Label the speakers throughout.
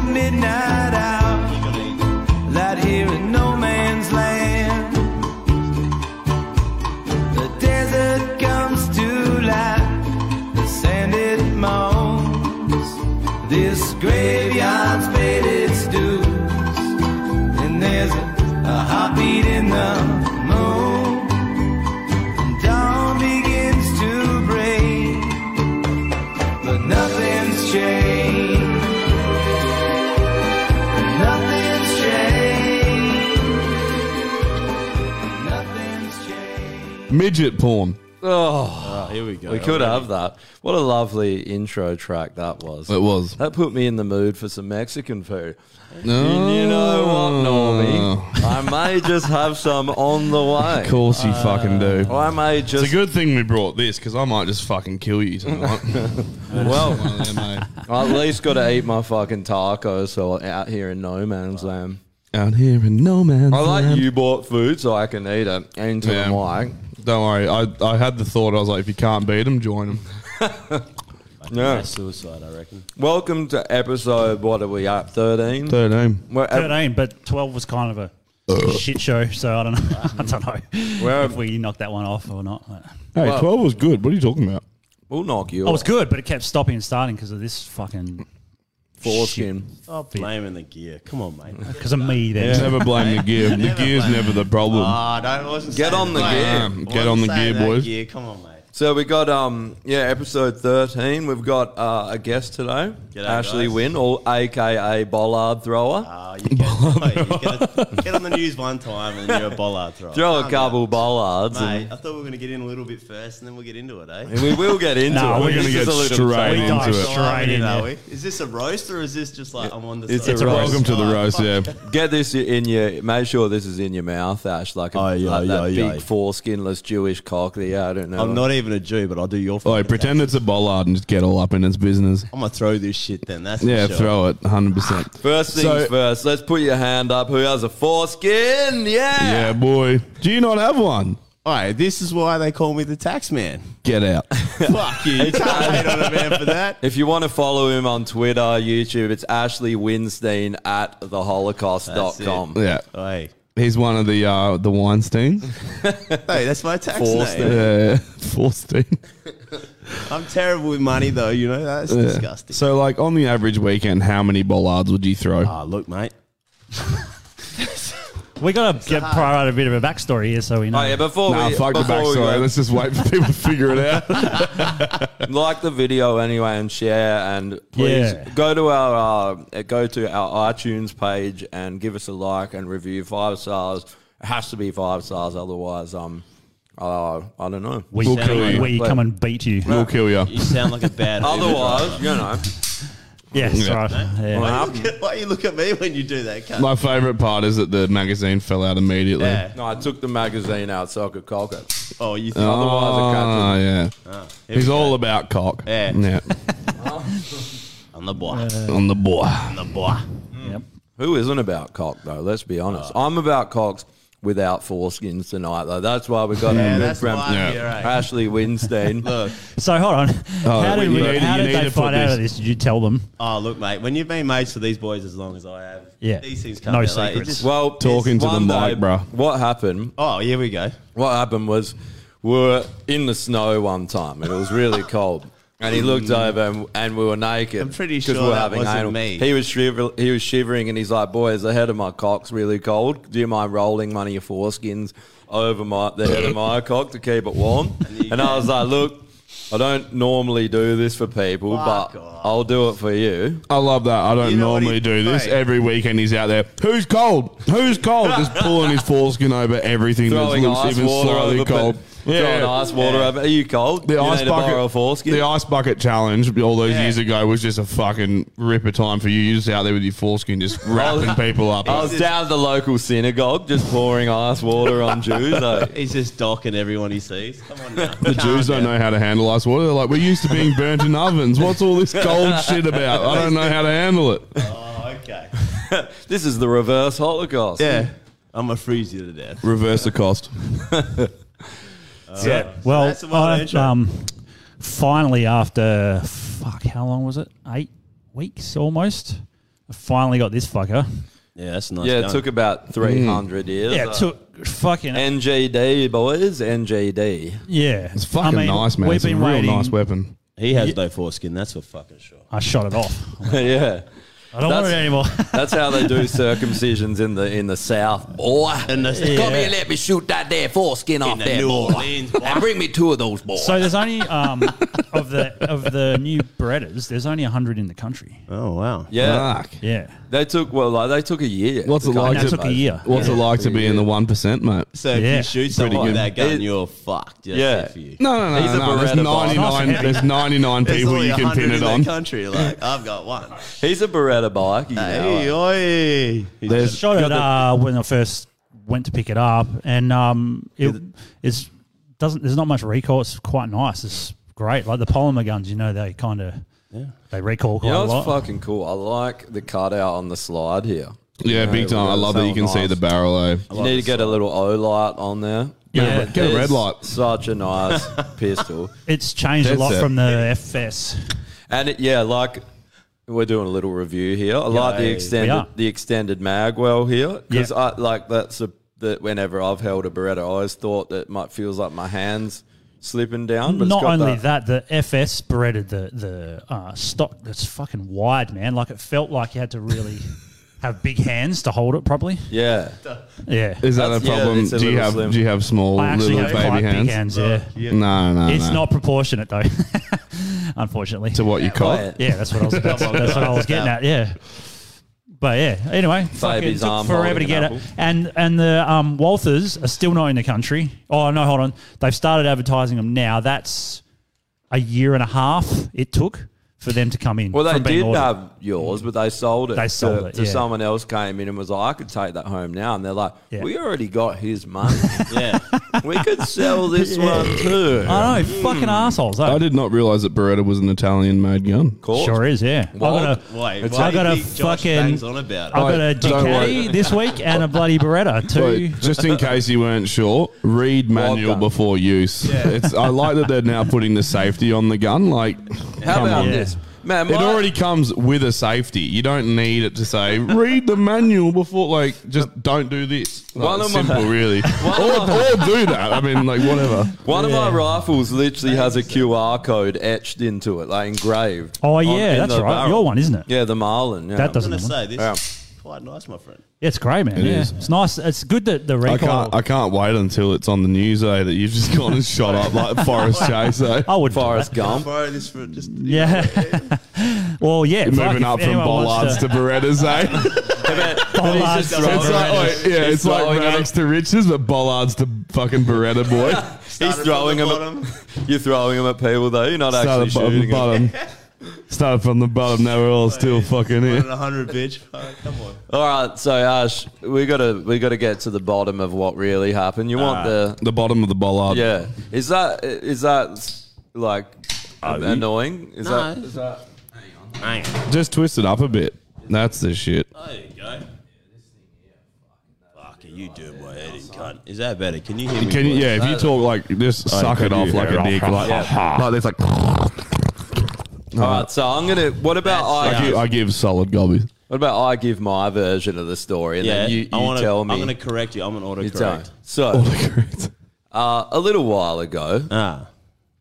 Speaker 1: midnight out, light here in no man's land. The desert comes to light, the sand it moans. This graveyard's paid its dues, and there's a, a heartbeat in the moon. And dawn begins to break, but nothing's changed. Nothing's changed. Nothing's changed.
Speaker 2: Midget porn.
Speaker 3: Oh,
Speaker 4: Here we go.
Speaker 3: we could have that. What a lovely intro track that was.
Speaker 2: It was.
Speaker 3: That put me in the mood for some Mexican food.
Speaker 2: No.
Speaker 3: You know what,
Speaker 2: Ah.
Speaker 3: Normie? I may just have some on the way.
Speaker 2: Of course you fucking do.
Speaker 3: Or I may
Speaker 2: It's a
Speaker 3: just.
Speaker 2: good thing we brought this because I might just fucking kill you tonight. Oh,
Speaker 3: well,
Speaker 2: One of them, eh?
Speaker 3: I at least got to eat my fucking tacos so out here in no man's land.
Speaker 2: Out here in no man's
Speaker 3: I like
Speaker 2: land.
Speaker 3: you bought food so I can eat it into
Speaker 2: Yeah.
Speaker 3: the mic.
Speaker 2: Don't worry. I, I had the thought. I was like, if you can't beat them, join them.
Speaker 3: Yeah.
Speaker 4: That's suicide, I reckon.
Speaker 3: Welcome to episode, what are we at, 13?
Speaker 2: Third name.
Speaker 3: We're at-
Speaker 5: 13, but 12 was kind of a shit show, so I don't know. I don't know
Speaker 3: Well-
Speaker 5: if we knocked that one off or not. but-
Speaker 2: Hey,
Speaker 3: Well-
Speaker 2: 12 was good. What are you talking about?
Speaker 3: we'll knock you
Speaker 5: Oh, it was
Speaker 3: off.
Speaker 5: good, but it kept stopping and starting because of this fucking
Speaker 3: Foreskin.
Speaker 4: Oh, blaming the gear. Come on, mate.
Speaker 5: because of me. Then
Speaker 2: Never blame the gear. The gear's never the problem.
Speaker 3: Uh,
Speaker 4: Ah, don't wasn't
Speaker 3: Get
Speaker 4: saying
Speaker 3: on the
Speaker 4: that.
Speaker 3: gear.
Speaker 2: Um, get on the
Speaker 4: Wasn't saying
Speaker 2: gear,
Speaker 4: that
Speaker 2: boys.
Speaker 4: Gear. Come on, mate.
Speaker 3: So we got um yeah episode thirteen. We've got uh, a guest today,
Speaker 4: G'day,
Speaker 3: Ashley
Speaker 4: guys.
Speaker 3: Wynn, or AKA Bollard Thrower.
Speaker 4: Ah, you get, mate, you get, get on the news one time and you're a bollard thrower.
Speaker 3: Throw a
Speaker 4: Calm
Speaker 3: couple
Speaker 4: down.
Speaker 3: bollards,
Speaker 4: Mate,
Speaker 3: and,
Speaker 4: I thought we were going to get in a little bit first and then we'll get into it, eh?
Speaker 3: and we will get into
Speaker 5: Nah,
Speaker 3: it.
Speaker 5: we're
Speaker 3: This
Speaker 2: gonna
Speaker 3: is
Speaker 2: get
Speaker 3: a little
Speaker 2: straight
Speaker 3: bit-
Speaker 5: into
Speaker 4: Dive
Speaker 5: it. Straight in,
Speaker 4: are
Speaker 5: yeah.
Speaker 4: we? Is this a roast or is this just like I'm on the
Speaker 3: It's
Speaker 4: side?
Speaker 3: a It's a roast.
Speaker 2: Welcome to the
Speaker 4: Oh,
Speaker 2: roast,
Speaker 4: fuck.
Speaker 2: yeah.
Speaker 3: Get this in your. Make sure this is in your mouth, Ash. Like, a,
Speaker 4: Aye,
Speaker 3: like
Speaker 4: aye,
Speaker 3: that
Speaker 4: aye,
Speaker 3: big
Speaker 4: aye.
Speaker 3: foreskinless Jewish cock. That, yeah, I don't know.
Speaker 4: I'm not even a Jew, but I'll do your
Speaker 2: Oh,
Speaker 4: fucking
Speaker 2: pretend it's a bollard and just get all up in its business.
Speaker 4: I'm going to throw this shit then. That's
Speaker 2: Yeah,
Speaker 4: for sure.
Speaker 2: throw it, hundred percent.
Speaker 3: First things
Speaker 2: So-
Speaker 3: first. Let's put your hand up. Who has a foreskin? Yeah.
Speaker 2: Yeah, boy. Do you not have one?
Speaker 4: All right, this is why they call me the tax man.
Speaker 2: Get out.
Speaker 4: Fuck you. You can't hate on a man for that.
Speaker 3: If you want to follow him on Twitter, YouTube, it's Ashley Winstein at theHolocaust.com.
Speaker 2: yeah,
Speaker 4: Hey,
Speaker 2: he's one of the uh, the Weinsteins.
Speaker 4: hey, that's my tax
Speaker 3: Forced
Speaker 4: name.
Speaker 3: it.
Speaker 2: Yeah, Forstein.
Speaker 4: I'm terrible with money, though. You know that's disgusting.
Speaker 2: So, like on the average weekend, how many bollards would you throw?
Speaker 4: Ah, look, mate.
Speaker 5: we got to get provide a bit of a backstory here, so we know.
Speaker 3: Oh yeah, before
Speaker 2: nah,
Speaker 3: we
Speaker 2: fuck the
Speaker 3: before we
Speaker 2: backstory.
Speaker 3: go-
Speaker 2: Let's just wait for people to figure it out.
Speaker 3: like the video anyway and share and please
Speaker 5: Yeah.
Speaker 3: go to our uh, go to our iTunes page and give us a like and review five stars. It has to be five stars, otherwise, um, uh, I don't know.
Speaker 5: we
Speaker 2: We'll kill you.
Speaker 5: we
Speaker 3: But-
Speaker 5: come and beat you.
Speaker 2: we'll kill you.
Speaker 4: You sound like a bad.
Speaker 3: Otherwise, you know,
Speaker 5: Yes,
Speaker 2: Yeah.
Speaker 5: right. Yeah.
Speaker 4: Why you, look at, why you look at me when you do that? cunt?
Speaker 2: My favorite part is that the magazine fell out immediately.
Speaker 4: yeah.
Speaker 3: no, I took the magazine out so I could cock it.
Speaker 4: Oh, you. Th-
Speaker 2: Oh, yeah.
Speaker 4: Ah, here
Speaker 2: He's
Speaker 4: we go.
Speaker 2: all about cock.
Speaker 4: Yeah.
Speaker 2: yeah.
Speaker 4: I'm the boy.
Speaker 2: On the boy.
Speaker 4: I'm the boy.
Speaker 5: Yep.
Speaker 3: Who isn't about cock though? Let's be honest.
Speaker 4: Uh.
Speaker 3: I'm about cocks without foreskins tonight though. That's why we got
Speaker 4: Yeah,
Speaker 3: our good
Speaker 4: that's why
Speaker 3: friend
Speaker 4: I'm
Speaker 2: Yeah.
Speaker 4: here, eh?
Speaker 3: Ashley Winstein.
Speaker 4: Look,
Speaker 5: So hold on. how did,
Speaker 2: we
Speaker 5: we,
Speaker 2: need-
Speaker 5: how
Speaker 2: Oh, you
Speaker 5: did
Speaker 2: need
Speaker 5: they
Speaker 2: to put
Speaker 5: find out
Speaker 2: this-
Speaker 5: of this? Did you tell them?
Speaker 4: oh look, mate. When you've been mates with these boys as long as I have,
Speaker 5: Yeah.
Speaker 4: these things come
Speaker 5: No
Speaker 4: out. Like, it
Speaker 5: secrets.
Speaker 4: just,
Speaker 3: well,
Speaker 2: Talking to the
Speaker 3: one
Speaker 2: mic,
Speaker 3: day,
Speaker 2: bro.
Speaker 3: What happened?
Speaker 4: oh, here we go.
Speaker 3: what happened was we were in the snow one time and it was really cold. And he looked over and, and we were naked.
Speaker 4: I'm pretty
Speaker 3: 'cause
Speaker 4: sure that wasn't me.
Speaker 3: He was shiver, he was shivering and he's like, "Boys, the head of my cock's really cold. Do you mind rolling one of your foreskins over my the head of my cock to keep it warm?" And, I was like, "Look, I don't normally do this for people,
Speaker 4: Fuck
Speaker 3: but
Speaker 4: off.
Speaker 3: I'll do it for you."
Speaker 2: I love that. I don't
Speaker 4: You know what
Speaker 2: normally
Speaker 4: he-
Speaker 2: do this.
Speaker 4: Hey.
Speaker 2: Every weekend he's out there. Who's cold? Who's cold? Just pulling his foreskin over everything that
Speaker 3: Throwing
Speaker 2: looks
Speaker 3: ice
Speaker 2: even
Speaker 3: water
Speaker 2: slightly
Speaker 3: over,
Speaker 2: cold.
Speaker 3: Throwing ice water over. Are you cold?
Speaker 2: The
Speaker 3: you
Speaker 2: ice
Speaker 3: need To borrow a
Speaker 2: bucket,
Speaker 3: foreskin?
Speaker 2: the ice bucket challenge all those
Speaker 4: Yeah.
Speaker 2: years ago was just a fucking ripper time for you. You're just out there with your foreskin, just wrapping people up.
Speaker 3: I was down at the local synagogue just pouring ice water on Jews. Like,
Speaker 4: He's just docking everyone he sees. Come on now.
Speaker 2: The Jews don't know how to handle ice water. They're like, we're used to being burnt in ovens. What's all this cold shit about? I don't know how to handle it.
Speaker 4: Oh, okay.
Speaker 3: this is the reverse Holocaust.
Speaker 4: Yeah, I'm gonna freeze you to death.
Speaker 2: Reverse the cost.
Speaker 3: yeah.
Speaker 5: Well,
Speaker 4: that's the one
Speaker 5: I,
Speaker 4: intro.
Speaker 5: um, finally, after fuck, how long was it? Eight weeks almost. I finally got this fucker.
Speaker 4: Yeah, that's nice.
Speaker 3: Yeah, it
Speaker 4: going.
Speaker 3: took about 300 years. Uh,
Speaker 5: Yeah, it took fucking
Speaker 3: NGD, boys. NGD.
Speaker 5: yeah.
Speaker 2: It's fucking nice, man. It's a real nice weapon.
Speaker 4: He has no foreskin, that's for fucking sure.
Speaker 5: I shot it off.
Speaker 3: yeah.
Speaker 5: I don't want
Speaker 3: That's-
Speaker 5: it anymore.
Speaker 3: That's how they do circumcisions in the in the south, boy.
Speaker 4: And the- Yeah.
Speaker 3: Come here, let me shoot that there foreskin off
Speaker 4: the
Speaker 3: there,
Speaker 4: New
Speaker 3: boy.
Speaker 4: Orleans, boy.
Speaker 3: and bring me two of those, boys.
Speaker 5: so there's only um, of the of the new Berettas. There's only hundred in the country.
Speaker 4: Oh, wow.
Speaker 3: yeah,
Speaker 2: Fuck.
Speaker 5: Yeah,
Speaker 3: they took well, like, they took a year.
Speaker 2: What's it
Speaker 3: to
Speaker 2: like?
Speaker 5: and that
Speaker 2: to-
Speaker 5: took a year.
Speaker 2: What's it like to be in the one percent, mate?
Speaker 4: So
Speaker 5: Yeah.
Speaker 4: if you shoot
Speaker 2: Pretty
Speaker 4: something like
Speaker 2: good.
Speaker 4: that gun,
Speaker 3: It-
Speaker 4: you're fucked. That's
Speaker 3: Yeah.
Speaker 4: it for you.
Speaker 2: No, no, no,
Speaker 3: He's a
Speaker 2: no. There's
Speaker 3: Beretta boy.
Speaker 2: 99. There's 99
Speaker 4: There's
Speaker 2: people
Speaker 4: only
Speaker 2: you can
Speaker 4: 100
Speaker 2: pin
Speaker 4: in
Speaker 2: it
Speaker 4: the
Speaker 2: on.
Speaker 4: country. Like, I've got one.
Speaker 3: come- He's a Beretta bike. You
Speaker 4: Hey,
Speaker 3: know.
Speaker 4: oi.
Speaker 5: I shot it
Speaker 3: got the-
Speaker 5: uh, when I first went to pick it up, and um, it is doesn't. There's not much recoil. It's quite nice. It's great. Like the polymer guns, you know, they kind of they recoil quite
Speaker 3: You know
Speaker 5: a lot.
Speaker 3: what's fucking cool? I like the cutout on the slide here.
Speaker 2: Yeah, big time. I love that you can see the barrel. Eh?
Speaker 3: You need to get a little O light on there.
Speaker 5: yeah,
Speaker 2: Get a red
Speaker 3: It's
Speaker 2: light.
Speaker 3: Such a nice pistol.
Speaker 5: it's changed a
Speaker 2: Dead
Speaker 5: lot
Speaker 2: set.
Speaker 5: from the FS.
Speaker 3: And it, yeah, like we're doing a little review here. I like the
Speaker 4: Yay.
Speaker 5: We
Speaker 3: extended
Speaker 5: are.
Speaker 3: the extended mag well here because
Speaker 5: Yeah.
Speaker 3: I like that's a that whenever I've held a Beretta, I always thought that my feels like my hands slipping down. But
Speaker 5: Not
Speaker 3: it's got
Speaker 5: only that, the FS Beretta, the the uh, stock that's fucking wide, man. Like it felt like you had to really have big hands to hold it properly.
Speaker 3: yeah,
Speaker 5: Yeah,
Speaker 2: Is that
Speaker 3: That's-
Speaker 2: a
Speaker 3: yeah,
Speaker 2: problem?
Speaker 3: it's a
Speaker 2: do you
Speaker 3: little
Speaker 2: have
Speaker 3: slim.
Speaker 2: do you have small
Speaker 5: I actually
Speaker 2: little
Speaker 5: have quite
Speaker 2: baby hands?
Speaker 5: big hands. Yeah,
Speaker 2: No, no,
Speaker 5: it's
Speaker 2: no.
Speaker 5: not proportionate though, unfortunately.
Speaker 2: to what you call.
Speaker 3: Wait.
Speaker 5: Yeah, that's what I was. That's, that's what I was getting at. Yeah. But yeah, anyway, fuck, it
Speaker 3: Baby's
Speaker 5: took
Speaker 3: arm
Speaker 5: forever to
Speaker 3: holding
Speaker 5: get
Speaker 3: an
Speaker 5: it, and and the um, Walthers are still not in the country. Oh no, hold on, they've started advertising them now. That's a year and a half it took for them to come in.
Speaker 3: Well, they
Speaker 5: from being
Speaker 3: did
Speaker 5: ordered.
Speaker 3: have yours, but they sold it.
Speaker 5: They
Speaker 3: to-
Speaker 5: sold
Speaker 3: to,
Speaker 5: it, yeah.
Speaker 3: someone else came in and was like, "I could take that home now," and they're like,
Speaker 5: Yeah.
Speaker 3: "We already got his money.
Speaker 4: Yeah.
Speaker 3: we could sell this one too."
Speaker 5: I know,
Speaker 3: Hmm.
Speaker 5: fucking assholes.
Speaker 2: I did not realize that Beretta was an Italian made gun.
Speaker 3: Cool.
Speaker 5: Sure is, yeah.
Speaker 3: Wild.
Speaker 5: I got a,
Speaker 4: Wait,
Speaker 5: It's
Speaker 4: why
Speaker 5: like-
Speaker 4: do you
Speaker 5: I got a
Speaker 4: think Josh
Speaker 5: fucking-
Speaker 4: bangs on about
Speaker 2: Oh,
Speaker 5: I
Speaker 4: it?
Speaker 5: got a
Speaker 2: Don't worry.
Speaker 5: Ducati this week and a bloody Beretta. Two.
Speaker 2: But just in case you weren't sure, read manual
Speaker 3: gun.
Speaker 2: before use. It's I like that they're now putting the safety on the gun. Like,
Speaker 3: How
Speaker 2: come
Speaker 3: about
Speaker 2: on.
Speaker 5: Yeah.
Speaker 3: this, man?
Speaker 2: It
Speaker 3: my-
Speaker 2: already comes with a safety. You don't need it to say read the manual before. Like, just don't do this. Like,
Speaker 3: One of my-
Speaker 2: simple, really. or,
Speaker 3: of my-
Speaker 2: or do that. I mean, like whatever.
Speaker 3: One of my rifles literally has a QR code etched into it, like engraved.
Speaker 5: Oh
Speaker 3: on-
Speaker 5: yeah,
Speaker 3: in
Speaker 5: that's
Speaker 3: the
Speaker 5: right.
Speaker 3: barrel.
Speaker 5: Your one, isn't it?
Speaker 3: Yeah, the Marlin. Yeah.
Speaker 5: That
Speaker 4: I'm
Speaker 5: doesn't.
Speaker 4: going to say this
Speaker 3: Yeah.
Speaker 4: is quite nice, my friend.
Speaker 5: Yeah, it's great, man.
Speaker 2: It
Speaker 5: yeah.
Speaker 2: is.
Speaker 5: It's nice. It's good that the
Speaker 2: I
Speaker 5: recoil.
Speaker 2: can't. I can't wait until it's on the news. Eh, that you've just gone and shot up like Forest Chase. Eh?
Speaker 5: I would do
Speaker 3: Forrest
Speaker 5: that.
Speaker 4: Can I
Speaker 3: Gump.
Speaker 4: borrow this for just.
Speaker 5: Yeah. well, yeah.
Speaker 2: You're
Speaker 5: fuck,
Speaker 2: moving
Speaker 5: if
Speaker 2: up from
Speaker 5: anyone
Speaker 2: bollards
Speaker 5: wants
Speaker 2: to Berettas. Eh?
Speaker 5: bollards
Speaker 3: just throwing
Speaker 2: It's
Speaker 5: to-
Speaker 3: around.
Speaker 2: like,
Speaker 3: Berettas.
Speaker 2: oh, yeah,
Speaker 3: He's
Speaker 2: it's like
Speaker 3: throwing
Speaker 2: Maddox to riches, but Bollard's to fucking Beretta boy.
Speaker 3: He's throwing
Speaker 4: the
Speaker 3: them.
Speaker 4: bottom.
Speaker 3: At, you're throwing them at people though. You're not actually
Speaker 2: Started from the
Speaker 3: shooting 'em.
Speaker 2: bottom. Started from the bottom. Now we're all still fucking
Speaker 4: One
Speaker 2: here.
Speaker 4: and a hundred, bitch. Oh, come on.
Speaker 3: All right, so Ash, we gotta we gotta get to the bottom of what really happened. You want the
Speaker 2: The bottom of the bollard.
Speaker 3: yeah? Is that is that like annoying? Is
Speaker 4: No.
Speaker 3: that is that
Speaker 4: Bang.
Speaker 2: Just twist it up a bit. That's the shit.
Speaker 4: There you go. Fuck, you do my head in, cunt. Is that better? Can you hear me?
Speaker 2: Can you,
Speaker 4: boys?
Speaker 2: yeah, if you talk like just suck it
Speaker 4: could
Speaker 2: off
Speaker 4: Oh, you
Speaker 2: like a
Speaker 4: hear it?
Speaker 2: dick, like, like this, like
Speaker 3: all right? So I'm gonna. What about I
Speaker 2: I
Speaker 3: give?
Speaker 2: give, I give solid gobbies.
Speaker 3: What about I give my version of the story and
Speaker 4: Yeah,
Speaker 3: then you, you
Speaker 4: I wanna,
Speaker 3: tell me.
Speaker 4: I'm going to correct you. I'm an
Speaker 3: you tell me.
Speaker 4: autocorrect.
Speaker 3: So uh, a little while ago,
Speaker 4: Ah,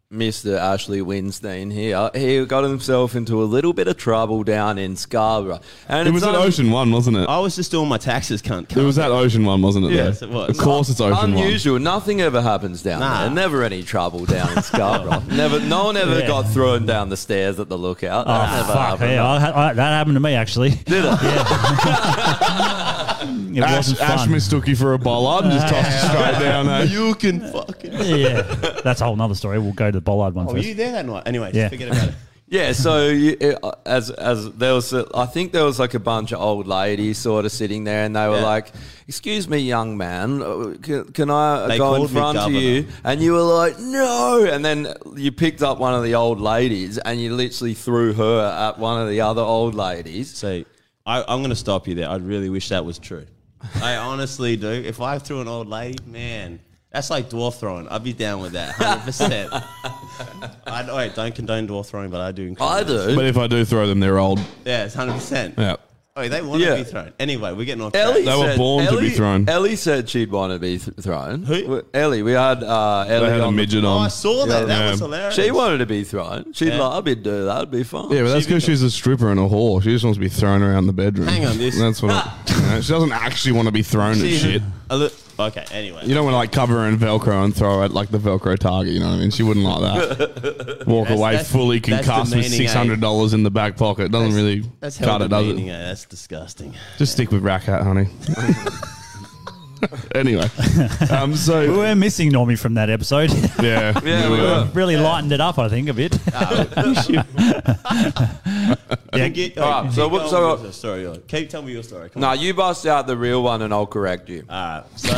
Speaker 3: Mr. Ashley Winstein here, he got himself into a little bit of trouble down in Scarborough, and
Speaker 2: It was at
Speaker 3: un-
Speaker 2: Ocean One, wasn't it?
Speaker 4: I was just doing my taxes, cunt.
Speaker 2: It was at Ocean One, wasn't it?
Speaker 4: Yes,
Speaker 2: though?
Speaker 4: it was.
Speaker 2: Of course, it's Ocean
Speaker 3: Unusual. Nothing ever happens down
Speaker 4: Nah.
Speaker 3: there. Never any trouble down in Scarborough. never. No one ever
Speaker 5: Yeah.
Speaker 3: got thrown down the stairs at the lookout. That
Speaker 4: Ah,
Speaker 5: Oh,
Speaker 3: never
Speaker 5: fuck,
Speaker 3: happened.
Speaker 5: yeah, I, had- I, that happened to me actually. Did it? Yeah. it
Speaker 2: One. Ash,
Speaker 5: wasn't
Speaker 2: Ash
Speaker 5: fun.
Speaker 2: mistook you for a bollard and just tossed you straight down. eh?
Speaker 4: You can fucking.
Speaker 5: yeah, that's a whole nother story. We'll go to the bollard one
Speaker 4: Oh,
Speaker 5: first.
Speaker 4: were you there that night? Anyway,
Speaker 5: Yeah.
Speaker 4: forget about it.
Speaker 3: Yeah, so you, it, uh, as as there was, a, I think there was like a bunch of old ladies sort of sitting there, and they were
Speaker 4: Yeah.
Speaker 3: like, "Excuse me, young man, uh, can, can I
Speaker 4: They
Speaker 3: go in
Speaker 4: called me
Speaker 3: front of
Speaker 4: governor.
Speaker 3: you?" And you were like, "No!" And then you picked up one of the old ladies, and you literally threw her at one of the other old ladies.
Speaker 4: See, I, I'm going to stop you there. I really wish that was true. I honestly do. If I threw an old lady, man, that's like dwarf throwing. I'd be down with that, hundred percent. I don't- wait, don't condone dwarf throwing, but I do.
Speaker 3: I
Speaker 4: encourage it.
Speaker 3: do.
Speaker 2: But if I do throw them, they're old.
Speaker 4: Yeah, it's hundred percent.
Speaker 2: Yeah.
Speaker 4: Oh, they want
Speaker 3: Yeah.
Speaker 4: to be thrown. Anyway, we're getting off track.
Speaker 3: Ellie
Speaker 2: They were
Speaker 3: said-
Speaker 2: born to be
Speaker 3: Ellie-
Speaker 2: thrown.
Speaker 3: Ellie said she'd want to be th- thrown.
Speaker 4: Who?
Speaker 3: We- Ellie. We had uh, Ellie.
Speaker 2: They had a
Speaker 3: on the-
Speaker 2: midget
Speaker 4: Oh, I
Speaker 2: on.
Speaker 4: saw that. that
Speaker 2: Yeah.
Speaker 4: was hilarious.
Speaker 3: She wanted to be thrown. She'd
Speaker 4: Yeah.
Speaker 3: like, I'd be do that. It'd be fun.
Speaker 2: Yeah, but that's because she's a stripper and a whore. She just wants to be thrown around the bedroom.
Speaker 4: Hang on, this-
Speaker 2: That's what. I, you know, she doesn't actually want to be thrown at shit.
Speaker 4: A li- okay, anyway.
Speaker 2: You don't want to like cover her in Velcro and throw her at like the Velcro target. You know what I mean? She wouldn't like that. Walk
Speaker 4: That's-
Speaker 2: away
Speaker 4: that's-
Speaker 2: fully
Speaker 4: that's
Speaker 2: concussed with
Speaker 4: demeaning, eh?
Speaker 2: six hundred dollars in the back pocket. Doesn't really
Speaker 4: that's eh? how
Speaker 2: cut it, does
Speaker 4: demeaning.
Speaker 2: it?
Speaker 4: eh? That's disgusting.
Speaker 2: Just stick with rack hat, honey. anyway, um,
Speaker 5: We
Speaker 2: so
Speaker 5: were missing Normie from that episode.
Speaker 2: yeah,
Speaker 3: Yeah, we were.
Speaker 5: really lightened it up, I think, a bit.
Speaker 4: Ah,
Speaker 5: yeah,
Speaker 4: Get- oh,
Speaker 3: All right, so
Speaker 4: keep
Speaker 3: what-
Speaker 4: going
Speaker 3: so-
Speaker 4: with your story. Eli. Keep telling me your story. Come
Speaker 3: No,
Speaker 4: on.
Speaker 3: you bust out the real one and I'll correct you.
Speaker 4: All right, so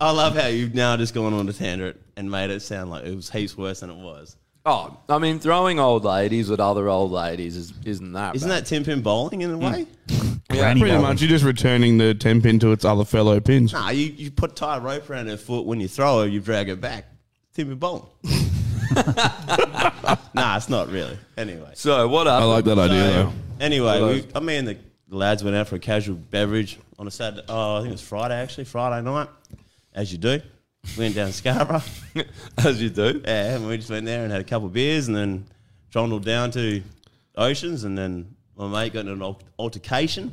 Speaker 4: I love how you've now just gone on a tangent and made it sound like it was heaps worse than it was.
Speaker 3: Oh, I mean, throwing old ladies at other old ladies is, isn't that
Speaker 4: Isn't that ten pin bowling in a way?
Speaker 5: Granny
Speaker 2: pretty
Speaker 5: bowling.
Speaker 2: much you're just returning the ten pin to its other fellow pins.
Speaker 4: Nah, you, you put tie a rope around her foot when you throw her, you drag her back. Ten pin bowling. nah, it's not really. Anyway,
Speaker 3: So what happened?
Speaker 2: I like that idea
Speaker 4: So,
Speaker 2: though.
Speaker 4: anyway, we, I mean, the lads went out for a casual beverage on a Saturday. Oh, I think it was Friday, actually, Friday night, as you do. Went down to Scarborough.
Speaker 3: As you do.
Speaker 4: yeah, and we just went there and had a couple of beers and then trundled down to Oceans. And then my mate got into an al- altercation.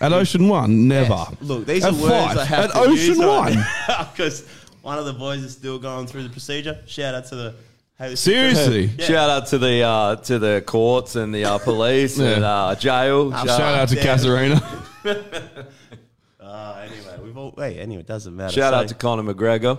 Speaker 2: At Ocean One, never.
Speaker 4: Look, these
Speaker 2: At
Speaker 4: are words
Speaker 2: five,
Speaker 4: I have
Speaker 2: at
Speaker 4: to
Speaker 2: Ocean
Speaker 4: use
Speaker 2: One.
Speaker 4: Because one of the boys is still going through the procedure. Shout out to the. Hey, this-
Speaker 2: Seriously.
Speaker 4: Yeah.
Speaker 3: Shout out to the uh, to the courts and the uh, police and
Speaker 2: Yeah.
Speaker 3: uh, jail.
Speaker 4: Ah,
Speaker 2: Shout out to
Speaker 4: damn.
Speaker 2: Casarina.
Speaker 4: Ah, anyway, we've all. Wait, anyway, it doesn't matter.
Speaker 3: shout
Speaker 4: So-
Speaker 3: out to Conor McGregor.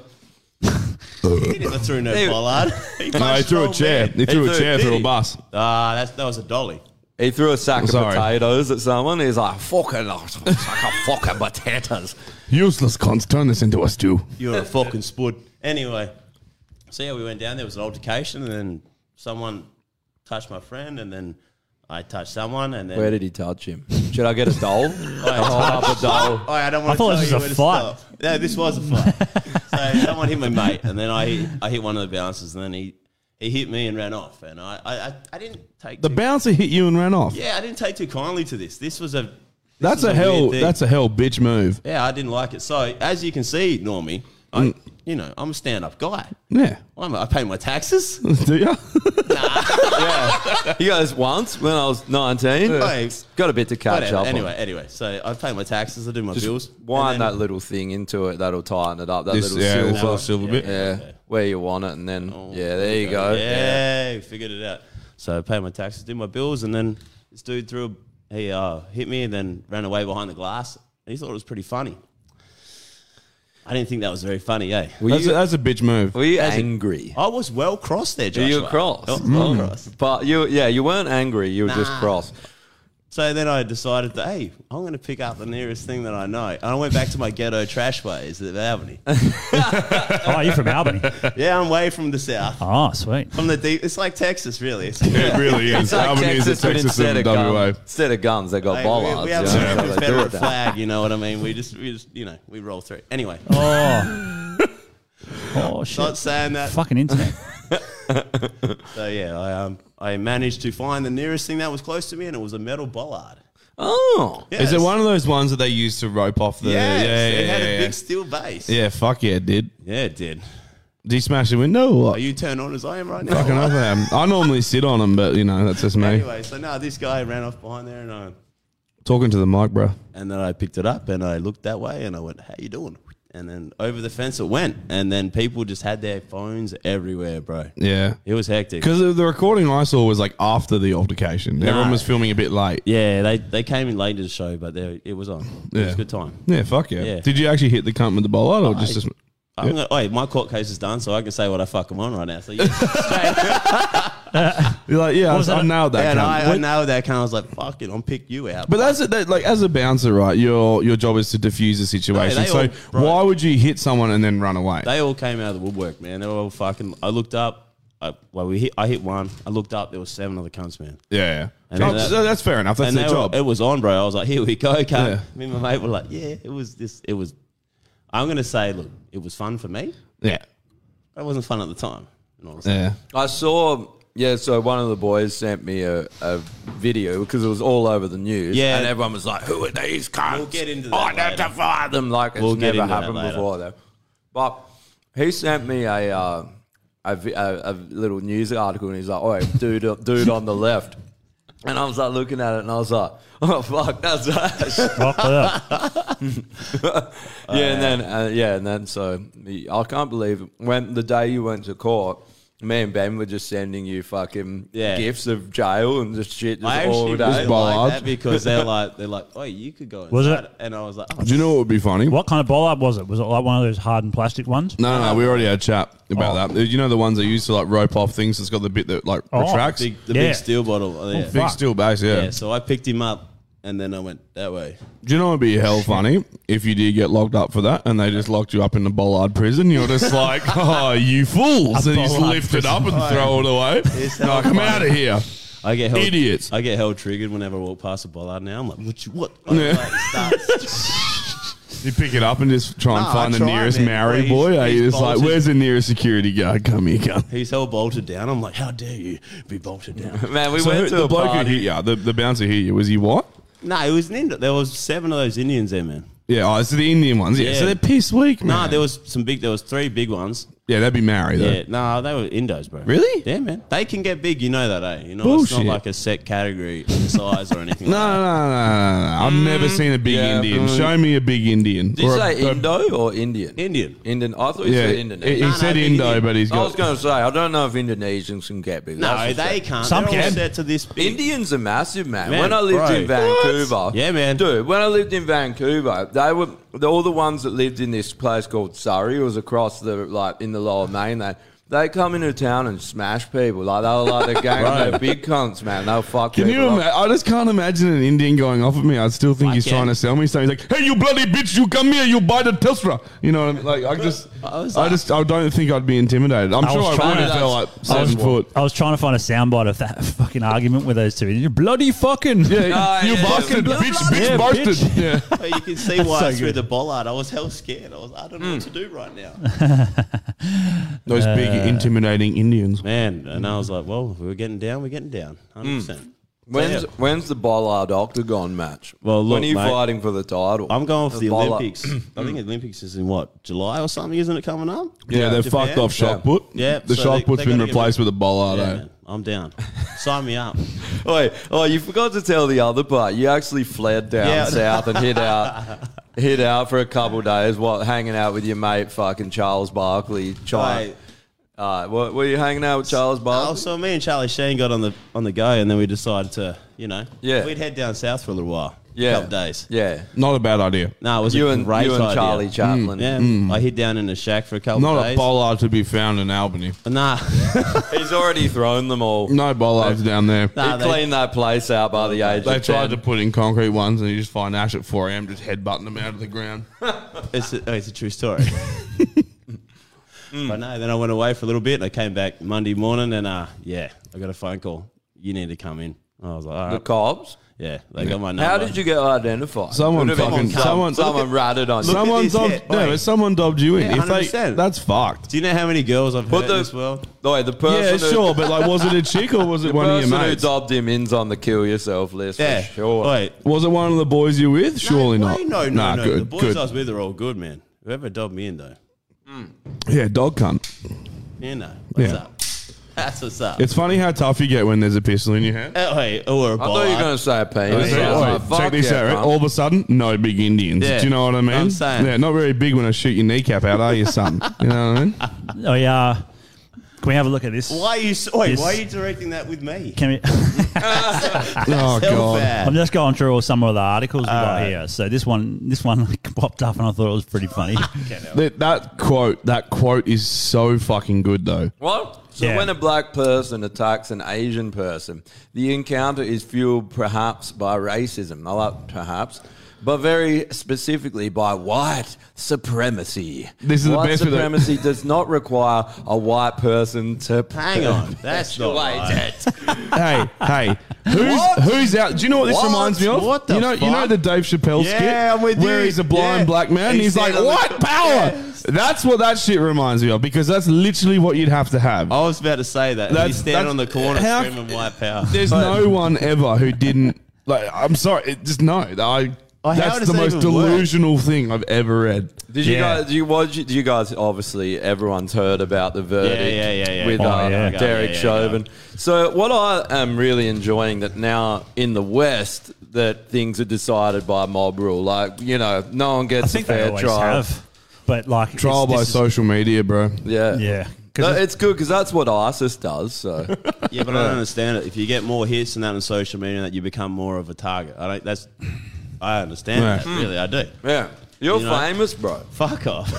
Speaker 4: He never threw no
Speaker 3: Hey.
Speaker 4: bollard.
Speaker 2: no, he
Speaker 4: punched
Speaker 2: threw
Speaker 4: an
Speaker 2: a
Speaker 4: old
Speaker 2: chair.
Speaker 4: man.
Speaker 2: He threw a
Speaker 3: threw-
Speaker 2: chair
Speaker 4: did
Speaker 2: through a
Speaker 4: he?
Speaker 2: bus.
Speaker 4: Ah, that's that was a dolly.
Speaker 3: He threw a sack of
Speaker 2: Sorry.
Speaker 3: potatoes at someone. He's like, fucking, oh, sack of fucking potatoes.
Speaker 2: Useless cons, turn this into a stew.
Speaker 4: You're a fucking spud. Anyway, so yeah, we went down. There was an altercation, and then someone touched my friend, and then I touched someone, and then
Speaker 3: Where did he touch him? Should I get a doll? I hold up a doll.
Speaker 4: Oh, I don't want
Speaker 5: I thought
Speaker 4: to tell
Speaker 5: this was
Speaker 4: you
Speaker 5: a
Speaker 4: where to
Speaker 5: fight.
Speaker 4: stop. No, this was a fight. so someone hit my mate, and then I I hit one of the bouncers, and then he he hit me and ran off, and I I, I, I didn't take
Speaker 2: The
Speaker 4: too,
Speaker 2: bouncer hit you and ran off.
Speaker 4: yeah I didn't take too kindly to this. This was a this
Speaker 2: that's a
Speaker 4: was weird
Speaker 2: hell.
Speaker 4: thing.
Speaker 2: That's a hell bitch move. Mm.
Speaker 4: Yeah, I didn't like it. So as you can see, Normie, I, you know, I'm a stand-up guy.
Speaker 2: Yeah.
Speaker 4: I'm, I pay my taxes.
Speaker 2: Do you?
Speaker 3: You guys, once when I was 19,
Speaker 4: Thanks.
Speaker 3: got a bit to catch
Speaker 4: Whatever.
Speaker 3: up on.
Speaker 4: Anyway, anyway, so I pay my taxes. I do my bills.
Speaker 3: Just wind
Speaker 4: And then-
Speaker 3: that little thing into it. That'll tighten it up. That
Speaker 2: This-
Speaker 3: little
Speaker 2: yeah, this
Speaker 3: silver,
Speaker 2: little silver bit.
Speaker 3: Yeah, where you want it, and then yeah, there you go.
Speaker 4: Oh, Yeah, we figured it out. So I paid my taxes, did my bills, and then this dude threw a, he uh, hit me and then ran away behind the glass. And he thought it was pretty funny. I didn't think that was very funny, eh?
Speaker 3: Were
Speaker 2: That's,
Speaker 3: you,
Speaker 2: a, that's a bitch move.
Speaker 3: were you
Speaker 4: that's a-
Speaker 3: angry?
Speaker 4: I was well crossed there,
Speaker 3: Were
Speaker 4: Joshua.
Speaker 3: you Mm. cross?
Speaker 4: Oh, well crossed.
Speaker 3: But you, yeah, you weren't angry. You were just
Speaker 4: Nah.
Speaker 3: cross.
Speaker 4: So then I decided that, hey, I'm going to pick up the nearest thing that I know. And I went back to my ghetto trash ways at Albany.
Speaker 5: oh, you're from Albany.
Speaker 4: yeah, I'm way from the south.
Speaker 5: Oh, sweet.
Speaker 4: From the deep, it's like Texas, really. It's-
Speaker 2: It really is.
Speaker 3: It's like
Speaker 2: Albany is
Speaker 3: Texas,
Speaker 2: the
Speaker 3: but
Speaker 2: Texas
Speaker 3: instead
Speaker 2: of
Speaker 3: of,
Speaker 2: WA.
Speaker 3: guns, instead of guns, they got
Speaker 4: Hey, we-
Speaker 3: bollards.
Speaker 4: we, have
Speaker 3: you know, so
Speaker 4: a
Speaker 3: they do
Speaker 4: Confederate
Speaker 3: it that.
Speaker 4: flag, you know what I mean? We just, we just, you know, we roll through. Anyway,
Speaker 5: Oh. Oh,
Speaker 4: not
Speaker 5: shit.
Speaker 4: saying that.
Speaker 5: Fucking internet.
Speaker 4: So yeah, I um, I managed to find the nearest thing that was close to me, and it was a metal bollard.
Speaker 3: Oh,
Speaker 2: Is it
Speaker 4: Yes.
Speaker 2: one of those ones that they used to rope off the?
Speaker 4: Yes,
Speaker 2: yeah, yeah,
Speaker 4: it had
Speaker 2: yeah,
Speaker 4: a
Speaker 2: yeah.
Speaker 4: big steel base.
Speaker 2: yeah. Fuck yeah, dude.
Speaker 4: yeah, it did.
Speaker 2: Did you smash the window? Or
Speaker 4: Are
Speaker 2: what?
Speaker 4: you turned on as I am right now?
Speaker 2: Fucking up, I am. I normally sit on them, but you know that's just me
Speaker 4: Anyway, so now this guy ran off behind there, and I,
Speaker 2: talking to the mic, bro.
Speaker 4: and then I picked it up, and I looked that way, and I went, "How you doing?" And then over the fence it went, and then people just had their phones everywhere, bro.
Speaker 2: Yeah.
Speaker 4: It was hectic.
Speaker 2: Because the recording I saw was like after the altercation. Everyone was filming a bit late.
Speaker 4: Yeah, they, they came in late to the show, but they, it was on. It was
Speaker 2: Yeah.
Speaker 4: a good time.
Speaker 2: Yeah, fuck yeah.
Speaker 4: Yeah.
Speaker 2: Did you actually hit the cunt with the bollard or just, just
Speaker 4: I'm gonna, wait, my court case is done, so I can say what I fucking want right now. So yeah.
Speaker 2: you're like, yeah, I,
Speaker 5: was
Speaker 2: I
Speaker 5: that?
Speaker 2: nailed that
Speaker 4: and
Speaker 2: cunt.
Speaker 4: I, I
Speaker 2: When-
Speaker 4: know that kind of was like, fuck it, I'm pick you out.
Speaker 2: but that's it, that, like as a bouncer, right? Your your job is to defuse the situation.
Speaker 4: they
Speaker 2: so
Speaker 4: all- right.
Speaker 2: why would you hit someone and then run away?
Speaker 4: they all came out of the woodwork, man. They were all fucking. I looked up. I, well, we hit. I hit one. I looked up. There was seven other cunts, man.
Speaker 2: yeah,
Speaker 4: And
Speaker 2: Oh,
Speaker 4: that-
Speaker 2: so that's fair enough. That's
Speaker 4: and
Speaker 2: their
Speaker 4: they were-
Speaker 2: job.
Speaker 4: it was on, bro. I was like, here we go. Okay.
Speaker 2: Yeah.
Speaker 4: Me and my mate were like, yeah, it was this. It was. I'm gonna say, look, it was fun for me.
Speaker 2: yeah,
Speaker 4: It wasn't fun at the time. And all of a sudden-
Speaker 2: yeah.
Speaker 3: I saw Yeah, so one of the boys sent me a, a video because it was all over the news.
Speaker 4: Yeah.
Speaker 3: And everyone was like, who are these cunts?
Speaker 4: We'll get into that later.
Speaker 3: Identify them. Like, it's
Speaker 4: We'll get
Speaker 3: never
Speaker 4: into that
Speaker 3: happened
Speaker 4: later.
Speaker 3: before, though. But he sent me a, uh, a, vi- a, a little news article and he's like, oh, dude, dude on the left. And I was like looking at it and I was like, oh, fuck, that's us.
Speaker 5: Fuck that.
Speaker 3: yeah, and then uh, yeah, and then so I can't believe when the day you went to court, me and Ben were just sending you fucking
Speaker 4: Yeah.
Speaker 3: gifts of jail and just shit just
Speaker 4: I
Speaker 3: all
Speaker 4: actually
Speaker 3: day.
Speaker 4: really like
Speaker 2: Bollard.
Speaker 4: that because they're like they're like, oh, you could go.
Speaker 5: Was
Speaker 4: inside."
Speaker 5: it?
Speaker 4: And I was like, "Oh,
Speaker 2: Do you know what would be funny?
Speaker 5: What kind of bowl up was it? Was it like one of those hardened plastic ones?
Speaker 2: No, no, no, we already had a chat
Speaker 5: Oh.
Speaker 2: about that. You know the ones they use to like rope off things that's got the bit that like
Speaker 5: Oh.
Speaker 2: retracts?
Speaker 4: big,
Speaker 2: Big,
Speaker 4: the
Speaker 5: Yeah.
Speaker 4: big steel bottle. Oh, yeah.
Speaker 5: fuck.
Speaker 2: steel base, yeah.
Speaker 4: yeah. So I picked him up and then I went that way.
Speaker 2: Do you know it'd be hell funny if you did get locked up for that and they just locked you up in the Bollard prison? You're just like, oh, you fools.
Speaker 5: A
Speaker 2: and you just
Speaker 5: Bollard
Speaker 2: lift it up and throw it away.
Speaker 4: It's
Speaker 2: No,
Speaker 4: hell
Speaker 2: come
Speaker 4: funny.
Speaker 2: out of here.
Speaker 4: I get hell,
Speaker 2: Idiots.
Speaker 4: I get hell triggered whenever I walk past a bollard. Now I'm like, what? You, what? I
Speaker 2: Yeah.
Speaker 4: like, start-
Speaker 2: You pick it up and just try and
Speaker 4: No,
Speaker 2: find the
Speaker 4: I try,
Speaker 2: nearest
Speaker 4: man.
Speaker 2: Maori
Speaker 4: He's-
Speaker 2: boy. Are
Speaker 4: he's
Speaker 2: you just like,
Speaker 4: bolted.
Speaker 2: where's the nearest security guard? Come here, come.
Speaker 4: He's hell bolted down. I'm like, how dare you be bolted down?
Speaker 3: Man, we
Speaker 2: So
Speaker 3: went
Speaker 2: who-
Speaker 3: to
Speaker 2: the
Speaker 3: a
Speaker 2: bloke who
Speaker 3: party.
Speaker 2: hit you, the, the bouncer hit you, was he what?
Speaker 4: no, it was an Indian. There was seven of those Indians there, man.
Speaker 2: Yeah, oh, so the Indian ones. Yeah,
Speaker 4: Yeah.
Speaker 2: so they're piss weak, man.
Speaker 4: Nah, there was some big. There was three big ones.
Speaker 2: yeah, that'd be Maori, though.
Speaker 4: Yeah, nah, they were Indos, bro.
Speaker 2: Really?
Speaker 4: Yeah, man. They can get big. You know that, eh? You know, it's
Speaker 2: Bullshit.
Speaker 4: not like a set category size or anything.
Speaker 2: No,
Speaker 4: like
Speaker 2: no, no, no, no, no. I've never seen a big
Speaker 3: yeah,
Speaker 2: Indian.
Speaker 3: mm.
Speaker 2: Show me a big Indian.
Speaker 3: Did you
Speaker 2: Or a-
Speaker 3: say
Speaker 2: a-
Speaker 3: Indo or Indian?
Speaker 4: that. Indian.
Speaker 3: Indian. I thought you
Speaker 2: Yeah,
Speaker 3: said
Speaker 2: he, he
Speaker 3: Indonesian.
Speaker 4: No, no,
Speaker 2: said
Speaker 4: big
Speaker 2: Indo,
Speaker 4: Indian.
Speaker 2: but he's
Speaker 3: I was
Speaker 2: got.
Speaker 3: going to say, I don't know if Indonesians can get big.
Speaker 4: No,
Speaker 3: That's the
Speaker 4: they
Speaker 3: thing.
Speaker 4: can't.
Speaker 5: Some
Speaker 4: They're all
Speaker 5: can.
Speaker 4: set to this big.
Speaker 3: Indians are massive, man.
Speaker 4: Man,
Speaker 3: when I lived
Speaker 4: bro.
Speaker 3: in Vancouver,
Speaker 4: Yeah, man.
Speaker 3: dude. When I lived in Vancouver, they were the- all the ones that lived in this place called Surrey. It was across the like in the Lower Mainland. They come into town and smash people. Like they were like the gang,
Speaker 4: Right.
Speaker 3: they're big cunts, man. They'll fuck.
Speaker 2: Can you
Speaker 3: people up.
Speaker 2: imagine? I just can't imagine an Indian going off at me. I still think
Speaker 4: I
Speaker 2: he's
Speaker 4: can.
Speaker 2: trying to sell me something. He's like, "Hey, you bloody bitch! You come here! You buy the Tesla!" You know what I mean? Like, I just, I,
Speaker 4: I was like-
Speaker 2: just, I don't think I'd be intimidated. I'm
Speaker 5: I
Speaker 2: sure
Speaker 5: was
Speaker 2: I would
Speaker 5: trying
Speaker 2: if
Speaker 5: to-
Speaker 2: they're like
Speaker 5: I was,
Speaker 2: seven foot.
Speaker 5: I was trying to find a soundbite of that fucking argument with those two. You bloody fucking.
Speaker 2: Yeah,
Speaker 3: No,
Speaker 2: you
Speaker 3: yeah,
Speaker 2: busted,
Speaker 3: yeah.
Speaker 2: bitch, bitch,
Speaker 5: Yeah, bitch.
Speaker 2: busted. Yeah.
Speaker 4: But you can see why
Speaker 5: so
Speaker 4: I threw
Speaker 5: good.
Speaker 4: the bollard. I was hell scared. I was I don't know what to do right now.
Speaker 2: Those big, intimidating Indians.
Speaker 4: Man, and I was like, well, if we're getting down, we're getting down. 100%.
Speaker 3: When's
Speaker 4: So, yeah,
Speaker 3: when's the Bollard Octagon match?
Speaker 4: Well, look,
Speaker 3: when are you
Speaker 4: mate,
Speaker 3: fighting for the title?
Speaker 4: I'm going for the,
Speaker 3: Bollard-
Speaker 4: Olympics. I think Olympics is in what, July or something, isn't it coming up?
Speaker 2: Yeah, they're
Speaker 4: Japan?
Speaker 2: fucked off shot put.
Speaker 4: Yeah,
Speaker 2: the
Speaker 4: so
Speaker 2: shot
Speaker 4: they-
Speaker 2: put's
Speaker 4: they
Speaker 2: been
Speaker 4: gotta get
Speaker 2: replaced with a bollard.
Speaker 4: Yeah,
Speaker 2: eh?
Speaker 4: man, I'm down. Sign me up.
Speaker 3: Wait, oh, you forgot to tell the other part. You actually fled down
Speaker 4: Yeah.
Speaker 3: south and hid out, hid out for a couple of days while hanging out with your mate, fucking Charles Barkley. Charlie,
Speaker 4: Mate.
Speaker 3: uh, were, were you hanging out with Charles
Speaker 4: Oh,
Speaker 3: Barkley?
Speaker 4: so me and Charlie Sheen got on the on the go, and then we decided to, you know,
Speaker 3: Yeah.
Speaker 4: we'd head down south for a little while,
Speaker 3: yeah,
Speaker 4: couple days.
Speaker 3: Yeah,
Speaker 2: Not a bad idea.
Speaker 4: No, it was
Speaker 3: you
Speaker 4: a
Speaker 3: and
Speaker 4: great
Speaker 3: you and
Speaker 4: idea. Mm.
Speaker 3: Charlie Chaplin.
Speaker 4: Yeah, I hid down in a shack for Mm. a couple
Speaker 2: Not
Speaker 4: days.
Speaker 2: a bollard to be found in Albany.
Speaker 4: Nah,
Speaker 3: he's already thrown them all.
Speaker 2: No bollards down there.
Speaker 4: Nah,
Speaker 3: he
Speaker 4: they-
Speaker 3: cleaned that place out by the age.
Speaker 2: They
Speaker 3: of
Speaker 2: tried
Speaker 3: 10.
Speaker 2: to put in concrete ones, and you just find Ash at 4 a.m. just headbutting them out of the ground.
Speaker 4: It's a, oh, it's a true story. But no, then I went away for a little bit and I came back Monday morning and uh, yeah, I got a phone call. You need to come in. I was like, all
Speaker 3: the
Speaker 4: right.
Speaker 3: cops.
Speaker 4: yeah, they got my number.
Speaker 3: How did you get identified?
Speaker 2: Someone
Speaker 3: Could've been
Speaker 2: fucking- someone-
Speaker 3: someone, someone ratted on you.
Speaker 2: someone
Speaker 4: this
Speaker 2: dobbed,
Speaker 4: hit,
Speaker 2: no,
Speaker 4: mate.
Speaker 2: but someone dobbed you in.
Speaker 4: Yeah,
Speaker 2: if they,
Speaker 4: 100%.
Speaker 2: that's fucked.
Speaker 4: Do you know how many girls I've
Speaker 3: But
Speaker 4: heard
Speaker 3: the-
Speaker 4: in this world?
Speaker 3: No, wait, the person
Speaker 2: Yeah,
Speaker 3: who,
Speaker 2: sure, but like, was it a chick or was it
Speaker 3: the
Speaker 2: one of your
Speaker 3: person who
Speaker 2: mates?
Speaker 3: dobbed him in's on the kill yourself list
Speaker 4: Yeah,
Speaker 3: for sure.
Speaker 4: Wait,
Speaker 2: Was it one of the boys you were with? Surely
Speaker 4: no,
Speaker 2: not.
Speaker 4: way, No, no,
Speaker 2: Nah,
Speaker 4: no. the
Speaker 2: Good,
Speaker 4: boys
Speaker 2: good.
Speaker 4: I was with are all good, man. Whoever dobbed me in though,
Speaker 2: Yeah, dog cunt.
Speaker 4: you know what's
Speaker 2: Yeah.
Speaker 4: up. That's what's up.
Speaker 2: It's funny how tough you get when there's a pistol in your hand.
Speaker 4: Oh, hey, or a
Speaker 3: I thought you were
Speaker 4: bollard.
Speaker 3: going to say a penis.
Speaker 2: So,
Speaker 3: I was
Speaker 2: oi,
Speaker 3: like, fuck
Speaker 2: check this
Speaker 3: yeah,
Speaker 2: out. Right?
Speaker 3: cunt.
Speaker 2: All of a sudden, no big Indians.
Speaker 4: Yeah,
Speaker 2: Do you know what I mean?
Speaker 4: I'm saying.
Speaker 2: Yeah, not very big when I shoot your kneecap out, are you, son? you know what I mean?
Speaker 5: Oh, yeah. Can we have a look at this?
Speaker 4: Why are you? so- Wait,
Speaker 5: Yes.
Speaker 4: why are you directing that with me?
Speaker 5: Can we?
Speaker 2: Oh,
Speaker 4: Hell
Speaker 2: God.
Speaker 4: bad.
Speaker 5: I'm just going through all some of the articles we got
Speaker 3: Uh,
Speaker 4: Alright.
Speaker 5: here. So this one, this one popped up, and I thought it was pretty funny.
Speaker 2: That, that quote, that quote is so fucking good though.
Speaker 3: What? So
Speaker 5: Yeah.
Speaker 3: when a black person attacks an Asian person, the encounter is fueled perhaps by racism. I like perhaps. but very specifically by white supremacy.
Speaker 2: This is the
Speaker 3: white
Speaker 2: best bit of-
Speaker 3: supremacy does not require a white person to
Speaker 4: Hang on, that's not right.
Speaker 2: hey, hey, who's
Speaker 3: What?
Speaker 2: who's out? Do you know what this
Speaker 3: What?
Speaker 2: reminds me of?
Speaker 4: What the
Speaker 2: you know, you know
Speaker 4: fuck?
Speaker 2: the Dave Chappelle skit,
Speaker 4: Yeah, I'm with
Speaker 2: where
Speaker 4: you.
Speaker 2: he's a blind
Speaker 4: Yeah.
Speaker 2: black man, and
Speaker 4: He's
Speaker 2: he's like,
Speaker 4: standing on the-
Speaker 2: "What power?"
Speaker 4: Yes.
Speaker 2: That's what that shit reminds me of because that's literally what you'd have to have.
Speaker 4: I was about to say that.
Speaker 2: That's-
Speaker 4: He's standing on the
Speaker 2: that's-
Speaker 4: corner
Speaker 2: how-
Speaker 4: screaming white power.
Speaker 2: There's no one ever who didn't like. I'm sorry, it, just no. I.
Speaker 4: Oh, how
Speaker 2: that's
Speaker 4: does
Speaker 2: the
Speaker 4: that
Speaker 2: most
Speaker 4: even work?
Speaker 2: delusional thing I've ever read.
Speaker 3: Did you
Speaker 5: Yeah.
Speaker 3: guys? Do you watch? Do you guys? Obviously, everyone's heard about the verdict.
Speaker 4: yeah, yeah, yeah.
Speaker 3: With
Speaker 4: Oh,
Speaker 3: uh,
Speaker 5: yeah.
Speaker 3: Derek
Speaker 4: Yeah, yeah,
Speaker 3: Chauvin. So, what I am really enjoying that now in the West that things are decided by mob rule. Like you know, no one
Speaker 5: I
Speaker 3: gets a
Speaker 5: think they
Speaker 3: fair
Speaker 5: always
Speaker 3: trial.
Speaker 5: have. But like it's-
Speaker 2: Trial by
Speaker 5: this is-
Speaker 2: social media, bro.
Speaker 3: Yeah,
Speaker 5: Yeah.
Speaker 3: No,
Speaker 5: 'Cause
Speaker 3: it's good because that's what ISIS does. So,
Speaker 4: Yeah, but I don't understand it. If you get more hits and that on social media, that you become more of a target. I don't. That's. I understand
Speaker 2: Right.
Speaker 4: that. Really, I do.
Speaker 3: yeah, you're
Speaker 4: You know-
Speaker 3: famous, bro.
Speaker 4: Fuck off.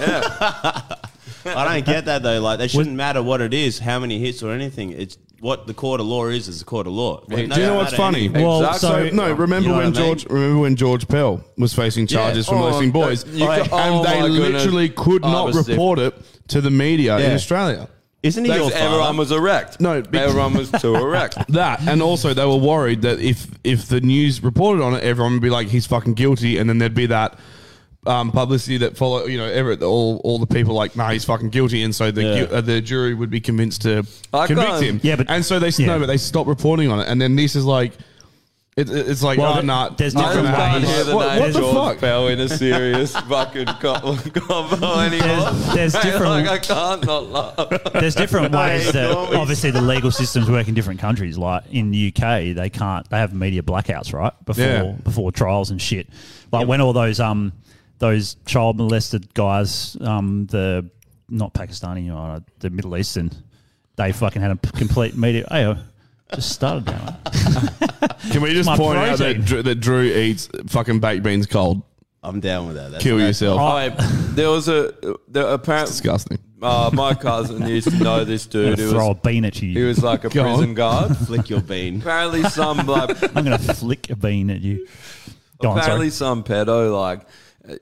Speaker 4: I don't get that though. Like, that shouldn't matter what it is, how many hits or anything. It's what the court of law is. Is the court of law. Like, no
Speaker 2: Do you know
Speaker 4: matter
Speaker 2: what's funny?
Speaker 4: anything.
Speaker 5: Well,
Speaker 3: Exactly.
Speaker 5: so
Speaker 3: Sorry.
Speaker 2: No, remember
Speaker 4: You know
Speaker 2: when
Speaker 4: what I mean?
Speaker 2: George remember when George Pell was facing charges for
Speaker 3: Oh,
Speaker 2: molesting boys,
Speaker 3: you ca- oh
Speaker 2: and they
Speaker 3: my goodness.
Speaker 2: literally could
Speaker 3: I
Speaker 2: not
Speaker 3: was there.
Speaker 2: report it to the media in
Speaker 4: Yeah.
Speaker 2: Australia.
Speaker 4: Isn't he your
Speaker 3: Because
Speaker 4: father?
Speaker 3: everyone was erect.
Speaker 2: No, be-
Speaker 3: everyone was too erect.
Speaker 2: That and also they were worried that if if the news reported on it, everyone would be like, "He's fucking guilty," and then there'd be that um, publicity that follow. You know, every, all all the people like, "Nah, he's fucking guilty," and so the
Speaker 4: Yeah.
Speaker 2: gu- uh, the jury would be convinced to
Speaker 3: I
Speaker 2: convict
Speaker 3: can't-
Speaker 2: him.
Speaker 5: Yeah, but-
Speaker 2: and so they s- no,
Speaker 5: yeah.
Speaker 2: but they stopped reporting on it, and then this is like. It, it- it's like,
Speaker 5: Well,
Speaker 2: oh,
Speaker 5: there-
Speaker 2: nah,
Speaker 5: there's
Speaker 2: nah,
Speaker 5: different
Speaker 2: nah,
Speaker 3: can't
Speaker 5: ways.
Speaker 3: hear the
Speaker 2: What,
Speaker 3: name
Speaker 2: what the
Speaker 3: George
Speaker 2: fuck?
Speaker 3: Bell in a serious fucking co- combo anymore.
Speaker 5: there's
Speaker 3: Hey,
Speaker 5: different-
Speaker 3: Like, I can't not laugh.
Speaker 5: there's different ways that obviously the legal systems work in different countries. Like in the UK, they can't they have media blackouts right before
Speaker 2: Yeah.
Speaker 5: before trials and shit. Like when all those um those child molested guys um the not Pakistani you know, the Middle Eastern they fucking had a p- complete media. Hey, I just started that. one.
Speaker 2: Can we just
Speaker 5: My
Speaker 2: point out that
Speaker 5: protein.
Speaker 2: Drew, that Drew eats fucking baked beans cold?
Speaker 4: I'm down with that. That's
Speaker 2: Kill
Speaker 4: that's-
Speaker 2: yourself.
Speaker 3: Oh, yeah. there was a there, apparently
Speaker 2: Disgusting.
Speaker 3: uh, my cousin used to know this
Speaker 5: I'm
Speaker 3: dude.
Speaker 5: gonna
Speaker 3: He
Speaker 5: throw
Speaker 3: was,
Speaker 5: a bean at
Speaker 3: he
Speaker 5: you.
Speaker 3: was like a
Speaker 2: Go on.
Speaker 3: prison guard.
Speaker 4: Flick your bean.
Speaker 3: Apparently, some like
Speaker 5: I'm gonna flick a bean at you. Go on,
Speaker 3: apparently
Speaker 5: sorry.
Speaker 3: some pedo like.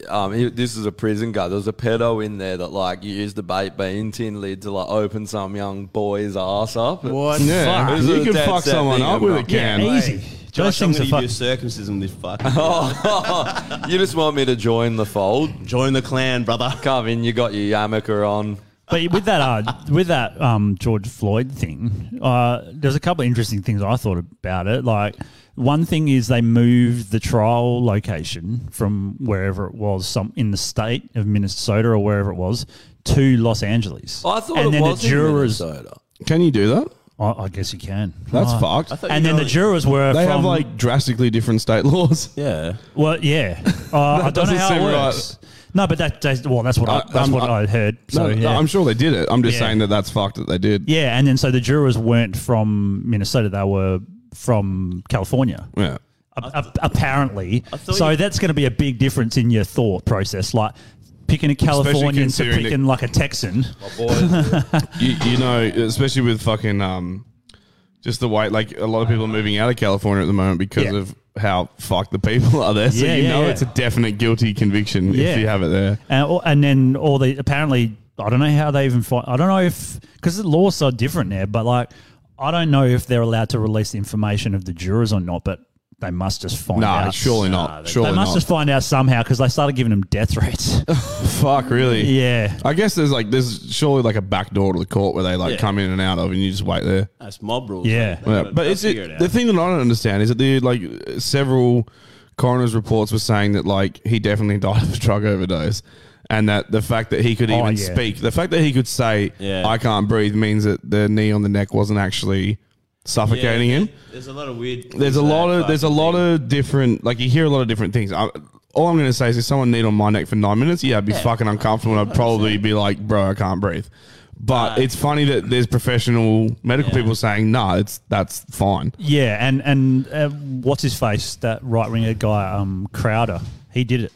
Speaker 3: Um, he- this is a prison guy. There was a pedo in there that like used the bait bean tin lid to like open some young boy's ass up.
Speaker 4: What?
Speaker 2: Yeah,
Speaker 3: Fuck.
Speaker 2: you can
Speaker 3: That's
Speaker 2: fuck
Speaker 3: that
Speaker 2: someone
Speaker 3: thing,
Speaker 2: up with
Speaker 3: bro.
Speaker 2: a
Speaker 5: Yeah,
Speaker 2: can.
Speaker 5: easy. Those
Speaker 4: Josh, I'm
Speaker 5: things
Speaker 4: gonna
Speaker 5: are
Speaker 4: give you
Speaker 5: fuck.
Speaker 4: a circumcision. This fuck.
Speaker 3: Oh, you just want me to join the fold?
Speaker 4: Join the clan, brother.
Speaker 3: Come in. You got your yarmulke on.
Speaker 5: But with that, uh, with that um, George Floyd thing, uh, there's a couple of interesting things I thought about it. Like one thing is they moved the trial location from wherever it was, some in the state of Minnesota or wherever it was, to Los Angeles.
Speaker 3: Oh, I thought
Speaker 5: and
Speaker 3: it
Speaker 5: then
Speaker 3: was
Speaker 5: the
Speaker 3: in
Speaker 5: jurors.
Speaker 3: Minnesota.
Speaker 2: Can you do that?
Speaker 5: I, I guess you can.
Speaker 2: That's
Speaker 5: Oh.
Speaker 2: fucked.
Speaker 4: thought
Speaker 5: And
Speaker 4: you
Speaker 5: then the
Speaker 4: know-
Speaker 5: jurors were
Speaker 2: they
Speaker 5: from,
Speaker 2: have like drastically different state laws.
Speaker 4: Yeah.
Speaker 5: well, yeah. Uh, I don't
Speaker 2: doesn't
Speaker 5: know how it
Speaker 2: seem right.
Speaker 5: works. No, but that, that well, that's what I,
Speaker 2: Uh,
Speaker 5: that's
Speaker 2: um,
Speaker 5: what
Speaker 2: uh,
Speaker 5: I heard. So
Speaker 2: no, no,
Speaker 5: yeah.
Speaker 2: I'm sure they did it. I'm just
Speaker 5: Yeah.
Speaker 2: saying that that's fucked that they did.
Speaker 5: Yeah, and then so the jurors weren't from Minnesota; they were from California,
Speaker 2: Yeah.
Speaker 5: a- a- apparently.
Speaker 4: thought
Speaker 5: So
Speaker 4: you-
Speaker 5: that's going to be a big difference in your thought process, like picking a Californian to
Speaker 2: considering the-
Speaker 5: picking like a Texan.
Speaker 2: You, you know, especially with fucking um, just the way like a lot of people are moving out of California at the moment because
Speaker 5: Yeah.
Speaker 2: of how fucked the people are there. So
Speaker 5: Yeah,
Speaker 2: you
Speaker 5: yeah,
Speaker 2: know
Speaker 5: yeah.
Speaker 2: it's a definite guilty conviction
Speaker 5: Yeah.
Speaker 2: if you have it there.
Speaker 5: And, all- and then all the apparently, I don't know how they even find. I don't know if because the laws are different there, but like I don't know if they're allowed to release the information of the jurors or not, but. They must just find
Speaker 2: Nah,
Speaker 5: out.
Speaker 2: surely not.
Speaker 4: Nah, they-
Speaker 2: surely
Speaker 5: They must
Speaker 2: not.
Speaker 5: just find out somehow because they started giving them death threats.
Speaker 2: Fuck, really?
Speaker 5: yeah.
Speaker 2: I guess there's like there's surely like a back door to the court where they like
Speaker 4: Yeah.
Speaker 2: come in and out of, and you just wait there.
Speaker 4: That's mob rules.
Speaker 5: Yeah.
Speaker 4: They
Speaker 2: Yeah,
Speaker 4: gotta-
Speaker 2: but
Speaker 4: they'll
Speaker 2: is it,
Speaker 4: figure out.
Speaker 2: the thing that I don't understand is that the like several coroner's reports were saying that like he definitely died of a drug overdose, and that the fact that he could
Speaker 5: Oh,
Speaker 2: even
Speaker 5: yeah.
Speaker 2: speak, the fact that he could say
Speaker 4: Yeah.
Speaker 2: "I can't breathe" means that the knee on the neck wasn't actually suffocating him.
Speaker 4: There's a lot of weird.
Speaker 2: There's a lot of there's a lot of different like you hear a lot of different things. I, all I'm going to say is if someone kneed on my neck for nine minutes, yeah, I'd be fucking uncomfortable. and I'd probably be like, bro, I can't breathe. But
Speaker 4: Nah.
Speaker 2: it's funny that there's professional medical people saying, nah, it's that's fine.
Speaker 5: Yeah, and and uh, what's his face? That right winger guy, um, Crowder. He did it.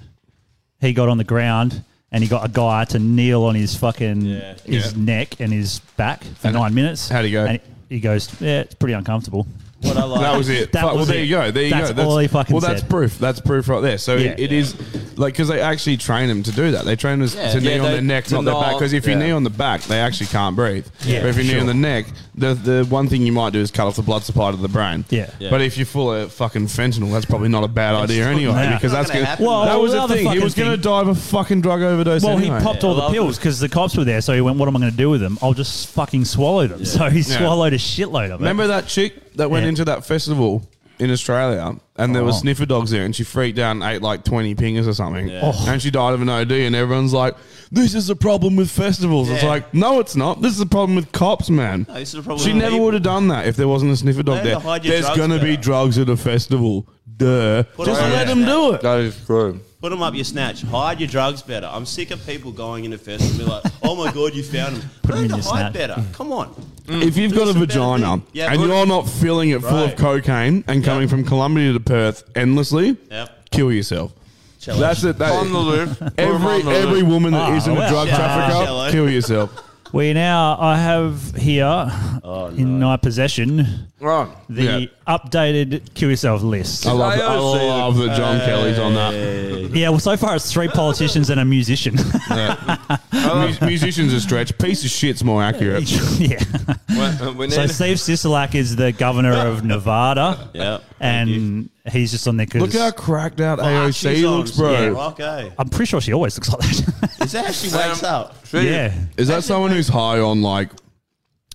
Speaker 5: He got on the ground and he got a guy to kneel on his fucking
Speaker 4: Yeah.
Speaker 5: his
Speaker 2: Yeah.
Speaker 5: neck and his back for
Speaker 2: And
Speaker 5: nine minutes.
Speaker 2: how'd he go?
Speaker 5: And he goes, yeah, it's pretty uncomfortable.
Speaker 4: What I like.
Speaker 2: That was it.
Speaker 5: That
Speaker 2: Fuck, well,
Speaker 5: was
Speaker 2: there
Speaker 5: it.
Speaker 2: you go. There you
Speaker 5: That's
Speaker 2: go. That's
Speaker 5: all he fucking
Speaker 2: Well, that's
Speaker 5: said.
Speaker 2: proof. That's proof right there. So
Speaker 5: Yeah.
Speaker 2: it, it is like because they actually train them to do that. They train us
Speaker 3: Yeah.
Speaker 2: to knee
Speaker 3: Yeah,
Speaker 2: on
Speaker 3: they-
Speaker 2: their neck,
Speaker 3: to
Speaker 2: not their
Speaker 3: not-
Speaker 2: back. Because if you
Speaker 3: yeah.
Speaker 2: knee on the back, they actually can't breathe.
Speaker 5: Yeah,
Speaker 2: but if you knee
Speaker 5: sure.
Speaker 2: on the neck, the the one thing you might do is cut off the blood supply to the brain.
Speaker 5: Yeah. Yeah.
Speaker 2: But if you're full of fucking fentanyl, that's probably not a bad idea anyway.
Speaker 5: Nah.
Speaker 2: Because
Speaker 5: It's
Speaker 2: that's
Speaker 4: not gonna
Speaker 2: gonna,
Speaker 4: happen.
Speaker 5: Well,
Speaker 2: that was
Speaker 5: the
Speaker 2: the
Speaker 5: other
Speaker 2: thing. He
Speaker 5: fucking
Speaker 2: was going to
Speaker 5: thing-
Speaker 2: die of a fucking drug overdose.
Speaker 5: Well,
Speaker 2: anyway.
Speaker 5: he popped all
Speaker 4: Yeah,
Speaker 5: the
Speaker 4: well,
Speaker 5: pills because the cops were there, so he went, "What am I going to do with them? I'll just fucking swallow them." So he
Speaker 2: Yeah.
Speaker 5: swallowed a shitload of it.
Speaker 2: Remember that chick that went
Speaker 5: Yeah.
Speaker 2: into that festival in Australia and there were
Speaker 5: Oh.
Speaker 2: sniffer dogs there and she freaked out and ate like 20 pingers or something.
Speaker 5: Oh.
Speaker 2: And she died of an OD and everyone's like, this is the problem with festivals. It's
Speaker 4: Yeah.
Speaker 2: like, no, it's not. This is the problem with cops, man.
Speaker 4: No, this is the problem
Speaker 2: she
Speaker 4: with
Speaker 2: never
Speaker 4: people.
Speaker 2: would have done that if there wasn't a sniffer dog
Speaker 4: Learn to
Speaker 2: there.
Speaker 4: hide your
Speaker 2: There's
Speaker 4: drugs
Speaker 2: going to be
Speaker 4: better.
Speaker 2: drugs at a festival. Duh.
Speaker 4: Put
Speaker 2: Just
Speaker 4: them on
Speaker 2: let
Speaker 4: your
Speaker 2: them
Speaker 4: snatch.
Speaker 2: do it.
Speaker 3: That is true.
Speaker 4: Put them up your snatch. Hide your drugs better. I'm sick of people going into fest and be like, "Oh my god, you found them." Put
Speaker 5: 'em
Speaker 4: Learn
Speaker 5: in
Speaker 4: to
Speaker 5: your
Speaker 4: hide
Speaker 5: snatch. Mm.
Speaker 4: better. Come on.
Speaker 2: If you've
Speaker 4: Mm. Do
Speaker 2: got a
Speaker 4: some better
Speaker 2: vagina
Speaker 4: thing. Yeah,
Speaker 2: and
Speaker 4: put-
Speaker 2: you're not filling it full of
Speaker 4: Right.
Speaker 2: cocaine and coming from Colombia to Perth endlessly,
Speaker 4: Yep.
Speaker 2: kill yourself.
Speaker 4: Challenge.
Speaker 2: That's it. That
Speaker 3: On the loop.
Speaker 2: Every every woman that
Speaker 5: Ah,
Speaker 2: not a
Speaker 5: well,
Speaker 2: drug
Speaker 5: yeah.
Speaker 2: trafficker,
Speaker 4: Shallow.
Speaker 2: kill yourself.
Speaker 5: We now I have here in my possession
Speaker 3: Right.
Speaker 5: the
Speaker 2: Yeah.
Speaker 5: updated kill yourself list.
Speaker 2: I love, I
Speaker 3: AOC.
Speaker 2: love that John Kelly's on that.
Speaker 5: Yeah, well, so far it's three politicians and a musician.
Speaker 2: Mu- musicians are stretch. Piece of shit's more accurate.
Speaker 5: yeah.
Speaker 3: We, we need
Speaker 5: So Steve Sisolak is the governor of Nevada,
Speaker 4: Yeah.
Speaker 5: and he's just on there
Speaker 2: Look how
Speaker 5: because
Speaker 2: cracked out
Speaker 4: Fuck,
Speaker 2: AOC
Speaker 4: Ah, she's on
Speaker 2: looks,
Speaker 4: some
Speaker 2: bro.
Speaker 4: rock, eh?
Speaker 5: I'm pretty sure she always looks like that.
Speaker 4: Is that how she wakes up?
Speaker 3: Steve,
Speaker 5: yeah,
Speaker 2: Is that someone who's high on like?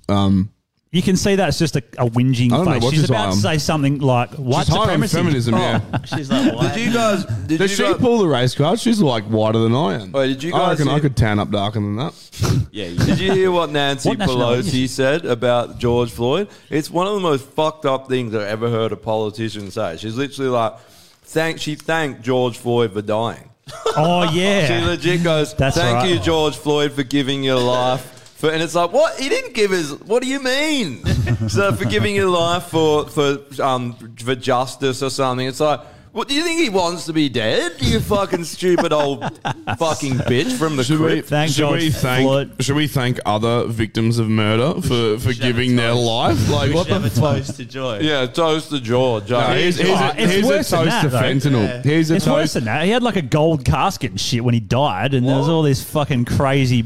Speaker 2: Um,
Speaker 5: you can see that's just a, a whinging
Speaker 2: I don't know
Speaker 5: face.
Speaker 2: what
Speaker 5: She's
Speaker 2: she's
Speaker 5: about
Speaker 2: on.
Speaker 5: to say something like white
Speaker 2: she's high on
Speaker 5: supremacy. Oh.
Speaker 2: feminism. Yeah.
Speaker 4: She's like, "Why?"
Speaker 3: Did you guys? Did
Speaker 2: Does
Speaker 3: you
Speaker 2: she
Speaker 3: guys,
Speaker 2: pull the race card? She's like whiter than I am.
Speaker 3: Wait, did you
Speaker 2: I
Speaker 3: guys
Speaker 2: reckon I
Speaker 3: see-
Speaker 2: could tan up darker than that.
Speaker 4: yeah. You
Speaker 3: Did you hear what Nancy
Speaker 5: What nationality
Speaker 3: Pelosi said about George Floyd? It's one of the most fucked up things I've ever heard a politician say. She's literally like, "Thank." She thanked George Floyd for dying.
Speaker 5: Oh
Speaker 3: She
Speaker 5: yeah,
Speaker 3: legit goes,
Speaker 5: That's
Speaker 3: "Thank
Speaker 5: right.
Speaker 3: you, George Floyd, for giving your life." For, and it's like, what? He didn't give his. What do you mean? so for giving your life for for um for justice or something. It's like. What, do you think he wants to be dead? You fucking stupid old fucking bitch from the
Speaker 2: Should we,
Speaker 3: crypt.
Speaker 5: Thank
Speaker 2: should we
Speaker 5: George Floyd.
Speaker 2: thank? Should we thank other victims of murder for, for
Speaker 4: should have
Speaker 2: giving
Speaker 4: a
Speaker 2: their
Speaker 4: toast.
Speaker 2: life? Like
Speaker 4: we
Speaker 2: what
Speaker 4: should
Speaker 2: the
Speaker 4: have a toast to joy.
Speaker 3: Yeah, toast the George.
Speaker 2: No,
Speaker 3: eh?
Speaker 2: here's, here's,
Speaker 5: Oh,
Speaker 2: a,
Speaker 5: it's
Speaker 2: here's a
Speaker 5: worse
Speaker 2: toast
Speaker 5: than that,
Speaker 2: to
Speaker 5: though.
Speaker 2: fentanyl. Here's a
Speaker 5: it's worse
Speaker 2: toast.
Speaker 5: than that. He had like a gold casket and shit when he died, and there was
Speaker 4: What?
Speaker 5: all this fucking crazy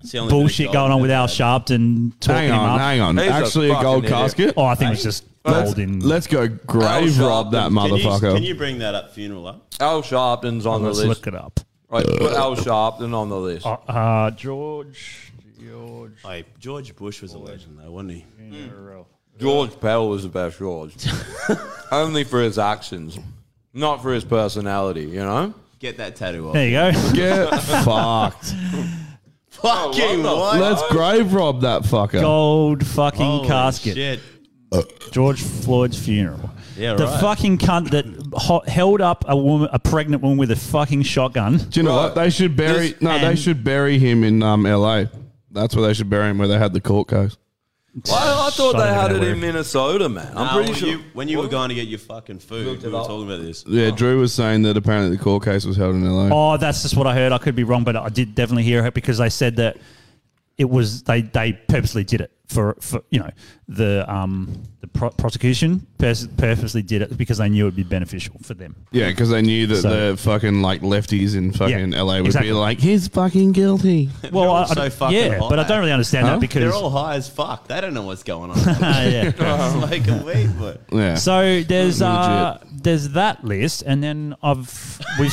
Speaker 4: It's the only bit of
Speaker 5: bullshit
Speaker 4: gold
Speaker 5: going on with
Speaker 4: in
Speaker 5: Al
Speaker 4: that.
Speaker 5: Sharpton talking
Speaker 2: Hang
Speaker 5: him
Speaker 2: on,
Speaker 5: up.
Speaker 2: hang on.
Speaker 3: He's a
Speaker 2: Actually, a
Speaker 3: fucking
Speaker 2: gold
Speaker 3: idiot.
Speaker 2: casket.
Speaker 5: Oh, I think it's just
Speaker 2: Let's,
Speaker 5: gold in.
Speaker 2: let's go grave
Speaker 3: Al
Speaker 2: rob that
Speaker 3: Sharpton.
Speaker 4: Can you,
Speaker 2: motherfucker.
Speaker 4: can you bring that up funeral up?
Speaker 3: Al Sharpton's on
Speaker 5: let's
Speaker 3: the list.
Speaker 5: look it up.
Speaker 3: Right, put Al Sharpton on the list.
Speaker 5: Uh, uh, George, George,
Speaker 4: Hey, George Bush was a legend though, wasn't he?
Speaker 3: George Pell was the best George. Only for his actions, not for his personality, you know?
Speaker 4: Get that tattoo off.
Speaker 5: there you go.
Speaker 2: Get fucked.
Speaker 4: Fucking
Speaker 3: Oh, what
Speaker 4: what?
Speaker 2: Let's grave rob that fucker.
Speaker 5: Gold fucking casket.
Speaker 4: Shit.
Speaker 5: George Floyd's funeral.
Speaker 4: Yeah,
Speaker 5: the
Speaker 4: right.
Speaker 5: fucking cunt that ho- held up a woman, a pregnant woman with a fucking shotgun.
Speaker 2: Do you know what? They should bury.
Speaker 3: This-
Speaker 2: no, they
Speaker 5: and-
Speaker 2: should bury him in um, L.A. That's where they should bury him, where they had the court case.
Speaker 3: Well, I, I thought
Speaker 5: Son
Speaker 3: they
Speaker 5: of a
Speaker 3: had it
Speaker 5: nowhere.
Speaker 3: in Minnesota, man. I'm
Speaker 4: Nah,
Speaker 3: pretty
Speaker 4: Uh, when
Speaker 3: sure.
Speaker 4: You, when you were going to get your fucking food,
Speaker 3: Looked
Speaker 4: we
Speaker 3: it
Speaker 4: were
Speaker 3: up.
Speaker 4: talking about this.
Speaker 2: Yeah, Drew was saying that apparently the court case was held in L.A.
Speaker 5: Oh, that's just what I heard. I could be wrong, but I did definitely hear it because they said that it was they they purposely did it for, for you know the um the pro- prosecution pers- purposely did it because they knew it'd be beneficial for them.
Speaker 2: Yeah, because they knew that
Speaker 5: So-
Speaker 2: the fucking like lefties in fucking
Speaker 5: Yeah,
Speaker 2: L.A. would
Speaker 5: exactly.
Speaker 2: be like, he's fucking guilty.
Speaker 5: Well,
Speaker 4: all
Speaker 5: I, I
Speaker 4: so
Speaker 5: don't-
Speaker 4: fucking
Speaker 5: yeah, but I
Speaker 4: high.
Speaker 5: don't really understand
Speaker 2: Huh?
Speaker 5: that because
Speaker 4: They're all high as fuck. They don't know what's going on.
Speaker 5: Ah, yeah.
Speaker 4: Smoking weed, but
Speaker 2: Yeah.
Speaker 5: So there's uh,
Speaker 2: Legit.
Speaker 5: there's that list, and then I've we've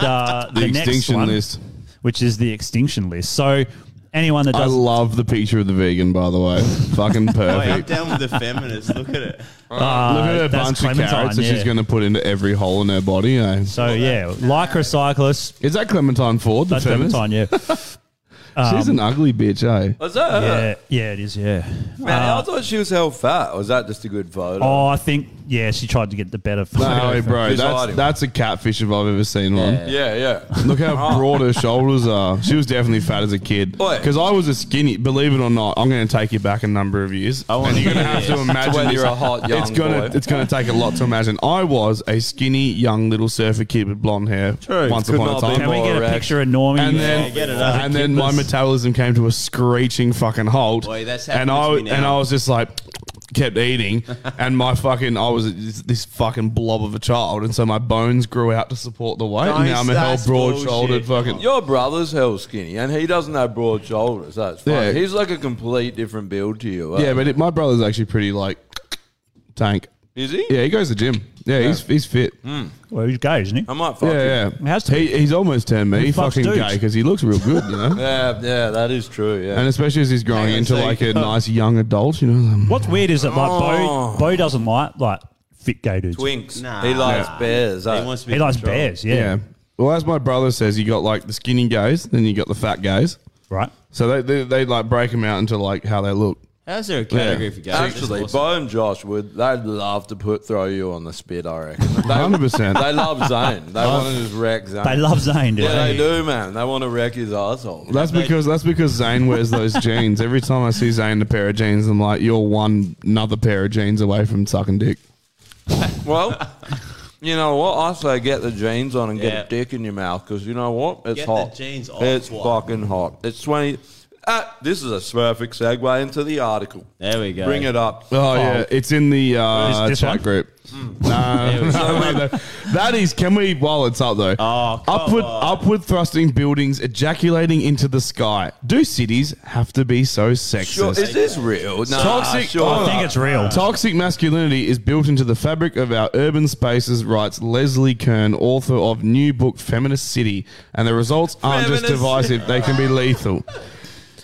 Speaker 5: uh, the,
Speaker 2: the,
Speaker 5: next
Speaker 2: extinction
Speaker 5: one,
Speaker 2: list.
Speaker 5: which is the extinction list. So anyone that
Speaker 2: I
Speaker 5: does,
Speaker 2: love the picture of the vegan, by the way. fucking
Speaker 4: Wait, I'm
Speaker 2: perfect.
Speaker 4: down with the feminists. Look at it.
Speaker 5: Oh, uh,
Speaker 2: Look at her
Speaker 5: that's
Speaker 2: bunch
Speaker 5: Clementine,
Speaker 2: of carrots that
Speaker 5: yeah.
Speaker 2: she's going to put into every hole in her body. eh?
Speaker 5: So yeah, lycra cyclists.
Speaker 2: Is that Clementine Ford? The
Speaker 5: That's
Speaker 2: feminist?
Speaker 5: Clementine, yeah,
Speaker 2: She's an ugly bitch, eh?
Speaker 3: Was that her?
Speaker 5: yeah, yeah. It is, yeah.
Speaker 3: Man, I thought she was held fat. Or was that just a good photo?
Speaker 5: Oh, I think yeah, she tried to get the better.
Speaker 2: No, hey, bro,
Speaker 3: She's
Speaker 2: that's,
Speaker 3: hiding.
Speaker 2: that's a catfish if I've ever seen one. Oh.
Speaker 3: Yeah, yeah.
Speaker 2: Look how broad her shoulders are. She was definitely fat as a kid.
Speaker 3: Oi.
Speaker 2: Because I was a skinny. Believe it or not, I'm going to take you back a number of years.
Speaker 4: I want
Speaker 2: and you're going to have to
Speaker 4: years.
Speaker 2: imagine
Speaker 3: when
Speaker 2: this.
Speaker 3: you're a hot young
Speaker 2: it's gonna
Speaker 3: boy.
Speaker 2: it's gonna take a lot to imagine. I was a skinny young little surfer kid with blonde hair.
Speaker 3: True.
Speaker 2: Once
Speaker 3: Could
Speaker 2: upon a
Speaker 3: not be
Speaker 2: time.
Speaker 5: Can we
Speaker 3: more
Speaker 5: get a
Speaker 3: erect.
Speaker 5: picture of Normie?
Speaker 2: And
Speaker 4: Yeah,
Speaker 2: then,
Speaker 4: get it up.
Speaker 2: and then my metabolism came to a screeching fucking halt.
Speaker 4: Boy, that's
Speaker 2: and
Speaker 4: happened
Speaker 2: I
Speaker 4: to me
Speaker 2: and
Speaker 4: now.
Speaker 2: I was just like, kept eating, and my fucking I was this- this fucking blob of a child, and so my bones grew out to support the weight. and now I'm a hell
Speaker 4: that's
Speaker 2: broad shouldered
Speaker 4: bullshit.
Speaker 2: fucking.
Speaker 3: Your brother's hell skinny, and he doesn't have broad shoulders. That's fine.
Speaker 2: Yeah.
Speaker 3: He's like a complete different build to you. eh?
Speaker 2: Yeah, but it, my brother's actually pretty like tank.
Speaker 3: is he?
Speaker 2: Yeah, he goes to the gym. Yeah, he's he's fit.
Speaker 4: Hmm.
Speaker 5: Well, he's gay, isn't he?
Speaker 3: I might fuck him.
Speaker 2: Yeah,
Speaker 5: He
Speaker 2: yeah.
Speaker 5: has to
Speaker 2: He, he's almost turned me
Speaker 5: He fucks
Speaker 2: fucking
Speaker 5: dudes.
Speaker 2: gay because he looks real good, you know.
Speaker 3: Yeah, yeah, that is true. Yeah.
Speaker 2: And especially as he's growing
Speaker 3: Hang on a
Speaker 2: into
Speaker 3: sec.
Speaker 2: like a nice young adult, you know. um,
Speaker 5: What's weird is that like
Speaker 3: Oh.
Speaker 5: Bo, Bo doesn't like like fit gay dudes.
Speaker 3: Twinks.
Speaker 4: Nah.
Speaker 3: he likes
Speaker 4: Nah.
Speaker 3: bears.
Speaker 2: Uh,
Speaker 3: eh?
Speaker 4: He wants to be
Speaker 5: He likes
Speaker 4: controlled.
Speaker 5: bears. Yeah.
Speaker 2: yeah. Well, as my brother says, you got like the skinny gays, then you got the fat gays.
Speaker 5: Right.
Speaker 2: So they, they they like break them out into like how they look.
Speaker 4: How's there a category
Speaker 2: Yeah.
Speaker 4: for gays?
Speaker 3: Actually,
Speaker 4: That's awesome.
Speaker 3: Bo and Josh would they'd love to put throw you on the spit. I reckon.
Speaker 2: Hundred percent.
Speaker 3: they love Zane. They want to just wreck Zane.
Speaker 5: They love Zane, do
Speaker 3: Yeah,
Speaker 5: they?
Speaker 3: they do, man. They want to wreck his asshole.
Speaker 2: That's because that's because Zane wears those jeans. Every time I see Zane in a pair of jeans, I'm like, you're one another pair of jeans away from sucking dick.
Speaker 3: Well, you know what? I say get the jeans on and
Speaker 4: Yeah.
Speaker 3: get a dick in your mouth because you know what? It's
Speaker 4: Get the
Speaker 3: hot.
Speaker 4: jeans off,
Speaker 3: It's
Speaker 4: what?
Speaker 3: fucking hot. It's 20. Ah, this is a perfect segue into the article.
Speaker 4: There we go.
Speaker 3: Bring it up.
Speaker 2: Oh, yeah, it's in the uh,
Speaker 5: Is this
Speaker 2: chat
Speaker 5: one?
Speaker 2: group. No, no, no, no. that is. Can we while it's up though?
Speaker 4: Oh, come
Speaker 2: upward,
Speaker 4: on.
Speaker 2: upward thrusting buildings ejaculating into the sky. Do cities have to be so sexist?
Speaker 3: Sure, is this real? No,
Speaker 2: Toxic- Oh.
Speaker 3: Sure.
Speaker 5: I think it's real.
Speaker 2: Toxic masculinity is built into the fabric of our urban spaces, writes Leslie Kern, author of new book Feminist City, and the results aren't just
Speaker 3: Feminist-
Speaker 2: divisive, they can be lethal.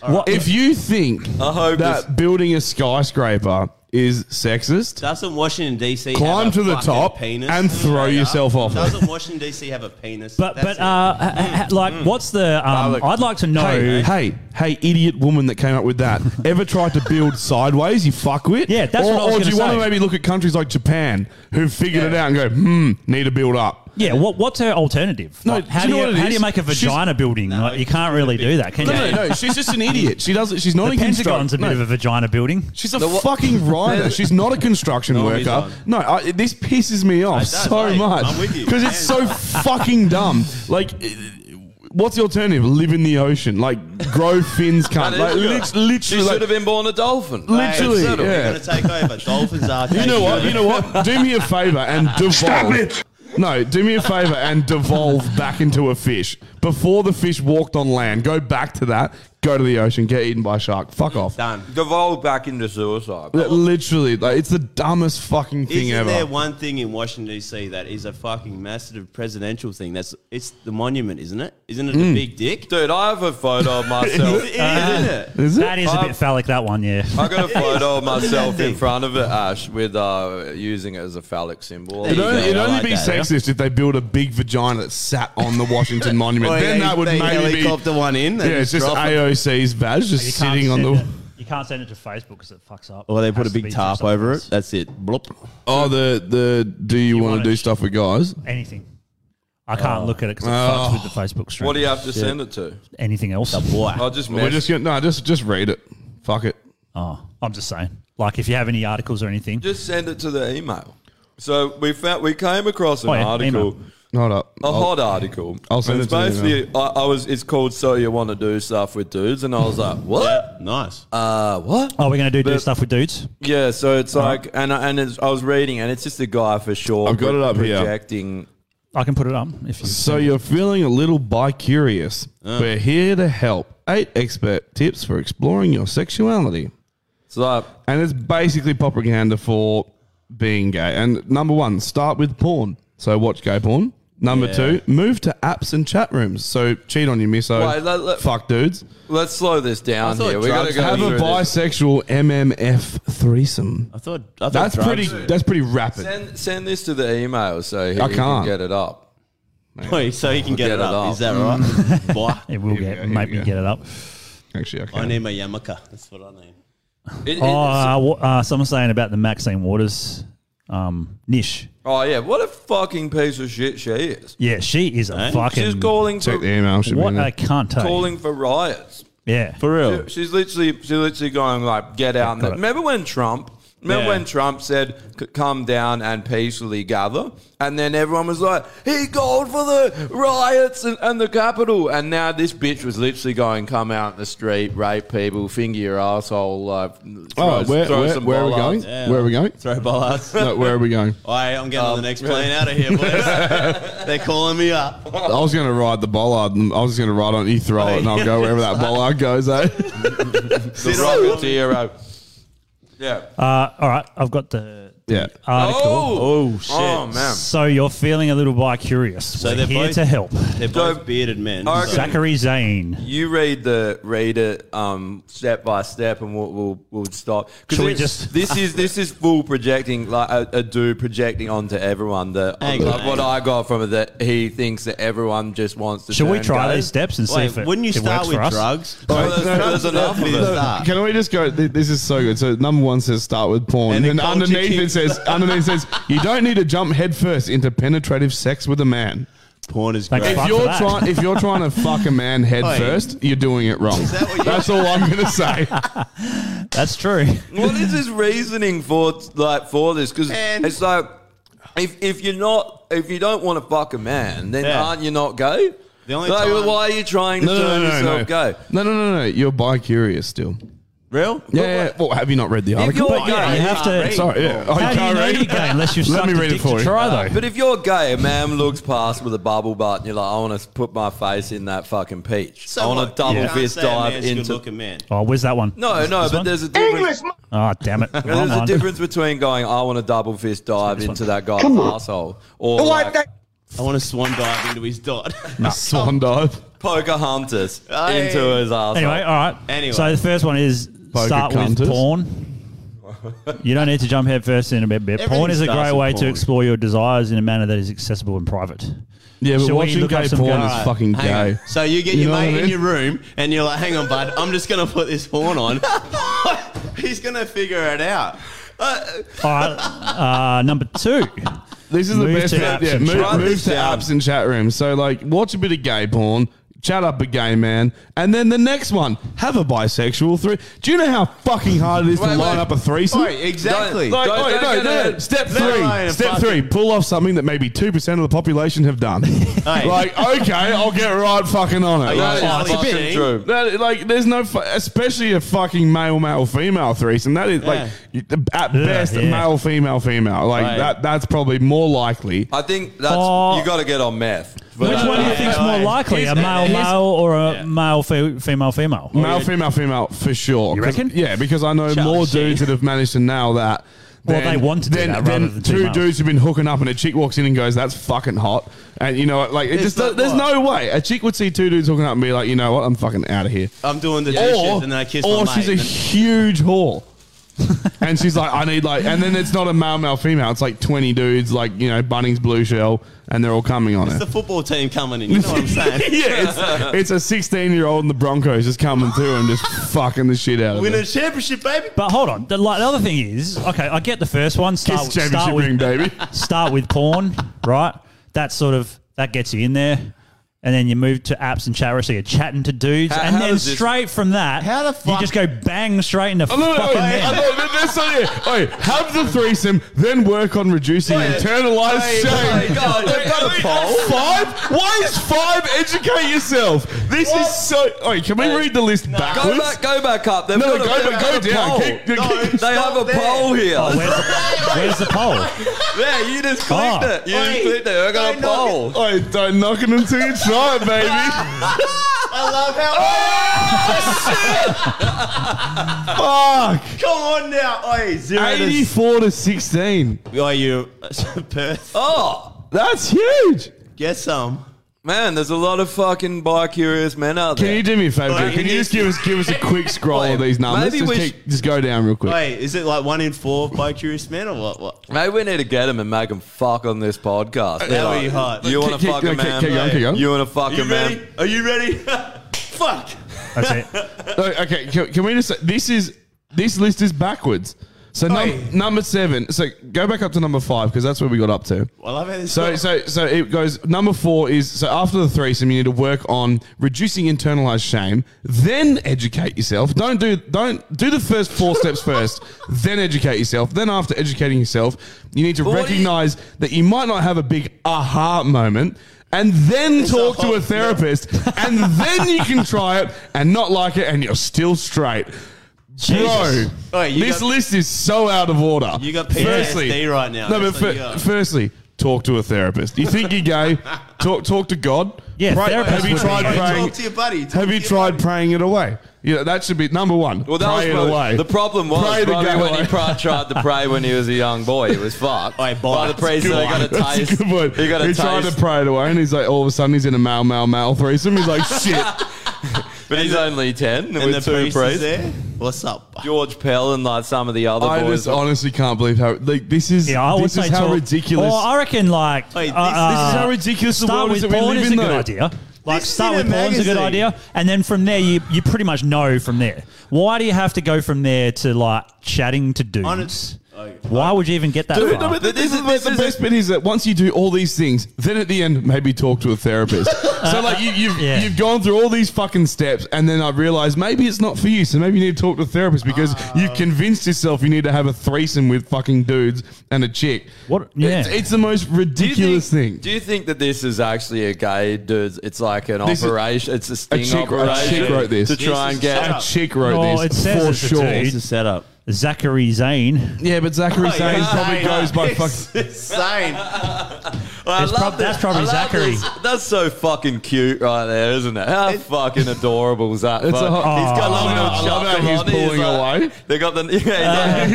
Speaker 5: What,
Speaker 2: If you think
Speaker 3: I hope
Speaker 2: that
Speaker 3: this-
Speaker 2: building a skyscraper is sexist,
Speaker 4: Doesn't Washington D.C.
Speaker 2: Climb
Speaker 4: have a
Speaker 2: to the
Speaker 4: fucking
Speaker 2: top
Speaker 4: penis?
Speaker 2: and throw
Speaker 4: Straight up.
Speaker 2: yourself off it.
Speaker 4: Doesn't Washington D.C. have a penis?
Speaker 5: but
Speaker 4: That's
Speaker 5: but
Speaker 4: it.
Speaker 5: uh, ha- ha- like, what's the? Um,
Speaker 3: Garlic.
Speaker 5: I'd like to know.
Speaker 2: Mm. hey, hey, hey, idiot woman that came up with that, ever tried to build sideways, you fuckwit?
Speaker 5: Yeah, that's
Speaker 2: or,
Speaker 5: what I was
Speaker 2: Or do
Speaker 5: gonna
Speaker 2: you want to
Speaker 5: say.
Speaker 2: maybe look at countries like Japan who figured it out and go, hmm, need to build up?
Speaker 5: Yeah, what, what's her alternative?
Speaker 2: No,
Speaker 5: Like, how
Speaker 2: do
Speaker 5: do,
Speaker 2: you know
Speaker 5: you,
Speaker 2: what it
Speaker 5: how do you
Speaker 2: is?
Speaker 5: make a
Speaker 2: She's-
Speaker 5: vagina building? like, you can't really do that, can
Speaker 2: No,
Speaker 5: you?
Speaker 2: no, no, she's just an idiot. She doesn't, she's not
Speaker 5: The
Speaker 2: in
Speaker 5: Pentagon's a
Speaker 2: construct-
Speaker 5: bit
Speaker 2: no.
Speaker 5: of a vagina building.
Speaker 2: She's a
Speaker 3: The wha-
Speaker 2: fucking writer. She's not a construction
Speaker 4: No, he's
Speaker 2: worker.
Speaker 4: on.
Speaker 2: No, I, this pisses me off
Speaker 4: It does,
Speaker 2: so
Speaker 4: hey,
Speaker 2: much
Speaker 4: I'm with you.
Speaker 2: because it's so fucking dumb. Like, eh, what's the alternative? Live in the ocean, like grow fins, cunt. Like,
Speaker 3: That is
Speaker 2: lit-
Speaker 3: good. She
Speaker 2: literally,
Speaker 3: should
Speaker 2: like,
Speaker 3: have been born a dolphin.
Speaker 2: literally,
Speaker 3: Settle.
Speaker 2: yeah.
Speaker 4: They're going to take over. Dolphins are.
Speaker 2: You know what? You know what? Do me a favor and devolve. No, do me a favor and devolve back into a fish. Before the fish walked on land, go back to that. Go to the ocean. Get eaten by a shark. Fuck off.
Speaker 4: Done.
Speaker 3: Devolved back into suicide.
Speaker 2: That Literally, like it's the dumbest fucking thing
Speaker 4: Isn't
Speaker 2: ever.
Speaker 4: there one thing in Washington D.C. that is a fucking massive presidential thing? That's it's the monument, isn't it? Isn't it
Speaker 2: Hmm.
Speaker 4: a big dick?
Speaker 3: Dude, I have a photo of myself.
Speaker 4: It is, isn't it?
Speaker 2: Is it? Uh,
Speaker 5: That is a bit phallic, that one, yeah.
Speaker 3: I got a photo of myself
Speaker 4: thing?
Speaker 3: in front of it, Ash, with uh, using it as a phallic symbol.
Speaker 4: There
Speaker 2: It'd
Speaker 4: you
Speaker 2: only,
Speaker 4: go.
Speaker 2: it'd
Speaker 4: I
Speaker 2: only
Speaker 4: like
Speaker 2: be
Speaker 4: that, yeah.
Speaker 2: sexist if they build a big vagina that sat on the Washington Monument. then that would maybe be.
Speaker 4: Oh, helicopter one in.
Speaker 2: Yeah, it's just AOC's badge
Speaker 5: Oh, You
Speaker 2: just
Speaker 5: can't
Speaker 2: sitting on
Speaker 5: send
Speaker 2: the.
Speaker 5: it- You can't send it to Facebook because it fucks up.
Speaker 4: Or they
Speaker 5: It
Speaker 4: put a
Speaker 5: has to be
Speaker 4: big
Speaker 5: through
Speaker 4: tarp
Speaker 5: something
Speaker 4: over it.
Speaker 5: else.
Speaker 4: That's it. Blop.
Speaker 2: Oh, the the. Do you, want
Speaker 5: want
Speaker 2: to do
Speaker 5: it-
Speaker 2: stuff with guys?
Speaker 5: Anything. I can't look at it because it
Speaker 2: Oh.
Speaker 5: fucks with the Facebook stream.
Speaker 3: What do you have to send it to?
Speaker 5: Anything else?
Speaker 3: I'll just
Speaker 2: We're
Speaker 3: mess.
Speaker 2: just gonna no, just just read it. Fuck it.
Speaker 5: Oh, I'm just saying. Like, if you have any articles or anything,
Speaker 3: Just send it to the email. So we found we came across an
Speaker 5: Oh, yeah,
Speaker 3: article,
Speaker 5: email.
Speaker 2: Hold up.
Speaker 4: Oh,
Speaker 2: Oh.
Speaker 3: a
Speaker 2: I'll-
Speaker 3: hot article.
Speaker 2: I'll send
Speaker 3: And
Speaker 2: it
Speaker 3: it's
Speaker 2: to the
Speaker 3: basically, I, I was. It's called "So You Want to Do Stuff with Dudes," and I was like, "What?
Speaker 4: Nice.
Speaker 3: Uh, what?
Speaker 5: oh, we're going to do, do
Speaker 3: But-
Speaker 5: stuff with dudes.
Speaker 3: Yeah." So it's like, and I- and it's, I was reading, and it's just a guy for sure.
Speaker 2: I've got it up here.
Speaker 3: projecting.
Speaker 5: I can put it up if you.
Speaker 2: So you're feeling a little bi curious?
Speaker 4: Uh.
Speaker 2: We're here to help. Eight expert tips for exploring your sexuality.
Speaker 3: It's like,
Speaker 2: And it's basically propaganda for being gay. And number one, start with porn. So watch gay porn. Number two, move to apps and chat rooms. So cheat on your miso.
Speaker 3: Wait, let- let-
Speaker 2: fuck dudes.
Speaker 3: let's slow this down
Speaker 4: thought
Speaker 3: here. We gotta
Speaker 4: drugs-
Speaker 3: go
Speaker 2: Have
Speaker 3: through
Speaker 2: a
Speaker 3: this.
Speaker 2: bisexual MMF threesome.
Speaker 4: I thought. I thought
Speaker 2: That's
Speaker 4: drugs-
Speaker 2: pretty. That's pretty rapid.
Speaker 3: Send send this to the email so he,
Speaker 2: I
Speaker 3: he
Speaker 2: can't.
Speaker 3: can get it up.
Speaker 4: Wait, so you can get,
Speaker 3: Get
Speaker 4: it
Speaker 3: it
Speaker 4: up.
Speaker 3: up.
Speaker 4: Is that right? Boy,
Speaker 5: It will
Speaker 2: we
Speaker 5: get
Speaker 2: go, here
Speaker 5: make
Speaker 2: we
Speaker 5: me
Speaker 2: go.
Speaker 5: get it up.
Speaker 2: Actually, okay.
Speaker 4: I need my yarmulke. That's what I need.
Speaker 3: It- it-
Speaker 5: Oh, uh, wa- uh, someone's saying about the Maxine Waters um, niche.
Speaker 3: oh yeah, what a fucking piece of shit she is.
Speaker 5: Yeah, she is a
Speaker 4: Eh?
Speaker 5: fucking.
Speaker 3: She's calling
Speaker 2: Check the
Speaker 3: for,
Speaker 2: email. Should be
Speaker 5: what
Speaker 2: in there.
Speaker 5: a cunt. eh?
Speaker 3: calling for riots.
Speaker 5: Yeah.
Speaker 4: For real.
Speaker 2: Oh.
Speaker 3: She's literally she's literally going like, get out. And
Speaker 5: got it.
Speaker 3: Remember when Trump Remember
Speaker 4: Yeah.
Speaker 3: when Trump said, "C- come down and peacefully gather? And then everyone was like, he called for the riots and, and the Capitol. And now this bitch was literally going, come out in the street, rape people, finger your asshole, like, throw,
Speaker 2: Oh, where,
Speaker 3: throw
Speaker 2: where,
Speaker 3: some
Speaker 2: where are we going?
Speaker 3: bollards."
Speaker 4: Yeah.
Speaker 2: Where are we going?
Speaker 4: Throw bollards.
Speaker 2: No, where are we going?
Speaker 4: Alright, I'm getting on the next plane out of here, boys. They're calling me up.
Speaker 2: I was going to ride the bollard. and I was going to ride on you, throw it, and I'll go wherever that bollard goes, eh?
Speaker 3: The Rocketeer. uh, Yeah.
Speaker 5: Uh, all right, I've got the
Speaker 2: Yeah.
Speaker 5: article.
Speaker 4: Oh, shit.
Speaker 3: Oh, man.
Speaker 5: So you're feeling a little bi curious.
Speaker 4: So
Speaker 5: So they're
Speaker 4: they're
Speaker 5: here
Speaker 4: both-
Speaker 5: to help.
Speaker 4: They're
Speaker 3: So-
Speaker 4: both bearded men.
Speaker 3: I reckon-
Speaker 4: so-
Speaker 5: Zachary Zane.
Speaker 3: You read the read it um, step by step, and we'll we'll, we'll stop. 'Cause
Speaker 5: Shall we
Speaker 3: this-
Speaker 5: just-
Speaker 3: this is this is full projecting like a, a dude projecting onto everyone that I
Speaker 4: Hang on,
Speaker 3: love what
Speaker 4: hang
Speaker 3: I
Speaker 4: on.
Speaker 3: got from it that he thinks that everyone just wants to.
Speaker 5: Should we
Speaker 3: turn
Speaker 5: try
Speaker 3: gay.
Speaker 5: these steps and see
Speaker 4: Wait,
Speaker 5: if it,
Speaker 4: wouldn't you
Speaker 5: it works
Speaker 4: start with
Speaker 5: for us?
Speaker 4: drugs?
Speaker 3: Oh, there's, there's enough of it.
Speaker 4: Start.
Speaker 2: Can we just go? th- This is so good. So number one says start with porn,
Speaker 4: And
Speaker 2: and,
Speaker 4: the
Speaker 2: then
Speaker 4: culture
Speaker 2: underneath it
Speaker 4: kings.
Speaker 2: says underneath it says you don't need to jump headfirst into penetrative sex with a man.
Speaker 4: Porn is
Speaker 5: Thanks,
Speaker 4: great.
Speaker 5: fuck.
Speaker 2: If
Speaker 5: for
Speaker 2: you're
Speaker 5: that.
Speaker 2: trying, if you're trying to fuck a man
Speaker 4: Oi.
Speaker 2: headfirst, you're doing it wrong.
Speaker 4: that what you-
Speaker 2: That's all I'm gonna say.
Speaker 5: That's true.
Speaker 3: what is his reasoning for like for this? Because
Speaker 4: And-
Speaker 3: it's like if if you're not if you don't want to fuck a man, then
Speaker 4: Yeah.
Speaker 3: aren't you not gay?
Speaker 4: The only
Speaker 3: Like,
Speaker 4: time-
Speaker 3: why are you trying to
Speaker 2: No, no,
Speaker 3: turn
Speaker 2: no, no, no.
Speaker 3: yourself gay?
Speaker 2: No, no, no, no. You're bi curious still.
Speaker 4: Real?
Speaker 2: Yeah, yeah. Well, have you not read the article?
Speaker 3: you're
Speaker 5: But yeah,
Speaker 3: gay,
Speaker 5: you have to.
Speaker 3: can't read.
Speaker 2: Sorry, yeah.
Speaker 5: How
Speaker 2: I
Speaker 5: do you
Speaker 2: Oh, can't
Speaker 5: know you're
Speaker 2: read.
Speaker 5: gay unless you've
Speaker 2: Let
Speaker 5: sucked
Speaker 2: me
Speaker 5: a
Speaker 2: read it
Speaker 5: dick
Speaker 2: for
Speaker 5: to
Speaker 2: you.
Speaker 5: try though?
Speaker 3: But if you're gay, a man looks past with a bubble butt and you're like, I want to put my face in that fucking peach. I want to
Speaker 4: what?
Speaker 3: double
Speaker 4: You can't
Speaker 3: fist
Speaker 4: say a
Speaker 3: dive
Speaker 4: man's
Speaker 3: into.
Speaker 4: good-looking man.
Speaker 5: Oh, where's that one?
Speaker 3: No, no,
Speaker 5: This
Speaker 3: but
Speaker 5: one?
Speaker 3: there's a difference.
Speaker 5: Oh, damn it. Wrong
Speaker 3: There's a
Speaker 5: one.
Speaker 3: difference between going, I want to double fist dive into that guy's asshole, or like
Speaker 4: I want to swan dive into his dot.
Speaker 2: Swan dive.
Speaker 3: poker hunters
Speaker 4: Aye.
Speaker 3: into his asshole.
Speaker 5: Anyway, all right.
Speaker 4: Anyway.
Speaker 5: So the first one is start
Speaker 2: cunters.
Speaker 5: with porn. You don't need to jump head first in a bit. bit. Porn
Speaker 4: Everything
Speaker 5: is a
Speaker 4: starts
Speaker 5: great
Speaker 4: with
Speaker 5: way to
Speaker 4: porn.
Speaker 5: explore your desires in a manner that is accessible and private.
Speaker 2: Yeah, but
Speaker 5: Shall we
Speaker 2: watching
Speaker 5: look up
Speaker 2: gay
Speaker 5: some
Speaker 2: porn
Speaker 5: guy?
Speaker 2: is fucking
Speaker 4: Hang
Speaker 2: gay.
Speaker 4: on. So you get
Speaker 2: You
Speaker 4: your
Speaker 2: know what
Speaker 4: mate
Speaker 2: I
Speaker 4: in
Speaker 2: mean?
Speaker 4: your room and you're like, hang on, bud, I'm just going to put this horn on. He's going to figure it out.
Speaker 5: All right. Uh, number two.
Speaker 2: This is the
Speaker 5: Move
Speaker 2: best.
Speaker 5: to
Speaker 2: bit.
Speaker 5: apps
Speaker 2: yeah,
Speaker 5: and
Speaker 2: move,
Speaker 5: chat
Speaker 2: move
Speaker 3: rooms.
Speaker 2: to apps and chat rooms. So like, watch a bit of gay porn, chat up a gay man, and then the next one, have a bisexual three. Do you know how fucking hard it is to
Speaker 3: Wait,
Speaker 2: line
Speaker 3: wait.
Speaker 2: up a threesome?
Speaker 4: Oi, exactly.
Speaker 2: Like,
Speaker 3: Don't-
Speaker 2: oh,
Speaker 3: don't
Speaker 2: no,
Speaker 3: get
Speaker 2: no,
Speaker 3: ahead.
Speaker 2: no. Step
Speaker 4: Let alone
Speaker 2: three.
Speaker 4: a
Speaker 2: Step
Speaker 4: fucking-
Speaker 2: three. Pull off something that maybe two percent of the population have done.
Speaker 4: Hey.
Speaker 2: like, okay, I'll get right fucking on it.
Speaker 4: Yeah,
Speaker 2: Like,
Speaker 3: That is
Speaker 4: yeah, it's a
Speaker 3: fucking
Speaker 4: bit-
Speaker 3: true.
Speaker 2: that- like, there's no, fu- especially a fucking male, male, female threesome. That is
Speaker 4: Yeah.
Speaker 2: like, you- at best,
Speaker 5: yeah.
Speaker 2: male, female, female. Like
Speaker 4: Right.
Speaker 2: that. That's probably more likely.
Speaker 3: I think that's
Speaker 5: Oh.
Speaker 3: you got to get on meth.
Speaker 5: Which
Speaker 4: Uh,
Speaker 5: one do you
Speaker 4: yeah,
Speaker 5: think's more
Speaker 4: yeah.
Speaker 5: likely, a
Speaker 4: Here's-
Speaker 5: male
Speaker 4: here's-
Speaker 5: male or a
Speaker 4: Yeah.
Speaker 5: male fe- female female?
Speaker 2: Male, female, female, for sure.
Speaker 5: You
Speaker 2: 'Cause-
Speaker 5: reckon?
Speaker 2: Yeah, because I know
Speaker 4: Charlie
Speaker 2: more
Speaker 4: Sheen.
Speaker 2: dudes that have managed to nail that.
Speaker 5: Well, they want to do that rather than
Speaker 2: two
Speaker 5: females.
Speaker 2: dudes have been hooking up, and a chick walks in and goes, "That's fucking hot," and you know, what, like it
Speaker 4: It's
Speaker 2: just
Speaker 4: like
Speaker 2: there's
Speaker 4: what?
Speaker 2: no way a chick would see two dudes hooking up and be like, "You know what? I'm fucking out of here."
Speaker 4: I'm doing the dishes
Speaker 2: Or,
Speaker 4: and then I kiss
Speaker 2: or
Speaker 4: my mate.
Speaker 2: she's a
Speaker 4: and then-
Speaker 2: huge whore, and she's like, "I need like," and then it's not a male, male, female. It's like twenty dudes, like you know, Bunnings Blue Shell, and they're all coming on her.
Speaker 4: it's the football team coming in. You know what I'm saying?
Speaker 2: yeah, it's, it's a 16 year old in the Broncos just coming through and just fucking the shit out of
Speaker 4: Win
Speaker 2: them.
Speaker 4: a championship, baby.
Speaker 5: But hold on. The, like, the other thing is, okay, I get the first one. Start,
Speaker 2: Kiss
Speaker 5: with-
Speaker 2: championship
Speaker 5: start with
Speaker 2: ring, baby.
Speaker 5: start with porn, right? That sort of that gets you in there, and then you move to apps and chat rooms. So you're chatting to dudes,
Speaker 3: How-
Speaker 5: and
Speaker 3: how
Speaker 5: then
Speaker 3: does this-
Speaker 5: straight from that,
Speaker 4: How the
Speaker 5: you
Speaker 4: fuck-
Speaker 5: just go bang straight into
Speaker 2: Oh, no, no,
Speaker 5: fucking.
Speaker 2: no,
Speaker 5: men.
Speaker 2: no, no, that's not it. Oi, have the threesome, then work on reducing
Speaker 3: Oi,
Speaker 2: internalized
Speaker 3: oi,
Speaker 2: shame.
Speaker 3: oi, God, they've got a
Speaker 2: Oi,
Speaker 3: poll.
Speaker 2: Five? Why is five? Educate yourself. This is so. Oi, can we read the list
Speaker 3: Go
Speaker 2: backwards?
Speaker 3: back, go back up. They've
Speaker 2: no, go,
Speaker 3: got a- they've
Speaker 2: back, go
Speaker 3: got a
Speaker 2: down.
Speaker 3: poll.
Speaker 2: Keep,
Speaker 4: No.
Speaker 2: keep-
Speaker 3: They have a
Speaker 4: Stop there.
Speaker 3: poll here.
Speaker 5: Oh, where's, the, where's the poll?
Speaker 3: Yeah, you just clicked
Speaker 5: Oh.
Speaker 3: it. You just
Speaker 4: Wait.
Speaker 3: clicked it. I got
Speaker 4: Don't
Speaker 3: a
Speaker 4: knock it.
Speaker 3: poll.
Speaker 2: Oi, don't knock it until you try it, baby.
Speaker 4: I love how.
Speaker 2: Fuck.
Speaker 4: Come on now. Oi, zero to
Speaker 2: 84 to 16.
Speaker 4: Oh, you Perth.
Speaker 3: Oh,
Speaker 2: That's huge.
Speaker 4: Get some.
Speaker 3: man, there's a lot of fucking bi curious men out there.
Speaker 2: Can you do me a favor?
Speaker 4: Wait,
Speaker 2: Can you just give us give us a quick scroll of these numbers?
Speaker 3: maybe
Speaker 2: Just,
Speaker 3: we
Speaker 2: keep- just go down real quick.
Speaker 4: Wait, is it like one in four by curious men or what? What?
Speaker 3: Maybe we need to get him and make him fuck on this podcast. They're
Speaker 4: Now we hot.
Speaker 3: You want
Speaker 2: Keep-
Speaker 3: to
Speaker 2: keep-
Speaker 3: fuck a
Speaker 2: keep-
Speaker 3: man?
Speaker 2: keep going, keep going.
Speaker 3: You want to fuck
Speaker 4: Are you
Speaker 3: a
Speaker 4: ready?
Speaker 3: man?
Speaker 4: Are you ready? Fuck.
Speaker 5: That's it.
Speaker 2: Oh, okay, can, can we just? Say, this is this list is backwards. So num- number seven. So go back up to number five because that's where we got up to.
Speaker 4: Well, I've had this.
Speaker 2: So, so, so it goes. Number four is so after the threesome, you need to work on reducing internalized shame. Then educate yourself. Don't do don't do the first four steps first. Then educate yourself. Then after educating yourself, you need to
Speaker 3: what do you-
Speaker 2: recognize that you might not have a big aha moment. And then talk to a therapist, and then you can try it and not like it, and you're still straight. Bro,
Speaker 4: Jesus. Oi, you
Speaker 2: this
Speaker 4: got-
Speaker 2: list is so out of order.
Speaker 4: You got PTSD right now.
Speaker 2: No, but
Speaker 4: That's what
Speaker 2: fir-
Speaker 4: you got.
Speaker 2: firstly, talk to a therapist. You think you're gay? Talk talk to God.
Speaker 5: Yeah,
Speaker 2: Pray-
Speaker 5: therapists
Speaker 2: have you
Speaker 5: would be
Speaker 2: tried
Speaker 5: great.
Speaker 2: praying?
Speaker 4: Talk to your buddy. Talk
Speaker 2: have you
Speaker 4: to your
Speaker 2: tried
Speaker 4: buddy.
Speaker 2: praying it away? Yeah, that should be number one.
Speaker 3: Well, that
Speaker 2: pray
Speaker 3: was
Speaker 2: it
Speaker 3: probably-
Speaker 2: away.
Speaker 3: The problem was
Speaker 2: Pray to
Speaker 3: probably
Speaker 2: go
Speaker 3: when
Speaker 2: away.
Speaker 3: he pr- tried to pray when he was a young boy. He was fucked.
Speaker 4: Oi, boy.
Speaker 3: By the priest,
Speaker 4: Good
Speaker 3: they got a
Speaker 4: one.
Speaker 2: That's
Speaker 3: taste.
Speaker 2: a good one.
Speaker 3: He got a
Speaker 2: he
Speaker 3: taste.
Speaker 2: tried to pray it away, and he's like, all of a sudden, he's in a male, male, male threesome. He's like, shit.
Speaker 3: but he's only ten
Speaker 4: and
Speaker 3: with two
Speaker 4: the priest is
Speaker 3: priests.
Speaker 4: there. What's up?
Speaker 3: George Pell and like some of the other
Speaker 2: I
Speaker 3: boys.
Speaker 2: just honestly can't believe how like this is.
Speaker 5: Yeah, I would
Speaker 2: this
Speaker 5: say
Speaker 2: is how
Speaker 5: talk-
Speaker 2: ridiculous.
Speaker 5: Or I reckon like
Speaker 4: Wait, this-
Speaker 5: uh,
Speaker 2: this is how
Speaker 5: uh,
Speaker 2: ridiculous the
Speaker 5: start
Speaker 2: world is
Speaker 5: with
Speaker 2: that we
Speaker 5: porn
Speaker 2: live
Speaker 5: is
Speaker 2: in,
Speaker 5: a good
Speaker 2: though.
Speaker 5: idea. Like
Speaker 4: This is
Speaker 5: start
Speaker 4: in
Speaker 5: with
Speaker 4: a
Speaker 5: porn's a good
Speaker 4: magazine.
Speaker 5: idea, and then from there you you pretty much know from there. Why do you have to go from there to like chatting to dudes?
Speaker 4: On it's- Okay.
Speaker 5: Why would you even get that
Speaker 2: Dude,
Speaker 5: far?
Speaker 2: no, but
Speaker 3: But
Speaker 2: this,
Speaker 3: this
Speaker 2: is,
Speaker 3: is- this
Speaker 2: the
Speaker 3: is-
Speaker 2: best bit is that once you do all these things, then at the end, maybe talk to a therapist. so, like, you, you've,
Speaker 5: yeah.
Speaker 2: you've gone through all these fucking steps, and then I realized maybe it's not for you. So, maybe you need to talk to a therapist because
Speaker 5: Ah.
Speaker 2: you've convinced yourself you need to have a threesome with fucking dudes and a chick.
Speaker 5: What-
Speaker 2: It's,
Speaker 5: yeah.
Speaker 2: it's the most
Speaker 3: Do you think-
Speaker 2: ridiculous thing.
Speaker 3: Do you think that this is actually a gay dude? It's like an
Speaker 2: This is-
Speaker 3: operation. It's a sting
Speaker 2: chick- a chick
Speaker 3: operation.
Speaker 2: wrote this.
Speaker 3: to
Speaker 4: This
Speaker 3: try
Speaker 4: is
Speaker 3: and get.
Speaker 4: such
Speaker 2: a chick wrote
Speaker 5: Oh, it
Speaker 2: this
Speaker 5: says
Speaker 2: for
Speaker 5: it's a
Speaker 2: sure.
Speaker 5: dude.
Speaker 4: It's a setup.
Speaker 5: Zachary Zane.
Speaker 2: Yeah, but Zachary
Speaker 4: Oh,
Speaker 2: Zane's
Speaker 4: yeah.
Speaker 2: probably
Speaker 4: Zane,
Speaker 2: goes
Speaker 4: uh,
Speaker 2: by fuck.
Speaker 4: it's Insane.
Speaker 3: I
Speaker 5: It's
Speaker 3: love
Speaker 5: prob-
Speaker 3: this.
Speaker 5: that's probably
Speaker 3: I love
Speaker 5: Zachary.
Speaker 3: this. That's so fucking cute right there, isn't it? How fucking adorable is that?
Speaker 2: It's a hot-
Speaker 3: he's got
Speaker 5: Aw.
Speaker 3: a little
Speaker 2: I love how
Speaker 3: chuckle
Speaker 2: he's
Speaker 3: on, he's
Speaker 2: pulling
Speaker 3: like- Oh,
Speaker 2: away.
Speaker 3: They got the. Yeah, he's like,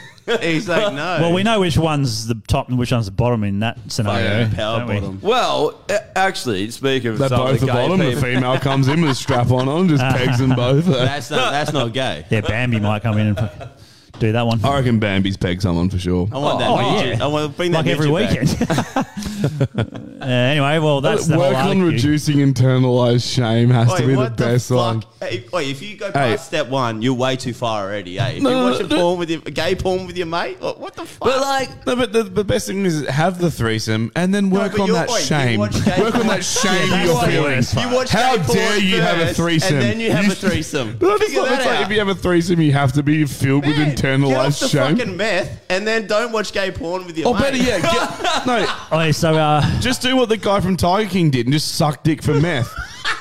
Speaker 3: I
Speaker 2: He's like, no,
Speaker 3: don't know.
Speaker 2: it's-
Speaker 4: He's like, no.
Speaker 5: Well, we know which one's the top and which one's the bottom in that scenario.
Speaker 2: yeah.
Speaker 4: power
Speaker 5: don't we?
Speaker 4: bottom.
Speaker 3: Well, a- actually, speaking of
Speaker 2: They're
Speaker 3: some
Speaker 2: both
Speaker 3: of the
Speaker 2: the
Speaker 3: gay
Speaker 2: bottom. The
Speaker 3: people-
Speaker 2: female comes in with a strap on on, just pegs them both.
Speaker 4: That's not. That's not gay.
Speaker 5: Yeah, Bambi might come in and fucking do that one.
Speaker 2: I reckon Bambi's pegged someone for sure.
Speaker 4: I want that.
Speaker 5: Oh,
Speaker 4: midget.
Speaker 5: yeah.
Speaker 4: I want to bring that
Speaker 5: Like every
Speaker 4: midget back.
Speaker 5: weekend. Uh, anyway, well, that's the
Speaker 2: Work
Speaker 5: whole
Speaker 2: on
Speaker 5: argue.
Speaker 2: reducing internalized shame has to be
Speaker 4: Oi,
Speaker 2: the
Speaker 4: what the,
Speaker 2: best line.
Speaker 4: fuck? Hey, oi, if you go past step one, you're way too far already. Hey, if
Speaker 2: No,
Speaker 4: you
Speaker 2: no,
Speaker 4: watch a
Speaker 2: no.
Speaker 4: porn with your, a gay porn with your mate, what, what the fuck?
Speaker 3: But like,
Speaker 2: No, but the, the best thing is have the threesome and then work
Speaker 4: but
Speaker 2: on
Speaker 4: you're-
Speaker 2: that
Speaker 4: oi, you
Speaker 2: shame.
Speaker 4: watch gay
Speaker 2: Work on
Speaker 4: porn.
Speaker 2: that shame
Speaker 5: Yeah,
Speaker 2: you're
Speaker 5: that's the
Speaker 2: feeling.
Speaker 5: worst part.
Speaker 4: you watch
Speaker 2: How
Speaker 4: gay porn
Speaker 2: dare you have a
Speaker 4: first,
Speaker 2: threesome?
Speaker 4: and then you have
Speaker 2: You-
Speaker 4: a threesome.
Speaker 2: But that's
Speaker 4: Figure
Speaker 2: what- it's
Speaker 4: that
Speaker 2: like
Speaker 4: out.
Speaker 2: if you have a threesome, you have to be filled with
Speaker 4: Man, get off the
Speaker 2: internalized shame.
Speaker 4: fucking meth, and then don't watch gay porn with your
Speaker 2: Or
Speaker 4: mate.
Speaker 2: Oh, better yet, get, no,
Speaker 5: Okay, so uh,
Speaker 2: just do what the guy from Tiger King did and just suck dick for meth.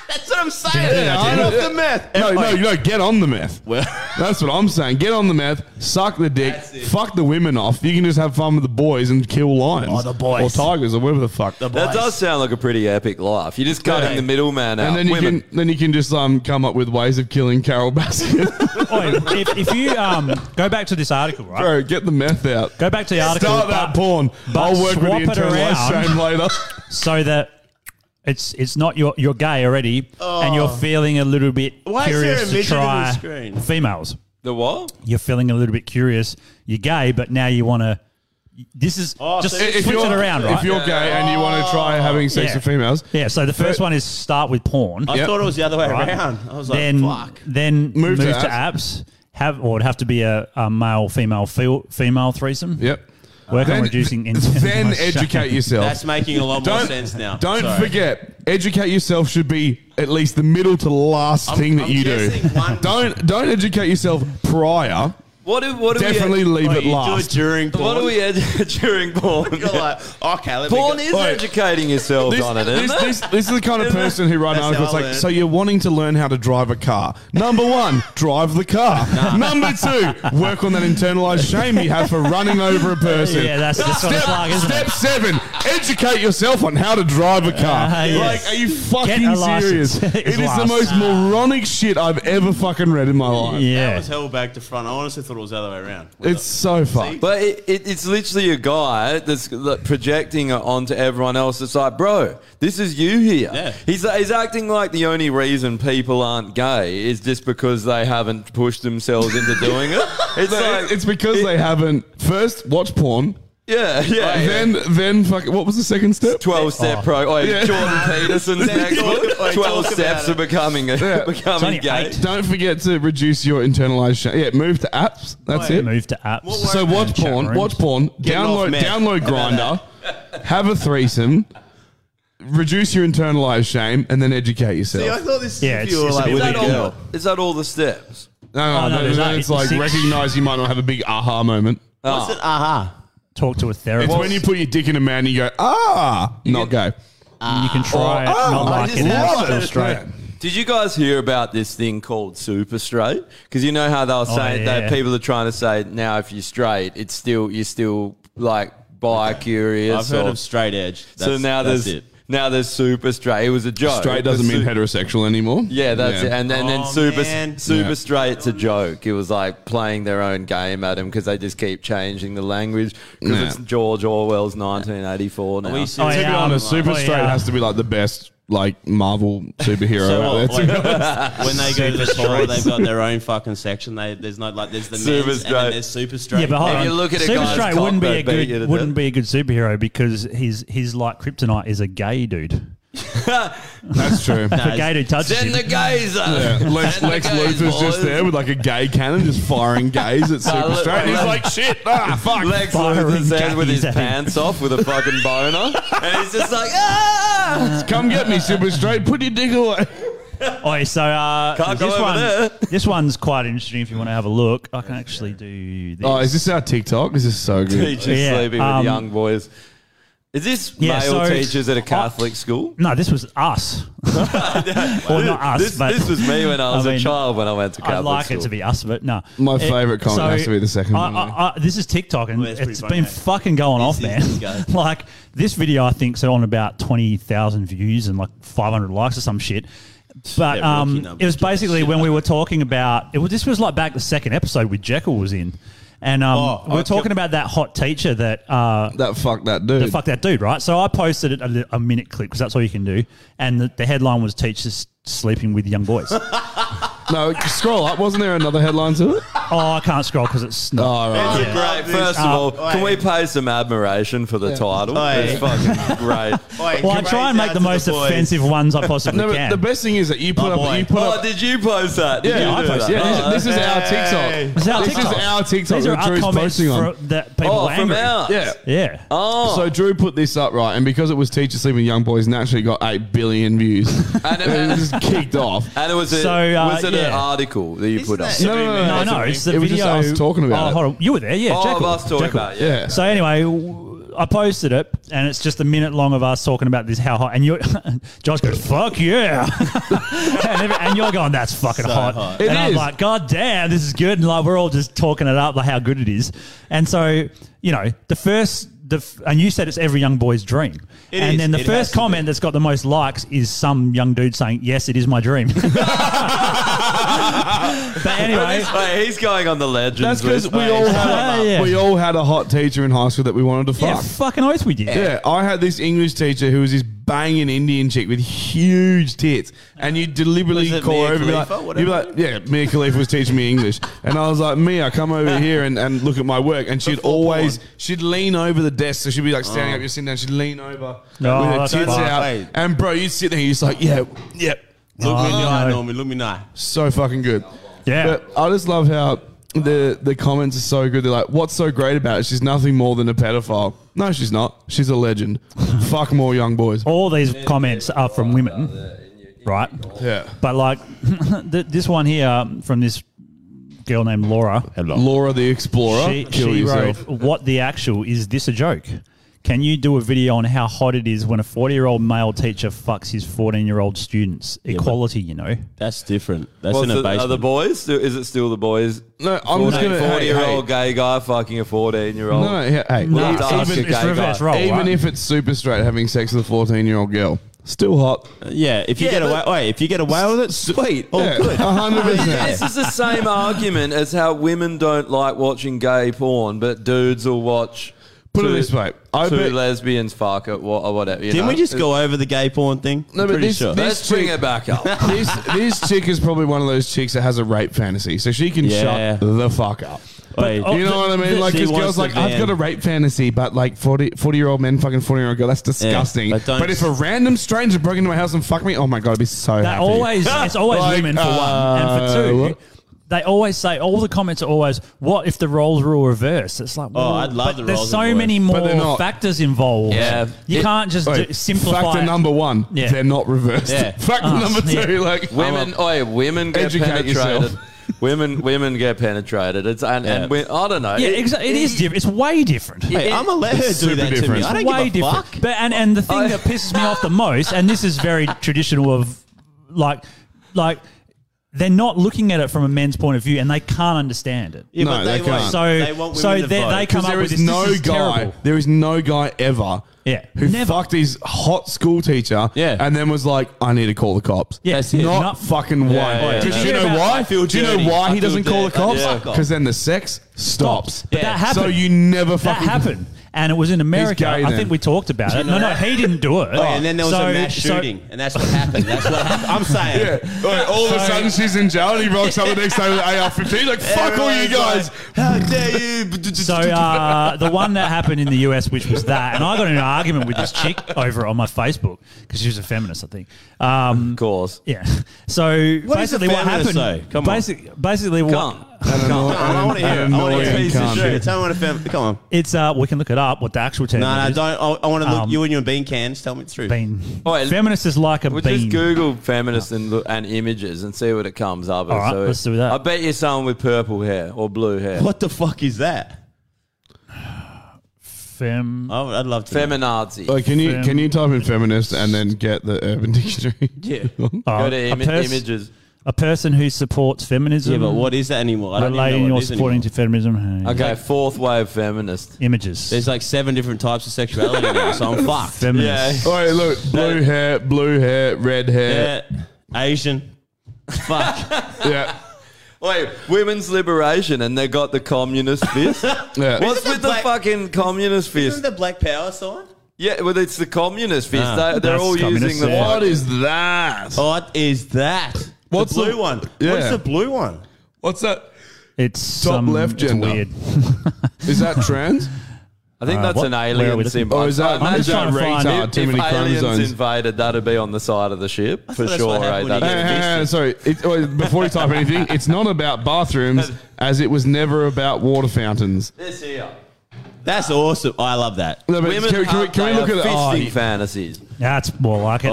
Speaker 4: That's what I'm saying.
Speaker 2: Yeah, I
Speaker 4: get
Speaker 2: know.
Speaker 4: off the meth.
Speaker 2: No,
Speaker 4: Oi,
Speaker 2: no, no, get on the meth.
Speaker 4: Well-
Speaker 2: that's what I'm saying. Get on the meth, suck the dick,
Speaker 4: That's it.
Speaker 2: fuck the women off. You can just have fun with the boys and kill lions.
Speaker 5: Oh, the boys.
Speaker 2: Or tigers or whatever the fuck.
Speaker 3: that does sound like a pretty epic life. You're just cutting
Speaker 2: Yeah.
Speaker 3: the middleman out.
Speaker 2: and then you
Speaker 3: Women.
Speaker 2: can then you can just um come up with ways of killing Carol Baskin.
Speaker 5: Oi, if, if you um, go back to this article, right?
Speaker 2: Bro, get the meth out.
Speaker 5: Go back to the article.
Speaker 2: Start that
Speaker 5: but-
Speaker 2: porn. I'll work with the
Speaker 5: swap it
Speaker 2: internalized
Speaker 5: around.
Speaker 2: shame later.
Speaker 5: so that it's it's not your you're gay already, and you're feeling a little bit
Speaker 4: Oh. Why is there
Speaker 5: curious
Speaker 4: a
Speaker 5: to
Speaker 4: midget on
Speaker 5: try
Speaker 4: the screen?
Speaker 5: females.
Speaker 3: the what?
Speaker 5: You're feeling a little bit curious. You're gay, but now you want to. This is
Speaker 4: Oh,
Speaker 5: just
Speaker 4: so
Speaker 5: switch it around, right?
Speaker 2: if you're gay and you want to try having sex
Speaker 5: Yeah.
Speaker 2: with females,
Speaker 5: yeah. So the first
Speaker 2: But-
Speaker 5: one is start with porn.
Speaker 4: I
Speaker 2: Yep.
Speaker 4: thought it was the other way
Speaker 5: right?
Speaker 4: around. I was like,
Speaker 5: then
Speaker 4: fuck.
Speaker 5: then
Speaker 2: Move
Speaker 5: move,
Speaker 2: to
Speaker 5: to, apps. Have or it'd have to be a, a male female fe- female threesome.
Speaker 2: yep.
Speaker 5: Work on reducing.
Speaker 2: then
Speaker 5: internalized shame.
Speaker 2: educate yourself.
Speaker 4: That's making a lot more
Speaker 2: Don't-
Speaker 4: sense now.
Speaker 2: Don't
Speaker 4: Sorry.
Speaker 2: forget, educate yourself should be at least the middle to last thing that
Speaker 4: I'm
Speaker 2: you do.
Speaker 4: guessing one-
Speaker 2: Don't don't educate yourself prior.
Speaker 3: What do, what do
Speaker 2: Definitely
Speaker 3: we
Speaker 2: leave
Speaker 4: Oi,
Speaker 2: it
Speaker 4: Oh, you
Speaker 2: last.
Speaker 4: Do it during porn.
Speaker 3: What do we ed- during porn?
Speaker 4: You're like, okay, let me
Speaker 3: Porn
Speaker 4: go.
Speaker 3: is
Speaker 2: Oi.
Speaker 3: educating yourself
Speaker 2: This,
Speaker 3: on it, eh?
Speaker 2: this,
Speaker 3: isn't it?
Speaker 2: this, this is the kind of person who write an
Speaker 4: That's
Speaker 2: article it's
Speaker 4: how I
Speaker 2: like,
Speaker 4: learn.
Speaker 2: so you're wanting to learn how to drive a car. Number one, drive the car. Number two, work on that internalized shame you have for running over a person.
Speaker 5: Yeah, that's the sort of plug,
Speaker 2: Step,
Speaker 5: isn't
Speaker 2: step
Speaker 5: it?
Speaker 2: seven, educate yourself on how to drive a car.
Speaker 5: Uh, yes.
Speaker 2: Like, are you fucking
Speaker 5: Get a license.
Speaker 2: serious? it is the
Speaker 5: License.
Speaker 2: most moronic shit I've ever fucking read in my life.
Speaker 4: That
Speaker 5: Yeah.
Speaker 4: was held back to front. I honestly thought it was the other way around.
Speaker 2: It's so fucked.
Speaker 3: But it, it, it's literally a guy that's like, projecting it onto everyone else. It's like, bro, this is you here.
Speaker 4: Yeah.
Speaker 3: He's, he's acting like the only reason people aren't gay is just because they haven't pushed themselves into doing it. It's
Speaker 2: No,
Speaker 3: like,
Speaker 2: it's because they haven't first watch porn.
Speaker 3: Yeah, yeah.
Speaker 2: Then, then, fuck, what was the second step?
Speaker 3: 12 step pro. Oh, yeah. Jordan Peterson's next
Speaker 6: talk-
Speaker 3: book.
Speaker 6: wait,
Speaker 3: 12
Speaker 6: talk
Speaker 3: steps
Speaker 6: about
Speaker 3: of becoming a,
Speaker 2: Yeah.
Speaker 3: becoming
Speaker 5: It's only
Speaker 3: gay.
Speaker 5: eight.
Speaker 2: Don't forget to reduce your internalized shame. Yeah, move to apps. That's it.
Speaker 5: Move to apps.
Speaker 2: So watch
Speaker 5: Chat
Speaker 2: porn,
Speaker 5: rooms.
Speaker 2: watch porn,
Speaker 4: off
Speaker 2: download
Speaker 4: meth.
Speaker 2: download Grinder, have a threesome, reduce your internalized shame, and then educate yourself.
Speaker 6: See, I thought this
Speaker 5: Yeah,
Speaker 6: if
Speaker 5: it's-
Speaker 6: you were
Speaker 5: it's a
Speaker 6: like
Speaker 5: bit
Speaker 6: with a
Speaker 5: like
Speaker 6: girl.
Speaker 5: that.
Speaker 3: Is that all the steps?
Speaker 2: no, no,
Speaker 5: Oh,
Speaker 2: no,
Speaker 5: no, there's
Speaker 2: then
Speaker 5: eight,
Speaker 2: it's like
Speaker 5: six.
Speaker 2: recognize you might not have a big aha moment.
Speaker 4: What's an aha?
Speaker 5: Talk to a
Speaker 2: It's
Speaker 5: therapist.
Speaker 2: when you put your dick in a man and you go, ah, not go.
Speaker 5: and you can try it,
Speaker 2: oh,
Speaker 5: not
Speaker 2: I
Speaker 5: like
Speaker 6: just
Speaker 5: it, and
Speaker 6: love
Speaker 5: still
Speaker 6: it.
Speaker 5: straight.
Speaker 3: Did you guys hear about this thing called super straight? Because you know how they were
Speaker 2: Oh,
Speaker 3: saying
Speaker 5: yeah.
Speaker 3: that people are trying to say now if you're straight, it's still you're still like bi
Speaker 4: I've
Speaker 3: curious.
Speaker 4: heard
Speaker 3: or-
Speaker 4: of straight edge. That's,
Speaker 3: so now
Speaker 4: that's
Speaker 3: there's
Speaker 4: it.
Speaker 3: now there's super straight. Oh, It was a joke.
Speaker 2: Straight doesn't
Speaker 3: The
Speaker 2: mean
Speaker 3: su-
Speaker 2: heterosexual anymore.
Speaker 3: Yeah, that's it. And, and then
Speaker 4: Oh,
Speaker 3: super
Speaker 4: man.
Speaker 3: super
Speaker 2: Yeah.
Speaker 3: straight's a joke. It was like playing their own game at him because they just keep changing the language because
Speaker 2: Yeah.
Speaker 3: it's George Orwell's 1984 now.
Speaker 4: Are we
Speaker 5: Oh,
Speaker 4: serious?
Speaker 2: To be
Speaker 5: yeah,
Speaker 2: honest,
Speaker 5: I'm-
Speaker 2: super
Speaker 5: oh,
Speaker 2: straight
Speaker 5: yeah.
Speaker 2: has to be like the best like Marvel superhero
Speaker 4: So
Speaker 2: out there.
Speaker 4: what, like, when they go to the toilet, they've got their own fucking section. They, there's no like, there's the
Speaker 3: Super
Speaker 4: men's and
Speaker 3: straight.
Speaker 4: then there's super straight.
Speaker 5: Yeah, but hold
Speaker 3: If
Speaker 5: on.
Speaker 3: you look at a
Speaker 5: Super
Speaker 3: guy's
Speaker 5: Straight
Speaker 3: cock,
Speaker 5: wouldn't be
Speaker 3: they'd
Speaker 5: a
Speaker 3: beat you to
Speaker 5: good wouldn't
Speaker 3: death.
Speaker 5: be a good superhero because his his like kryptonite is a gay dude.
Speaker 2: That's true.
Speaker 5: If a gay dude touches
Speaker 3: Send
Speaker 5: him,
Speaker 3: the gays up.
Speaker 2: Yeah, Lex,
Speaker 3: Send the
Speaker 2: Lex
Speaker 3: gays,
Speaker 2: Luthor's just
Speaker 3: boys.
Speaker 2: there with like a gay cannon, just firing gays at Super
Speaker 3: look,
Speaker 2: Straight. And he's
Speaker 3: Lex-
Speaker 2: like, shit, ah, fuck.
Speaker 3: Lex
Speaker 5: Byron
Speaker 3: Luthor stands
Speaker 5: Gaines
Speaker 3: with his
Speaker 5: out.
Speaker 3: pants off with a fucking boner, and he's just like, ah!
Speaker 2: Come get me, Super Straight. Put your dick away.
Speaker 5: Oi, so uh,
Speaker 3: Can't go
Speaker 5: this,
Speaker 3: over there.
Speaker 5: one, this one's quite interesting if you want to have a look. I can actually do this.
Speaker 2: Oh, is this our TikTok? This is so good.
Speaker 3: Teachers
Speaker 5: Yeah,
Speaker 3: sleeping
Speaker 5: um,
Speaker 3: with young boys. Is this
Speaker 5: Yeah,
Speaker 3: male
Speaker 5: so-
Speaker 3: teachers at a Catholic school?
Speaker 5: no, this was us. well, not us,
Speaker 3: This,
Speaker 5: but
Speaker 3: this was me when I was
Speaker 5: I mean,
Speaker 3: a child when I went to Catholic
Speaker 5: I'd like
Speaker 3: school.
Speaker 5: it to be us, but no.
Speaker 2: My
Speaker 5: It-
Speaker 2: favourite comment has to be the second
Speaker 5: I,
Speaker 2: one,
Speaker 5: I- I- this is TikTok, and
Speaker 4: Well, that's pretty
Speaker 5: it's
Speaker 4: funny,
Speaker 5: been
Speaker 4: mate.
Speaker 5: fucking going off,
Speaker 4: is-
Speaker 5: man.
Speaker 4: this goes.
Speaker 5: like this video, I think's on about twenty thousand views and like five hundred likes or some shit. But
Speaker 4: Yeah, rookie
Speaker 5: um,
Speaker 4: numbers,
Speaker 5: it was
Speaker 4: Johnny,
Speaker 5: basically
Speaker 4: shit.
Speaker 5: when we were talking about it. Was, this was like back the second episode with Jekyll was in, and um,
Speaker 4: Oh,
Speaker 5: we were
Speaker 4: I
Speaker 5: talking
Speaker 4: feel-
Speaker 5: about that hot teacher that uh,
Speaker 2: That fuck that dude.
Speaker 5: the fuck that dude, right? So I posted it a, li- a minute clip because that's all you can do, and the, the headline was "Teachers Sleeping with Young Boys." oh,
Speaker 2: No, scroll up. Wasn't there another headline to it?
Speaker 5: I can't scroll because it's
Speaker 2: Oh,
Speaker 5: not.
Speaker 2: all right.
Speaker 3: It's
Speaker 6: Yeah.
Speaker 3: great. First of
Speaker 5: Uh,
Speaker 3: all, can we
Speaker 6: wait.
Speaker 3: pay some admiration for the title?
Speaker 6: Oi.
Speaker 3: It's fucking great.
Speaker 6: Oi,
Speaker 5: Well, I
Speaker 6: great
Speaker 5: try and
Speaker 6: out
Speaker 5: make
Speaker 6: to
Speaker 5: the most
Speaker 6: boys.
Speaker 5: offensive ones I possibly
Speaker 2: No, but
Speaker 5: can.
Speaker 2: the best thing is that you put
Speaker 4: Oh,
Speaker 2: up.
Speaker 4: boy.
Speaker 2: You put
Speaker 3: Oh,
Speaker 2: up.
Speaker 3: did you post that? Did
Speaker 2: Yeah,
Speaker 3: you
Speaker 5: I
Speaker 3: do
Speaker 5: posted
Speaker 3: that? Oh.
Speaker 5: it.
Speaker 2: Yeah, this, this is our
Speaker 6: Hey.
Speaker 2: TikTok.
Speaker 5: It's our
Speaker 2: this
Speaker 5: TikTok.
Speaker 2: is our TikTok.
Speaker 5: These are
Speaker 2: that
Speaker 5: our
Speaker 2: Drew's
Speaker 5: comments
Speaker 2: posting on.
Speaker 5: fro- that people
Speaker 3: Oh,
Speaker 5: are
Speaker 3: from
Speaker 5: angry.
Speaker 3: ours.
Speaker 2: Yeah.
Speaker 5: Yeah.
Speaker 3: Oh,
Speaker 2: So Drew put this up right, and because it was teachers sleeping with young boys, naturally got eight billion views.
Speaker 3: And it-
Speaker 2: it just kicked off.
Speaker 3: and it was a,
Speaker 5: So, uh,
Speaker 3: was it an
Speaker 5: yeah.
Speaker 3: article that you put up?
Speaker 6: Isn't
Speaker 2: No,
Speaker 6: that-
Speaker 2: no, no,
Speaker 5: no,
Speaker 2: That's
Speaker 5: no,
Speaker 2: what
Speaker 5: it's
Speaker 2: I mean. It
Speaker 5: the
Speaker 2: was just
Speaker 5: video.
Speaker 2: us talking about
Speaker 5: oh,
Speaker 2: it.
Speaker 5: Hold on. You were there, yeah.
Speaker 3: Oh,
Speaker 5: Jekyll.
Speaker 3: I was talking
Speaker 5: Jekyll.
Speaker 3: about it,
Speaker 2: Yeah.
Speaker 5: So anyway, w- I posted it, and it's just a minute long of us talking about this how hot. And you, Josh goes, "Fuck yeah," and, every, and you're going, "That's fucking hot."
Speaker 4: hot.
Speaker 2: It
Speaker 5: And I'm
Speaker 2: is.
Speaker 5: like, "God damn, this is good." And like we're all just talking it up, like how good it is. And so you know, the first. The f- and you said it's every young boy's dream,
Speaker 4: It
Speaker 5: and
Speaker 4: is.
Speaker 5: then the
Speaker 4: It has
Speaker 5: first
Speaker 4: to be.
Speaker 5: comment that's got the most likes is some young dude saying, "Yes, it is my dream." but anyway,
Speaker 3: Wait, he's going on the legends.
Speaker 2: That's because
Speaker 3: list.
Speaker 2: we
Speaker 3: Wait,
Speaker 2: all
Speaker 3: shut
Speaker 5: Yeah,
Speaker 6: Ah,
Speaker 2: had
Speaker 5: yeah.
Speaker 2: we all had a hot teacher in high school that we wanted to
Speaker 5: yeah,
Speaker 2: fuck.
Speaker 5: fucking oath we did.
Speaker 2: Yeah, I had this English teacher who was this banging Indian chick with huge tits, and you deliberately
Speaker 6: Was it
Speaker 2: call
Speaker 6: Mia
Speaker 2: her over, and be like,
Speaker 6: Khalifa,
Speaker 2: you'd be like, "Yeah, Mia Khalifa was teaching me English," and I was like, "Mia, come over here and, and look at my work." And she'd always she'd lean over the desk, so she'd be like
Speaker 6: Oh.
Speaker 2: standing up, you're sitting down, she'd lean over
Speaker 5: Oh,
Speaker 2: with her
Speaker 5: that's
Speaker 2: tits
Speaker 5: fine.
Speaker 2: out,
Speaker 6: Wait.
Speaker 2: and bro, you'd sit there, you're just like, "Yeah, yeah,
Speaker 4: Look me in the eye,
Speaker 5: Oh, no.
Speaker 4: Norman. Look me in the eye.
Speaker 2: so fucking good."
Speaker 5: Yeah.
Speaker 2: But I just love how the the comments are so good. They're like, "What's so great about it? She's nothing more than a pedophile." No, she's not. She's a legend. Fuck more young boys.
Speaker 5: all these comments are from women, right?
Speaker 2: Yeah.
Speaker 5: But like th- this one here um, from this girl named Laura.
Speaker 2: Laura the Explorer.
Speaker 5: She,
Speaker 2: Kill
Speaker 5: she wrote,
Speaker 2: yourself.
Speaker 5: "What the actual is this a joke? Can you do a video on how hot it is when a forty-year-old male teacher fucks his fourteen-year-old students? Equality, you know."
Speaker 4: That's different. That's
Speaker 3: What's
Speaker 4: in a
Speaker 3: it, are the
Speaker 4: basement.
Speaker 3: boys? still- Is it still the boys?
Speaker 2: No, I'm just gonna- hey,
Speaker 3: forty-year-old gay guy fucking a fourteen-year-old.
Speaker 2: No, no, hey, hey
Speaker 3: No,
Speaker 2: even-
Speaker 3: it's
Speaker 2: even,
Speaker 3: us, you
Speaker 5: It's
Speaker 3: gay
Speaker 5: reverse
Speaker 3: guy.
Speaker 5: role,
Speaker 2: even
Speaker 5: right?
Speaker 2: if it's super straight, having sex with a 14 year old girl, still hot.
Speaker 4: yeah, if you
Speaker 3: Yeah,
Speaker 4: get away,
Speaker 3: but-
Speaker 4: wait, if you get away with it, sweet. Oh,
Speaker 2: yeah,
Speaker 4: good.
Speaker 2: 100%.
Speaker 3: This is the same argument as how women don't like watching gay porn, but dudes will watch.
Speaker 2: Put it this way, I
Speaker 3: two
Speaker 2: bet-
Speaker 3: lesbians fuck it, wha- or whatever. You
Speaker 4: Didn't
Speaker 3: know?
Speaker 4: we just go over the gay porn thing?
Speaker 2: No,
Speaker 4: I'm
Speaker 2: but
Speaker 4: pretty
Speaker 2: this-
Speaker 4: sure.
Speaker 2: this-
Speaker 3: Let's bring
Speaker 2: chick-
Speaker 3: it back up.
Speaker 2: this, this chick is probably one of those chicks that has a rape fantasy, so she can shut
Speaker 4: Yeah.
Speaker 2: the fuck up.
Speaker 4: Hey,
Speaker 5: oh,
Speaker 2: You know what I mean? Like,
Speaker 4: she
Speaker 2: because
Speaker 4: wants
Speaker 2: girls
Speaker 4: the
Speaker 2: like, I've
Speaker 4: van.
Speaker 2: got a rape fantasy, but like 40, 40 year old men fucking 40 year old girl, that's disgusting.
Speaker 4: but
Speaker 2: but,
Speaker 4: don't-
Speaker 2: if a random stranger broke into my house and fucked me, oh my God, I'd be so
Speaker 5: That
Speaker 2: happy.
Speaker 5: always it's always
Speaker 2: Like,
Speaker 5: women for
Speaker 2: uh,
Speaker 5: one and for
Speaker 2: what?
Speaker 5: two. They always say all the comments are always what if the roles were all reversed? It's like well,
Speaker 4: Oh, I'd love
Speaker 5: but
Speaker 4: the
Speaker 5: There's
Speaker 4: roles
Speaker 5: so
Speaker 4: reversed.
Speaker 5: many
Speaker 2: But they're
Speaker 5: more
Speaker 2: not.
Speaker 5: factors involved.
Speaker 3: Yeah.
Speaker 5: you
Speaker 3: It-
Speaker 5: can't just
Speaker 2: Wait,
Speaker 5: do, simplify.
Speaker 2: Factor
Speaker 5: it.
Speaker 2: number one,
Speaker 5: Yeah.
Speaker 2: they're not reversed.
Speaker 4: Yeah.
Speaker 2: Factor
Speaker 5: Oh,
Speaker 2: number
Speaker 5: yeah.
Speaker 2: two, like
Speaker 3: Women, oi, women get
Speaker 2: Educate
Speaker 3: penetrated.
Speaker 2: yourself.
Speaker 3: women, women get penetrated. It's and, and we, I don't know.
Speaker 5: Yeah,
Speaker 3: It-
Speaker 5: exactly. It is different. It's way different.
Speaker 4: Hey, I'm gonna let her
Speaker 2: It's
Speaker 4: do
Speaker 2: super
Speaker 4: that to me.
Speaker 2: different.
Speaker 4: I don't
Speaker 5: way
Speaker 4: give a
Speaker 5: different.
Speaker 4: fuck.
Speaker 5: But and and the thing that pisses me off the most, and this is very traditional of like like they're not looking at it from a men's point of view, and they can't understand it.
Speaker 4: Yeah,
Speaker 2: No,
Speaker 4: but they,
Speaker 2: they
Speaker 4: won't.
Speaker 2: can't.
Speaker 5: So
Speaker 4: they want
Speaker 5: so
Speaker 4: women
Speaker 5: they,
Speaker 4: to vote.
Speaker 5: they come
Speaker 2: Because
Speaker 5: up
Speaker 2: there
Speaker 5: with
Speaker 2: is
Speaker 5: this.
Speaker 2: no
Speaker 5: this is
Speaker 2: guy,
Speaker 5: terrible.
Speaker 2: there is no guy ever,
Speaker 5: Yeah,
Speaker 2: who
Speaker 5: never.
Speaker 2: fucked his hot school teacher,
Speaker 3: Yeah.
Speaker 2: and then was like, "I need to call the cops."
Speaker 5: Yeah. That's it.
Speaker 2: not
Speaker 5: Not-
Speaker 2: fucking why.
Speaker 3: yeah, yeah.
Speaker 2: Because
Speaker 5: Forget
Speaker 2: you know
Speaker 5: about-
Speaker 2: why?
Speaker 4: I feel
Speaker 2: Do you know
Speaker 4: dirty. I
Speaker 2: why he
Speaker 4: feel
Speaker 2: doesn't call the
Speaker 4: dirty. I
Speaker 2: cops?
Speaker 4: feel
Speaker 2: Because then the sex stops.
Speaker 5: But that happened.
Speaker 2: So you never
Speaker 5: that
Speaker 2: fucking
Speaker 5: happened, and it was in America.
Speaker 2: gay
Speaker 5: I
Speaker 2: then.
Speaker 5: think we talked about it. No, no, he didn't do it.
Speaker 4: Oh, and then there was
Speaker 5: So-
Speaker 4: a mass
Speaker 5: so-
Speaker 4: shooting, and that's what happened. That's what happened. I'm saying.
Speaker 2: Yeah. Like, all of a sudden she's in jail and he rocks up the next day with an AR-15. Like, fuck all you guys.
Speaker 4: Everyone's like, How dare you?
Speaker 5: So uh, the one that happened in the US, which was that, and I got in an argument with this chick over on my Facebook because she was a feminist, I think. Um,
Speaker 3: Of course.
Speaker 5: Yeah. So
Speaker 4: What is
Speaker 5: basically,
Speaker 4: the
Speaker 5: what
Speaker 4: feminist
Speaker 5: happened?
Speaker 4: though? Come on.
Speaker 5: Basically, basically
Speaker 3: Come.
Speaker 5: what
Speaker 4: I want to hear. it. I want to hear a
Speaker 2: Annoying
Speaker 4: piece of
Speaker 2: cunt.
Speaker 4: shit. Tell me what a fam- Come on.
Speaker 5: it's uh, we can look it up. What the actual term?
Speaker 4: No, no,
Speaker 5: is.
Speaker 4: don't. I, I want to look
Speaker 5: Um,
Speaker 4: you and your bean cans. Tell me the truth.
Speaker 5: Bean.
Speaker 3: Oi,
Speaker 5: Feminist is like a
Speaker 3: We'll
Speaker 5: bean. Oh.
Speaker 3: just Google feminists and, lo- and images and see what it comes up.
Speaker 5: All right,
Speaker 3: So
Speaker 5: let's do that.
Speaker 3: I bet you someone with purple hair or blue hair.
Speaker 4: What the fuck is that?
Speaker 5: Fem.
Speaker 4: I would- I'd love to.
Speaker 3: Feminazi.
Speaker 5: Oh,
Speaker 2: Like, can you
Speaker 5: Fem-
Speaker 2: can you type in feminist and then get the Urban Dictionary?
Speaker 3: Yeah.
Speaker 5: Oh,
Speaker 3: Go to
Speaker 5: a
Speaker 3: ima-
Speaker 5: pers-
Speaker 3: images.
Speaker 5: A person who supports feminism.
Speaker 4: yeah, but what is that anymore? I don't even
Speaker 5: Relating
Speaker 4: know
Speaker 5: or
Speaker 4: what it is
Speaker 5: supporting
Speaker 4: anymore.
Speaker 5: to feminism.
Speaker 3: Okay, fourth wave feminist.
Speaker 5: Images.
Speaker 4: There's like seven different types of sexuality now, so I'm fucked.
Speaker 5: feminist.
Speaker 2: All right, look, blue hair, blue hair, red hair.
Speaker 4: Yeah. Asian. Fuck.
Speaker 2: Yeah, yeah.
Speaker 3: Wait, women's liberation, and they got the communist fist. What's
Speaker 4: Isn't
Speaker 3: with
Speaker 4: that
Speaker 3: the
Speaker 4: black-
Speaker 3: fucking communist
Speaker 4: Isn't
Speaker 3: fist?
Speaker 4: the Black Power sign?
Speaker 3: Yeah, well, it's the communist fist. they, they're
Speaker 5: Ah, that's
Speaker 3: all
Speaker 5: communist,
Speaker 3: using the
Speaker 5: yeah.
Speaker 2: What is that?
Speaker 4: What is that?
Speaker 2: What's
Speaker 4: the blue
Speaker 2: the-
Speaker 4: one? What
Speaker 2: Yeah.
Speaker 4: is the blue one?
Speaker 2: What's that?
Speaker 5: It's
Speaker 2: Top
Speaker 5: some,
Speaker 2: left
Speaker 5: it's
Speaker 2: gender.
Speaker 5: weird.
Speaker 2: Is that trans?
Speaker 3: I think that's
Speaker 5: Uh, what-
Speaker 3: an
Speaker 5: where are we
Speaker 3: alien
Speaker 5: looking?
Speaker 3: symbol.
Speaker 2: Oh, is that-
Speaker 5: I'm just
Speaker 2: that
Speaker 5: trying to find-
Speaker 2: retard?
Speaker 3: If,
Speaker 2: Too many
Speaker 3: if aliens
Speaker 2: chromosomes.
Speaker 3: invaded, that'd be on the side of the ship for
Speaker 4: that's
Speaker 3: sure,
Speaker 4: what
Speaker 3: right?
Speaker 4: happened when you
Speaker 2: Hey,
Speaker 3: That'd
Speaker 4: get
Speaker 3: be-
Speaker 2: hey, hey, sorry. It, oh, before you type anything, it's not about bathrooms, as it was never about water fountains.
Speaker 3: This here.
Speaker 4: That's awesome. I love that.
Speaker 2: No, but
Speaker 3: Women
Speaker 2: can, can we, can we look at Oh,
Speaker 3: fisting
Speaker 2: it?
Speaker 3: fantasies?
Speaker 5: That's more like it.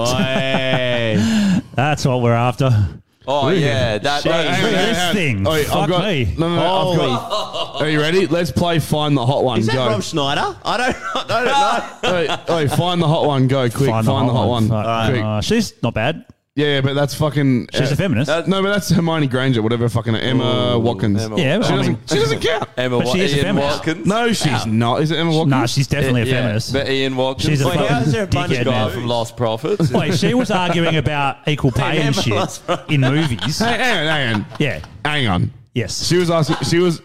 Speaker 4: Hey.
Speaker 5: That's what we're after.
Speaker 3: Oh yeah, that.
Speaker 4: Shit.
Speaker 2: Oh,
Speaker 3: that-
Speaker 5: Look at this
Speaker 2: hang on.
Speaker 5: thing.
Speaker 2: Oh, I've
Speaker 5: Fuck
Speaker 2: got-
Speaker 5: me.
Speaker 2: No, no, no, I've got. Are you ready? Let's play Find the Hot One.
Speaker 4: Is Oh, that
Speaker 2: go.
Speaker 4: Rob Schneider? I don't, I don't know.
Speaker 2: hey, hey, find the hot one. Go quick. Find, the hot, one.
Speaker 5: Fuck.
Speaker 2: Quick.
Speaker 5: Uh, she's not bad.
Speaker 2: yeah, yeah, but that's fucking.
Speaker 5: She's a feminist.
Speaker 2: Uh, no, but that's Hermione Granger, whatever. Fucking Emma Watkins.
Speaker 3: Emma
Speaker 5: yeah,
Speaker 3: Wa-
Speaker 5: but
Speaker 2: She
Speaker 5: I mean,
Speaker 2: doesn't. She doesn't count.
Speaker 3: Emma
Speaker 5: But
Speaker 3: Wa-
Speaker 5: she is a
Speaker 3: Ian
Speaker 5: feminist.
Speaker 3: Watkins.
Speaker 2: No, she's not. Is it Emma Watkins?
Speaker 5: nah, she's definitely a
Speaker 3: Yeah,
Speaker 5: feminist.
Speaker 3: But Ian Watkins.
Speaker 5: She's a
Speaker 3: Wait,
Speaker 5: fucking
Speaker 4: how's there a bunch of
Speaker 5: dickhead
Speaker 3: guy
Speaker 5: now.
Speaker 4: f-
Speaker 3: from Lost Prophets.
Speaker 5: Wait, she was arguing about equal pay and
Speaker 4: Emma
Speaker 5: shit
Speaker 4: Lawson.
Speaker 5: in movies.
Speaker 2: Hey, hang on, hang on.
Speaker 5: Yeah.
Speaker 2: Hang on.
Speaker 5: Yes.
Speaker 2: She was asking. She was.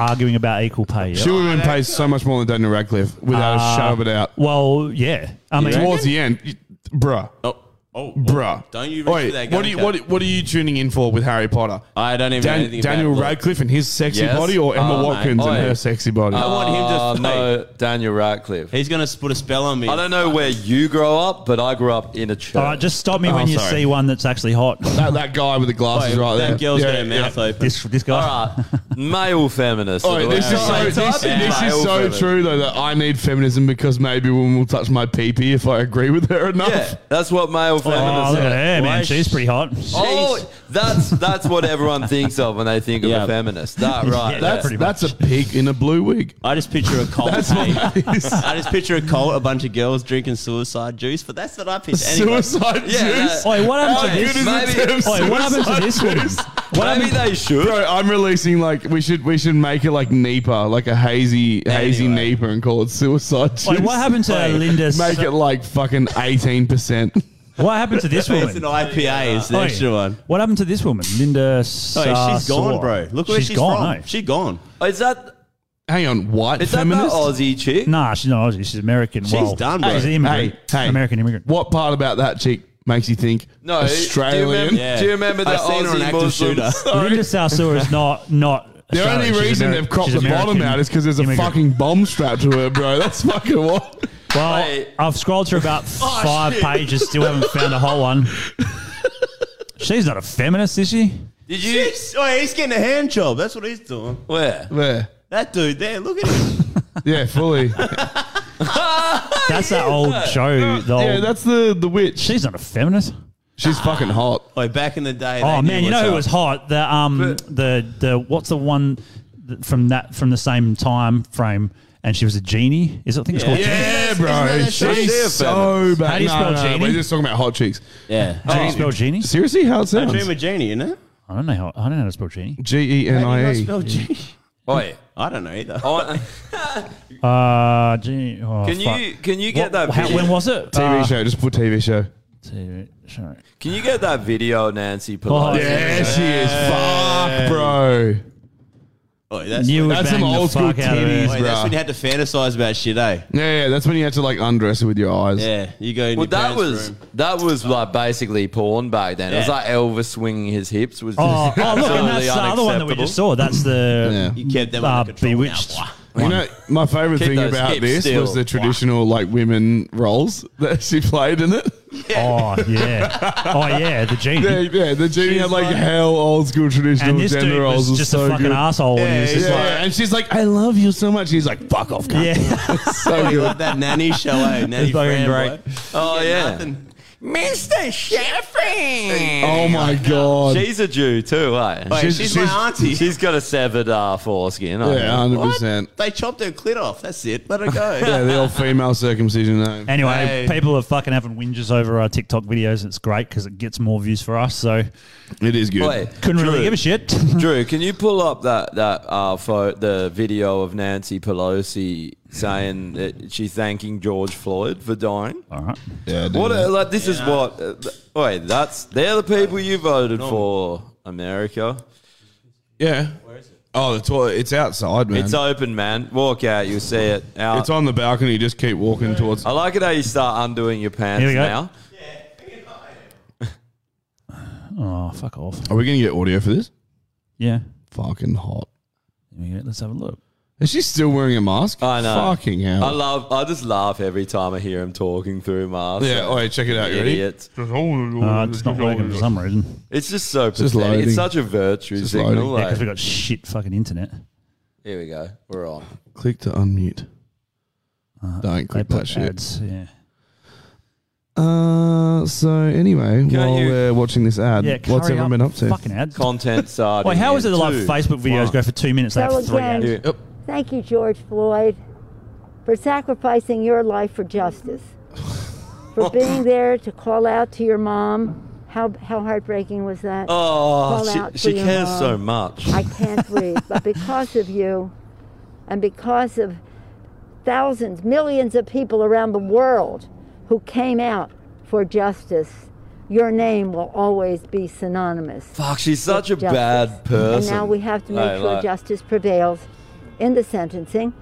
Speaker 5: arguing about equal pay.
Speaker 2: She would have been paid so much more than Daniel Radcliffe without
Speaker 5: Uh,
Speaker 2: a shadow of a doubt.
Speaker 5: Well, yeah. I mean,
Speaker 2: Towards the end, you- bruh,
Speaker 4: Oh, oh,
Speaker 2: bruh.
Speaker 4: Don't you reach
Speaker 2: Wait,
Speaker 4: for that
Speaker 2: what
Speaker 4: gun,
Speaker 2: are you
Speaker 4: Kat.
Speaker 2: what, are- what are you tuning in for with Harry Potter?
Speaker 4: I don't even know
Speaker 2: Dan-
Speaker 4: anything
Speaker 2: Daniel
Speaker 4: about
Speaker 2: Radcliffe and his sexy
Speaker 3: Yes.
Speaker 2: body, or Emma
Speaker 4: Oh, mate.
Speaker 2: Watkins and
Speaker 3: Oi.
Speaker 2: her sexy body?
Speaker 4: I want him to.
Speaker 3: Uh,
Speaker 4: hey,
Speaker 3: no, Daniel Radcliffe.
Speaker 4: He's going to put a spell on me.
Speaker 3: I don't know where you grow up, but I grew up in a church.
Speaker 5: all right, just stop me
Speaker 2: Oh,
Speaker 5: when you
Speaker 2: sorry.
Speaker 5: see one that's actually hot.
Speaker 2: That, that guy with the glasses right
Speaker 4: that
Speaker 2: there.
Speaker 4: girl's
Speaker 2: Yeah,
Speaker 4: got her
Speaker 2: yeah.
Speaker 4: mouth open.
Speaker 5: this this guy.
Speaker 3: All right, male feminist.
Speaker 2: Oh, this is so,
Speaker 3: Male
Speaker 2: this, this is so
Speaker 3: feminist.
Speaker 2: true though that I need feminism because maybe women will touch my pee pee if I agree with her enough.
Speaker 3: Yeah, that's what male
Speaker 5: Oh,
Speaker 3: feminists.
Speaker 5: look at
Speaker 3: are.
Speaker 5: her,
Speaker 4: Why
Speaker 5: man.
Speaker 4: is
Speaker 5: She's pretty hot.
Speaker 3: Oh, that's that's what everyone thinks of when they think of
Speaker 4: Yeah.
Speaker 3: a feminist. That right.
Speaker 5: Yeah,
Speaker 3: that's,
Speaker 5: pretty
Speaker 2: That's a pig in a blue wig.
Speaker 4: I just picture a cult. hey. I just picture a cult, a bunch of girls drinking suicide juice, but that's what I picture. Anyway,
Speaker 2: Suicide
Speaker 3: Yeah, that-
Speaker 2: juice.
Speaker 5: Oi, what
Speaker 2: How
Speaker 5: happened to
Speaker 2: good
Speaker 5: this?
Speaker 2: is the term
Speaker 5: Oi, what happened to
Speaker 2: suicide
Speaker 5: this woman?
Speaker 2: juice?
Speaker 5: What
Speaker 3: maybe
Speaker 5: happened?
Speaker 3: they should.
Speaker 2: Bro, I'm releasing like we should we should make it like Nepa, like a hazy hazy
Speaker 4: Anyway.
Speaker 2: Nepa, and call it suicide.
Speaker 5: Oi,
Speaker 2: juice.
Speaker 5: what happened to Linda?
Speaker 2: Make it like fucking eighteen percent.
Speaker 5: What happened to this
Speaker 4: it's
Speaker 5: woman?
Speaker 4: an IPA. Is the
Speaker 5: Oi,
Speaker 4: extra one.
Speaker 5: What happened to this woman, Linda?
Speaker 4: Hey, she's
Speaker 5: Sarsour.
Speaker 4: gone, bro. Look where she's,
Speaker 5: gone.
Speaker 4: from.
Speaker 5: eh?
Speaker 4: She's gone.
Speaker 3: Is that
Speaker 2: Hang on, white
Speaker 3: is
Speaker 2: feminist.
Speaker 3: that the Aussie chick?
Speaker 5: Nah, she's not Aussie. She's American. She's
Speaker 4: done, bro.
Speaker 5: She's an immigrant. American immigrant.
Speaker 2: What part about that chick makes you think
Speaker 3: No, do you remember-
Speaker 2: Australian?
Speaker 3: Do you remember
Speaker 4: I've
Speaker 3: that
Speaker 4: seen her on
Speaker 3: Aussie
Speaker 4: active
Speaker 3: Muslim?
Speaker 4: shooter.
Speaker 5: Linda Sarsour is not not
Speaker 2: The
Speaker 5: Australian.
Speaker 2: only
Speaker 5: She's
Speaker 2: reason
Speaker 5: Ameri-
Speaker 2: they've cropped
Speaker 5: she's
Speaker 2: the bottom
Speaker 5: American
Speaker 2: out is because there's a
Speaker 5: immigrant.
Speaker 2: fucking bomb strapped to it, bro. That's fucking what.
Speaker 5: Well,
Speaker 3: Wait.
Speaker 5: I've scrolled through about
Speaker 3: Oh,
Speaker 5: five
Speaker 3: shit.
Speaker 5: pages, still haven't found a whole one. She's not a feminist, is she?
Speaker 3: Did you?
Speaker 4: Oh, he's getting a hand job. That's what he's doing.
Speaker 3: Where?
Speaker 2: There.
Speaker 4: That dude there, look at him.
Speaker 2: Yeah, fully.
Speaker 5: That's that old show. The old,
Speaker 2: yeah, that's the the witch.
Speaker 5: she's not a feminist.
Speaker 2: She's fucking hot.
Speaker 4: oh, back in the day.
Speaker 5: Oh
Speaker 4: they knew
Speaker 5: man, you know
Speaker 4: what's
Speaker 5: who
Speaker 4: up.
Speaker 5: was hot? The um,
Speaker 3: But-
Speaker 5: the the what's the one th- from that from the same time frame? And she was a genie. Is it? I think it's called. Genie.
Speaker 2: Yeah,
Speaker 4: Yes, isn't
Speaker 2: bro.
Speaker 4: that a
Speaker 2: She's
Speaker 3: feminist?
Speaker 2: so bad.
Speaker 5: How do you spell genie?
Speaker 2: We're just talking about hot cheeks.
Speaker 4: Yeah.
Speaker 5: How do you spell genie?
Speaker 2: Seriously, how it
Speaker 4: I dream
Speaker 2: sounds?
Speaker 4: of genie, you know?
Speaker 5: I don't know. How, I don't know how to spell genie.
Speaker 2: G E N I E.
Speaker 4: Spell genie.
Speaker 3: Wait.
Speaker 4: I don't know either.
Speaker 3: I-
Speaker 5: Uh, genie. Oh,
Speaker 3: Can
Speaker 5: fuck.
Speaker 3: you can you get
Speaker 5: What-
Speaker 3: that
Speaker 5: how-
Speaker 3: video?
Speaker 5: when was it?
Speaker 2: TV
Speaker 5: Uh,
Speaker 2: show. Just put TV show.
Speaker 5: TV show.
Speaker 3: Can you get that video, of Nancy Pelosi?
Speaker 5: Oh, yeah.
Speaker 2: Yeah, she is. Fuck, bro.
Speaker 4: Oh, that's
Speaker 5: You
Speaker 4: when,
Speaker 5: would
Speaker 2: That's
Speaker 5: bang
Speaker 2: some
Speaker 5: the
Speaker 2: old school
Speaker 5: fuck out of her.
Speaker 2: titties,
Speaker 4: wait, that's
Speaker 2: bruh.
Speaker 4: when you had to fantasize about shit, eh?
Speaker 2: Yeah, yeah. That's when you had to like undress it with your eyes.
Speaker 4: Yeah, you go in
Speaker 3: Well,
Speaker 4: your
Speaker 3: that
Speaker 4: parents'
Speaker 3: was
Speaker 4: room.
Speaker 3: that was like basically porn back then. It was
Speaker 4: Yeah.
Speaker 3: like Elvis swinging his hips was just
Speaker 5: Oh, oh look, and that's
Speaker 3: absolutely
Speaker 5: the other one that we
Speaker 3: unacceptable.
Speaker 5: just saw. That's the
Speaker 4: You kept them
Speaker 5: uh,
Speaker 4: under control.
Speaker 5: bewitched.
Speaker 4: Now,
Speaker 2: You know, my favorite
Speaker 3: Keep
Speaker 2: thing
Speaker 3: those
Speaker 2: about
Speaker 3: hips
Speaker 2: this
Speaker 3: still.
Speaker 2: was the traditional like women roles that she played in it.
Speaker 5: Oh yeah, oh yeah, the genie.
Speaker 2: Yeah, yeah the genie had like
Speaker 5: like-
Speaker 2: hell old school traditional
Speaker 5: and this
Speaker 2: gender
Speaker 5: dude
Speaker 2: roles.
Speaker 5: was
Speaker 2: was
Speaker 5: just
Speaker 2: so
Speaker 5: a fucking
Speaker 2: good.
Speaker 5: asshole. and he was
Speaker 4: Yeah,
Speaker 5: just
Speaker 2: Yeah, and she's like, "I love you so much." He's like, "Fuck off, cunt."
Speaker 5: like, yeah.
Speaker 2: so
Speaker 4: You
Speaker 2: good.
Speaker 4: love that nanny show, eh? Nanny
Speaker 5: It's fucking
Speaker 4: Fran,
Speaker 5: great.
Speaker 4: boy.
Speaker 3: Oh yeah,
Speaker 4: Nothing.
Speaker 3: Mr. Sheffy.
Speaker 2: Oh my god.
Speaker 3: She's a Jew too, eh?
Speaker 4: Wait,
Speaker 2: She's-
Speaker 4: she's,
Speaker 2: she's-
Speaker 4: my auntie.
Speaker 3: She's got a severed uh, foreskin. I
Speaker 2: yeah,
Speaker 3: know.
Speaker 2: hundred percent.
Speaker 4: they chopped her clit off. That's it. Let her go.
Speaker 2: Yeah, the old female circumcision. name.
Speaker 5: Anyway,
Speaker 4: Hey.
Speaker 5: people are fucking having whinges over our TikTok videos, and it's great because it gets more views for us. So
Speaker 2: It is good.
Speaker 3: Wait,
Speaker 5: couldn't really
Speaker 3: Drew.
Speaker 5: give a shit.
Speaker 3: Drew, can you pull up that that uh, photo, the video of Nancy Pelosi saying that she's thanking George Floyd for dying?
Speaker 5: All right.
Speaker 2: Yeah, dude.
Speaker 3: What uh, like this is what? Uh, th- wait, that's they're the people you voted for, America.
Speaker 2: yeah. Where is it? Oh, the toilet. It's outside, man.
Speaker 3: It's uh, open, man. Walk out, you'll see it. Out.
Speaker 2: It's on the balcony. Just keep walking towards.
Speaker 3: I like it how you start undoing your pants
Speaker 5: Here we go.
Speaker 3: now.
Speaker 5: Oh fuck off.
Speaker 2: Are we gonna get audio for this?
Speaker 5: Yeah.
Speaker 2: Fucking hot.
Speaker 5: Here we go. Let's have a look.
Speaker 2: Is she still wearing a mask?
Speaker 3: I know.
Speaker 2: Fucking hell.
Speaker 3: I love. I just laugh every time I hear him talking through masks.
Speaker 2: yeah. All right, check it out. You ready?
Speaker 3: idiots.
Speaker 5: Uh, it's not working for some reason.
Speaker 3: It's just so
Speaker 2: just
Speaker 3: pathetic.
Speaker 2: loading.
Speaker 3: It's such a virtue
Speaker 2: just
Speaker 3: signal.
Speaker 2: loading.
Speaker 5: Yeah, because we
Speaker 3: like-
Speaker 5: got shit fucking internet.
Speaker 3: Here we go. We're on.
Speaker 2: Click to unmute.
Speaker 3: Uh,
Speaker 2: Don't
Speaker 5: They
Speaker 2: click that
Speaker 5: put
Speaker 2: shit.
Speaker 5: ads. Yeah.
Speaker 2: Uh, so anyway, while
Speaker 3: you-
Speaker 2: we're watching this ad,
Speaker 5: Yeah.
Speaker 2: what's
Speaker 5: hurry
Speaker 2: everyone been up to?
Speaker 5: Fucking ads.
Speaker 3: Content side.
Speaker 5: Wait, how is it that like
Speaker 3: Two.
Speaker 5: Facebook videos go for two minutes? They
Speaker 6: So
Speaker 5: have three
Speaker 6: again-
Speaker 5: ads.
Speaker 3: Here-
Speaker 2: Yep.
Speaker 6: Thank you, George Floyd, for sacrificing your life for justice, for being there to call out to your mom. How, how heartbreaking was that? Call
Speaker 3: Oh, she,
Speaker 6: out to
Speaker 3: she
Speaker 6: your
Speaker 3: cares
Speaker 6: mom.
Speaker 3: so much.
Speaker 6: I can't breathe. But because of you, and because of thousands, millions of people around the world who came out for justice, your name will always be synonymous
Speaker 3: Fuck, she's such a
Speaker 6: justice.
Speaker 3: bad person.
Speaker 6: And now we have to make
Speaker 3: Like,
Speaker 6: sure
Speaker 3: like,
Speaker 6: justice prevails in the sentencing.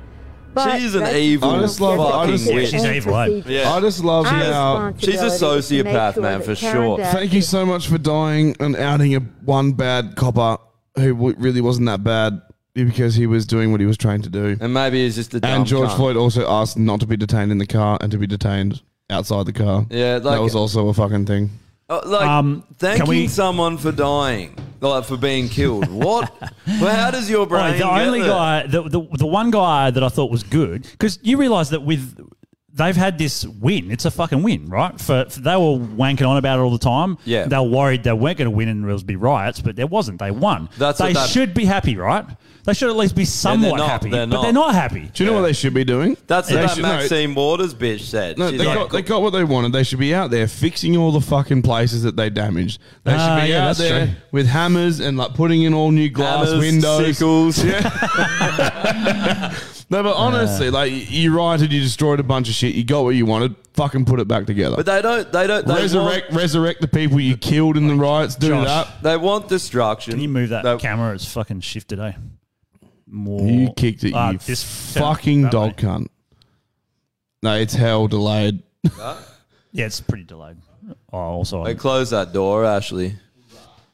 Speaker 6: But
Speaker 3: She's an
Speaker 6: that's-
Speaker 3: evil
Speaker 2: I just love- I
Speaker 6: that's
Speaker 2: just-
Speaker 6: the
Speaker 2: Yeah,
Speaker 5: she's
Speaker 6: end
Speaker 5: evil, eh?
Speaker 6: procedure.
Speaker 3: Yeah.
Speaker 2: I just love
Speaker 6: Our
Speaker 2: how.
Speaker 6: responsibility
Speaker 3: She's a
Speaker 6: is to make
Speaker 3: sociopath,
Speaker 6: sure
Speaker 3: man,
Speaker 6: that
Speaker 3: for
Speaker 6: Karen
Speaker 3: sure.
Speaker 6: Bass
Speaker 2: Thank you so much for dying and outing a one bad copper who w- really wasn't that bad because he was doing what he was trained to do.
Speaker 3: And maybe it's just a dumb
Speaker 2: And George
Speaker 3: cunt.
Speaker 2: Floyd also asked not to be detained in the car and to be detained outside the car.
Speaker 3: Yeah,
Speaker 2: that
Speaker 3: like-
Speaker 2: was also a fucking thing.
Speaker 3: Uh, like
Speaker 5: Um,
Speaker 3: thanking
Speaker 5: can we-
Speaker 3: someone for dying, like for being killed. What? well, how does your brain?
Speaker 5: Right, Oh, the
Speaker 3: get
Speaker 5: only
Speaker 3: there?
Speaker 5: guy, the, the the one guy that I thought was good, because you realise that with they've had this win, it's a fucking win, right? For, for- they were wanking on about it all the time.
Speaker 3: Yeah.
Speaker 5: they were worried they weren't going to win and there was be riots, but there wasn't. They won.
Speaker 3: That's
Speaker 5: they
Speaker 3: what that-
Speaker 5: should be happy, right? They should at least be somewhat
Speaker 3: not.
Speaker 5: happy,
Speaker 3: They're
Speaker 5: but
Speaker 3: not.
Speaker 5: they're not happy.
Speaker 2: Do you know what they should be doing?
Speaker 3: That's
Speaker 2: They
Speaker 3: what that
Speaker 2: should- no,
Speaker 3: Maxine Waters bitch said.
Speaker 2: No,
Speaker 3: She's
Speaker 2: they,
Speaker 3: like,
Speaker 2: got, they got what they wanted. They should be out there fixing all the fucking places that they damaged. They
Speaker 5: Ah,
Speaker 2: should be
Speaker 5: yeah,
Speaker 2: out
Speaker 5: that's
Speaker 2: there
Speaker 5: true.
Speaker 2: with hammers and like putting in all new glass
Speaker 3: Hammers,
Speaker 2: windows.
Speaker 3: sickles.
Speaker 2: No, but honestly, like y- you rioted, you destroyed a bunch of shit. You got what you wanted. Fucking put it back together.
Speaker 3: But they don't. They don't. They
Speaker 2: resurrect,
Speaker 3: Want,
Speaker 2: resurrect the people you killed in the riots. Do
Speaker 5: Josh.
Speaker 2: that.
Speaker 3: they want destruction.
Speaker 5: Can you move that
Speaker 3: They-
Speaker 5: camera? It's fucking shifted, eh? More.
Speaker 2: You kicked it,
Speaker 5: Ah,
Speaker 2: you
Speaker 5: this-
Speaker 2: fucking
Speaker 5: that way.
Speaker 2: dog cunt. No, it's hell delayed.
Speaker 5: Yeah, it's pretty delayed. Oh, also,
Speaker 3: They close that door, Ashley.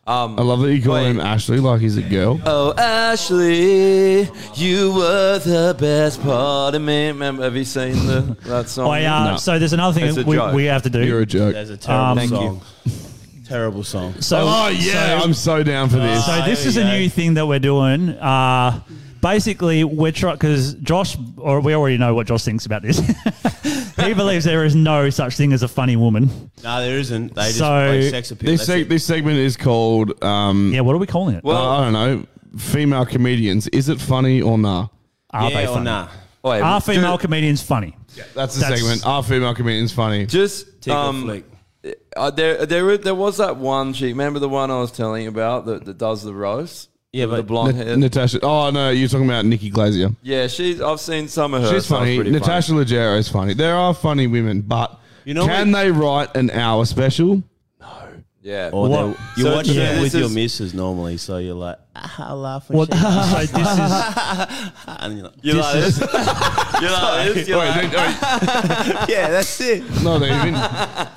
Speaker 3: Um,
Speaker 2: I love that you call
Speaker 3: Wait.
Speaker 2: him Ashley like he's a girl.
Speaker 3: Oh, Ashley, you were the best part of me. Remember, have you seen the, that song?
Speaker 5: I, uh,
Speaker 2: No.
Speaker 5: So there's another thing
Speaker 3: It's a
Speaker 5: that we,
Speaker 3: joke.
Speaker 5: we have to do.
Speaker 2: You're a jerk.
Speaker 4: There's a terrible
Speaker 5: Um,
Speaker 3: Thank
Speaker 4: song. terrible song.
Speaker 5: so,
Speaker 2: oh yeah,
Speaker 5: so-
Speaker 2: I'm so down for this.
Speaker 5: So
Speaker 4: Ah,
Speaker 5: this
Speaker 4: here
Speaker 5: is
Speaker 4: we
Speaker 5: a
Speaker 4: go.
Speaker 5: new thing that we're doing. Uh, basically, we're trying because Josh, or we already know what Josh thinks about this. he believes there is no such thing as a funny woman.
Speaker 4: No, there isn't. They just
Speaker 5: So-
Speaker 4: play sex appeal.
Speaker 2: this
Speaker 4: That's
Speaker 2: seg-
Speaker 4: it.
Speaker 2: this segment is called um,
Speaker 5: Yeah, what are we calling it?
Speaker 3: Well-
Speaker 2: uh, I don't know female comedians. Is it funny or nah?
Speaker 5: are
Speaker 4: yeah
Speaker 5: they
Speaker 4: or
Speaker 5: funny?
Speaker 4: nah?
Speaker 3: Wait,
Speaker 5: Are
Speaker 3: do-
Speaker 5: female comedians funny?
Speaker 2: That's the
Speaker 5: That's-
Speaker 2: segment. Are female comedians funny?
Speaker 3: Just
Speaker 4: Tickle
Speaker 3: um,
Speaker 4: flick.
Speaker 3: Uh, there, there, there was that one chick. Remember the one I was telling you about that, that does the roast?
Speaker 4: Yeah,
Speaker 3: the
Speaker 4: but-
Speaker 3: blonde hair.
Speaker 2: Na- Natasha. Oh no, you're talking about Nikki Glazier.
Speaker 3: yeah, she's. I've seen some of her.
Speaker 2: She's
Speaker 3: so it's
Speaker 2: funny.
Speaker 3: pretty
Speaker 2: Natasha Leggero is funny. There are funny women, but
Speaker 4: You know
Speaker 2: can
Speaker 4: what-
Speaker 2: they write an hour special?
Speaker 3: Yeah.
Speaker 4: Or
Speaker 5: What-
Speaker 4: they're- you're
Speaker 3: So-
Speaker 4: watching
Speaker 3: yeah,
Speaker 4: it
Speaker 3: this
Speaker 4: with your
Speaker 3: is-
Speaker 4: missus normally, so you're like, ah, I laugh when
Speaker 5: Well,
Speaker 4: she laughs."
Speaker 5: so this is
Speaker 4: and you're like,
Speaker 3: You're like this. You're like this. You're
Speaker 2: Wait,
Speaker 3: like,
Speaker 2: they- wait,
Speaker 4: yeah, that's it.
Speaker 2: no, they even.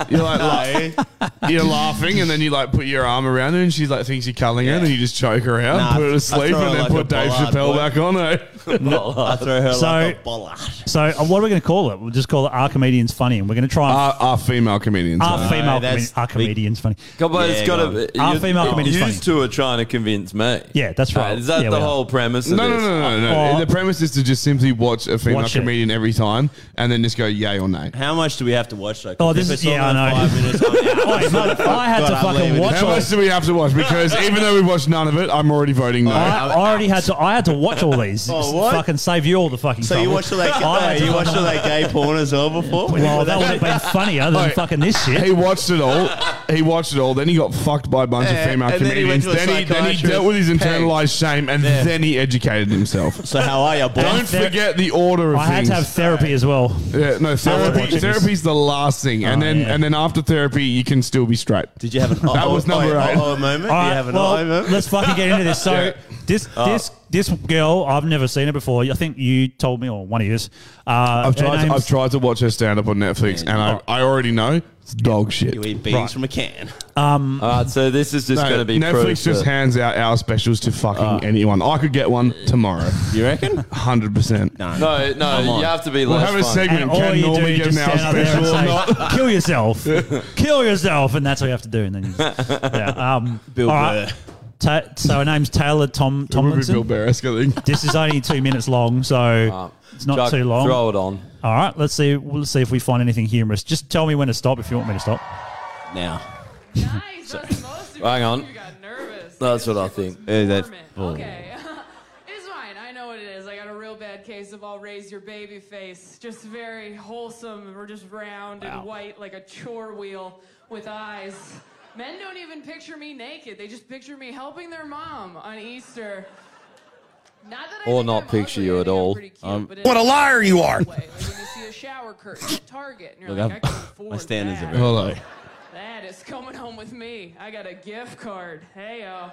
Speaker 2: You're like, la- you're laughing, and then you like put your arm around her, and she's like thinks you're cuddling her, and then you just choke her out,
Speaker 4: Nah,
Speaker 2: and put her
Speaker 4: I
Speaker 2: to sleep,
Speaker 4: throw her
Speaker 2: and then
Speaker 4: like a
Speaker 2: put Dave
Speaker 4: bollard,
Speaker 2: Chappelle
Speaker 4: boy.
Speaker 2: back on her.
Speaker 4: I throw her
Speaker 5: So-
Speaker 4: like a bollard.
Speaker 5: so. Uh, what are we going to call it? We'll just call it "Are Comedians Funny," and we're going to try and
Speaker 2: Are, are female comedians?
Speaker 5: are
Speaker 2: funny?
Speaker 5: female
Speaker 4: that's-
Speaker 5: comedi- are comedians funny.
Speaker 3: Come on,
Speaker 4: Yeah,
Speaker 3: it's got
Speaker 4: go
Speaker 3: to.
Speaker 5: Our female comedian's
Speaker 3: Used to are trying to convince me.
Speaker 5: Yeah, that's right.
Speaker 3: Uh, is that
Speaker 5: Yeah,
Speaker 3: the
Speaker 5: we are.
Speaker 3: whole premise? Of
Speaker 2: no, no,
Speaker 3: this?
Speaker 2: no, no, no.
Speaker 5: Or-
Speaker 2: the premise is to just simply watch a female
Speaker 5: Watch it.
Speaker 2: comedian every time, and then just go yay or nay.
Speaker 4: How much do we have to watch though? 'Cause
Speaker 5: Oh, this
Speaker 4: if
Speaker 5: is
Speaker 4: it's
Speaker 5: yeah, I
Speaker 4: on
Speaker 5: know.
Speaker 4: Five minutes, I'm out.
Speaker 5: Oi, mate, I had
Speaker 4: God,
Speaker 5: to
Speaker 4: I'm
Speaker 5: fucking
Speaker 4: leaving.
Speaker 5: watch.
Speaker 2: How
Speaker 5: all-
Speaker 2: much do we have to watch? Because even though we watched none of it, I'm already voting no.
Speaker 5: I already had to. I had to watch all these.
Speaker 4: Oh, what?
Speaker 5: Fucking save you all the fucking.
Speaker 4: So you
Speaker 5: trouble.
Speaker 4: watched all that?
Speaker 5: I had
Speaker 4: Hey,
Speaker 5: to
Speaker 4: you watched
Speaker 5: fucking-
Speaker 4: all that gay porn as well before? When you
Speaker 5: Well,
Speaker 4: were
Speaker 5: that would have been funnier than
Speaker 2: Alright.
Speaker 5: fucking this shit.
Speaker 2: He watched it all. He watched it all. Then he got fucked by a bunch of
Speaker 4: Yeah,
Speaker 2: female
Speaker 4: and then he went
Speaker 2: comedians.
Speaker 4: to a
Speaker 2: Then he, then he
Speaker 4: psychiatrist.
Speaker 2: dealt with his
Speaker 4: Pegged.
Speaker 2: internalized shame, and
Speaker 4: Yeah.
Speaker 2: then he educated himself.
Speaker 4: So how are you, boy?
Speaker 2: Don't
Speaker 5: ther-
Speaker 2: forget the order of
Speaker 5: I had
Speaker 2: things.
Speaker 5: to have therapy as well.
Speaker 2: yeah, no
Speaker 5: watching
Speaker 2: therapy.
Speaker 5: this.
Speaker 2: Therapy's the last thing, and
Speaker 5: Oh,
Speaker 2: then
Speaker 5: yeah.
Speaker 2: and then after therapy, you can still be straight.
Speaker 4: Did you have an
Speaker 2: That was number eight.
Speaker 4: Oh, moment. Did you
Speaker 5: All right,
Speaker 4: have an
Speaker 5: well,
Speaker 4: eye moment?
Speaker 5: let's fucking get into this. So
Speaker 2: Yeah. Ah.
Speaker 5: this this this girl, I've never seen her before. I think you told me, or one of yous. Uh,
Speaker 2: I've
Speaker 5: her
Speaker 2: tried. To,
Speaker 5: name's-
Speaker 2: I've tried to watch her stand up on Netflix, and I, I already know it's dog shit.
Speaker 4: You eat beans
Speaker 5: Right.
Speaker 4: from a can.
Speaker 3: All right, so this is just
Speaker 2: No,
Speaker 3: going to be proof
Speaker 2: Netflix just
Speaker 3: that- Ah.
Speaker 2: hands out our specials to fucking anyone. I could get one tomorrow,
Speaker 4: You reckon?
Speaker 2: hundred percent.
Speaker 4: No.
Speaker 3: no,
Speaker 4: Come
Speaker 3: no,
Speaker 4: on.
Speaker 3: you have to be
Speaker 2: We'll
Speaker 3: less
Speaker 2: have a
Speaker 3: funny.
Speaker 5: and
Speaker 2: segment.
Speaker 5: all
Speaker 2: Can
Speaker 5: you do
Speaker 2: Norman
Speaker 5: is
Speaker 2: get
Speaker 5: just
Speaker 2: an hour
Speaker 5: stand up there
Speaker 2: special
Speaker 5: and
Speaker 2: or
Speaker 5: say,
Speaker 2: not?
Speaker 5: "Kill yourself, kill yourself," and that's what you have to do. And then, you just, yeah, um,
Speaker 4: Bill
Speaker 5: all right.
Speaker 4: Burr.
Speaker 5: Ta- so her name's Taylor Tom
Speaker 2: It would be Bill Ah.
Speaker 5: Tomlinson.
Speaker 2: Burr-esque, I think.
Speaker 5: This is only two minutes long, so it's not
Speaker 3: Chuck,
Speaker 5: too long.
Speaker 3: Throw it on.
Speaker 5: All right, let's see. We'll see if we find anything humorous. Just tell me when to stop if you want me to stop.
Speaker 4: Now.
Speaker 7: Nice. That's supposed to be.
Speaker 3: Hang on.
Speaker 7: You got nervous.
Speaker 3: That's
Speaker 7: This
Speaker 3: what I
Speaker 7: shit
Speaker 3: think.
Speaker 7: was
Speaker 4: Hey, that-
Speaker 7: dormant.
Speaker 4: oh.
Speaker 7: Okay. it's fine. I know what it is. I got a real bad case of all raise your baby face. Just very wholesome. We're just round
Speaker 4: Wow.
Speaker 7: and white like a chore wheel with eyes. Men don't even picture me naked. They just picture me helping their mom on Easter. Not that I
Speaker 3: Or
Speaker 7: think
Speaker 3: not
Speaker 7: I'm
Speaker 3: picture
Speaker 7: ugly.
Speaker 3: you
Speaker 7: I
Speaker 3: at
Speaker 7: think I'm
Speaker 3: all.
Speaker 7: pretty cute, but in
Speaker 8: What a liar you are!
Speaker 7: way. Like when you see a shower curtain at Target and you're
Speaker 4: Look, I'm-
Speaker 7: like, I can afford
Speaker 4: my standards
Speaker 7: that.
Speaker 4: are very
Speaker 2: Hello.
Speaker 7: That is coming home with me. I got a gift card. Hey, yo.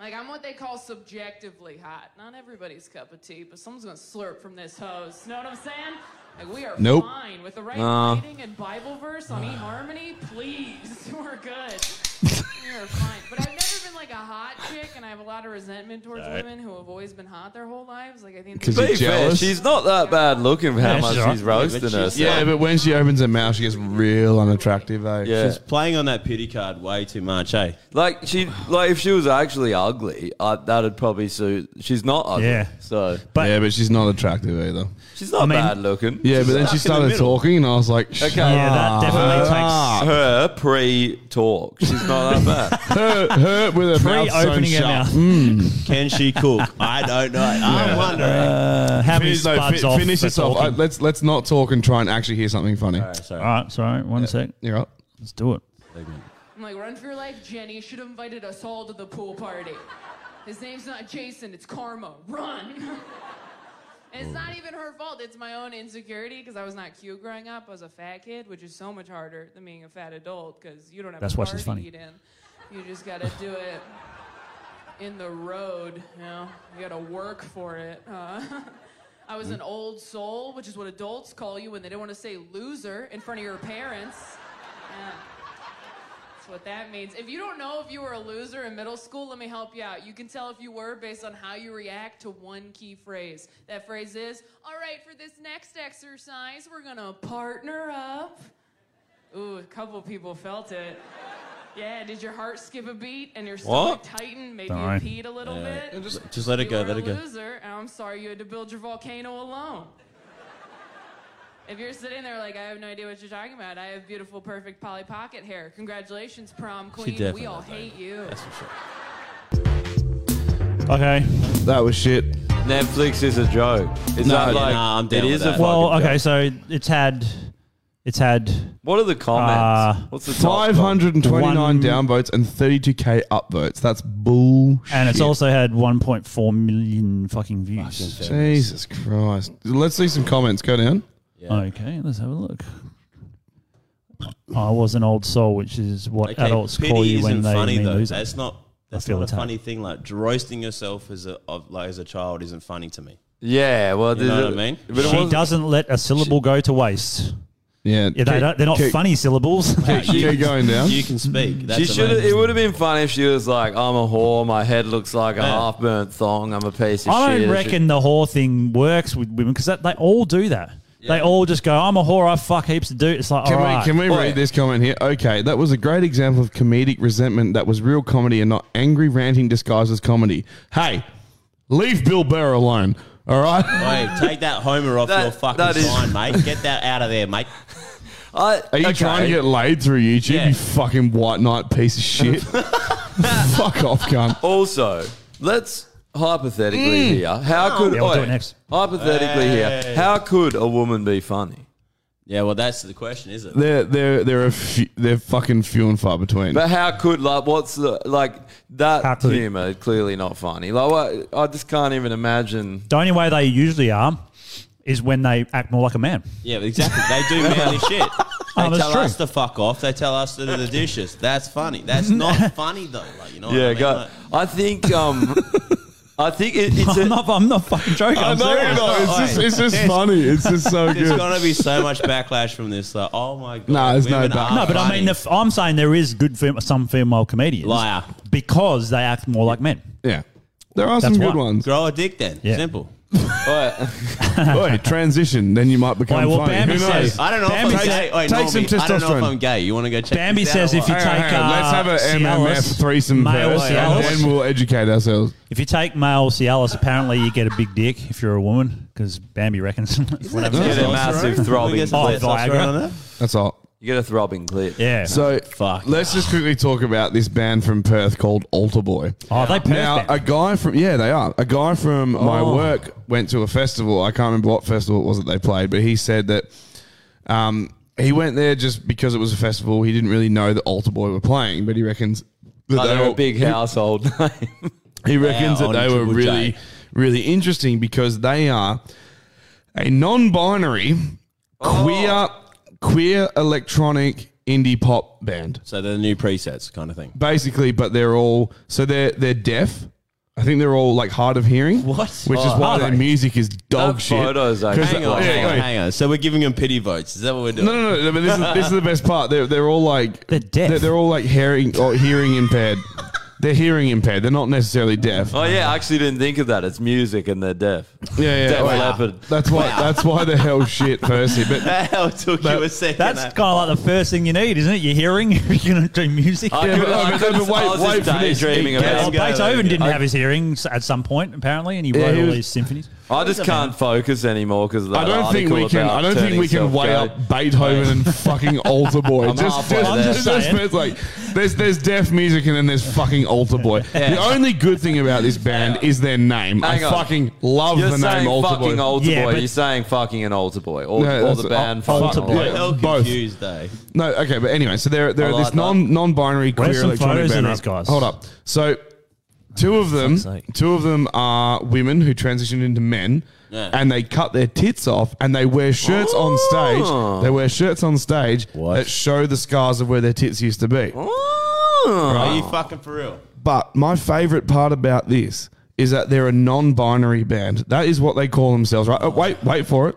Speaker 7: Like, I'm what they call subjectively hot. Not everybody's cup of tea, but someone's gonna slurp from this hose. Know what I'm saying? Like, we are
Speaker 2: Nope.
Speaker 7: fine. With the right
Speaker 3: No.
Speaker 7: lighting and Bible verse on eHarmony, please, we're good. You're fine. But I've never been like a hot chick, and I have a lot of resentment towards women who have always been hot their whole lives. Like, I think
Speaker 2: 'Cause
Speaker 7: they-
Speaker 2: you
Speaker 3: Be fair,
Speaker 2: jealous?
Speaker 3: she's not that bad looking for how
Speaker 5: Yeah,
Speaker 3: much
Speaker 5: she's all
Speaker 3: she's
Speaker 5: right.
Speaker 4: Yeah, but
Speaker 3: roasting
Speaker 4: she's-
Speaker 3: herself.
Speaker 2: Yeah, but when she opens her mouth, she gets real unattractive, eh?
Speaker 3: Yeah.
Speaker 4: She's playing on that pity card way too much, eh?
Speaker 3: Like she, like if she was actually ugly, I, that'd probably suit. She's not ugly,
Speaker 5: Yeah.
Speaker 3: so
Speaker 5: But-
Speaker 2: yeah, but she's not attractive either.
Speaker 3: she's not
Speaker 5: I mean-
Speaker 3: bad looking.
Speaker 2: Yeah, but then
Speaker 4: stuck
Speaker 2: she
Speaker 4: in the
Speaker 2: started
Speaker 4: middle.
Speaker 2: talking, and I was like,
Speaker 3: Okay.
Speaker 5: Yeah,
Speaker 2: Ah.
Speaker 5: that definitely takes
Speaker 3: her pre-talk, she's not that bad.
Speaker 2: hurt, hurt with her mouth sewn
Speaker 5: Pre-opening her
Speaker 2: shut.
Speaker 5: mouth.
Speaker 4: Can she cook? I don't know. I'm wondering.
Speaker 5: Uh, how many
Speaker 2: Finish, no,
Speaker 5: spuds
Speaker 2: fi-
Speaker 5: off?
Speaker 2: finish
Speaker 5: for
Speaker 2: this off.
Speaker 5: talking?
Speaker 2: Uh, let's let's not talk and try and actually hear something funny.
Speaker 4: Sorry.
Speaker 5: All right, sorry. One sec.
Speaker 2: You're up.
Speaker 5: Let's do it.
Speaker 7: I'm like, run for your life, Jenny. Should have invited us all to the pool party. His name's not Jason, it's Karma. Run! And it's not even her fault. It's my own insecurity because I was not cute growing up. I was a fat kid, which is so much harder than being a fat adult because you don't have
Speaker 5: That's
Speaker 7: a
Speaker 5: why
Speaker 7: car
Speaker 5: she's
Speaker 7: to
Speaker 5: funny.
Speaker 7: eat in. You just got to do it in the road. You know, you got to work for it. Uh, I was an old soul, which is what adults call you when they don't want to say loser in front of your parents. Yeah. That's what that means. If you don't know if you were a loser in middle school, let me help you out. You can tell if you were based on how you react to one key phrase. That phrase is, all right, for this next exercise, we're gonna partner up. Ooh, a couple people felt it. Yeah, did your heart skip a beat and your
Speaker 3: What?
Speaker 7: stomach tighten? Maybe
Speaker 5: Sorry.
Speaker 7: you peed a little bit?
Speaker 4: Just, let it
Speaker 7: You
Speaker 4: go.
Speaker 7: were
Speaker 4: Let
Speaker 7: a
Speaker 4: it go.
Speaker 7: loser, and I'm sorry you had to build your volcano alone. if you're sitting there like, I have no idea what you're talking about. I have beautiful, perfect Polly Pocket hair. Congratulations, prom queen.
Speaker 4: definitely
Speaker 7: We all
Speaker 4: does.
Speaker 7: hate you.
Speaker 4: That's for sure.
Speaker 5: Okay.
Speaker 2: That was shit.
Speaker 3: Netflix is a joke. It's
Speaker 4: No,
Speaker 3: not like
Speaker 4: nah, I'm down
Speaker 3: it
Speaker 4: with
Speaker 3: is
Speaker 4: that.
Speaker 3: a
Speaker 5: Well,
Speaker 3: fucking
Speaker 5: okay,
Speaker 3: joke.
Speaker 5: so it's had, it's had
Speaker 3: What are the
Speaker 4: Oh,
Speaker 3: comments?
Speaker 5: Uh,
Speaker 3: What's the top
Speaker 2: Five hundred and
Speaker 5: One-
Speaker 2: twenty-nine downvotes and thirty-two k upvotes. That's bullshit.
Speaker 5: and it's also had 1.4 million fucking views.
Speaker 2: Jesus Christ. Let's see some comments. Go down.
Speaker 5: Okay, let's have a look. I was an old soul, which is what
Speaker 4: Okay,
Speaker 5: adults
Speaker 4: pity
Speaker 5: call you
Speaker 4: isn't
Speaker 5: when they
Speaker 4: funny
Speaker 5: mean
Speaker 4: though.
Speaker 5: loser.
Speaker 4: That's not. That's
Speaker 5: feel
Speaker 4: not a
Speaker 5: attacked.
Speaker 4: funny thing. Like roasting yourself as a of, like as a child isn't funny to me.
Speaker 3: Yeah, well,
Speaker 4: You know
Speaker 3: there's
Speaker 4: what I mean?
Speaker 3: But it
Speaker 5: she
Speaker 3: wasn't-
Speaker 5: doesn't let a syllable go to waste.
Speaker 2: Yeah.
Speaker 5: Yeah, they
Speaker 2: Keep-
Speaker 5: don't, they're not
Speaker 2: keep-
Speaker 5: funny syllables.
Speaker 2: Keep going down.
Speaker 4: You can speak. That's
Speaker 3: She should. have
Speaker 4: amazing.
Speaker 3: It would have been funny if she was like, "I'm a whore. My head looks like a
Speaker 4: Yeah.
Speaker 3: half burnt thong. I'm a piece of shit."
Speaker 5: I don't
Speaker 3: should-
Speaker 5: reckon the whore thing works with women because they all do that. They all just go, "I'm a whore. I fuck heaps of dudes." It's like,
Speaker 2: Can
Speaker 5: all
Speaker 2: we,
Speaker 5: right,
Speaker 2: can we
Speaker 3: Boy.
Speaker 2: read this comment here? Okay, that was a great example of comedic resentment that was real comedy and not angry ranting disguised as comedy. Hey, leave Bill Burr alone, all right?
Speaker 4: Wait, take that Homer off
Speaker 3: That-
Speaker 4: your fucking
Speaker 3: that is-
Speaker 4: sign, mate. Get that out of there, mate.
Speaker 3: I,
Speaker 2: Are you trying to get laid through YouTube,
Speaker 4: Yeah.
Speaker 2: you fucking white knight piece of shit? Fuck off, cunt.
Speaker 3: Also, let's hypothetically
Speaker 4: Mm.
Speaker 3: here. How could
Speaker 5: Yeah, we'll do
Speaker 3: oi,
Speaker 5: it next.
Speaker 3: hypothetically here? How could a woman be funny?
Speaker 4: Yeah, well, that's the question, is it?
Speaker 2: They're, they're, they're, a few, they're fucking few and far between.
Speaker 3: But how could like what's the like
Speaker 5: How
Speaker 3: that
Speaker 5: could-
Speaker 3: humor clearly not funny? Like what, I just can't even imagine.
Speaker 5: The only way they usually are is when they act more like a man.
Speaker 4: Yeah, exactly. They do manly shit. They
Speaker 5: Oh, that's
Speaker 4: tell
Speaker 5: true.
Speaker 4: us to fuck off. They tell us to do the dishes. That's funny. That's not funny though. Like you know.
Speaker 3: Yeah,
Speaker 4: what I mean?
Speaker 3: go.
Speaker 4: Like,
Speaker 3: I think um, I think it, it's
Speaker 5: I'm
Speaker 3: a,
Speaker 5: not, I'm not fucking joking. I'm
Speaker 2: no,
Speaker 5: serious.
Speaker 2: no, it's just, it's just funny. It's just so
Speaker 4: there's
Speaker 2: good.
Speaker 4: gonna be so much backlash from this. Like, oh my god.
Speaker 2: Nah, there's no
Speaker 4: women
Speaker 2: doubt.
Speaker 4: are
Speaker 5: No, but I
Speaker 4: funny.
Speaker 5: mean, if I'm saying there is good fem- some female comedians
Speaker 4: Liar.
Speaker 5: because they act more like men.
Speaker 2: Yeah. There are some
Speaker 5: That's
Speaker 2: good
Speaker 5: why.
Speaker 2: ones.
Speaker 4: grow a dick then.
Speaker 5: Yeah.
Speaker 4: Simple.
Speaker 3: Oi,
Speaker 2: Oi, transition, then you might become
Speaker 5: Wait, well,
Speaker 2: funny.
Speaker 5: Bambi
Speaker 2: Who knows?
Speaker 5: says-
Speaker 4: I don't know
Speaker 5: Bambi
Speaker 4: if I'm
Speaker 5: says-
Speaker 4: gay. Wait,
Speaker 2: take some
Speaker 4: Normie, I don't know if
Speaker 2: testosterone.
Speaker 4: I'm gay. You want to go check
Speaker 5: Bambi
Speaker 4: this out
Speaker 5: says
Speaker 4: or
Speaker 5: if you
Speaker 4: what?
Speaker 5: take
Speaker 2: Hang on, hang on.
Speaker 5: uh,
Speaker 2: Let's have an MMF
Speaker 5: Cialis,
Speaker 2: threesome
Speaker 5: male
Speaker 2: first, and
Speaker 5: Cialis.
Speaker 2: then we'll educate ourselves.
Speaker 5: If you take male Cialis, apparently you get a big dick if you're a woman because Bambi reckons. whatever.
Speaker 3: you get a
Speaker 4: Testosterone?
Speaker 3: massive
Speaker 4: We
Speaker 3: throbbing.
Speaker 4: get some
Speaker 5: Oh,
Speaker 4: testosterone
Speaker 5: Viagra.
Speaker 4: on that?
Speaker 2: That's all.
Speaker 3: You get a throbbing clip.
Speaker 5: Yeah.
Speaker 2: So
Speaker 4: Fuck.
Speaker 2: let's just quickly talk about this band from Perth called Alter Boy.
Speaker 5: oh, they
Speaker 2: Now,
Speaker 5: perfect.
Speaker 2: a guy from yeah, they are. A guy from my work went to a festival. I can't remember what festival it was that they played, but he said that um, he went there just because it was a festival. He didn't really know that Alter Boy were playing, but he reckons that
Speaker 3: Like,
Speaker 2: they
Speaker 3: they're
Speaker 2: were
Speaker 3: a big household name.
Speaker 2: He reckons
Speaker 4: Wow,
Speaker 2: that they
Speaker 4: on
Speaker 2: were
Speaker 4: Triple J.
Speaker 2: really, really interesting because they are a non-binary
Speaker 4: Oh.
Speaker 2: queer queer electronic indie pop band,
Speaker 4: So they're the new presets kind of thing.
Speaker 2: basically. But they're all so they're they're deaf. I think they're all like hard of hearing,
Speaker 4: What? Oh.
Speaker 2: which is why
Speaker 5: Are
Speaker 2: their
Speaker 5: they?
Speaker 2: music is dog
Speaker 3: That
Speaker 2: shit.
Speaker 3: photo's like-
Speaker 2: 'Cause-
Speaker 4: Hang on,
Speaker 2: yeah,
Speaker 4: hang on,
Speaker 2: wait.
Speaker 4: hang on. So we're giving them pity votes. Is that what we're doing?
Speaker 2: No, no, no. But this is this is the best part. They're they're all like
Speaker 5: They're deaf.
Speaker 2: They're, they're all like hearing or hearing impaired. they're hearing impaired. They're not necessarily deaf.
Speaker 3: Oh yeah, I actually didn't think of that. It's music and they're deaf.
Speaker 2: Yeah, yeah.
Speaker 3: Def
Speaker 2: wait.
Speaker 3: Leppard.
Speaker 2: That's why. That's why the hell shit, Percy. But
Speaker 4: The hell took
Speaker 2: That-
Speaker 4: you a second.
Speaker 5: That's kind of like the first thing you need, isn't it? You're hearing if you're going to do music.
Speaker 3: I
Speaker 2: Yeah,
Speaker 3: could-
Speaker 2: but-
Speaker 3: I
Speaker 2: but-
Speaker 3: could-
Speaker 2: but wait-
Speaker 3: I was
Speaker 2: wait
Speaker 3: just
Speaker 2: for this.
Speaker 3: daydreaming
Speaker 2: It
Speaker 3: about
Speaker 5: Well,
Speaker 3: it.
Speaker 5: Beethoven didn't
Speaker 3: I-
Speaker 5: have his hearings at some point, apparently, and he
Speaker 2: Yeah,
Speaker 5: wrote
Speaker 2: he
Speaker 5: all
Speaker 2: was-
Speaker 5: these symphonies.
Speaker 3: I just can't focus anymore because
Speaker 2: I don't think we can. I don't think we can weigh up Beethoven and fucking altar boy.
Speaker 3: I'm
Speaker 2: just, just,
Speaker 3: halfway there.
Speaker 2: just,
Speaker 5: I'm just saying.
Speaker 2: it's like there's there's deaf music and then there's fucking altar boy. The only good thing about this band is their name. I
Speaker 3: Hang on.
Speaker 2: fucking love
Speaker 3: You're
Speaker 2: the name
Speaker 3: saying
Speaker 2: altar boy.
Speaker 3: fucking altar
Speaker 5: Yeah,
Speaker 3: boy.
Speaker 5: but-
Speaker 3: You're saying fucking an altar boy or,
Speaker 2: No,
Speaker 3: or
Speaker 2: that's-
Speaker 3: the band
Speaker 2: Al-
Speaker 3: fucking
Speaker 2: Altar Boy.
Speaker 3: Altar Boy.
Speaker 4: hell
Speaker 2: both.
Speaker 4: confused though.
Speaker 2: No, okay, but anyway, so they're they're
Speaker 3: I like
Speaker 2: this non non-binary queer
Speaker 5: some
Speaker 2: electronic
Speaker 5: photos of
Speaker 2: band,
Speaker 5: these
Speaker 2: right?
Speaker 5: guys?
Speaker 2: Hold up, so two of them, two of them are women who transitioned into men,
Speaker 4: Yeah.
Speaker 2: and they cut their tits off and they wear shirts
Speaker 3: Oh.
Speaker 2: on stage. They wear shirts on stage that show the scars of where their tits used to
Speaker 3: Oh.
Speaker 2: be.
Speaker 4: Are you fucking for real?
Speaker 2: But my favorite part about this is that they're a non-binary band. That is what they call themselves, right? Oh, wait, wait for it.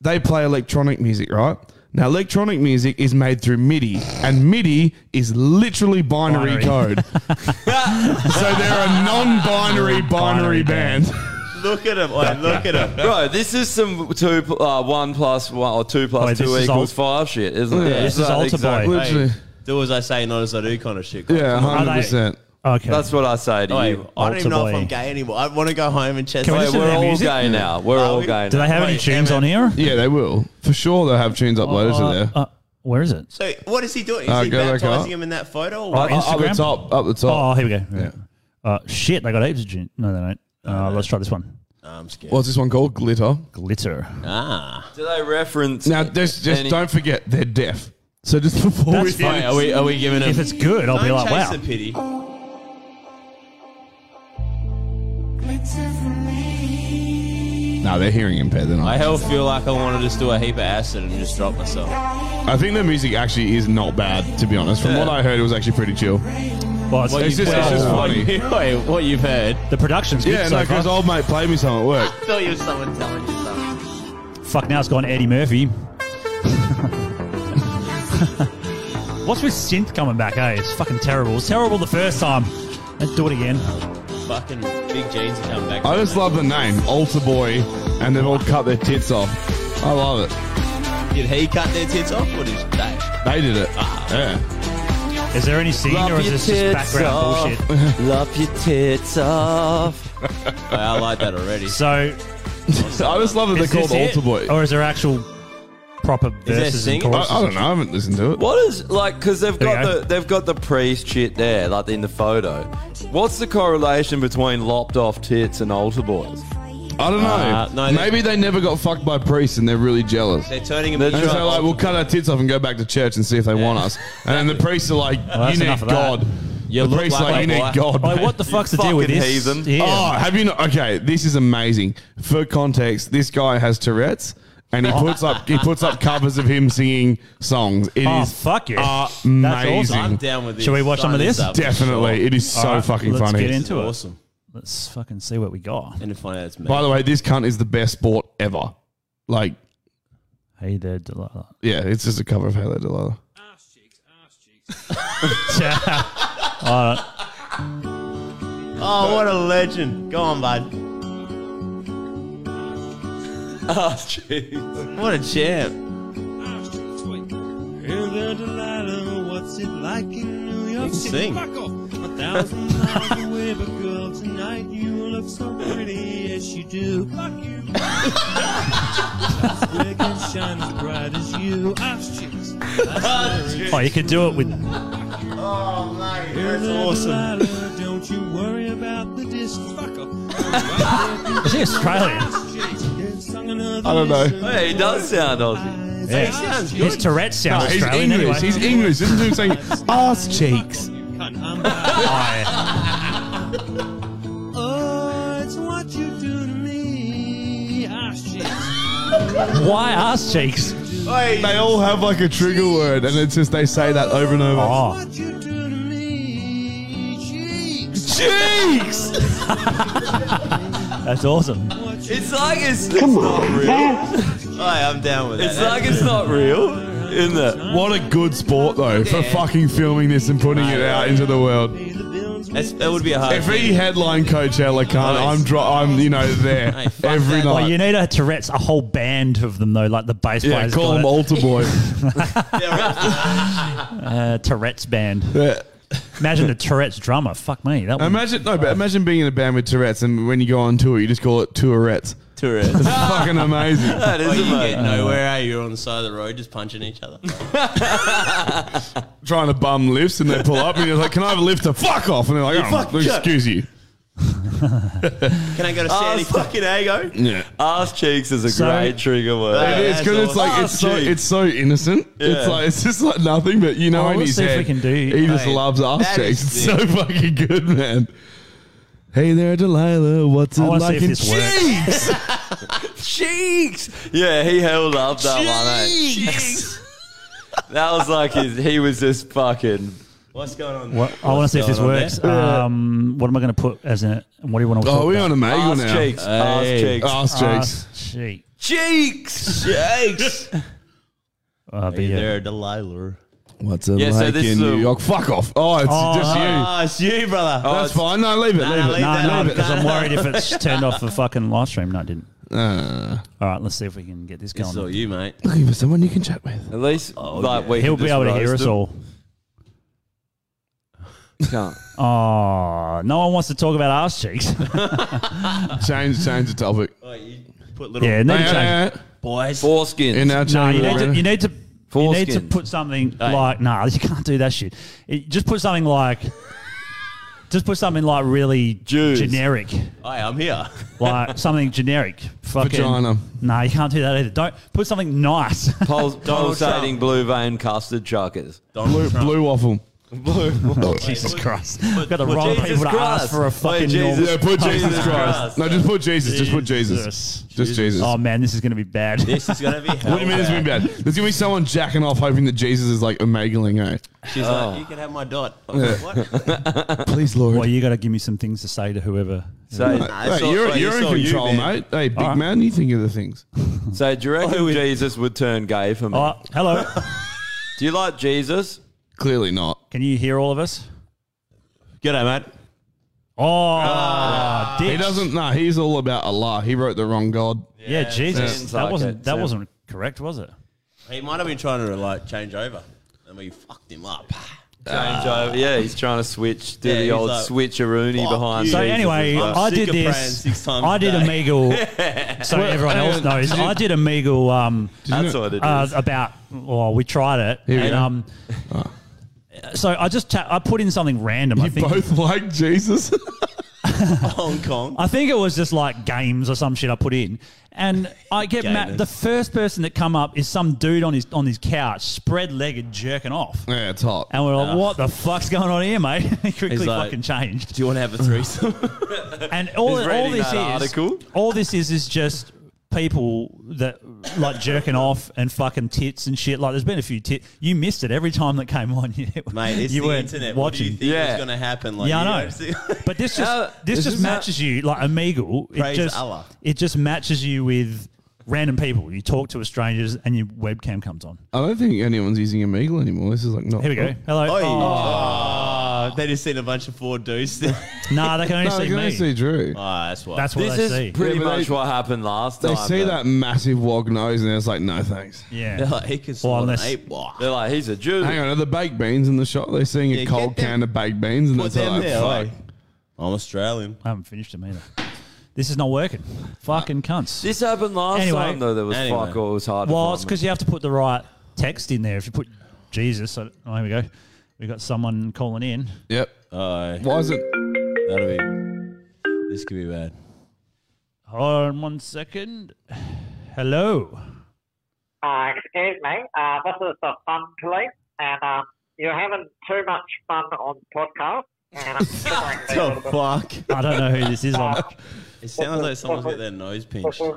Speaker 2: They play electronic music, right? Now, electronic music is made through MIDI, and MIDI is literally binary,
Speaker 5: Binary.
Speaker 2: code. so they're a non-binary binary,
Speaker 5: Binary
Speaker 2: band.
Speaker 5: band.
Speaker 4: Look at him. Oi, look at him.
Speaker 3: Bro, this is some two uh, one plus one or two plus
Speaker 5: Wait, this
Speaker 3: two
Speaker 5: is
Speaker 3: equals
Speaker 5: alt-
Speaker 3: five shit, isn't it?
Speaker 2: Yeah,
Speaker 5: this is Alter Boy.
Speaker 2: Literally.
Speaker 4: Hey, do as I say, not as I do kind of shit.
Speaker 2: Yeah,
Speaker 5: Are
Speaker 2: hundred
Speaker 5: they-
Speaker 2: percent.
Speaker 5: Okay.
Speaker 3: That's what I say to
Speaker 4: Oi,
Speaker 3: you.
Speaker 4: I don't even know if
Speaker 5: Alter
Speaker 4: I'm
Speaker 5: boy.
Speaker 4: gay anymore. I want to go home and chat.
Speaker 5: Can we
Speaker 3: Hey,
Speaker 5: listen to
Speaker 3: we're
Speaker 5: their
Speaker 3: all
Speaker 5: music?
Speaker 3: gay now. We're
Speaker 4: Are
Speaker 3: all
Speaker 4: we?
Speaker 3: gay
Speaker 5: Do they
Speaker 3: now.
Speaker 5: have any
Speaker 4: Wait,
Speaker 5: tunes
Speaker 4: Emma.
Speaker 5: on here?
Speaker 2: Yeah, they will for sure. They'll have tunes uploaded to there.
Speaker 5: Uh, where is it?
Speaker 4: So what is he doing? Is
Speaker 2: Uh,
Speaker 4: he
Speaker 2: go back
Speaker 4: baptizing
Speaker 2: up.
Speaker 4: him in that photo? Or
Speaker 5: Oh,
Speaker 4: what?
Speaker 2: Up- Up the
Speaker 5: Instagram?
Speaker 2: top, up the top.
Speaker 5: Oh, here we go. Uh, shit, they got heaps of tunes. No, they don't. Uh, let's try this one.
Speaker 4: I'm scared.
Speaker 2: What's this one called? Glitter.
Speaker 5: Glitter.
Speaker 4: Ah,
Speaker 3: Do they reference?
Speaker 2: Now, just, just
Speaker 3: Any-
Speaker 2: don't forget they're deaf. So just before
Speaker 5: That's
Speaker 2: we
Speaker 5: fine.
Speaker 2: finish-
Speaker 5: Are we-
Speaker 4: are we giving
Speaker 5: If it's good, I'll be
Speaker 4: Don't
Speaker 5: like,
Speaker 4: chase
Speaker 5: wow.
Speaker 4: the pity.
Speaker 2: no, they're hearing impaired. They're
Speaker 4: I
Speaker 2: not.
Speaker 4: hell feel like I want to just do a heap of acid and just drop myself.
Speaker 2: I think their music actually is not bad, to be honest. From what I heard, it was actually pretty chill.
Speaker 5: Well, it's,
Speaker 4: What
Speaker 2: It's
Speaker 4: you've
Speaker 2: just- it's
Speaker 4: heard-
Speaker 2: just
Speaker 4: what
Speaker 2: funny.
Speaker 4: you- wait, what you've heard?
Speaker 5: the production's good
Speaker 2: Yeah,
Speaker 5: so
Speaker 2: no, because
Speaker 5: far.
Speaker 2: old mate played me some at work.
Speaker 4: I thought you were someone telling you something.
Speaker 5: Fuck, now it's gone Eddie Murphy. What's with synth coming back, eh? It's fucking terrible. It was terrible the first time. Let's do it again.
Speaker 4: Fucking big jeans are coming back.
Speaker 2: I just love the name, Alter Boy, and they've all cut their tits off. I love it.
Speaker 4: Did he cut their tits off? What is that?
Speaker 2: They did it. Yeah.
Speaker 5: Is there any scene or is this just background bullshit?
Speaker 4: Love your tits off. Hey, I like that already.
Speaker 5: So,
Speaker 2: So I just love that they're
Speaker 5: is this
Speaker 2: called
Speaker 5: it?
Speaker 2: Alter Boy.
Speaker 5: Or is there actual proper
Speaker 4: there
Speaker 5: verses and
Speaker 4: singing?
Speaker 2: I,
Speaker 5: choruses?
Speaker 2: I don't know. I haven't listened to it.
Speaker 3: What is like? Because they've
Speaker 5: There
Speaker 3: got
Speaker 5: you go.
Speaker 3: the they've got the priest shit there, like in the photo. What's the correlation between lopped off tits and altar boys?
Speaker 2: I don't know.
Speaker 4: Uh, no, they-
Speaker 2: Maybe they never got fucked by priests and they're really jealous.
Speaker 4: They're turning him
Speaker 3: They're
Speaker 4: into
Speaker 2: And
Speaker 3: trying-
Speaker 2: so, like, we'll cut our tits off and go back to church and see if they want us. And then the priests are like,
Speaker 5: that's
Speaker 2: "You need
Speaker 5: enough of that.
Speaker 2: God."
Speaker 4: You
Speaker 2: the
Speaker 4: look
Speaker 2: priests are like,
Speaker 4: like a
Speaker 2: "You need
Speaker 4: boy."
Speaker 2: God."
Speaker 5: Like,
Speaker 2: mate."
Speaker 5: what the fuck's the deal with
Speaker 3: fucking
Speaker 5: this?
Speaker 3: heathen.
Speaker 5: Yeah.
Speaker 2: Oh, have you not? Okay, this is amazing. For context, this guy has Tourette's, and he puts up he puts up covers of him singing songs. It is
Speaker 5: Oh, fuck yeah. That's awesome.
Speaker 2: amazing.
Speaker 4: I'm down with this.
Speaker 5: Shall we watch some of
Speaker 4: Sign
Speaker 5: this?
Speaker 4: up for
Speaker 2: Definitely,
Speaker 4: sure.
Speaker 2: it is so
Speaker 5: All right,
Speaker 2: fucking
Speaker 5: let's
Speaker 2: funny.
Speaker 5: get into it.
Speaker 4: Awesome.
Speaker 5: Let's fucking see what we got.
Speaker 4: And to find out it's me.
Speaker 2: By the way, this cunt is the best sport ever. Like,
Speaker 5: Hey there, Delilah.
Speaker 2: yeah, it's just a cover of Halo Delilah.
Speaker 4: oh, what a legend. Go on, bud.
Speaker 3: Oh, jeez.
Speaker 4: What a champ.
Speaker 1: what's it like in New
Speaker 4: You
Speaker 1: York
Speaker 4: can sing.
Speaker 1: A thousand miles away, but girl, tonight you look so pretty, yes you do. Fuck you. Quick and shine as bright as you. Ox chicks.
Speaker 5: Oh, you could do it with.
Speaker 4: That's awesome.
Speaker 1: Delilah, Don't you worry about the disc. Fuck off.
Speaker 5: Is he Australian?
Speaker 2: I don't know.
Speaker 3: Hey, he does sound Aussie.
Speaker 5: Yeah. His Tourette's sound
Speaker 2: No, he's
Speaker 5: Australian
Speaker 2: English.
Speaker 5: anyway.
Speaker 2: He's English. This is him saying ass cheeks.
Speaker 1: Oh, it's what you do to me. Ox chicks.
Speaker 5: Why ass cheeks?
Speaker 2: They all have like a trigger word, and it's just they say that over and over.
Speaker 5: Oh,
Speaker 1: What you do to me. Cheeks.
Speaker 2: Cheeks.
Speaker 5: that's awesome.
Speaker 3: It's like it's, it's not real.
Speaker 4: Hey, I'm down with
Speaker 3: It's
Speaker 4: that.
Speaker 3: like it's not real, isn't it?
Speaker 2: What a good sport though for fucking filming this and putting it out into the world.
Speaker 4: That's, that would be a hard
Speaker 2: If he headline Coachella, can't I'm dro- I'm you know there
Speaker 4: Hey, fuck
Speaker 2: every
Speaker 4: that.
Speaker 5: Oh,
Speaker 2: night.
Speaker 5: you need a Tourette's, a whole band of them though, like the bass
Speaker 2: yeah,
Speaker 5: players.
Speaker 2: call him Alter Boy.
Speaker 5: uh, Tourette's band.
Speaker 2: Yeah.
Speaker 5: Imagine a Tourette's drummer. Fuck me. That would
Speaker 2: Imagine no, but imagine being in a band with Tourette's, and when you go on tour, you just call it Tourette's.
Speaker 4: Tourette.
Speaker 2: It's fucking amazing.
Speaker 3: That
Speaker 4: Well,
Speaker 3: is
Speaker 4: you
Speaker 3: it, mate.
Speaker 4: get nowhere, eh? You're on the side of the road just punching each other.
Speaker 2: Trying to bum lifts, and they pull up, and you're like, "Can I have a lift?" To fuck off, and they're like, oh,
Speaker 4: fuck, yeah."
Speaker 2: "Excuse you."
Speaker 4: Can I go to
Speaker 3: Ass
Speaker 4: Sandy fucking Ago?
Speaker 2: Yeah.
Speaker 3: Ass cheeks is a
Speaker 5: So-
Speaker 3: great trigger word.
Speaker 4: Yeah,
Speaker 2: It is
Speaker 4: that's
Speaker 2: because it's
Speaker 4: awesome.
Speaker 2: like
Speaker 3: Oh,
Speaker 2: it's so
Speaker 3: shit.
Speaker 2: it's so innocent. It's
Speaker 3: Yeah.
Speaker 2: like it's just like nothing, but you know
Speaker 5: Oh,
Speaker 2: in
Speaker 5: let's
Speaker 2: his
Speaker 5: see if
Speaker 2: head,
Speaker 5: we can do-
Speaker 2: He just
Speaker 4: Hey,
Speaker 2: loves ass
Speaker 4: that
Speaker 2: cheeks.
Speaker 4: is
Speaker 2: It's so fucking good, man. Hey there, Delilah. What's it
Speaker 5: I wanna see
Speaker 2: like
Speaker 5: if
Speaker 2: in
Speaker 5: this works.
Speaker 2: cheeks?
Speaker 3: Cheeks. Yeah, he held up that
Speaker 4: Oh,
Speaker 3: one. Eh? That was like his. He was just fucking.
Speaker 4: What's going on?
Speaker 5: What, I want to see if
Speaker 4: going
Speaker 5: this
Speaker 4: on
Speaker 5: works. Um, what am I going to put as a? What do you want to?
Speaker 2: oh, we on a magle
Speaker 3: Ass
Speaker 2: now. Oh,
Speaker 3: cheeks.
Speaker 4: Hey.
Speaker 5: Ah,
Speaker 3: Ass cheeks.
Speaker 2: Ass cheeks.
Speaker 5: Cheeks.
Speaker 3: Cheeks. Cheeks.
Speaker 5: Uh, but
Speaker 4: Hey
Speaker 5: yeah.
Speaker 4: there, Delilah.
Speaker 2: What's it
Speaker 3: Yeah, so
Speaker 2: like
Speaker 3: this
Speaker 2: in
Speaker 3: is
Speaker 2: New
Speaker 3: a-
Speaker 2: York? Fuck off. Oh, it's
Speaker 5: Oh,
Speaker 2: just you.
Speaker 4: Ah, it's you, brother.
Speaker 2: That's fine. No, leave it.
Speaker 4: Nah,
Speaker 2: leave it.
Speaker 4: leave
Speaker 5: No,
Speaker 4: that
Speaker 5: no,
Speaker 4: up.
Speaker 5: because I'm worried if it's turned off the fucking live stream. No, it didn't.
Speaker 2: Uh,
Speaker 5: All right, let's see if we can get this
Speaker 4: It's all
Speaker 5: going.
Speaker 4: you, mate.
Speaker 2: looking for someone you can chat with.
Speaker 3: At least like we
Speaker 5: He'll
Speaker 3: can
Speaker 5: be
Speaker 3: just
Speaker 5: able to hear
Speaker 3: roast
Speaker 5: us
Speaker 3: him.
Speaker 5: all.
Speaker 3: Can't.
Speaker 5: Oh, no one wants to talk about ass cheeks.
Speaker 2: Change, change the topic.
Speaker 4: Oh, you put little
Speaker 5: yeah, need to
Speaker 2: Yeah,
Speaker 5: change.
Speaker 2: yeah, yeah.
Speaker 4: boys.
Speaker 3: Foreskins.
Speaker 2: In our
Speaker 5: No,
Speaker 2: chat,
Speaker 5: you need to. You need to you need to
Speaker 3: Foreskin.
Speaker 5: put something like, nah, you can't do that shit. It, just put something like, just put something like really
Speaker 3: Jews.
Speaker 5: generic,
Speaker 4: Hey, I'm here.
Speaker 5: like something generic. Fucking,
Speaker 2: Vagina.
Speaker 5: No, you can't do that either. Don't put something nice.
Speaker 3: Pulse,
Speaker 4: Donald
Speaker 3: pulsating blue vein custard chuckers.
Speaker 4: Donald
Speaker 2: blue,
Speaker 4: Trump.
Speaker 2: blue waffle.
Speaker 5: Jesus Christ,
Speaker 4: but-
Speaker 5: got the
Speaker 4: but
Speaker 5: wrong
Speaker 4: Jesus
Speaker 5: people to ask
Speaker 4: Christ.
Speaker 5: for a
Speaker 4: Wait,
Speaker 5: fucking.
Speaker 4: Jesus
Speaker 5: normal-
Speaker 2: Yeah, put Jesus,
Speaker 4: Jesus
Speaker 2: Christ.
Speaker 4: Christ.
Speaker 2: No, just put Jesus. Just put Jesus.
Speaker 5: Jesus.
Speaker 2: Just Jesus.
Speaker 5: Oh man, this is gonna be bad.
Speaker 4: This is gonna be.
Speaker 2: what do you mean it's been bad? There's gonna be someone jacking off, hoping that Jesus is like omegaling. Eh?
Speaker 4: She's like, you can have my dot. I'm like, What?
Speaker 2: Please, Lord.
Speaker 5: well, you got to give me some things to say to whoever.
Speaker 3: So,
Speaker 2: Hey,
Speaker 3: so-
Speaker 2: you're
Speaker 3: so
Speaker 2: you're in
Speaker 3: saw you,
Speaker 2: control,
Speaker 3: man.
Speaker 2: mate. Hey, big
Speaker 5: Uh-huh.
Speaker 2: man, you think of the things.
Speaker 3: So do you reckon Jesus would turn gay for me?
Speaker 5: Oh, hello.
Speaker 3: Do you like Jesus?
Speaker 2: Clearly not.
Speaker 5: Can you hear all of us?
Speaker 4: G'day, mate.
Speaker 5: Oh,
Speaker 4: Ah,
Speaker 5: ditch.
Speaker 2: He doesn't. Nah, he's all about Allah. He wrote the wrong God.
Speaker 5: Yeah, Jesus,
Speaker 3: sounds
Speaker 5: that
Speaker 3: like
Speaker 5: wasn't
Speaker 3: it,
Speaker 5: that
Speaker 3: yeah.
Speaker 5: wasn't correct, was it?
Speaker 4: He might have been trying to like change over, and we fucked him up. Ah.
Speaker 3: Change over. Yeah, he's trying to switch, do
Speaker 4: Yeah,
Speaker 3: the
Speaker 4: he's
Speaker 3: old
Speaker 4: like,
Speaker 3: switcheroony
Speaker 4: "Fuck
Speaker 3: behind.
Speaker 4: you."
Speaker 5: So
Speaker 3: Jesus
Speaker 5: anyway,
Speaker 3: as well.
Speaker 5: I
Speaker 4: sick
Speaker 5: did
Speaker 4: of praying
Speaker 5: this.
Speaker 4: six times
Speaker 5: I
Speaker 4: a
Speaker 5: did a
Speaker 4: day.
Speaker 5: megal. so everyone
Speaker 2: hang
Speaker 5: else
Speaker 2: on,
Speaker 5: knows.
Speaker 2: did you-
Speaker 5: I did a megal. Um,
Speaker 3: that's what it is.
Speaker 5: uh, about well, we tried it,
Speaker 2: Here we
Speaker 5: and
Speaker 2: go.
Speaker 5: um, so I just ta- I put in something random. I
Speaker 2: You
Speaker 5: think
Speaker 2: both like Jesus.
Speaker 4: Hong Kong.
Speaker 5: I think it was just like games or some shit I put in, and I get ma-
Speaker 4: Gamers.
Speaker 5: the first person that come up is some dude on his on his couch, spread legged, jerking off.
Speaker 2: yeah, it's hot.
Speaker 5: And we're like, what the fuck's going on here, mate? he quickly
Speaker 4: like-
Speaker 5: fucking changed.
Speaker 4: Do you want to have a threesome?
Speaker 5: And all,
Speaker 3: He's
Speaker 5: all
Speaker 3: reading
Speaker 5: this is
Speaker 3: that article.
Speaker 5: all this is is just people that like jerking off and fucking tits and shit. Like, there's been a few tit. You missed it every time that came on. You,
Speaker 4: Mate, it's
Speaker 5: you
Speaker 4: the
Speaker 5: weren't
Speaker 4: internet. What do you
Speaker 5: watching.
Speaker 4: think
Speaker 3: Yeah.
Speaker 4: is going to happen? Like,
Speaker 5: yeah,
Speaker 4: you
Speaker 5: I
Speaker 4: don't see-
Speaker 5: know. But this just
Speaker 3: How-
Speaker 5: this
Speaker 3: this
Speaker 5: just
Speaker 3: is not-
Speaker 5: matches you like Omegle. It
Speaker 4: Praise
Speaker 5: just
Speaker 4: Allah.
Speaker 5: it just matches you with random people. You talk to strangers and your webcam comes on.
Speaker 2: I don't think anyone's using Omegle anymore. This is like not.
Speaker 5: Here we go. Hello.
Speaker 4: Oi.
Speaker 5: Oh.
Speaker 4: Oh, they just seen a bunch of four dudes. there.
Speaker 5: Nah, they can only
Speaker 2: No, I
Speaker 5: see
Speaker 2: can
Speaker 5: me.
Speaker 2: only see Drew.
Speaker 4: oh, that's why.
Speaker 5: That's what
Speaker 3: this
Speaker 5: they
Speaker 3: is
Speaker 5: see.
Speaker 3: pretty
Speaker 2: Yeah, but
Speaker 3: much
Speaker 2: they-
Speaker 3: what happened last
Speaker 2: They
Speaker 3: time.
Speaker 2: see
Speaker 3: but
Speaker 2: that massive wog nose, and it's like, no, thanks.
Speaker 5: yeah.
Speaker 4: They're like, he can
Speaker 5: Well,
Speaker 4: well,
Speaker 5: unless-
Speaker 4: an ape. Wow.
Speaker 3: They're like, he's a Jew.
Speaker 2: Hang on, are the baked beans in the shop? They're seeing a
Speaker 4: Yeah,
Speaker 2: cold
Speaker 4: get them-
Speaker 2: can of baked beans, and
Speaker 4: Put
Speaker 2: it's
Speaker 4: them
Speaker 2: like,
Speaker 4: there.
Speaker 2: fuck.
Speaker 4: oi. I'm Australian.
Speaker 5: I haven't finished them either. This is not working. Fucking cunts.
Speaker 3: This happened last
Speaker 5: Anyway.
Speaker 3: time though. There was
Speaker 4: Anyway.
Speaker 3: fuck all. It was hard. to
Speaker 5: Well,
Speaker 3: find,
Speaker 5: it's because you have to put the right text in there. If you put Jesus, I, oh, here we go. We got someone calling in.
Speaker 2: Yep.
Speaker 4: Oh,
Speaker 2: Why is it?
Speaker 4: that'll be. This could be bad.
Speaker 5: Hold on one second. Hello.
Speaker 8: Uh, excuse me, uh, this is the Fun Police, and um, you're having too much fun on podcast. And I'm considering being a
Speaker 4: Oh,
Speaker 8: little bit-
Speaker 4: fuck.
Speaker 5: I don't know who this is. I'm,
Speaker 4: It sounds like someone's got their nose
Speaker 8: This
Speaker 4: pinched.
Speaker 8: is,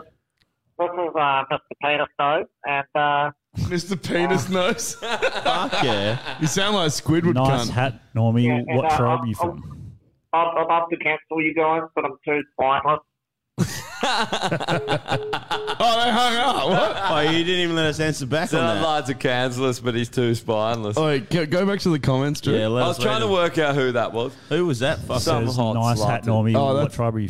Speaker 8: this is uh, Mr. Peter Stokes, and uh,
Speaker 2: Mr. Penis Nose.
Speaker 4: Fuck yeah.
Speaker 2: You sound like Squidward
Speaker 5: nice
Speaker 2: cunt.
Speaker 5: hat, Normie.
Speaker 8: Yeah,
Speaker 5: what
Speaker 8: yeah,
Speaker 5: tribe
Speaker 8: I'll-
Speaker 5: are you
Speaker 8: I'll-
Speaker 5: from?
Speaker 8: I'd, I'd love to cancel you guys, but I'm too spineless.
Speaker 2: Oh, they hung up. What?
Speaker 4: Oh, you didn't even let us answer back
Speaker 3: So
Speaker 4: on
Speaker 3: I'd
Speaker 4: that.
Speaker 3: like to cancel us, but he's too spineless.
Speaker 2: Oh, wait, go- go back to the comments, Drew.
Speaker 4: yeah, let
Speaker 3: I
Speaker 4: us
Speaker 3: was trying to
Speaker 4: read it.
Speaker 3: work out who that was.
Speaker 4: Who was that? Fuck.
Speaker 3: Some
Speaker 5: Says,
Speaker 3: hot
Speaker 5: nice hat,
Speaker 3: slanted.
Speaker 5: Normie.
Speaker 2: Oh,
Speaker 5: what
Speaker 2: that's-
Speaker 5: tribe are you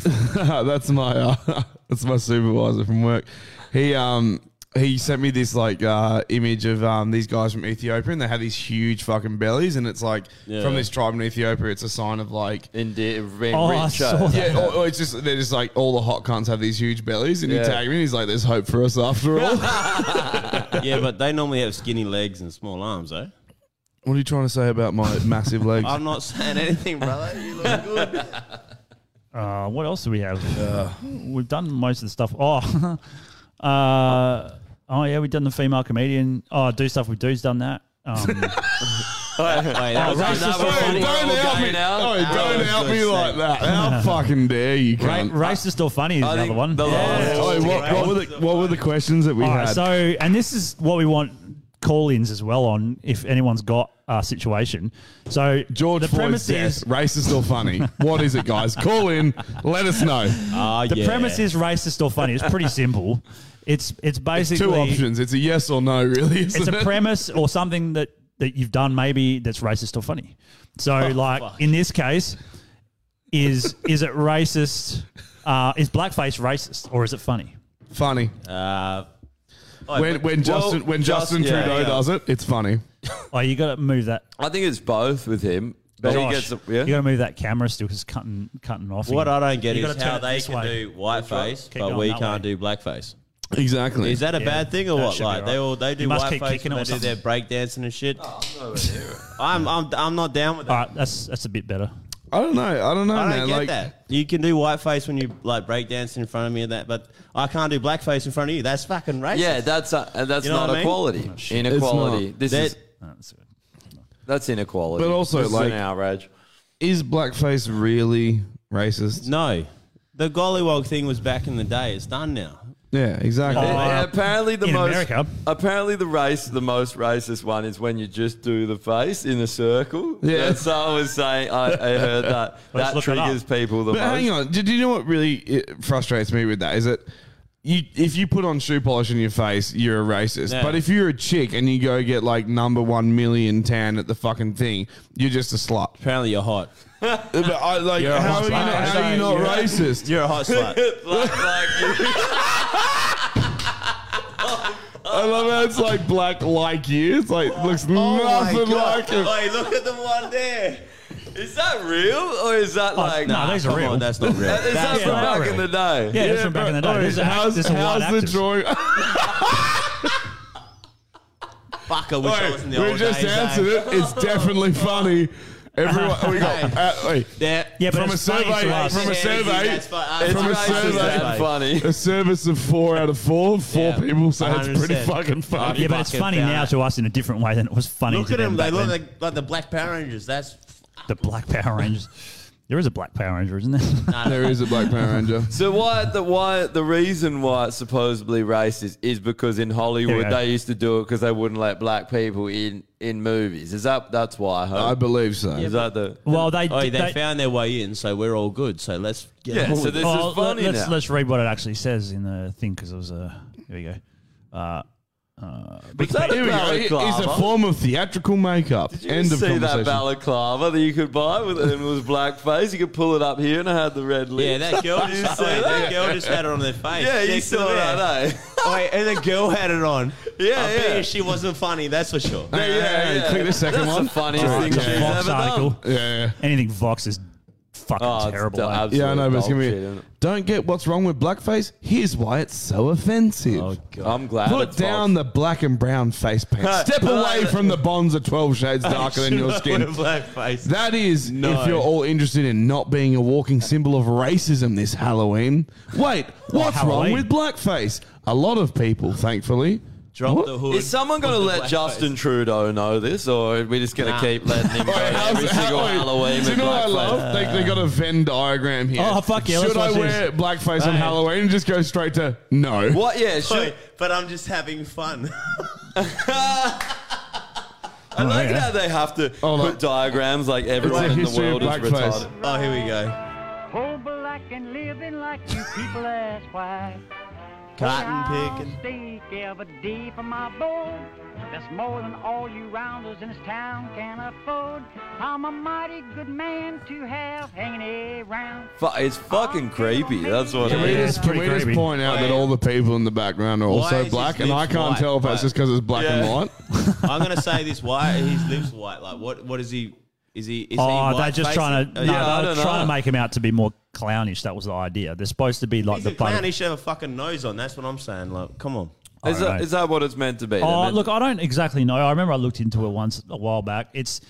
Speaker 5: from?
Speaker 2: that's my uh, that's my supervisor from work. He um he sent me this like uh, image of um, these guys from Ethiopia and they had these huge fucking bellies and it's like
Speaker 4: Yeah.
Speaker 2: from this tribe in Ethiopia it's a sign of like
Speaker 3: Indeed, being
Speaker 5: Oh, I
Speaker 3: rich.
Speaker 5: saw
Speaker 3: eh?
Speaker 5: that.
Speaker 2: yeah or, or it's just they're just like all the hot cunts have these huge bellies and
Speaker 3: Yeah.
Speaker 2: he tagged me and he's like there's hope for us after all. what
Speaker 4: yeah, but they normally have skinny legs and small arms, eh?
Speaker 2: are you trying to say about my massive legs?
Speaker 4: I'm not saying anything, brother. You look good.
Speaker 5: Uh, what else do we have? We've done most of the stuff. Oh, uh, oh yeah, we've done the female comedian. Oh, do stuff with dudes. Done that. Um,
Speaker 4: Wait, that was
Speaker 5: racist
Speaker 4: that was
Speaker 5: or
Speaker 2: Hey,
Speaker 4: funny.
Speaker 2: don't
Speaker 3: We're
Speaker 2: help
Speaker 3: going
Speaker 2: me!
Speaker 3: now.
Speaker 2: Hey,
Speaker 4: That
Speaker 2: don't
Speaker 4: was
Speaker 2: help me
Speaker 4: good
Speaker 2: like
Speaker 4: shit.
Speaker 2: that! How fucking dare you,
Speaker 5: Ra-
Speaker 2: cunt!
Speaker 5: racist or funny is
Speaker 3: I
Speaker 5: another
Speaker 3: think
Speaker 5: one.
Speaker 3: the
Speaker 5: Yeah.
Speaker 3: last-
Speaker 2: Hey, what, what were the, what were the questions that we
Speaker 5: All
Speaker 2: had?
Speaker 5: right, so and this is what we want call ins as well on if anyone's got a situation. So
Speaker 2: George
Speaker 5: the
Speaker 2: Floyd's
Speaker 5: premise
Speaker 2: death,
Speaker 5: is
Speaker 2: racist or funny? what is it, guys? Call in, let us know.
Speaker 4: Ah,
Speaker 5: the premise is racist or funny. It's pretty simple. It's it's basically
Speaker 2: Two options. It's a yes or no, really. Isn't
Speaker 5: it's a
Speaker 2: it?
Speaker 5: premise or something that that you've done maybe that's racist or funny. So
Speaker 2: Oh,
Speaker 5: like in this case, is is it racist? Uh, is blackface racist or is it funny?
Speaker 2: funny.
Speaker 4: Uh,
Speaker 2: when when Justin when Justin
Speaker 3: Just- yeah,
Speaker 2: Trudeau
Speaker 3: yeah.
Speaker 2: does it, it's funny.
Speaker 5: Oh, you got to move that.
Speaker 3: I think it's both with him. But
Speaker 5: Josh,
Speaker 3: he gets the, yeah.
Speaker 5: You got to move that camera still because cutting cutting off.
Speaker 4: What I
Speaker 5: again.
Speaker 4: don't get
Speaker 5: You
Speaker 4: is
Speaker 5: gotta turn
Speaker 4: how
Speaker 5: it
Speaker 4: they
Speaker 5: this
Speaker 4: can
Speaker 5: way.
Speaker 4: do whiteface,
Speaker 5: Keep
Speaker 4: but
Speaker 5: going
Speaker 4: we
Speaker 5: that
Speaker 4: can't
Speaker 5: way.
Speaker 4: do blackface.
Speaker 2: Exactly.
Speaker 4: Is that a
Speaker 5: Yeah,
Speaker 4: bad thing or
Speaker 5: that
Speaker 4: what?
Speaker 5: should be
Speaker 4: Like they
Speaker 5: right.
Speaker 4: all they
Speaker 5: You
Speaker 4: do
Speaker 5: must keep
Speaker 4: whiteface
Speaker 5: kicking Oh,
Speaker 4: when
Speaker 5: it
Speaker 4: they
Speaker 5: or
Speaker 4: do their breakdancing and shit. I'm I'm I'm not down with that.
Speaker 5: All right, that's that's a bit better.
Speaker 2: I don't know. I don't know,
Speaker 4: I don't
Speaker 2: man.
Speaker 4: get
Speaker 2: like
Speaker 4: that. You can do whiteface when you like breakdancing in front of me and that, but I can't do blackface in front of you. That's fucking racist.
Speaker 3: Yeah, that's uh, and that's
Speaker 4: You know
Speaker 3: not
Speaker 4: what I mean?
Speaker 3: equality.
Speaker 5: Oh,
Speaker 3: Inequality. This
Speaker 4: That-
Speaker 3: is that's inequality.
Speaker 2: But also,
Speaker 3: This is
Speaker 2: like-
Speaker 3: an outrage.
Speaker 2: is blackface really racist?
Speaker 4: no, the gollywog thing was back in the day. It's done now.
Speaker 2: Yeah, exactly.
Speaker 5: Oh.
Speaker 3: And apparently, the
Speaker 5: in
Speaker 3: most
Speaker 5: America.
Speaker 3: apparently the race the most racist one is when you just do the face in a circle.
Speaker 2: Yeah.
Speaker 3: that's what I was saying. I, I heard that
Speaker 5: Let's
Speaker 3: that
Speaker 5: look it up.
Speaker 3: triggers people the
Speaker 2: But
Speaker 3: most.
Speaker 2: hang on, do, do you know what really it frustrates me with that? Is that you, if you put on shoe polish in your face, you're a racist.
Speaker 4: Yeah.
Speaker 2: But if you're a chick and you go get like number one million tan at the fucking thing, you're just a slut.
Speaker 4: Apparently, you're hot.
Speaker 2: But I, like,
Speaker 4: a
Speaker 2: how,
Speaker 4: hot
Speaker 2: are you
Speaker 4: slut.
Speaker 2: not, how are you not racist?
Speaker 4: You're a hot slut.
Speaker 3: like, like you-
Speaker 2: I love how it's like black like you. It's like looks nothing like it.
Speaker 4: Wait, look at the one there.
Speaker 3: is that real or is that like?
Speaker 5: Oh, no, these are
Speaker 4: come
Speaker 5: real.
Speaker 4: On, that's not real.
Speaker 3: Is that
Speaker 5: yeah,
Speaker 3: from
Speaker 5: not
Speaker 3: back
Speaker 5: real.
Speaker 3: in the day?
Speaker 5: Yeah, that's from back in the day.
Speaker 2: Alright,
Speaker 5: There's a-
Speaker 2: Oh, how's
Speaker 5: there's a white
Speaker 2: how's the
Speaker 5: actress.
Speaker 2: drawing?
Speaker 4: Fuck, I wish I was in the
Speaker 2: we
Speaker 4: old
Speaker 2: just
Speaker 4: days, eh?
Speaker 2: answered it. It's definitely funny. Everyone, we got. Uh, wait.
Speaker 4: Yeah.
Speaker 5: Yeah, but
Speaker 2: From
Speaker 5: it's
Speaker 2: a
Speaker 5: funny
Speaker 2: survey-
Speaker 5: to us.
Speaker 2: from a
Speaker 5: Yeah.
Speaker 2: survey-
Speaker 4: That's fu- uh,
Speaker 3: It's
Speaker 2: From a
Speaker 4: that's
Speaker 3: racist
Speaker 2: survey.
Speaker 3: and funny.
Speaker 2: A service of four out of four. Four
Speaker 4: Yeah.
Speaker 2: people say it's pretty
Speaker 4: 100%.
Speaker 2: fucking funny.
Speaker 5: Yeah, but it's
Speaker 4: Fucking
Speaker 5: funny
Speaker 4: bad.
Speaker 5: now to us in a different way than it was funny
Speaker 4: Look
Speaker 5: to
Speaker 4: at
Speaker 5: them.
Speaker 4: them. They
Speaker 5: back
Speaker 4: look
Speaker 5: then.
Speaker 4: like, like the Black Power Rangers. That's
Speaker 5: the Black Power Rangers. There is a Black Power Ranger, isn't there?
Speaker 2: There is a black Power Ranger.
Speaker 3: So why the why the reason why it's supposedly racist is because in
Speaker 5: Here we
Speaker 3: Hollywood
Speaker 5: go.
Speaker 3: they used to do it because they wouldn't let black people in in movies. Is that that's why? I, heard.
Speaker 2: I believe so.
Speaker 3: is that the
Speaker 5: well, they
Speaker 4: oh, they,
Speaker 5: did- they,
Speaker 4: found their way in, so we're all good. So let's get
Speaker 3: Yeah,
Speaker 4: on
Speaker 3: so
Speaker 4: with
Speaker 3: this
Speaker 4: it.
Speaker 5: Oh,
Speaker 3: is funny
Speaker 5: let's,
Speaker 3: now.
Speaker 5: let's read what it actually says in the thing because it was a. Here we go. Uh, uh,
Speaker 3: Was that
Speaker 2: Here
Speaker 3: a
Speaker 2: we go. It- It's a
Speaker 3: balaclava?
Speaker 2: form of theatrical makeup.
Speaker 3: Did you
Speaker 2: End of
Speaker 3: see
Speaker 2: conversation.
Speaker 3: that balaclava that you could buy with and it was blackface? You could pull it up here and it had the red
Speaker 4: Yeah,
Speaker 3: lips.
Speaker 4: that girl
Speaker 3: you
Speaker 4: just
Speaker 3: see
Speaker 4: wait,
Speaker 3: that?
Speaker 4: that girl just had it on their face.
Speaker 3: yeah, you
Speaker 4: Next to
Speaker 3: saw
Speaker 4: there.
Speaker 3: that, eh?
Speaker 4: Wait, Oh, and the girl had it on.
Speaker 3: Yeah,
Speaker 4: I bet
Speaker 3: yeah.
Speaker 4: you she wasn't funny. That's for sure.
Speaker 2: Yeah, yeah, yeah. Click the second
Speaker 3: That's
Speaker 2: one.
Speaker 3: the funniest
Speaker 2: Alright,
Speaker 3: thing
Speaker 5: it's
Speaker 2: yeah.
Speaker 5: a
Speaker 3: she's
Speaker 5: Vox
Speaker 3: ever
Speaker 5: article.
Speaker 3: done.
Speaker 2: Yeah, yeah.
Speaker 5: Anything Vox is fucking
Speaker 3: Oh, it's
Speaker 5: terrible.
Speaker 3: the
Speaker 5: eh?
Speaker 3: absolute
Speaker 2: Yeah, I know, but it's gonna
Speaker 3: bullshit,
Speaker 2: be.
Speaker 3: isn't it?
Speaker 2: Don't get what's wrong with blackface. Here's why it's so offensive.
Speaker 3: Oh, I'm glad.
Speaker 2: Put
Speaker 3: it's
Speaker 2: down the black and brown face paint. Step away from the bonds of 12 shades darker than your skin.
Speaker 4: With a black face.
Speaker 2: That is,
Speaker 4: No.
Speaker 2: if you're all interested in not being a walking symbol of racism this Halloween. Wait, what's wrong
Speaker 5: Halloween.
Speaker 2: with blackface? A lot of people, thankfully.
Speaker 4: Drop
Speaker 2: What?
Speaker 4: the hood.
Speaker 3: Is someone going to
Speaker 4: Put the
Speaker 3: let
Speaker 4: black
Speaker 3: Justin
Speaker 4: face.
Speaker 3: Trudeau know this, or are we just going to
Speaker 4: Nah.
Speaker 3: keep letting him go
Speaker 2: Wait, how's-
Speaker 3: every
Speaker 2: how-
Speaker 3: single
Speaker 2: wait,
Speaker 3: Halloween
Speaker 2: Do you
Speaker 3: with
Speaker 2: know what I
Speaker 3: blackface?
Speaker 2: love? They, they got a Venn diagram here.
Speaker 5: Oh, fuck yeah, let's
Speaker 2: Should I
Speaker 5: watch
Speaker 2: wear blackface on
Speaker 5: Hey.
Speaker 2: Halloween and just go straight to no?
Speaker 3: What? Yeah, sure.
Speaker 4: Wait, but I'm just having fun.
Speaker 3: I like
Speaker 5: yeah.
Speaker 3: how they have to
Speaker 2: Oh, no.
Speaker 3: put diagrams like everyone in the
Speaker 2: history of
Speaker 3: world is
Speaker 2: blackface.
Speaker 3: retarded.
Speaker 4: oh, here we go.
Speaker 9: Oh, black and living like you people ass white.
Speaker 4: Cotton picking.
Speaker 9: Steak every day for my board. That's more than all you rounders in this town can afford. I'm a mighty good man to have hanging around.
Speaker 3: Fu- It's fucking creepy. That's what
Speaker 2: Can
Speaker 3: it
Speaker 2: we
Speaker 3: is.
Speaker 2: just,
Speaker 5: it's
Speaker 2: can
Speaker 5: pretty
Speaker 2: we just
Speaker 5: creepy.
Speaker 2: point out that
Speaker 4: Why-
Speaker 2: all the people in the background are
Speaker 4: Why is
Speaker 2: also
Speaker 4: his
Speaker 2: black, and
Speaker 4: lips
Speaker 2: I can't
Speaker 4: white?
Speaker 2: tell if that's
Speaker 4: Why?
Speaker 2: just because it's black and
Speaker 3: Yeah.
Speaker 2: white?
Speaker 4: I'm gonna say this white. His lips white. Like what? What is he? Is he? Is
Speaker 5: Oh,
Speaker 4: he
Speaker 5: they're just trying to no,
Speaker 3: Yeah, I
Speaker 5: they're
Speaker 3: don't
Speaker 5: trying
Speaker 3: know.
Speaker 5: to make him out to be more clownish. That was the idea. They're supposed to be like
Speaker 4: He's
Speaker 5: the
Speaker 4: a clown.
Speaker 5: butter-
Speaker 4: He should have a fucking nose on. That's what I'm saying. Like, come on.
Speaker 3: Is that,
Speaker 5: Alright.
Speaker 3: is that what it's meant to be? They're
Speaker 5: Oh,
Speaker 3: meant-
Speaker 5: look, I don't exactly know. I remember I looked into it once a while back. It's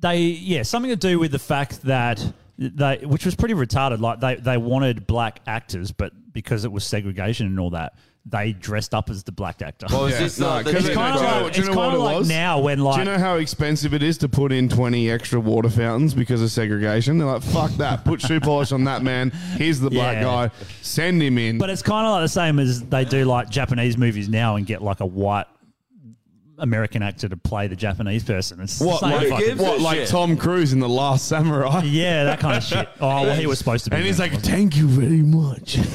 Speaker 5: they, yeah, something to do with the fact that they, which was pretty retarded. Like they, they wanted black actors, but because it was segregation and all that, they dressed up as the black actor.
Speaker 3: Well, is
Speaker 2: Yeah,
Speaker 3: this
Speaker 2: no,
Speaker 3: not
Speaker 2: 'cause
Speaker 3: the
Speaker 5: it's
Speaker 2: do you
Speaker 5: kind of
Speaker 2: know
Speaker 5: like,
Speaker 2: what-
Speaker 5: it's
Speaker 2: do you know
Speaker 5: kinda
Speaker 2: what it
Speaker 5: like
Speaker 2: was?
Speaker 5: now when like
Speaker 2: Do you know how expensive it is to put in 20 extra water fountains because of segregation? They're like, fuck that. Put shoe polish on that man. He's the black
Speaker 5: Yeah.
Speaker 2: guy. Send him in.
Speaker 5: But it's kind of like the same as they do like Japanese movies now and get like a white American actor to play the Japanese person. It's the
Speaker 2: What,
Speaker 5: same
Speaker 2: like,
Speaker 5: fucking-
Speaker 3: gives
Speaker 2: what,
Speaker 3: a
Speaker 2: like
Speaker 3: shit?
Speaker 2: Tom Cruise in The Last Samurai?
Speaker 5: yeah, that kind of shit. Oh, well, he was supposed to be.
Speaker 2: And he's
Speaker 5: there.
Speaker 2: like, thank you very much.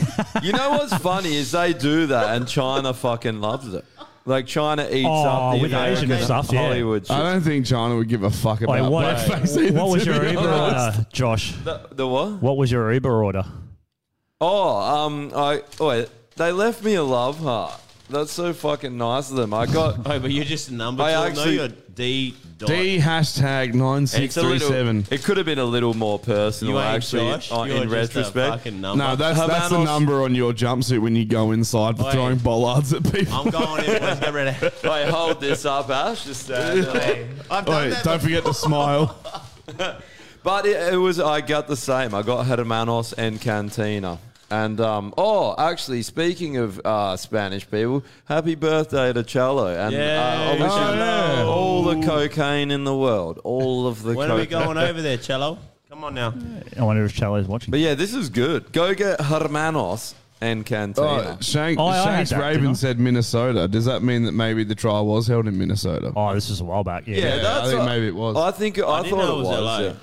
Speaker 3: You know what's funny is they do that, and China fucking loves it. Like China eats
Speaker 5: Oh,
Speaker 3: up the
Speaker 5: with Asian
Speaker 3: American
Speaker 5: stuff, yeah.
Speaker 3: Hollywood.
Speaker 2: I
Speaker 3: shit.
Speaker 2: don't think China would give a fuck about
Speaker 5: Wait, what,
Speaker 2: blackface
Speaker 5: what
Speaker 2: either,
Speaker 5: was
Speaker 2: to
Speaker 5: your
Speaker 2: be
Speaker 5: Uber
Speaker 2: honest.
Speaker 5: order, Josh?
Speaker 3: The, the what?
Speaker 5: What was your Uber order?
Speaker 3: Oh, um, I wait. They left me a love heart. That's so fucking nice of them. I got.
Speaker 4: Oh, but you're just a number.
Speaker 3: I
Speaker 4: I
Speaker 3: actually-
Speaker 4: no, you're D. Dot.
Speaker 2: D hashtag
Speaker 3: It's a little.
Speaker 2: 9637.
Speaker 3: It could have been a little more personal,
Speaker 4: You ain't
Speaker 3: actually.
Speaker 4: Josh.
Speaker 3: uh,
Speaker 4: you're
Speaker 3: in
Speaker 4: just a
Speaker 3: retrospect,
Speaker 4: fucking number.
Speaker 2: No, that's, that's the
Speaker 3: Habanos-
Speaker 2: number on your jumpsuit when you go inside for
Speaker 4: Oi.
Speaker 2: throwing bollards at people.
Speaker 4: I'm going in. Let's get ready.
Speaker 3: Wait, hold this up, Ash. Just uh,
Speaker 4: I've done
Speaker 2: Oi,
Speaker 4: that
Speaker 2: don't forget to smile.
Speaker 3: But it, it was, I got the same. I got Hermanos and Cantina. And, um, oh, actually, speaking of uh, Spanish people, happy birthday to Chalo. And uh, I
Speaker 4: Yay,
Speaker 3: wish him
Speaker 2: Chalo.
Speaker 3: all the cocaine in the world. All of the
Speaker 4: When
Speaker 3: cocaine.
Speaker 4: are we going over there, Cello? Come on now.
Speaker 5: I wonder if Charlie's watching.
Speaker 3: But yeah, this is good. Go get Hermanos and
Speaker 2: Oh,
Speaker 3: Cantina.
Speaker 2: Shank,
Speaker 5: Oh, I had
Speaker 2: Shanks
Speaker 5: that,
Speaker 2: Raven
Speaker 5: didn't I?
Speaker 2: said Minnesota. Does that mean that maybe the trial was held in Minnesota?
Speaker 5: Oh, this was a while back.
Speaker 3: yeah,
Speaker 5: Yeah.
Speaker 3: that's
Speaker 2: I think
Speaker 3: what-
Speaker 2: maybe it was.
Speaker 3: I think I,
Speaker 4: didn't
Speaker 3: thought
Speaker 4: know
Speaker 3: it
Speaker 4: it
Speaker 3: was.
Speaker 4: was LA.
Speaker 3: yeah.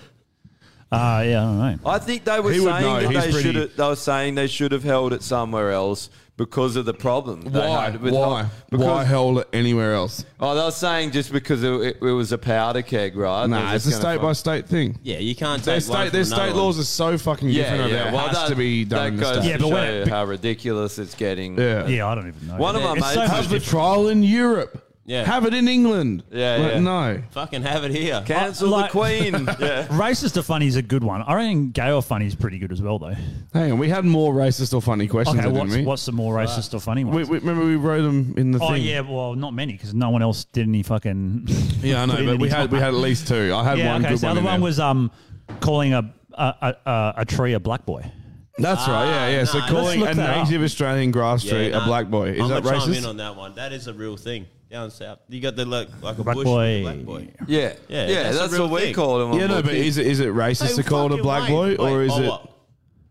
Speaker 5: Uh, yeah, I don't know.
Speaker 3: I think they were
Speaker 2: He would know.
Speaker 3: saying that
Speaker 2: He's
Speaker 3: they
Speaker 2: pretty-
Speaker 3: should have, they were saying they should have held it somewhere else because of the problem. they
Speaker 2: Why?
Speaker 3: had with-
Speaker 2: Why? Why
Speaker 3: Because
Speaker 2: held it anywhere else?
Speaker 3: Oh, they were saying just because it, it, it was a powder keg, right?
Speaker 2: Nah,
Speaker 3: They're
Speaker 2: it's
Speaker 3: just
Speaker 2: a
Speaker 3: gonna
Speaker 2: state
Speaker 3: fuck-
Speaker 2: by state thing.
Speaker 4: Yeah, you can't
Speaker 2: Their
Speaker 4: take
Speaker 2: state, their state laws are so fucking
Speaker 3: Yeah,
Speaker 2: different over
Speaker 3: yeah.
Speaker 2: there. It
Speaker 3: Well,
Speaker 2: has
Speaker 3: that,
Speaker 2: to be
Speaker 3: that
Speaker 2: done in the
Speaker 3: goes
Speaker 2: state.
Speaker 5: Yeah,
Speaker 3: to
Speaker 5: but when
Speaker 3: show
Speaker 5: it-
Speaker 3: how ridiculous it's getting.
Speaker 2: Yeah.
Speaker 5: Yeah, I don't even know.
Speaker 3: One of my
Speaker 5: It's
Speaker 3: mates
Speaker 5: so
Speaker 3: was
Speaker 5: much
Speaker 2: Have the
Speaker 5: different.
Speaker 2: trial in Europe.
Speaker 4: Yeah.
Speaker 2: Have it in England.
Speaker 3: Yeah,
Speaker 2: Like,
Speaker 3: yeah.
Speaker 2: No.
Speaker 4: Fucking have it here.
Speaker 3: Cancel
Speaker 5: Like-
Speaker 3: the Queen. yeah.
Speaker 5: Racist or funny is a good one. I reckon gay or funny is pretty good as well, though.
Speaker 2: Hang on, we had more racist or funny questions,
Speaker 5: Okay,
Speaker 2: didn't
Speaker 5: what's,
Speaker 2: we?
Speaker 5: what's the more racist or funny
Speaker 2: we,
Speaker 5: one?
Speaker 2: we- Remember, we wrote them in the
Speaker 5: Oh
Speaker 2: thing.
Speaker 5: yeah, well, not many because no one else did any fucking.
Speaker 2: yeah, I know,
Speaker 5: put in
Speaker 2: but we
Speaker 5: any
Speaker 2: had we had at
Speaker 5: time.
Speaker 2: least two. I had
Speaker 5: yeah,
Speaker 2: one
Speaker 5: okay.
Speaker 2: good
Speaker 5: so
Speaker 2: one.
Speaker 5: the
Speaker 2: in
Speaker 5: other one
Speaker 2: there.
Speaker 5: was um, calling a a, a- a, a tree a black boy.
Speaker 2: That's right. Yeah, yeah. so
Speaker 4: nah,
Speaker 2: calling a
Speaker 5: let's look that up.
Speaker 2: native Australian grass tree a
Speaker 4: nah,
Speaker 2: black boy is
Speaker 4: I'm
Speaker 2: that
Speaker 4: gonna chime
Speaker 2: racist?
Speaker 4: in on that one. That is a real thing down south. You got the like, like a
Speaker 5: Black
Speaker 4: bush
Speaker 5: boy.
Speaker 4: black boy.
Speaker 3: Yeah.
Speaker 4: Yeah,
Speaker 3: Yeah,
Speaker 4: that's a
Speaker 3: that's,
Speaker 4: real
Speaker 3: what we
Speaker 4: thing.
Speaker 3: call them. when
Speaker 2: yeah,
Speaker 3: we
Speaker 2: no,
Speaker 3: were
Speaker 2: but
Speaker 3: kids.
Speaker 2: is it is it racist
Speaker 4: Hey,
Speaker 2: to call it a
Speaker 4: fucking
Speaker 2: black boy
Speaker 4: wait,
Speaker 2: or
Speaker 4: wait,
Speaker 2: is
Speaker 4: hold
Speaker 2: it?
Speaker 4: up.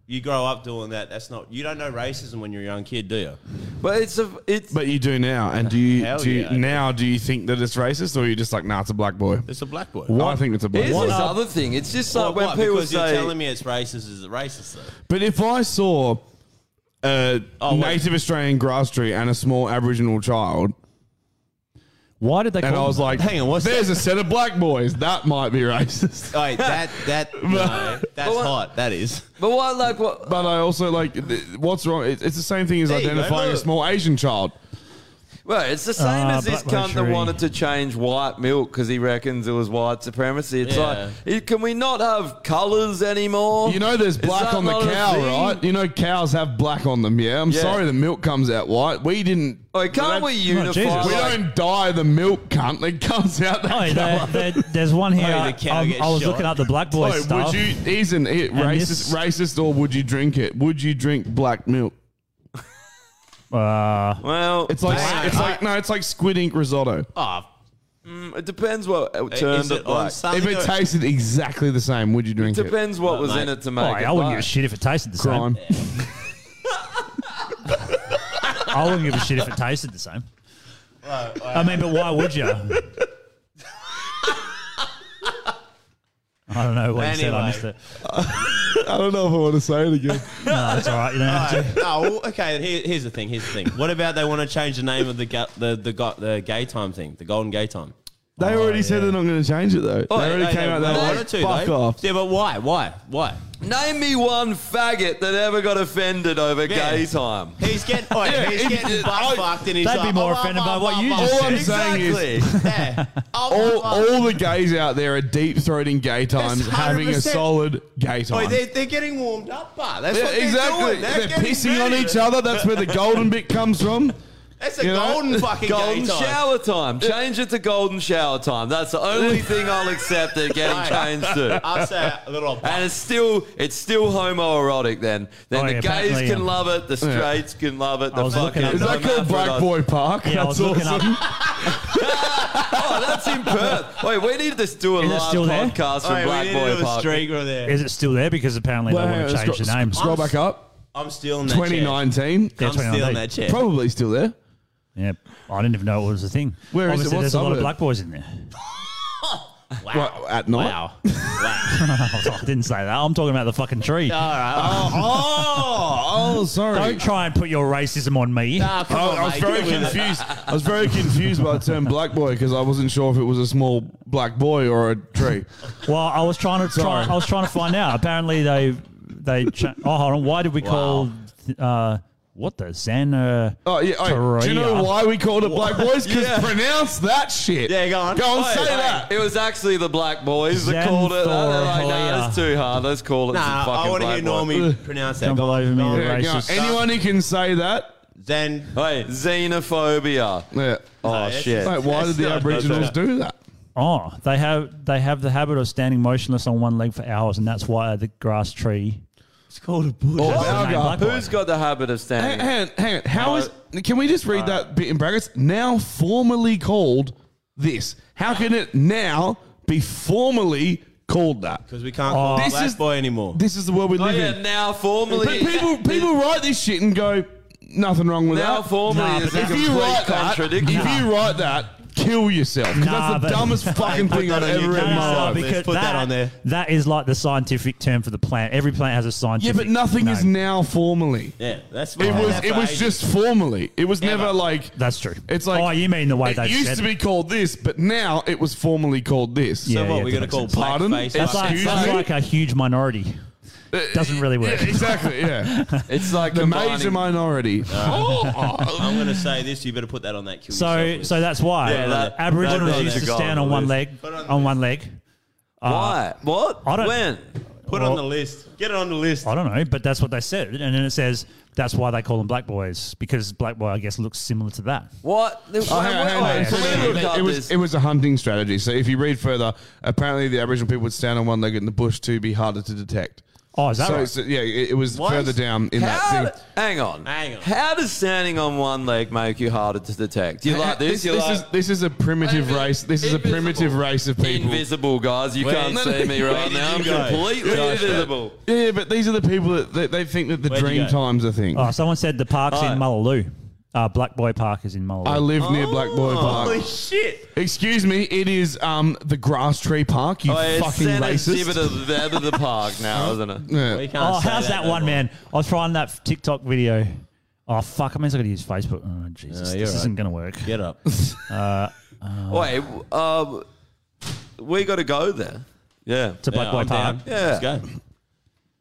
Speaker 4: You grow up doing that. That's not. You don't know racism when you're a young kid, do you?
Speaker 3: But it's a. It's,
Speaker 2: But you do now, and do you,
Speaker 4: Hell
Speaker 2: do you
Speaker 4: yeah, I do.
Speaker 2: now? Do you think that it's racist, or are you just like, nah, it's a black boy?
Speaker 4: It's a black boy.
Speaker 2: I think it's a black
Speaker 3: it's
Speaker 2: boy.
Speaker 3: this other thing. It's just
Speaker 4: Well,
Speaker 3: like when
Speaker 4: what?
Speaker 3: people
Speaker 4: because
Speaker 3: say.
Speaker 4: you're telling me it's racist. Is it racist though?
Speaker 2: But if I saw a
Speaker 4: Oh, wait.
Speaker 2: native Australian grass tree and a small Aboriginal child,
Speaker 5: Why did they?
Speaker 2: and
Speaker 5: call
Speaker 2: I was
Speaker 5: them
Speaker 2: like,
Speaker 4: Hang on, what's
Speaker 2: there's a set of black boys. That might be racist.
Speaker 4: All right, that that no, that's
Speaker 3: what-
Speaker 4: hot. That is.
Speaker 3: but what, like, what?
Speaker 2: But I also like, th- what's wrong? It- It's the same thing as
Speaker 4: There you go,
Speaker 2: identifying a
Speaker 4: look.
Speaker 2: small Asian child.
Speaker 3: Well, it's the same
Speaker 5: Ah,
Speaker 3: as this
Speaker 5: Black
Speaker 3: cunt that
Speaker 5: Luxury.
Speaker 3: wanted to change white milk because he reckons it was white supremacy. It's
Speaker 4: Yeah.
Speaker 3: like, it- can we not have colours anymore?
Speaker 2: You know, there's
Speaker 3: Is
Speaker 2: black
Speaker 3: that
Speaker 2: on the
Speaker 3: not a
Speaker 2: cow,
Speaker 3: thing?
Speaker 2: right? You know, cows have black on them. Yeah, I'm
Speaker 3: Yeah.
Speaker 2: sorry, the milk comes out white. We didn't.
Speaker 3: Like, can't we
Speaker 5: No,
Speaker 3: unify?
Speaker 5: Jesus.
Speaker 2: We
Speaker 3: like-
Speaker 2: don't dye the milk, cunt. It comes out that
Speaker 5: Oh,
Speaker 2: colour.
Speaker 5: there, there, there's one here.
Speaker 4: Oh, the cow
Speaker 5: um,
Speaker 4: gets
Speaker 5: I was
Speaker 4: shot.
Speaker 5: looking up the black boy
Speaker 2: Oi, would
Speaker 5: stuff.
Speaker 2: you? Isn't it
Speaker 5: And
Speaker 2: racist?
Speaker 5: this-
Speaker 2: Racist, or would you drink it? Would you drink black milk?
Speaker 5: Uh,
Speaker 3: Well,
Speaker 2: It's like
Speaker 4: Black-
Speaker 2: it's like no, it's like squid ink risotto.
Speaker 4: Oh,
Speaker 3: mm, it depends what turned
Speaker 4: is
Speaker 3: it
Speaker 4: it on
Speaker 3: black.
Speaker 4: something?
Speaker 2: If it
Speaker 4: or-
Speaker 2: tasted exactly the same, would you drink uh, it?
Speaker 3: Depends what was in
Speaker 4: mate.
Speaker 3: it to
Speaker 5: oh,
Speaker 3: make it
Speaker 5: I wouldn't give a
Speaker 3: black.
Speaker 5: shit if it tasted the
Speaker 2: Crime.
Speaker 5: same. I wouldn't give a shit if it tasted the same. I mean, but why would you? I don't know what you said.
Speaker 4: Anyway.
Speaker 5: I missed it.
Speaker 2: I don't know if I want to say it again.
Speaker 5: No, it's all right. You don't have to.
Speaker 4: No, Ah, well, okay. then Here, here's the thing. Here's the thing. What about they want to change the name of the ga- the the, go- the gay time thing, the golden gay time?
Speaker 2: They already said they're not going to change it though. Oh, they already came out there
Speaker 4: they
Speaker 2: like,
Speaker 4: wanted to,
Speaker 2: fuck
Speaker 4: though.
Speaker 2: off.
Speaker 4: Yeah, but why? Why? Why?
Speaker 3: Name me one faggot that ever got offended over
Speaker 4: Yeah.
Speaker 3: gay time.
Speaker 4: He's getting, oh,
Speaker 2: Yeah,
Speaker 4: he's
Speaker 2: it-
Speaker 4: getting
Speaker 2: it- I-
Speaker 4: butt fucked, and he's
Speaker 5: They'd
Speaker 4: like,
Speaker 5: be more
Speaker 4: oh,
Speaker 5: offended
Speaker 4: oh,
Speaker 5: by
Speaker 4: oh,
Speaker 5: what you
Speaker 4: oh,
Speaker 5: just
Speaker 4: oh,
Speaker 2: said.
Speaker 3: Exactly.
Speaker 4: yeah.
Speaker 2: All,
Speaker 4: Oh, oh,
Speaker 2: all the gays out there are deep throating gay times, having a
Speaker 4: 100%.
Speaker 2: solid gay
Speaker 4: oh,
Speaker 2: time.
Speaker 4: they're, they're getting warmed up, but that's
Speaker 2: Yeah,
Speaker 4: what they're
Speaker 2: exactly.
Speaker 4: doing. They're,
Speaker 2: They're,
Speaker 4: getting
Speaker 2: pissing on
Speaker 4: ready.
Speaker 2: each other. That's where the golden bit comes from.
Speaker 4: That's a
Speaker 2: you know?
Speaker 4: golden fucking
Speaker 3: Golden
Speaker 4: gay time.
Speaker 3: shower time. Change it to golden shower time. That's the only thing I'll accept it getting changed to.
Speaker 4: I'll say a little.
Speaker 3: And it's still it's still homoerotic then. Then
Speaker 5: Oh,
Speaker 3: the
Speaker 5: yeah,
Speaker 3: gays
Speaker 5: apparently,
Speaker 3: can
Speaker 5: um,
Speaker 3: love it, the straights can love it,
Speaker 5: I
Speaker 3: the
Speaker 5: was looking
Speaker 3: fucking
Speaker 5: at
Speaker 2: Is that called Black Boy Park?
Speaker 5: Yeah, I was looking up.
Speaker 3: Oh, that's in Perth. Wait, we need to do a
Speaker 5: Is it
Speaker 3: live
Speaker 5: still there?
Speaker 3: podcast from Black Boy Park.
Speaker 4: there.
Speaker 5: Is it still there? Because apparently
Speaker 2: Well,
Speaker 5: they
Speaker 2: hang on,
Speaker 5: want to change
Speaker 2: scroll,
Speaker 5: the name.
Speaker 2: Scroll back up.
Speaker 4: I'm stealing that chair.
Speaker 2: 2019.
Speaker 5: Yeah,
Speaker 4: I'm
Speaker 5: 29
Speaker 4: stealing
Speaker 5: date.
Speaker 4: that chair.
Speaker 2: Probably still there.
Speaker 5: Yeah, I didn't even know it was a thing.
Speaker 2: Where is it?
Speaker 5: Obviously,
Speaker 2: What
Speaker 5: there's a lot of
Speaker 2: suburb?
Speaker 5: black boys in there.
Speaker 2: What, at night?
Speaker 4: Wow. wow.
Speaker 5: I didn't say that. I'm talking about the fucking tree.
Speaker 4: All right.
Speaker 2: Oh, oh, sorry.
Speaker 5: Don't try and put your racism on me.
Speaker 4: Oh, come
Speaker 2: I,
Speaker 4: on,
Speaker 2: I was
Speaker 4: mate.
Speaker 2: very
Speaker 4: Get with it.
Speaker 2: confused. I was very confused by the term black boy because I wasn't sure if it was a small black boy or a tree.
Speaker 5: Well, I was trying to try,
Speaker 2: Sorry.
Speaker 5: I was trying to find out. Apparently, they they. Cha- oh, hold on. Why did we call uh, what the Xana?
Speaker 2: Oh yeah. oh, do you know
Speaker 5: Korea.
Speaker 2: why we called it black boys? Because
Speaker 3: Yeah.
Speaker 2: pronounce that shit.
Speaker 4: Yeah, go on.
Speaker 2: Go on,
Speaker 4: Oi,
Speaker 2: say
Speaker 4: oi.
Speaker 2: that.
Speaker 3: It was actually the black boys that
Speaker 5: Xanthor
Speaker 3: called it. that. They're like,
Speaker 5: Hoya.
Speaker 3: nah, that's too hard. Let's call it some
Speaker 4: Nah, I
Speaker 3: fucking
Speaker 4: want to
Speaker 3: black
Speaker 4: hear
Speaker 3: boy.
Speaker 4: Normie pronounce that.
Speaker 5: Jump all over me,
Speaker 4: Go on.
Speaker 5: right?
Speaker 2: Yeah, go on.
Speaker 5: Racist.
Speaker 2: Anyone who can say that.
Speaker 4: Then
Speaker 3: Hey, xenophobia.
Speaker 2: Yeah.
Speaker 3: Oh,
Speaker 4: it's
Speaker 3: shit.
Speaker 2: Mate, why did the
Speaker 4: not-
Speaker 2: Aboriginals
Speaker 4: that's
Speaker 2: do that?
Speaker 5: Oh, they have they have the habit of standing motionless on one leg for hours, and that's why the grass tree.
Speaker 4: it's called a bush.
Speaker 2: Oh,
Speaker 5: the name
Speaker 2: Balgar.
Speaker 5: black boy.
Speaker 3: Who's got the habit of
Speaker 2: Hang,
Speaker 3: standing?
Speaker 2: hang on, hang on. How is? Can we just read that bit in brackets? Now formally called this. How can it now be formally called that?
Speaker 4: Because we can't call
Speaker 5: Oh.
Speaker 4: him
Speaker 2: This
Speaker 4: black
Speaker 2: is-
Speaker 4: boy anymore.
Speaker 2: This is the world we
Speaker 3: Oh,
Speaker 2: live
Speaker 3: yeah,
Speaker 2: in.
Speaker 3: now
Speaker 2: But
Speaker 3: formally.
Speaker 2: people people write this shit and go nothing wrong with
Speaker 3: now
Speaker 2: that.
Speaker 3: formally
Speaker 5: Nah,
Speaker 3: is
Speaker 5: but
Speaker 3: a
Speaker 2: if
Speaker 3: complete
Speaker 2: you write that, if
Speaker 3: contradiction.
Speaker 2: you write that, kill yourself. 'Cause
Speaker 5: Nah,
Speaker 2: that's the
Speaker 5: but-
Speaker 2: dumbest fucking
Speaker 4: Put
Speaker 2: thing
Speaker 4: that
Speaker 2: I've
Speaker 4: on your
Speaker 2: ever read in
Speaker 4: calendar.
Speaker 2: my life.
Speaker 4: Let's put that on there.
Speaker 5: That is like the scientific term for the plant. Every plant has a
Speaker 2: Yeah,
Speaker 5: scientific.
Speaker 2: but nothing is
Speaker 5: name.
Speaker 2: now formally.
Speaker 4: yeah, that's
Speaker 2: It was it was just formally. It was never like
Speaker 5: That's true.
Speaker 2: It's like
Speaker 5: oh, you mean the way
Speaker 2: it
Speaker 5: they
Speaker 2: used
Speaker 5: said
Speaker 2: to
Speaker 5: it.
Speaker 2: be called this, but now it was formally called this.
Speaker 5: Yeah,
Speaker 4: So what
Speaker 5: yeah,
Speaker 4: we're
Speaker 5: that
Speaker 4: gonna
Speaker 5: makes
Speaker 4: call
Speaker 5: sense.
Speaker 2: Pardon?
Speaker 4: blackface?
Speaker 5: That's
Speaker 4: black-
Speaker 5: like,
Speaker 2: Excuse
Speaker 5: that's
Speaker 2: me?
Speaker 5: like a huge minority. Doesn't really work.
Speaker 2: Uh, Yeah, exactly. Yeah,
Speaker 3: it's like
Speaker 2: the
Speaker 3: combining-
Speaker 2: major minority. Oh.
Speaker 4: I'm gonna say this. You better put that on that. Kill
Speaker 5: So,
Speaker 4: yourself
Speaker 5: so that's why
Speaker 3: Yeah, that-
Speaker 5: Aboriginals
Speaker 3: that-
Speaker 5: used to
Speaker 3: that's a
Speaker 5: stand
Speaker 3: goal.
Speaker 5: on one leg,
Speaker 4: Put on
Speaker 5: on one leg.
Speaker 2: Uh,
Speaker 3: Why? What?
Speaker 5: I don't-
Speaker 3: when?
Speaker 4: list. put it
Speaker 5: Oh.
Speaker 4: on the list. Get it on the list.
Speaker 5: I don't know, but that's what they said, and then it says that's why they call them black boys because black boy, I guess, looks similar to that.
Speaker 3: What?
Speaker 2: Oh, hang on, hang on.
Speaker 5: wait,
Speaker 2: So
Speaker 5: wait,
Speaker 2: it-
Speaker 5: wait,
Speaker 2: it- It was it was a hunting strategy. So if you read further, apparently the Aboriginal people would stand on one leg in the bush to be harder to detect.
Speaker 5: Oh, is that
Speaker 2: So,
Speaker 5: right?
Speaker 2: so yeah, it, it was
Speaker 4: What?
Speaker 2: further down in
Speaker 3: How
Speaker 2: that
Speaker 3: d-
Speaker 2: thing.
Speaker 3: hang on.
Speaker 4: Hang on.
Speaker 3: How does standing on one leg make you harder to detect? You like this?
Speaker 2: This,
Speaker 3: You
Speaker 2: this
Speaker 3: like
Speaker 2: is this is a primitive
Speaker 3: Invi-
Speaker 2: race. This is a
Speaker 3: invisible.
Speaker 2: primitive race of people.
Speaker 3: invisible, guys. You
Speaker 4: Where-
Speaker 3: can't see me
Speaker 4: Where
Speaker 3: right
Speaker 4: did
Speaker 3: now.
Speaker 4: you
Speaker 3: I'm
Speaker 4: go?
Speaker 3: completely
Speaker 4: Yeah, shit.
Speaker 3: invisible.
Speaker 2: Yeah, yeah, but these are the people that they, they think that the
Speaker 4: Where'd you
Speaker 2: dream
Speaker 4: go?
Speaker 2: time's a thing.
Speaker 5: Oh, someone said the park's
Speaker 3: Oh.
Speaker 5: in Mullaloo. Uh, black boy park is in Mullaloo.
Speaker 2: I live near Black Boy
Speaker 3: Oh.
Speaker 4: Holy
Speaker 2: Park.
Speaker 4: shit!
Speaker 2: Excuse me, it is um the Grass Tree Park. You
Speaker 3: Oh, it's
Speaker 2: fucking
Speaker 3: sensitive
Speaker 2: racist.
Speaker 3: to the, to the park now, isn't it?
Speaker 2: Yeah.
Speaker 4: We can't
Speaker 5: oh,
Speaker 4: say
Speaker 5: how's that,
Speaker 4: no
Speaker 5: one
Speaker 4: more.
Speaker 5: man? I was trying that TikTok video. Oh fuck! I mean, I got to use Facebook. Oh Jesus,
Speaker 4: you're
Speaker 5: this
Speaker 4: right.
Speaker 5: isn't gonna work.
Speaker 4: Get up.
Speaker 3: Wait, w- uh, we got to go there. Yeah.
Speaker 5: To black
Speaker 4: Yeah,
Speaker 5: boy
Speaker 4: I'm
Speaker 5: park.
Speaker 4: down. Let's go.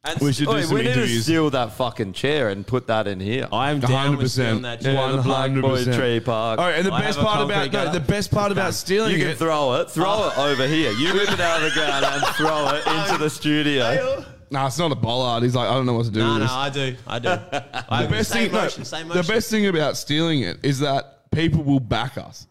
Speaker 3: And
Speaker 2: We
Speaker 3: s-
Speaker 2: should do
Speaker 3: oi,
Speaker 2: some
Speaker 3: we need to
Speaker 2: interviews.
Speaker 3: steal that fucking chair and put that in here.
Speaker 4: I'm down with stealing
Speaker 2: 100%.
Speaker 4: that
Speaker 2: Yeah,
Speaker 4: chair.
Speaker 3: One black boy
Speaker 2: 100%.
Speaker 3: tree park.
Speaker 2: All right, and the
Speaker 4: I
Speaker 2: best
Speaker 4: have a
Speaker 2: part
Speaker 4: concrete
Speaker 2: about no,
Speaker 4: gutter.
Speaker 2: the best part about
Speaker 3: You
Speaker 2: stealing
Speaker 3: can
Speaker 2: it.
Speaker 3: throw it. Throw it over here. You rip it out of the ground and throw it into the studio.
Speaker 2: Nah, it's not a bollard. He's like, I don't know what to do.
Speaker 4: No,
Speaker 2: with
Speaker 4: no,
Speaker 2: this.
Speaker 4: I do. I do. I
Speaker 2: the best
Speaker 4: same
Speaker 2: thing, no,
Speaker 4: motion, same
Speaker 2: the
Speaker 4: motion.
Speaker 2: best thing about stealing it is that people will back us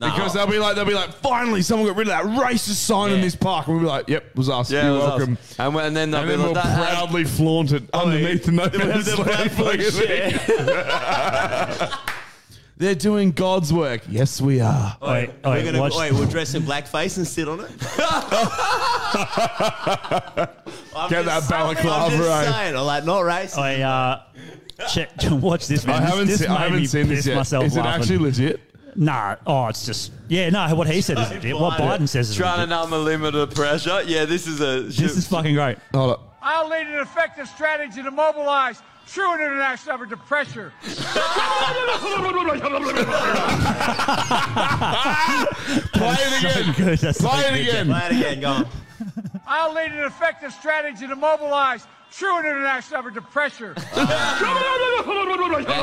Speaker 4: No.
Speaker 2: because they'll be like, they'll be like, finally, someone got rid of that racist sign in
Speaker 4: Yeah.
Speaker 2: this park, and we'll be like, yep, it was us.
Speaker 3: Yeah, it
Speaker 2: You're
Speaker 3: was us.
Speaker 2: welcome.
Speaker 3: And, when, and then they'll
Speaker 2: And
Speaker 3: be
Speaker 2: then we'll
Speaker 3: like, that,
Speaker 2: proudly flaunt it underneath the no man's
Speaker 4: the
Speaker 2: land
Speaker 4: black
Speaker 2: fucking thing. They're doing God's work. Yes, we are.
Speaker 5: Wait, wait,
Speaker 4: We're gonna,
Speaker 5: watch-
Speaker 4: wait, we'll dress in blackface and sit on it. I'm
Speaker 2: Get
Speaker 4: just-
Speaker 2: that balaclava,
Speaker 4: I'm just
Speaker 2: right.
Speaker 4: saying, I'm like, not racist.
Speaker 5: I uh, check, watch this. Man.
Speaker 2: I haven't,
Speaker 5: this,
Speaker 2: se-
Speaker 5: this
Speaker 2: I
Speaker 5: made
Speaker 2: haven't
Speaker 5: me
Speaker 2: seen this
Speaker 5: piss
Speaker 2: yet. Is
Speaker 5: Myself
Speaker 2: it
Speaker 5: laughing.
Speaker 2: actually legit?
Speaker 5: Nah. Oh, it's just yeah. No, what he said is legit. What
Speaker 4: Biden.
Speaker 5: Biden says is
Speaker 3: trying to
Speaker 5: legit.
Speaker 3: numb a limit of pressure. Yeah, this is a.
Speaker 5: This is fucking great.
Speaker 2: Hold up.
Speaker 10: I'll lead an effective strategy to mobilize true and international effort to pressure.
Speaker 2: Play it again.
Speaker 5: Good. That's
Speaker 2: Play
Speaker 5: so
Speaker 2: it
Speaker 5: good.
Speaker 2: again.
Speaker 4: Play it again, go on.
Speaker 10: I'll lead an effective strategy to mobilize true and international effort to pressure.
Speaker 4: That's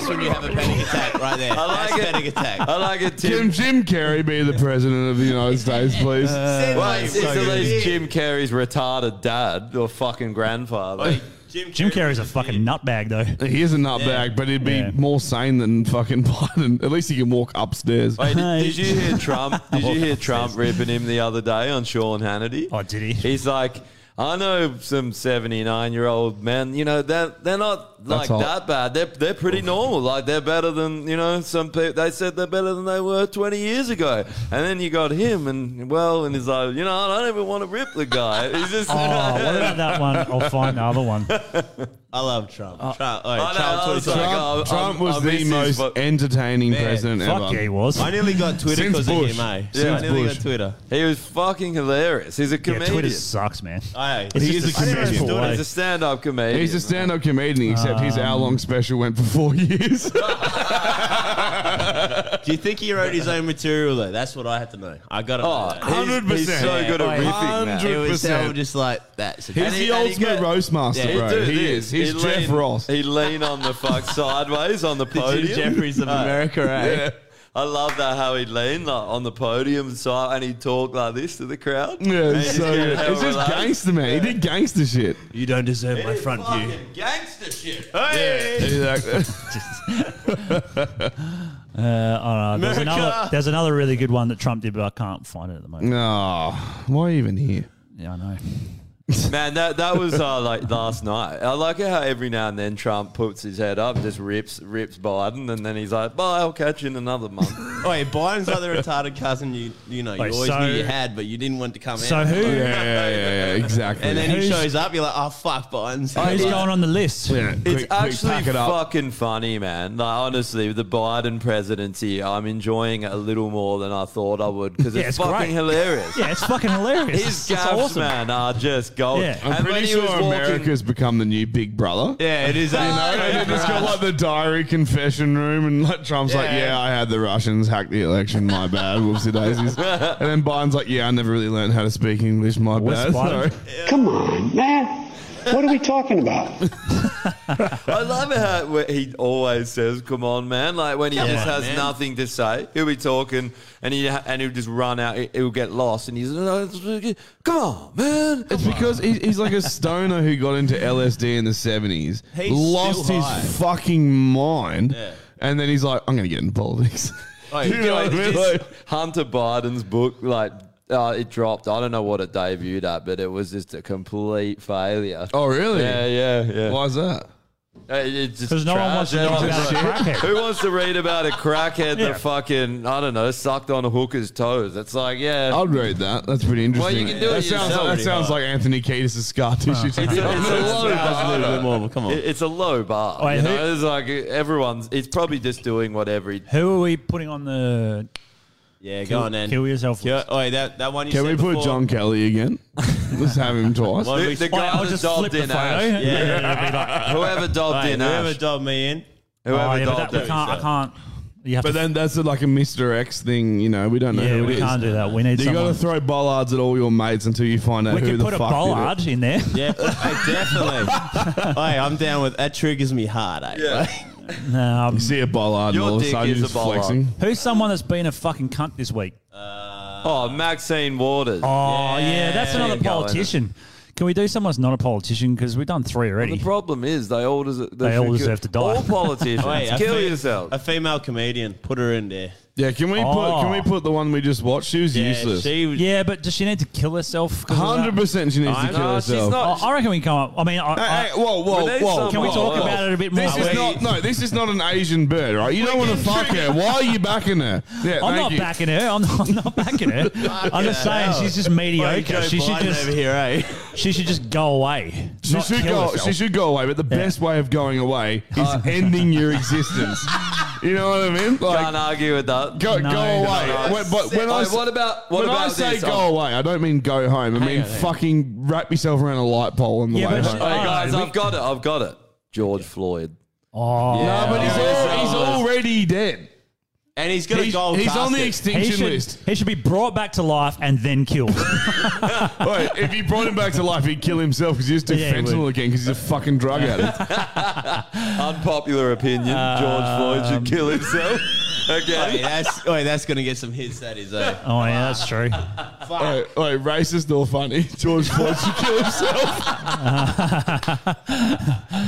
Speaker 4: when you have a panic attack right there.
Speaker 3: I like
Speaker 4: That's
Speaker 3: it. Uh,
Speaker 4: panic attack.
Speaker 3: I like it,
Speaker 2: Can
Speaker 3: Tim.
Speaker 2: Jim Carrey be the president of the United States, please?
Speaker 3: Well, it's, it's
Speaker 4: So
Speaker 3: at
Speaker 4: good.
Speaker 3: least Jim Carrey's retarded dad or fucking grandfather.
Speaker 4: Wait, Jim,
Speaker 5: Jim Carrey's a fucking nutbag though.
Speaker 2: he is a nutbag, but he'd be
Speaker 5: Yeah.
Speaker 2: more sane than fucking Biden. At least he can walk upstairs.
Speaker 3: Wait,
Speaker 5: Hi.
Speaker 3: did, did you hear Trump? Did you hear Trump ripping him the other day on Sean Hannity?
Speaker 5: Oh, did he?
Speaker 3: He's like, I know some seventy-nine-year-old men. You know, they're they're not not like
Speaker 2: all.
Speaker 3: that bad. They're they're pretty normal. Like they're better than you know some people. They said they're better than they were twenty years ago. And then you got him, and well, and he's like, you know, I don't even want to rip the guy. He's just.
Speaker 5: Oh, what about that one? I'll find the other one.
Speaker 4: I love Trump. Trump, oh,
Speaker 3: I know,
Speaker 4: Trump
Speaker 3: I was
Speaker 4: 22.
Speaker 3: like,
Speaker 2: Trump,
Speaker 3: oh, I'm-
Speaker 2: Trump was
Speaker 3: I'm
Speaker 2: the
Speaker 3: missing
Speaker 2: most
Speaker 3: spot.
Speaker 2: entertaining
Speaker 4: Man,
Speaker 2: president
Speaker 5: Fuck
Speaker 2: ever.
Speaker 5: yeah, he was.
Speaker 4: I nearly got Twitter
Speaker 2: Since
Speaker 4: because of
Speaker 2: Bush.
Speaker 4: him, eh?
Speaker 2: Since
Speaker 4: I nearly
Speaker 2: Bush.
Speaker 4: got Twitter.
Speaker 3: He was fucking hilarious. He's a
Speaker 5: yeah,
Speaker 3: comedian.
Speaker 5: Twitter sucks, man.
Speaker 4: Aye.
Speaker 5: It's
Speaker 2: He
Speaker 5: just
Speaker 2: is a
Speaker 5: simple
Speaker 2: comedian.
Speaker 5: way.
Speaker 3: He's a stand-up comedian.
Speaker 2: He's a stand-up comedian, except his hour-long special went for four years.
Speaker 4: Do you think he wrote his own material though? That's what I had to know. I got to
Speaker 3: Oh,
Speaker 4: know. that.
Speaker 3: he's- He's
Speaker 2: 100%.
Speaker 3: so good at
Speaker 2: Yeah,
Speaker 3: riffing. man.
Speaker 4: It was so
Speaker 2: 100%.
Speaker 4: just like that's a-
Speaker 2: He's
Speaker 4: And he-
Speaker 2: the
Speaker 4: and he
Speaker 2: ultimate
Speaker 4: got-
Speaker 2: roast master,
Speaker 4: Yeah,
Speaker 2: bro.
Speaker 3: Dude,
Speaker 2: he
Speaker 3: this-
Speaker 2: is. He's
Speaker 3: he
Speaker 2: Jeff
Speaker 3: lean-
Speaker 2: Ross.
Speaker 3: He lean on the fuck sideways on the podium.
Speaker 4: Jim Jeffries of
Speaker 3: Uh,
Speaker 4: America, eh?
Speaker 3: yeah. I love that how he leaned like, on the podium side and he talked like this to the crowd.
Speaker 2: yeah,
Speaker 3: And
Speaker 2: it's
Speaker 3: he's
Speaker 2: so
Speaker 3: getting
Speaker 2: good.
Speaker 3: hell
Speaker 2: It's just
Speaker 3: relaxed.
Speaker 2: gangster, man. He did gangster shit.
Speaker 5: You don't deserve my front view.
Speaker 3: Fucking gangster shit.
Speaker 4: Hey!
Speaker 2: Exactly.
Speaker 5: Uh, I don't know. There's
Speaker 4: America.
Speaker 5: another, there's another really good one that Trump did, but I can't find it at the moment.
Speaker 2: No, why even here?
Speaker 5: Yeah, I know.
Speaker 3: Man, that that was uh, like last night. I like it how every now and then Trump puts his head up, just rips rips Biden, and then he's like, "Bye, I'll catch you in another month."
Speaker 4: Wait, Biden's like the retarded cousin you you know you
Speaker 5: Wait,
Speaker 4: always
Speaker 5: so-
Speaker 4: knew you had, but you didn't want to come
Speaker 5: So
Speaker 4: out.
Speaker 5: who
Speaker 2: Yeah, yeah, yeah, yeah, exactly.
Speaker 4: And then he
Speaker 5: Who's-
Speaker 4: shows up, you're like, oh fuck, Biden's. here."
Speaker 5: who's going on the list?
Speaker 2: Yeah,
Speaker 3: It's
Speaker 2: quick- quick,
Speaker 3: actually
Speaker 2: pack it up.
Speaker 3: fucking funny, man. Like honestly, the Biden presidency, I'm enjoying it a little more than I thought I would because
Speaker 5: Yeah,
Speaker 3: it's,
Speaker 5: it's
Speaker 3: fucking
Speaker 5: great.
Speaker 3: hilarious.
Speaker 5: Yeah, it's fucking hilarious.
Speaker 3: His
Speaker 5: it's
Speaker 3: gaffes,
Speaker 5: awesome.
Speaker 3: man, are just gold.
Speaker 5: Yeah.
Speaker 2: I'm
Speaker 3: And when
Speaker 2: pretty
Speaker 3: he
Speaker 2: sure
Speaker 3: was walking-
Speaker 2: America's become the new Big Brother.
Speaker 4: Yeah, it is.
Speaker 2: You know, and it's got like the diary confession room, and like Trump's like,
Speaker 4: Yeah.
Speaker 2: "Yeah, I had the Russians hack the election. My bad. Whoopsie daisies." and then Biden's like, "Yeah, I never really learned how to speak English. My
Speaker 5: West
Speaker 2: bad." So,
Speaker 5: Biden.
Speaker 11: Come on, man. What are we talking about?
Speaker 3: I love how wh- he always says, "Come on, man!" Like when he just has nothing to say, he'll be talking and he ha- and he'll just run out. He- He'll get lost, and he's, "Come on, man!"
Speaker 2: it's because he, he's like a stoner who got into LSD in the seventies,
Speaker 4: He's
Speaker 2: lost
Speaker 4: still
Speaker 2: his
Speaker 4: high.
Speaker 2: fucking mind,
Speaker 4: Yeah.
Speaker 2: and then he's like, "I'm gonna get into politics."
Speaker 3: Like,
Speaker 2: You know what I mean?
Speaker 3: this
Speaker 2: Like-
Speaker 3: Hunter Biden's book, like uh, it dropped. I don't know what it debuted at, but it was just a complete failure.
Speaker 2: oh, really?
Speaker 3: Yeah, yeah, yeah.
Speaker 2: Why's that?
Speaker 3: Uh, It's just
Speaker 5: 'Cause no one
Speaker 3: trash.
Speaker 5: wants to know
Speaker 3: Everyone's
Speaker 5: about a
Speaker 3: like,
Speaker 5: crackhead.
Speaker 3: Who wants to read about a crackhead that fucking I don't know sucked on a hooker's toes? It's like, yeah,
Speaker 2: I'd read that. That's pretty interesting.
Speaker 3: you can do it
Speaker 2: that sounds,
Speaker 3: yourself.
Speaker 2: that sounds like Anthony Kiedis' scar tissue. to
Speaker 3: it's
Speaker 2: be
Speaker 3: a, it's a
Speaker 2: honest.
Speaker 3: low
Speaker 4: Just a
Speaker 3: bar.
Speaker 4: little bit more. but Come on.
Speaker 3: It- It's a low bar.
Speaker 5: Wait,
Speaker 3: you
Speaker 5: who-
Speaker 3: know, it's like everyone's. It's probably just doing whatever. He,
Speaker 5: Who are we putting on the
Speaker 4: Yeah,
Speaker 5: kill,
Speaker 4: go on then.
Speaker 5: kill yourself
Speaker 4: Kill-
Speaker 5: list?
Speaker 4: Oh, that that one you
Speaker 2: Can
Speaker 4: said
Speaker 2: we put
Speaker 4: before.
Speaker 2: John Kelly again? Let's have him twice.
Speaker 4: Well,
Speaker 3: the,
Speaker 4: we-
Speaker 3: the
Speaker 5: Oh,
Speaker 3: guy
Speaker 5: I'll
Speaker 3: that
Speaker 5: just
Speaker 3: dobbed
Speaker 5: flip the
Speaker 3: in
Speaker 5: photo.
Speaker 3: Ash.
Speaker 5: Yeah, yeah, yeah, it'll be like,
Speaker 3: Whoever dobbed
Speaker 4: Hey,
Speaker 3: in
Speaker 4: whoever
Speaker 3: Ash.
Speaker 4: dobbed me in.
Speaker 5: oh,
Speaker 3: Whoever
Speaker 5: yeah, but that,
Speaker 3: dobbed
Speaker 5: we
Speaker 3: in.
Speaker 5: can't, I can't. You have
Speaker 2: but
Speaker 5: to,
Speaker 2: then that's a- like a Mr. X thing, you know. We don't know
Speaker 5: yeah,
Speaker 2: who
Speaker 5: we
Speaker 2: it is.
Speaker 5: can't do that. We need
Speaker 2: You got
Speaker 5: someone.
Speaker 2: to throw bollards at all your mates until you find out
Speaker 5: we
Speaker 2: who
Speaker 5: could
Speaker 2: the
Speaker 5: put a
Speaker 2: fuck did it.
Speaker 5: bollard in there.
Speaker 4: Yeah, hey, definitely. hey, I'm down with that. Triggers me hard. Eh?
Speaker 3: Yeah.
Speaker 5: Um,
Speaker 2: See a bollard,
Speaker 3: Your
Speaker 2: and all of a
Speaker 3: dick
Speaker 2: sudden
Speaker 3: is
Speaker 2: you're
Speaker 3: a
Speaker 2: just
Speaker 3: bollard.
Speaker 2: flexing.
Speaker 5: who's someone that's been a fucking cunt this week?
Speaker 3: Oh, Maxine Waters.
Speaker 5: Oh, yeah, that's
Speaker 3: there
Speaker 5: another
Speaker 3: you go,
Speaker 5: politician. Can we do someone that's not a politician? Because we've done three already.
Speaker 3: The problem is they all deserve, they
Speaker 5: They all
Speaker 3: should kill-
Speaker 5: deserve to die.
Speaker 3: All politicians,
Speaker 4: Wait, Oh, a
Speaker 3: kill
Speaker 4: fe-
Speaker 3: yourself.
Speaker 4: A female comedian. Put her in there.
Speaker 2: Yeah, can we put
Speaker 5: Oh.
Speaker 2: can we put the one we just watched? She was
Speaker 4: Yeah,
Speaker 2: useless.
Speaker 4: she was.
Speaker 5: yeah, but does she need to kill herself? 'cause of that?
Speaker 2: Hundred percent, she needs
Speaker 4: I
Speaker 2: to kill
Speaker 3: know, she's
Speaker 2: herself.
Speaker 3: not-
Speaker 5: Oh, I reckon we can come up. I mean, I, I,
Speaker 2: Hey, hey, whoa, whoa,
Speaker 3: We need
Speaker 2: whoa!
Speaker 3: someone.
Speaker 5: can we
Speaker 3: whoa,
Speaker 5: talk
Speaker 3: whoa.
Speaker 5: about it a bit more?
Speaker 2: This is
Speaker 5: We-
Speaker 2: not no. This is not an Asian bird, right? You don't want to fuck her. Why are you backing her? Yeah,
Speaker 5: I'm
Speaker 2: thank
Speaker 5: not
Speaker 2: you.
Speaker 5: backing her. I'm not, I'm not backing her. I'm just saying she's just
Speaker 4: Hey,
Speaker 5: mediocre.
Speaker 4: Joe
Speaker 5: She should
Speaker 4: Biden over
Speaker 5: just
Speaker 4: here, eh?
Speaker 5: she should just go away.
Speaker 2: She
Speaker 5: not
Speaker 2: should
Speaker 5: kill
Speaker 2: go.
Speaker 5: herself. Uh.
Speaker 2: She should go away. But the best way of going away is ending your existence. you know what I mean?
Speaker 3: Can't
Speaker 2: Like
Speaker 3: argue with that.
Speaker 2: go, go
Speaker 5: No, no,
Speaker 2: away.
Speaker 3: no.
Speaker 2: When, but when
Speaker 3: Oh,
Speaker 2: I,
Speaker 3: what about- what
Speaker 2: when
Speaker 3: about
Speaker 2: I say
Speaker 3: this?
Speaker 2: go
Speaker 3: Oh.
Speaker 2: away? I don't mean go home. I mean fucking wrap yourself around a light pole on the
Speaker 5: Yeah,
Speaker 2: way
Speaker 5: but
Speaker 2: home.
Speaker 5: she-
Speaker 3: Hey
Speaker 5: Oh,
Speaker 3: guys,
Speaker 5: we-
Speaker 3: I've got it. I've got it. George Floyd.
Speaker 5: Oh,
Speaker 2: no, but he's, al-
Speaker 3: Yeah.
Speaker 2: he's already dead.
Speaker 4: And he's got a
Speaker 2: He's,
Speaker 4: gold
Speaker 2: he's
Speaker 4: basket.
Speaker 2: on the
Speaker 5: he
Speaker 2: extinction
Speaker 5: should
Speaker 2: list.
Speaker 5: he should be brought back to life and then killed.
Speaker 2: Wait, if you brought him back to life, he'd kill himself because he's do
Speaker 5: Yeah, he
Speaker 2: fentanyl
Speaker 5: would.
Speaker 2: again because he's a fucking drug addict.
Speaker 3: Unpopular opinion. George Floyd should kill
Speaker 2: Um,
Speaker 3: himself.
Speaker 2: Oh,
Speaker 4: Hey,
Speaker 3: okay.
Speaker 4: that's, wait, that's going to get some hits, that is, eh?
Speaker 5: oh yeah, that's true.
Speaker 2: Wait, wait, racist or funny? George Floyd should kill himself.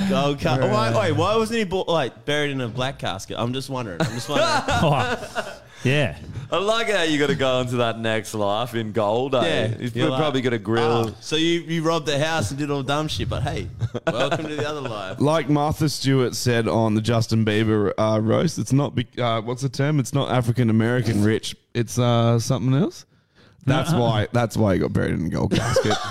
Speaker 4: Gold ca- why, wait, why wasn't he bo- like buried in a black casket? I'm just wondering. I'm just wondering.
Speaker 5: Oh, yeah,
Speaker 3: I like how you got to go into that next life in gold.
Speaker 4: Yeah,
Speaker 3: Eh? Yeah, He's
Speaker 4: you're like,
Speaker 3: probably got a grill.
Speaker 5: Oh.
Speaker 4: "Ah, so you, you robbed the house and did all dumb shit, but hey,
Speaker 2: "Ah,
Speaker 4: welcome to the other life.
Speaker 2: Like Martha Stewart said on the Justin Bieber uh, roast, it's not be- uh, what's the term? It's not African American rich. It's uh, something else. That's
Speaker 3: Nuh-uh.
Speaker 2: why. That's why he got buried in a gold casket.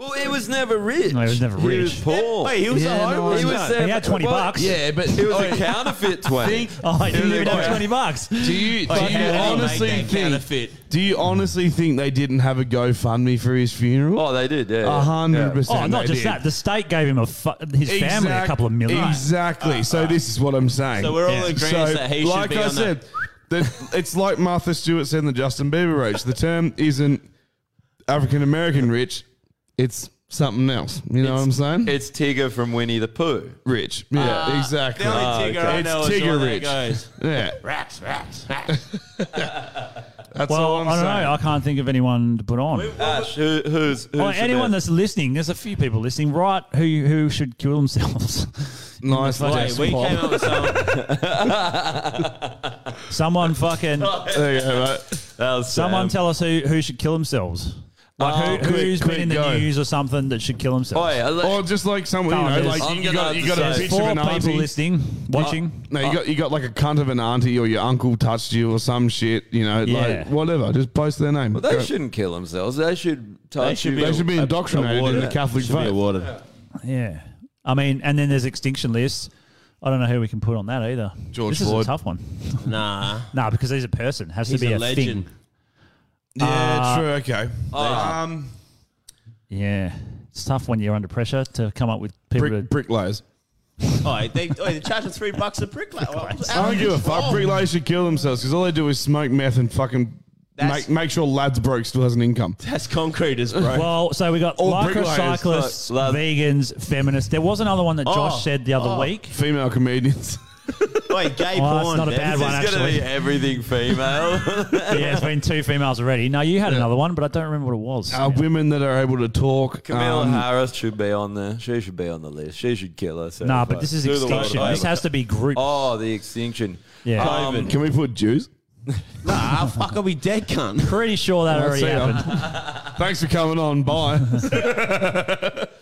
Speaker 3: Well, he was never rich.
Speaker 2: No, he was never
Speaker 3: He
Speaker 2: rich.
Speaker 3: was poor.
Speaker 2: Wait, he was Yeah, a no, homeless?
Speaker 3: He was
Speaker 2: no. He had 20
Speaker 3: well,
Speaker 2: bucks.
Speaker 3: Yeah, but it was
Speaker 2: Oh,
Speaker 3: a counterfeit twenty.
Speaker 2: Think- Oh, he didn't even have 20
Speaker 5: bucks.
Speaker 2: Do you, do
Speaker 3: Like,
Speaker 2: you
Speaker 3: how did he
Speaker 2: honestly
Speaker 3: make that
Speaker 2: think?
Speaker 3: counterfeit?
Speaker 2: Do you honestly think they didn't have a GoFundMe for his funeral?
Speaker 3: Oh, they did. Yeah,
Speaker 2: A hundred percent.
Speaker 5: Oh, not
Speaker 2: they
Speaker 5: just
Speaker 2: did.
Speaker 5: that. The state gave him a fu- his family a
Speaker 2: Exact-
Speaker 5: couple of million.
Speaker 2: Exactly. so this is what I'm saying.
Speaker 5: Uh, So we're all in agreement
Speaker 2: So,
Speaker 5: that he should
Speaker 2: like
Speaker 5: be
Speaker 2: I
Speaker 5: on the-
Speaker 2: said, that it's like Martha Stewart said in the Justin Bieber roach. The term isn't African American rich. It's something else. You know what I'm saying?
Speaker 3: It's Tigger from Winnie the Pooh.
Speaker 2: Rich.
Speaker 5: Uh,
Speaker 2: Yeah,
Speaker 3: Ah,
Speaker 2: exactly.
Speaker 3: the only
Speaker 5: Oh,
Speaker 3: Tigger I
Speaker 2: It's
Speaker 3: know is the
Speaker 2: Tigger
Speaker 3: one that
Speaker 2: rich.
Speaker 3: goes,
Speaker 2: Yeah.
Speaker 4: Rats, rats, rats.
Speaker 2: That's
Speaker 5: well,
Speaker 2: all I'm
Speaker 5: I do not
Speaker 2: saying.
Speaker 5: know. I can't think of anyone to put on.
Speaker 3: Ash, who, who's, who's
Speaker 5: Oh,
Speaker 3: the
Speaker 5: anyone
Speaker 3: best?
Speaker 5: that's listening, there's a few people listening, right? Who who should kill themselves? in the
Speaker 2: Nice
Speaker 5: fucking
Speaker 2: Wait, we
Speaker 5: pod.
Speaker 2: came up with
Speaker 5: someone fucking.
Speaker 2: There you go, mate.
Speaker 5: Someone tell us who, who should kill themselves. Like
Speaker 2: Oh,
Speaker 5: who,
Speaker 2: quick,
Speaker 5: who's
Speaker 2: quick,
Speaker 5: been in the
Speaker 2: go.
Speaker 5: news or something that should kill
Speaker 3: Oh,
Speaker 5: themselves?
Speaker 2: or just like someone, you
Speaker 5: Come on,
Speaker 2: know,
Speaker 5: there's-
Speaker 2: like
Speaker 5: I'm
Speaker 2: you, you
Speaker 5: gonna
Speaker 2: got,
Speaker 5: have
Speaker 2: you
Speaker 5: to
Speaker 2: got a
Speaker 5: say-
Speaker 2: picture of
Speaker 5: Four
Speaker 2: an
Speaker 5: people
Speaker 2: auntie.
Speaker 5: listening, watching.
Speaker 2: Uh, no, you
Speaker 5: Uh,
Speaker 2: got you got like a cunt of an auntie or your uncle touched you or some shit. You know, like
Speaker 3: Yeah.
Speaker 2: whatever. Just post their name.
Speaker 3: Well, they
Speaker 2: Go.
Speaker 3: shouldn't kill themselves. They should. touch
Speaker 2: They should
Speaker 3: you.
Speaker 2: be- They should be indoctrinated in
Speaker 3: awarded.
Speaker 2: the Catholic
Speaker 3: Should be
Speaker 2: faith.
Speaker 3: awarded.
Speaker 5: Yeah. I mean, and then there's extinction lists. I don't know who we can put on that either.
Speaker 2: George
Speaker 5: this
Speaker 2: Floyd.
Speaker 5: is a tough one.
Speaker 4: Nah.
Speaker 5: Nah, because he's a person. Has
Speaker 4: He's
Speaker 5: to be
Speaker 4: a
Speaker 5: a,
Speaker 4: legend.
Speaker 5: thing.
Speaker 2: Yeah,
Speaker 5: Uh,
Speaker 2: true. Okay. Um,
Speaker 5: Yeah. It's tough when you're under pressure to come up with people to...
Speaker 2: bricklayers.
Speaker 4: Oh, they, oh, they charge us three bucks a brick. Like, well,
Speaker 2: I don't give a fuck. Bricklayers should kill themselves because all they do is smoke meth and fucking
Speaker 4: That's-
Speaker 2: make make sure lads broke still has an income.
Speaker 4: That's concreters, bro.
Speaker 5: Well, so we got
Speaker 2: All
Speaker 5: lycra
Speaker 2: bricklayers.
Speaker 5: cyclists,
Speaker 2: Look, lad-
Speaker 5: vegans, feminists. There was another one that Josh
Speaker 2: Oh,
Speaker 5: said the other
Speaker 2: oh.
Speaker 5: week.
Speaker 2: Female comedians.
Speaker 4: Wait, gay
Speaker 5: Well, oh, that's
Speaker 4: porn.
Speaker 5: not a
Speaker 4: man.
Speaker 5: bad
Speaker 4: This
Speaker 5: one,
Speaker 4: is gonna
Speaker 5: actually.
Speaker 4: be everything female.
Speaker 5: yeah, it's been two females already. No, you had another one, but I don't remember what it was.
Speaker 2: Uh, Women that are able to talk.
Speaker 3: Camilla
Speaker 2: um,
Speaker 3: Harris should be on there. She should be on the list. She should kill herself.
Speaker 5: Nah, but this is
Speaker 3: Do the world
Speaker 5: extinction. This
Speaker 3: over.
Speaker 5: has to be group.
Speaker 3: Oh, the extinction.
Speaker 5: Yeah.
Speaker 3: Um,
Speaker 2: Can we put Jews?
Speaker 4: nah, fuck, I'll be dead, cunt.
Speaker 5: Pretty sure that
Speaker 2: Well,
Speaker 5: already
Speaker 2: see ya.
Speaker 5: happened.
Speaker 2: Thanks for coming on. Bye.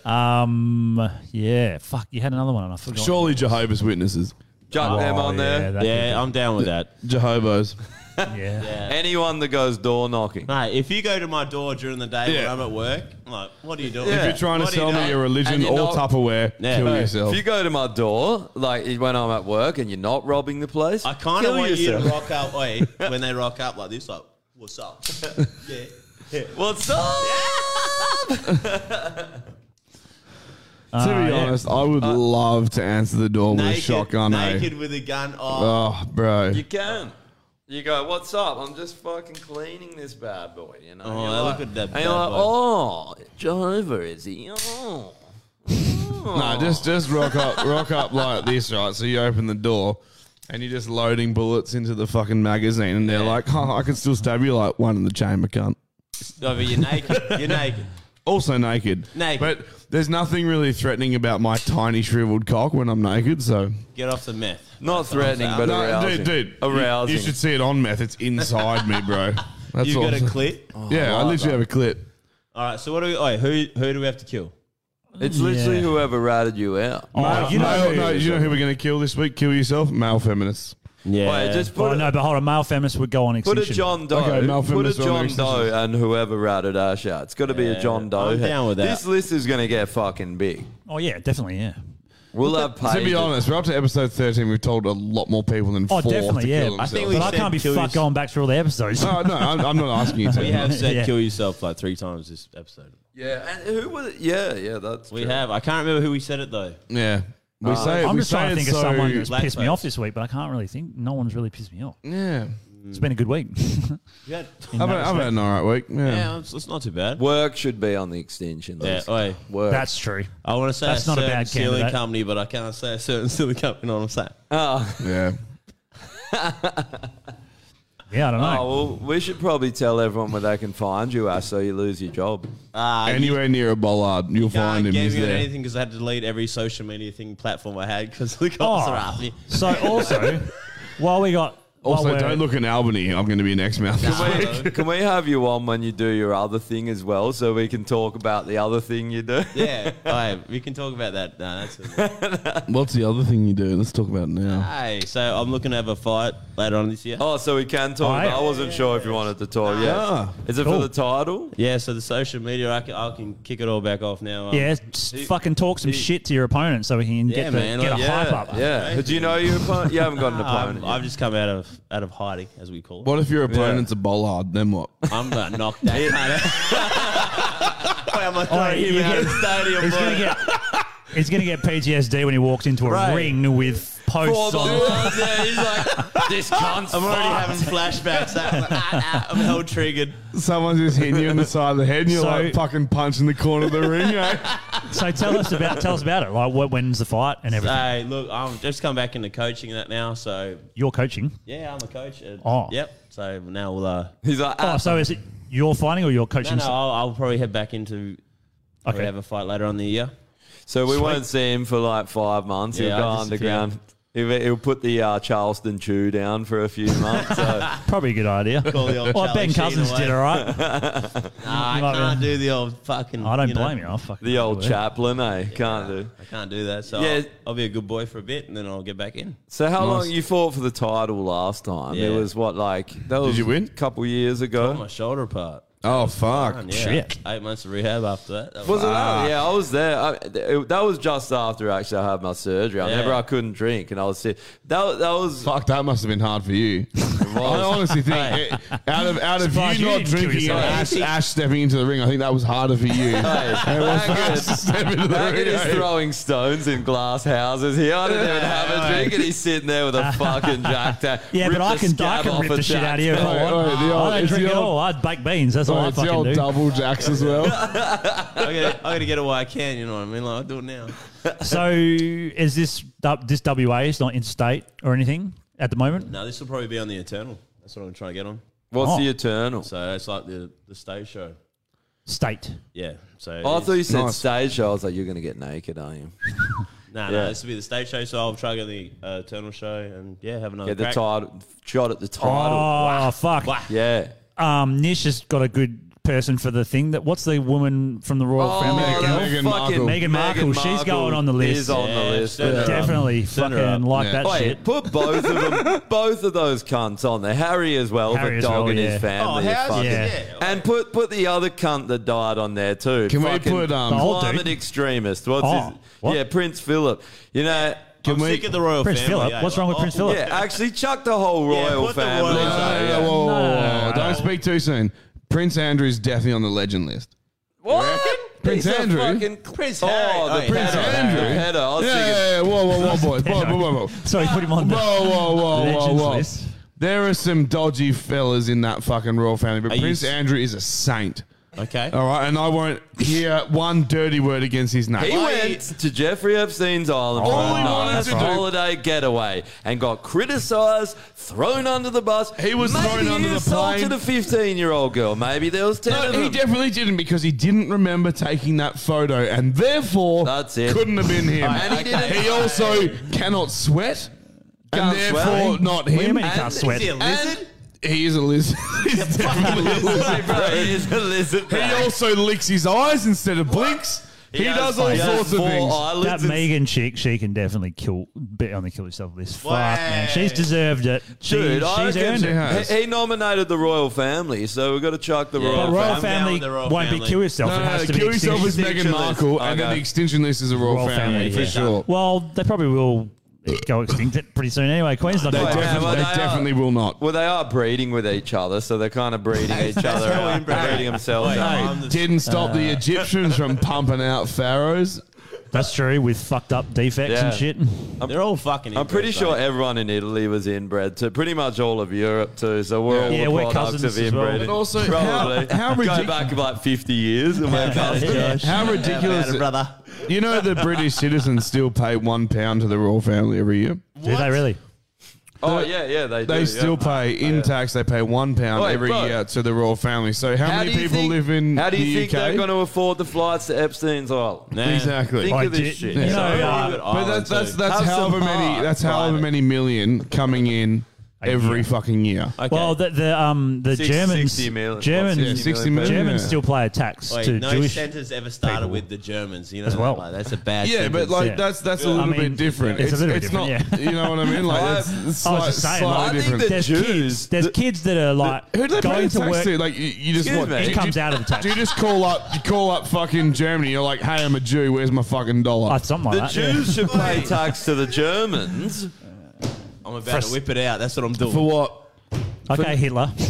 Speaker 5: Um, yeah, fuck, you had another one and I forgot.
Speaker 2: Surely Jehovah's Witnesses.
Speaker 3: Jump them on there.
Speaker 5: that oh, Yeah,
Speaker 4: I'm down with that.
Speaker 2: Jehovah's.
Speaker 5: Yeah.
Speaker 3: Anyone that goes door knocking.
Speaker 4: Mate, if you go to my door during the day
Speaker 3: Yeah.
Speaker 4: when I'm at work, I'm like, what are you doing?
Speaker 3: Yeah.
Speaker 2: If you're trying to
Speaker 4: What are you
Speaker 2: sell me
Speaker 4: doing?
Speaker 2: your religion
Speaker 3: And
Speaker 2: or
Speaker 3: you're not-
Speaker 2: Tupperware,
Speaker 4: Yeah.
Speaker 2: kill
Speaker 4: Hey,
Speaker 5: Oh.
Speaker 2: yourself.
Speaker 3: If you go to my door, like when I'm at work, and you're not robbing the place,
Speaker 4: I kind of
Speaker 3: kill
Speaker 4: want
Speaker 3: yourself.
Speaker 4: you to rock up. Wait, when they rock up like this, like, what's up? yeah. yeah.
Speaker 3: What's up?
Speaker 2: to
Speaker 5: Oh,
Speaker 2: be
Speaker 4: yeah.
Speaker 2: honest, I would love to answer the door with a
Speaker 4: Naked,
Speaker 2: shotgun. eh?
Speaker 4: naked with a gun. Oh,
Speaker 2: Oh, bro.
Speaker 3: You can. You go, what's up? I'm just fucking cleaning this bad boy, you know?
Speaker 4: Oh,
Speaker 3: You're
Speaker 4: I look
Speaker 3: like-
Speaker 4: at that
Speaker 3: And
Speaker 4: bad
Speaker 3: you're like,
Speaker 4: boy.
Speaker 3: oh, Jehovah, is he? Oh.
Speaker 2: No, just just rock up, rock up like this, right? So you open the door, and you're just loading bullets into the fucking magazine, and they're like, "Oh, I could still stab you like one in the chamber, cunt."
Speaker 4: No, but you're naked. You're naked.
Speaker 2: Also naked.
Speaker 4: Naked.
Speaker 2: But there's nothing really threatening about my tiny shriveled cock when I'm naked. So
Speaker 4: Get off the meth.
Speaker 3: Not threatening, but
Speaker 2: No,
Speaker 3: arousing.
Speaker 2: dude, dude, you-
Speaker 3: arousing.
Speaker 2: You, should see it on meth. It's inside me, bro. That's
Speaker 4: You've
Speaker 2: all.
Speaker 4: got a clip? Oh,
Speaker 2: yeah,
Speaker 4: I
Speaker 2: I
Speaker 4: like
Speaker 2: literally
Speaker 4: that.
Speaker 2: have a clip.
Speaker 4: All right, so what do we? Wait, who who do we have to kill?
Speaker 3: It's literally
Speaker 4: Yeah. Oh,
Speaker 3: whoever ratted you out.
Speaker 2: Male- male- no, you know who we're going to kill this week? Kill yourself, male feminists.
Speaker 5: Yeah.
Speaker 3: Wait, just put
Speaker 5: oh,
Speaker 3: a-
Speaker 5: no, but hold on, male feminists would go on
Speaker 3: Put
Speaker 5: extinction.
Speaker 3: a John Doe.
Speaker 2: Okay, male
Speaker 3: put a
Speaker 2: feminists are on
Speaker 3: John
Speaker 2: extinction.
Speaker 3: Doe and whoever ratted us out. It's got to be a
Speaker 4: Yeah,
Speaker 3: John Doe.
Speaker 4: I'm
Speaker 3: head.
Speaker 4: down with that.
Speaker 3: This list is going to get fucking big.
Speaker 5: Oh yeah, definitely, yeah.
Speaker 3: We'll have pages.
Speaker 2: To be honest, we're up to episode 13. We've told a lot more people than
Speaker 5: Oh,
Speaker 2: four to
Speaker 5: definitely, yeah.
Speaker 2: kill themselves.
Speaker 5: but I can't be
Speaker 4: kill
Speaker 5: fuck
Speaker 4: yourself.
Speaker 5: going back through all the episodes.
Speaker 2: Oh, no, I'm, I'm not asking you to.
Speaker 4: We have said
Speaker 5: Yeah.
Speaker 4: kill yourself like three times this episode.
Speaker 3: Yeah, and who was it? Yeah, yeah, that's
Speaker 4: We
Speaker 3: true.
Speaker 4: have. I can't remember who we said it though.
Speaker 2: Yeah. We
Speaker 4: Uh,
Speaker 2: say,
Speaker 5: I'm
Speaker 2: we
Speaker 5: just
Speaker 2: say
Speaker 5: trying to
Speaker 2: it
Speaker 5: think
Speaker 2: so-
Speaker 5: of someone who's
Speaker 4: Blackface.
Speaker 5: pissed me off this week, but I can't really think. No one's really pissed me off.
Speaker 2: Yeah.
Speaker 5: It's been a good week.
Speaker 4: Yeah,
Speaker 5: In
Speaker 2: I've
Speaker 5: that
Speaker 2: had, I've had
Speaker 5: respect.
Speaker 2: an all right week. Yeah.
Speaker 4: yeah it's, it's not too bad.
Speaker 3: Work should be on the extension
Speaker 4: Yeah,
Speaker 3: list.
Speaker 4: oi.
Speaker 3: Work.
Speaker 5: That's true.
Speaker 4: I want to say
Speaker 5: That's
Speaker 4: a
Speaker 5: not a
Speaker 4: certain
Speaker 5: bad
Speaker 4: ceiling
Speaker 5: candidate.
Speaker 4: company, but I can't say a certain ceiling company. You know what I'm saying?
Speaker 3: oh.
Speaker 2: Yeah.
Speaker 5: Yeah, I don't know.
Speaker 3: Oh, well, we should probably tell everyone where they can find you, Ash, so you lose your job.
Speaker 5: Uh,
Speaker 4: Ah,
Speaker 2: Anywhere near a bollard, you'll
Speaker 4: can't
Speaker 2: find him.
Speaker 4: get
Speaker 2: He's
Speaker 4: me on
Speaker 2: there.
Speaker 4: anything because I had to delete every social media thing platform I had because the cops
Speaker 5: Oh.
Speaker 4: are after me.
Speaker 5: So also, while we got
Speaker 2: Also,
Speaker 3: I'll wear
Speaker 2: don't
Speaker 3: it.
Speaker 2: look in Albany. I'm going to be next mouth.
Speaker 3: Can we, can we have you on when you do your other thing as well, so we can talk about the other thing you do?
Speaker 4: Yeah, I, we can talk about that. No, that's
Speaker 2: What's the other thing you do? Let's talk about it now.
Speaker 5: Uh,
Speaker 4: Hey, so I'm looking to have a fight later on this year.
Speaker 3: Oh, so we can talk.
Speaker 4: Aye.
Speaker 3: about- I wasn't sure if you wanted to talk. Yeah.
Speaker 4: Ah,
Speaker 3: Is it
Speaker 4: cool.
Speaker 3: for the title?
Speaker 4: Yeah, so the social media, I can, I can kick it all back off now.
Speaker 5: yeah, just fucking talk some shit to your opponent so he can
Speaker 4: Yeah,
Speaker 5: get, the,
Speaker 4: man,
Speaker 5: get
Speaker 4: like-
Speaker 5: a
Speaker 4: yeah,
Speaker 5: hype up.
Speaker 3: Yeah. Do you know your opponent? You haven't got an
Speaker 4: I've-
Speaker 3: opponent.
Speaker 4: I've just come out of out of hiding, as we call it.
Speaker 2: What if your opponent's a bollard? Then what?
Speaker 4: I'm going to knock that kind of. Wait, I'm going to
Speaker 5: Oh,
Speaker 4: throw
Speaker 5: you
Speaker 4: him out
Speaker 5: get-
Speaker 4: of the stadium.
Speaker 5: he's gonna
Speaker 4: boy.
Speaker 5: get- He's going to get PTSD when he walked into a
Speaker 4: Right.
Speaker 5: ring with posts
Speaker 4: Four
Speaker 5: on
Speaker 4: balls, yeah, he's like, this cunt's I'm already having flashbacks. I'm, like, ah, ah, I'm held triggered.
Speaker 2: Someone's just hitting you in the side of the head, and you're
Speaker 5: So-
Speaker 2: like fucking punching the corner of the ring. Eh?
Speaker 5: So tell us about tell us about it. Like, what, when's the fight and everything?
Speaker 4: Hey, look, I'm just come back into coaching and that now, so
Speaker 5: You're coaching.
Speaker 4: yeah, I'm a coach. and-
Speaker 5: Oh.
Speaker 4: yep. So now we'll. Uh,
Speaker 3: he's like, "Ah."
Speaker 5: Oh, so is it your fighting or your
Speaker 4: no,
Speaker 5: coaching?
Speaker 4: no, I'll, I'll probably head back into. Okay.
Speaker 5: Okay.
Speaker 4: have a fight later on in the year.
Speaker 3: So we
Speaker 4: Sweet.
Speaker 3: won't see him for like five months.
Speaker 4: Yeah,
Speaker 3: he'll go
Speaker 4: I'll disappear.
Speaker 3: underground. He'll, he'll put the uh, Charleston chew down for a few months. So.
Speaker 5: Probably a good idea.
Speaker 4: Call the old
Speaker 5: Well,
Speaker 4: Charlie
Speaker 5: Ben
Speaker 4: Sheen
Speaker 5: Cousins
Speaker 4: away.
Speaker 5: did all right.
Speaker 4: Nah, I
Speaker 5: You might be-
Speaker 4: can't do the old fucking.
Speaker 5: I don't
Speaker 4: know,
Speaker 5: blame you. I'll fucking
Speaker 3: the old
Speaker 5: do it.
Speaker 3: chaplain, eh? Can't do.
Speaker 4: I can't do that. So
Speaker 3: Yeah.
Speaker 4: I'll, I'll be a good boy for a bit, and then I'll get back in.
Speaker 3: So how long you fought for the title last time? It
Speaker 4: Yeah.
Speaker 3: was what like that was
Speaker 2: you win?
Speaker 3: A couple years
Speaker 4: Tore
Speaker 3: ago.
Speaker 4: my shoulder apart.
Speaker 2: Oh fuck!
Speaker 4: Yeah,
Speaker 5: Shit.
Speaker 4: Eight months of rehab after that. that
Speaker 3: Was it? that? Yeah, I was there. I, it, that was just after actually I had my surgery. I remember
Speaker 4: Yeah.
Speaker 3: I couldn't drink and I was sick. That was- that was.
Speaker 2: Fuck, that must have been hard for you. I honestly think
Speaker 4: Hey.
Speaker 2: it- out of out of
Speaker 5: Surprised
Speaker 2: you
Speaker 5: you
Speaker 2: not
Speaker 5: didn't kill
Speaker 2: drinking and
Speaker 5: yourself.
Speaker 2: Ash, Ash stepping into the ring, I think that was harder for you.
Speaker 3: Hey,
Speaker 2: hard to step into the
Speaker 3: Hackett
Speaker 2: ring,
Speaker 3: is
Speaker 2: eh?
Speaker 3: throwing stones in glass houses here. I didn't even have a
Speaker 2: Hey.
Speaker 3: drink, and he's sitting there with a fucking jack tag.
Speaker 5: Yeah, but I can, I can rip the shit out of you if I
Speaker 2: Oi,
Speaker 5: want.
Speaker 2: oi, the old-
Speaker 5: I don't
Speaker 2: it's
Speaker 5: drink
Speaker 2: the
Speaker 5: at
Speaker 2: old-
Speaker 5: all. I'd bake beans. That's all
Speaker 2: Oh,
Speaker 5: I
Speaker 2: it's the
Speaker 5: fucking
Speaker 2: old
Speaker 5: do.
Speaker 2: double jacks as well.
Speaker 4: I gotta, I gotta get it while I can. You know what I mean? Like I'll do it now.
Speaker 5: So is this uh, this WA? It's not interstate or anything at the moment.
Speaker 4: No, this will probably be on the Eternal. That's what I'm trying to get on.
Speaker 3: What's
Speaker 5: Oh.
Speaker 3: the eternal?
Speaker 4: So it's like the the stage show.
Speaker 5: State.
Speaker 4: Yeah. So
Speaker 3: Oh, I thought you said
Speaker 2: Nice.
Speaker 3: stage show. I was like, you're gonna get naked, aren't you?
Speaker 4: no,
Speaker 3: yeah.
Speaker 4: nah, no, this will be the stage show. So I'll try to get the uh, Eternal show and yeah, have another
Speaker 3: Get the
Speaker 4: crack.
Speaker 3: title, shot at the
Speaker 5: Oh
Speaker 3: title.
Speaker 5: fuck.
Speaker 3: Yeah.
Speaker 5: Um, Nish has got a good person for the thing. That what's the woman from the royal family?
Speaker 3: the
Speaker 5: that girl?
Speaker 2: Meghan
Speaker 3: Oh, fucking
Speaker 2: Markle.
Speaker 5: Meghan Oh, Markle, she's going on the list.
Speaker 3: Is on
Speaker 4: Yeah,
Speaker 3: the list.
Speaker 4: send her up.
Speaker 5: Definitely
Speaker 4: Send her
Speaker 5: fucking
Speaker 4: up.
Speaker 5: like
Speaker 2: Yeah.
Speaker 5: that
Speaker 3: Wait,
Speaker 5: shit.
Speaker 3: put both of them, both of those cunts on there. Harry as well,
Speaker 5: Harry
Speaker 3: the
Speaker 5: as
Speaker 3: dog
Speaker 5: well,
Speaker 3: and
Speaker 5: yeah.
Speaker 3: his family.
Speaker 4: Oh,
Speaker 3: are
Speaker 4: how's-
Speaker 3: fucking-
Speaker 4: yeah.
Speaker 3: And put put the other cunt that died on there too.
Speaker 2: Can we
Speaker 3: Fucking
Speaker 2: put, um, The
Speaker 5: old
Speaker 3: climate
Speaker 5: dude?
Speaker 3: extremist? What's
Speaker 5: Oh,
Speaker 3: his?
Speaker 5: what?
Speaker 3: Yeah, Prince Philip. You know.
Speaker 4: I'm sick of the royal
Speaker 5: Prince
Speaker 4: family.
Speaker 5: Philip.
Speaker 4: eh?
Speaker 5: What's wrong with
Speaker 4: Like,
Speaker 5: Prince
Speaker 4: oh,
Speaker 5: Philip?
Speaker 3: Yeah, actually, chuck the whole royal
Speaker 4: put the
Speaker 3: family.
Speaker 4: royal-
Speaker 3: Yeah,
Speaker 2: Whoa,
Speaker 3: yeah.
Speaker 2: whoa, whoa,
Speaker 5: No, no,
Speaker 2: whoa.
Speaker 5: no,
Speaker 2: Don't
Speaker 5: no.
Speaker 2: speak too soon. Prince Andrew's definitely on the legend list.
Speaker 3: What?
Speaker 2: Prince
Speaker 3: He's a
Speaker 2: Andrew?
Speaker 3: fucking-
Speaker 4: Prince Harry.
Speaker 3: Oh, the
Speaker 4: Hey,
Speaker 3: Prince
Speaker 4: Harry.
Speaker 3: Andrew. Pedo. I was
Speaker 2: yeah,
Speaker 3: thinking-
Speaker 2: yeah, yeah. Whoa, whoa, whoa, boys. Whoa, whoa, whoa, whoa.
Speaker 5: Sorry, put him on the
Speaker 2: Whoa, whoa, whoa, whoa,
Speaker 5: legends
Speaker 2: whoa.
Speaker 5: list.
Speaker 2: There are some dodgy fellas in that fucking royal family, but
Speaker 4: Are you
Speaker 2: Prince
Speaker 4: s-
Speaker 2: Andrew is a saint.
Speaker 4: Okay.
Speaker 2: All right, and I won't hear one dirty word against his name.
Speaker 3: He
Speaker 2: I-
Speaker 3: went to Jeffrey Epstein's island
Speaker 2: All
Speaker 3: for
Speaker 2: he
Speaker 3: a
Speaker 2: wanted
Speaker 3: nice
Speaker 2: to do-
Speaker 3: holiday getaway and got criticised, thrown under the bus.
Speaker 2: He was
Speaker 3: Maybe
Speaker 2: thrown under
Speaker 3: he
Speaker 2: the
Speaker 3: assaulted
Speaker 2: plane.
Speaker 3: a 15-year-old girl. Maybe there was 10
Speaker 2: No,
Speaker 3: of
Speaker 2: he
Speaker 3: them.
Speaker 2: definitely didn't because he didn't remember taking that photo, and therefore
Speaker 3: That's it.
Speaker 2: couldn't have been him.
Speaker 3: And he didn't-
Speaker 2: He also cannot sweat,
Speaker 3: Can't
Speaker 2: and therefore
Speaker 3: sweat.
Speaker 2: not
Speaker 5: Wait a
Speaker 2: him.
Speaker 5: minute,
Speaker 2: And
Speaker 5: can't sweat.
Speaker 4: Is he a lizard?
Speaker 2: he is a lizard. He's definitely a lizard.
Speaker 3: Bro, he is a lizard.
Speaker 2: He also licks his eyes instead of blinks. He, does all
Speaker 3: he has
Speaker 2: sorts of
Speaker 3: four
Speaker 2: things.
Speaker 5: That
Speaker 3: eyelids and-
Speaker 5: Megan chick, she can definitely kill, be on the kill herself list. Fuck, man.
Speaker 4: Way.
Speaker 5: She's deserved it. She,
Speaker 3: Dude, I
Speaker 5: she's
Speaker 3: reckon
Speaker 5: earned it.
Speaker 2: has.
Speaker 3: He, he nominated the royal family, so we've got to chuck the
Speaker 5: But
Speaker 3: royal
Speaker 5: royal
Speaker 3: family.
Speaker 4: down
Speaker 5: family
Speaker 4: with the royal
Speaker 5: won't be
Speaker 4: family.
Speaker 5: kill herself.
Speaker 2: No,
Speaker 5: it
Speaker 2: no,
Speaker 5: has
Speaker 2: no,
Speaker 5: to be
Speaker 2: kill yourself
Speaker 5: extinction.
Speaker 2: is Meghan
Speaker 3: Extinction list.
Speaker 2: Markle, and then
Speaker 3: Okay.
Speaker 2: the extinction list is a royal,
Speaker 5: Royal
Speaker 2: family,
Speaker 5: family,
Speaker 2: for
Speaker 5: yeah.
Speaker 2: sure.
Speaker 5: Well, they probably will go extinct it pretty soon anyway. Queen's not
Speaker 2: They
Speaker 5: going
Speaker 3: yeah,
Speaker 5: to.
Speaker 2: definitely,
Speaker 3: well,
Speaker 2: they
Speaker 3: they are-
Speaker 2: definitely will not.
Speaker 3: Well, they are breeding with each other, so they're kind of breeding each other
Speaker 4: how
Speaker 3: out,
Speaker 4: inbred.
Speaker 3: breeding themselves
Speaker 4: Wait,
Speaker 3: out.
Speaker 4: I'm the-
Speaker 2: Didn't stop the Egyptians from pumping out pharaohs.
Speaker 5: That's true. With fucked up defects and
Speaker 3: Yeah.
Speaker 5: shit.
Speaker 4: They're all fucking.
Speaker 3: I'm pretty
Speaker 4: inbred,
Speaker 3: sure
Speaker 4: mate.
Speaker 3: everyone in Italy was inbred too. Pretty much all of Europe too. So we're all
Speaker 5: Yeah,
Speaker 3: the
Speaker 5: we're
Speaker 3: products
Speaker 5: cousins
Speaker 3: of
Speaker 5: as well.
Speaker 3: inbred.
Speaker 2: But also, how-
Speaker 3: probably
Speaker 2: how
Speaker 3: go
Speaker 2: ridic-
Speaker 3: back like 50 years and we're cousins.
Speaker 5: Yeah.
Speaker 2: How ridiculous!
Speaker 4: brother.
Speaker 2: You know the British citizens still pay one pound to the royal family every year.
Speaker 5: Do they really?
Speaker 3: Oh yeah, yeah, they do.
Speaker 2: They
Speaker 3: yeah.
Speaker 2: still pay in tax. They pay one pound
Speaker 3: Wait,
Speaker 2: every
Speaker 3: bro.
Speaker 2: year to the royal family. So how,
Speaker 3: How
Speaker 2: many
Speaker 3: do you
Speaker 2: people
Speaker 3: think-
Speaker 2: live in
Speaker 3: How do you
Speaker 2: the
Speaker 3: think
Speaker 2: UK?
Speaker 3: they're going to afford the flights to Epstein's Island?
Speaker 4: Nah.
Speaker 2: exactly.
Speaker 3: Think
Speaker 5: I
Speaker 3: of this
Speaker 5: did-
Speaker 3: shit.
Speaker 5: you know,
Speaker 3: So-
Speaker 5: uh,
Speaker 2: But that's that's that's
Speaker 3: Have some
Speaker 2: however many
Speaker 3: heart,
Speaker 2: that's however
Speaker 3: private.
Speaker 2: many million coming in every fucking year.
Speaker 5: Well, the, the um the
Speaker 2: Six-
Speaker 5: Germans
Speaker 2: 60 million.
Speaker 5: Germans
Speaker 2: Yeah, 60 million.
Speaker 5: Germans
Speaker 2: Yeah.
Speaker 5: still play a tax
Speaker 4: Wait,
Speaker 5: to
Speaker 4: no
Speaker 5: Jewish
Speaker 4: sentence ever started with the Germans, you know?
Speaker 5: As well.
Speaker 4: Like, that's a bad
Speaker 2: Yeah, but
Speaker 4: sentence.
Speaker 2: like that's that's a
Speaker 4: I
Speaker 2: little
Speaker 4: mean,
Speaker 2: bit different.
Speaker 5: it's a little
Speaker 2: it's
Speaker 5: bit different,
Speaker 2: not.
Speaker 5: yeah.
Speaker 2: You know what I mean? Like it's, it's
Speaker 5: I was
Speaker 2: slight-
Speaker 5: just saying,
Speaker 2: slightly
Speaker 5: like,
Speaker 2: different.
Speaker 5: there's kids, there's kids that are like
Speaker 2: Who do they pay
Speaker 5: going
Speaker 2: the
Speaker 5: to
Speaker 2: tax
Speaker 5: work.
Speaker 2: to? Like you, you just
Speaker 5: Excuse
Speaker 2: want
Speaker 5: me. It
Speaker 2: you-
Speaker 5: comes
Speaker 2: you-
Speaker 5: out of the tax.
Speaker 2: Do you just call up? You call up fucking Germany. You're like, hey, I'm a Jew. Where's my fucking dollar?
Speaker 5: something
Speaker 3: the Jews should pay tax to the Germans.
Speaker 4: I'm about to whip it out. That's what I'm doing.
Speaker 2: For what?
Speaker 5: Okay, Hitler.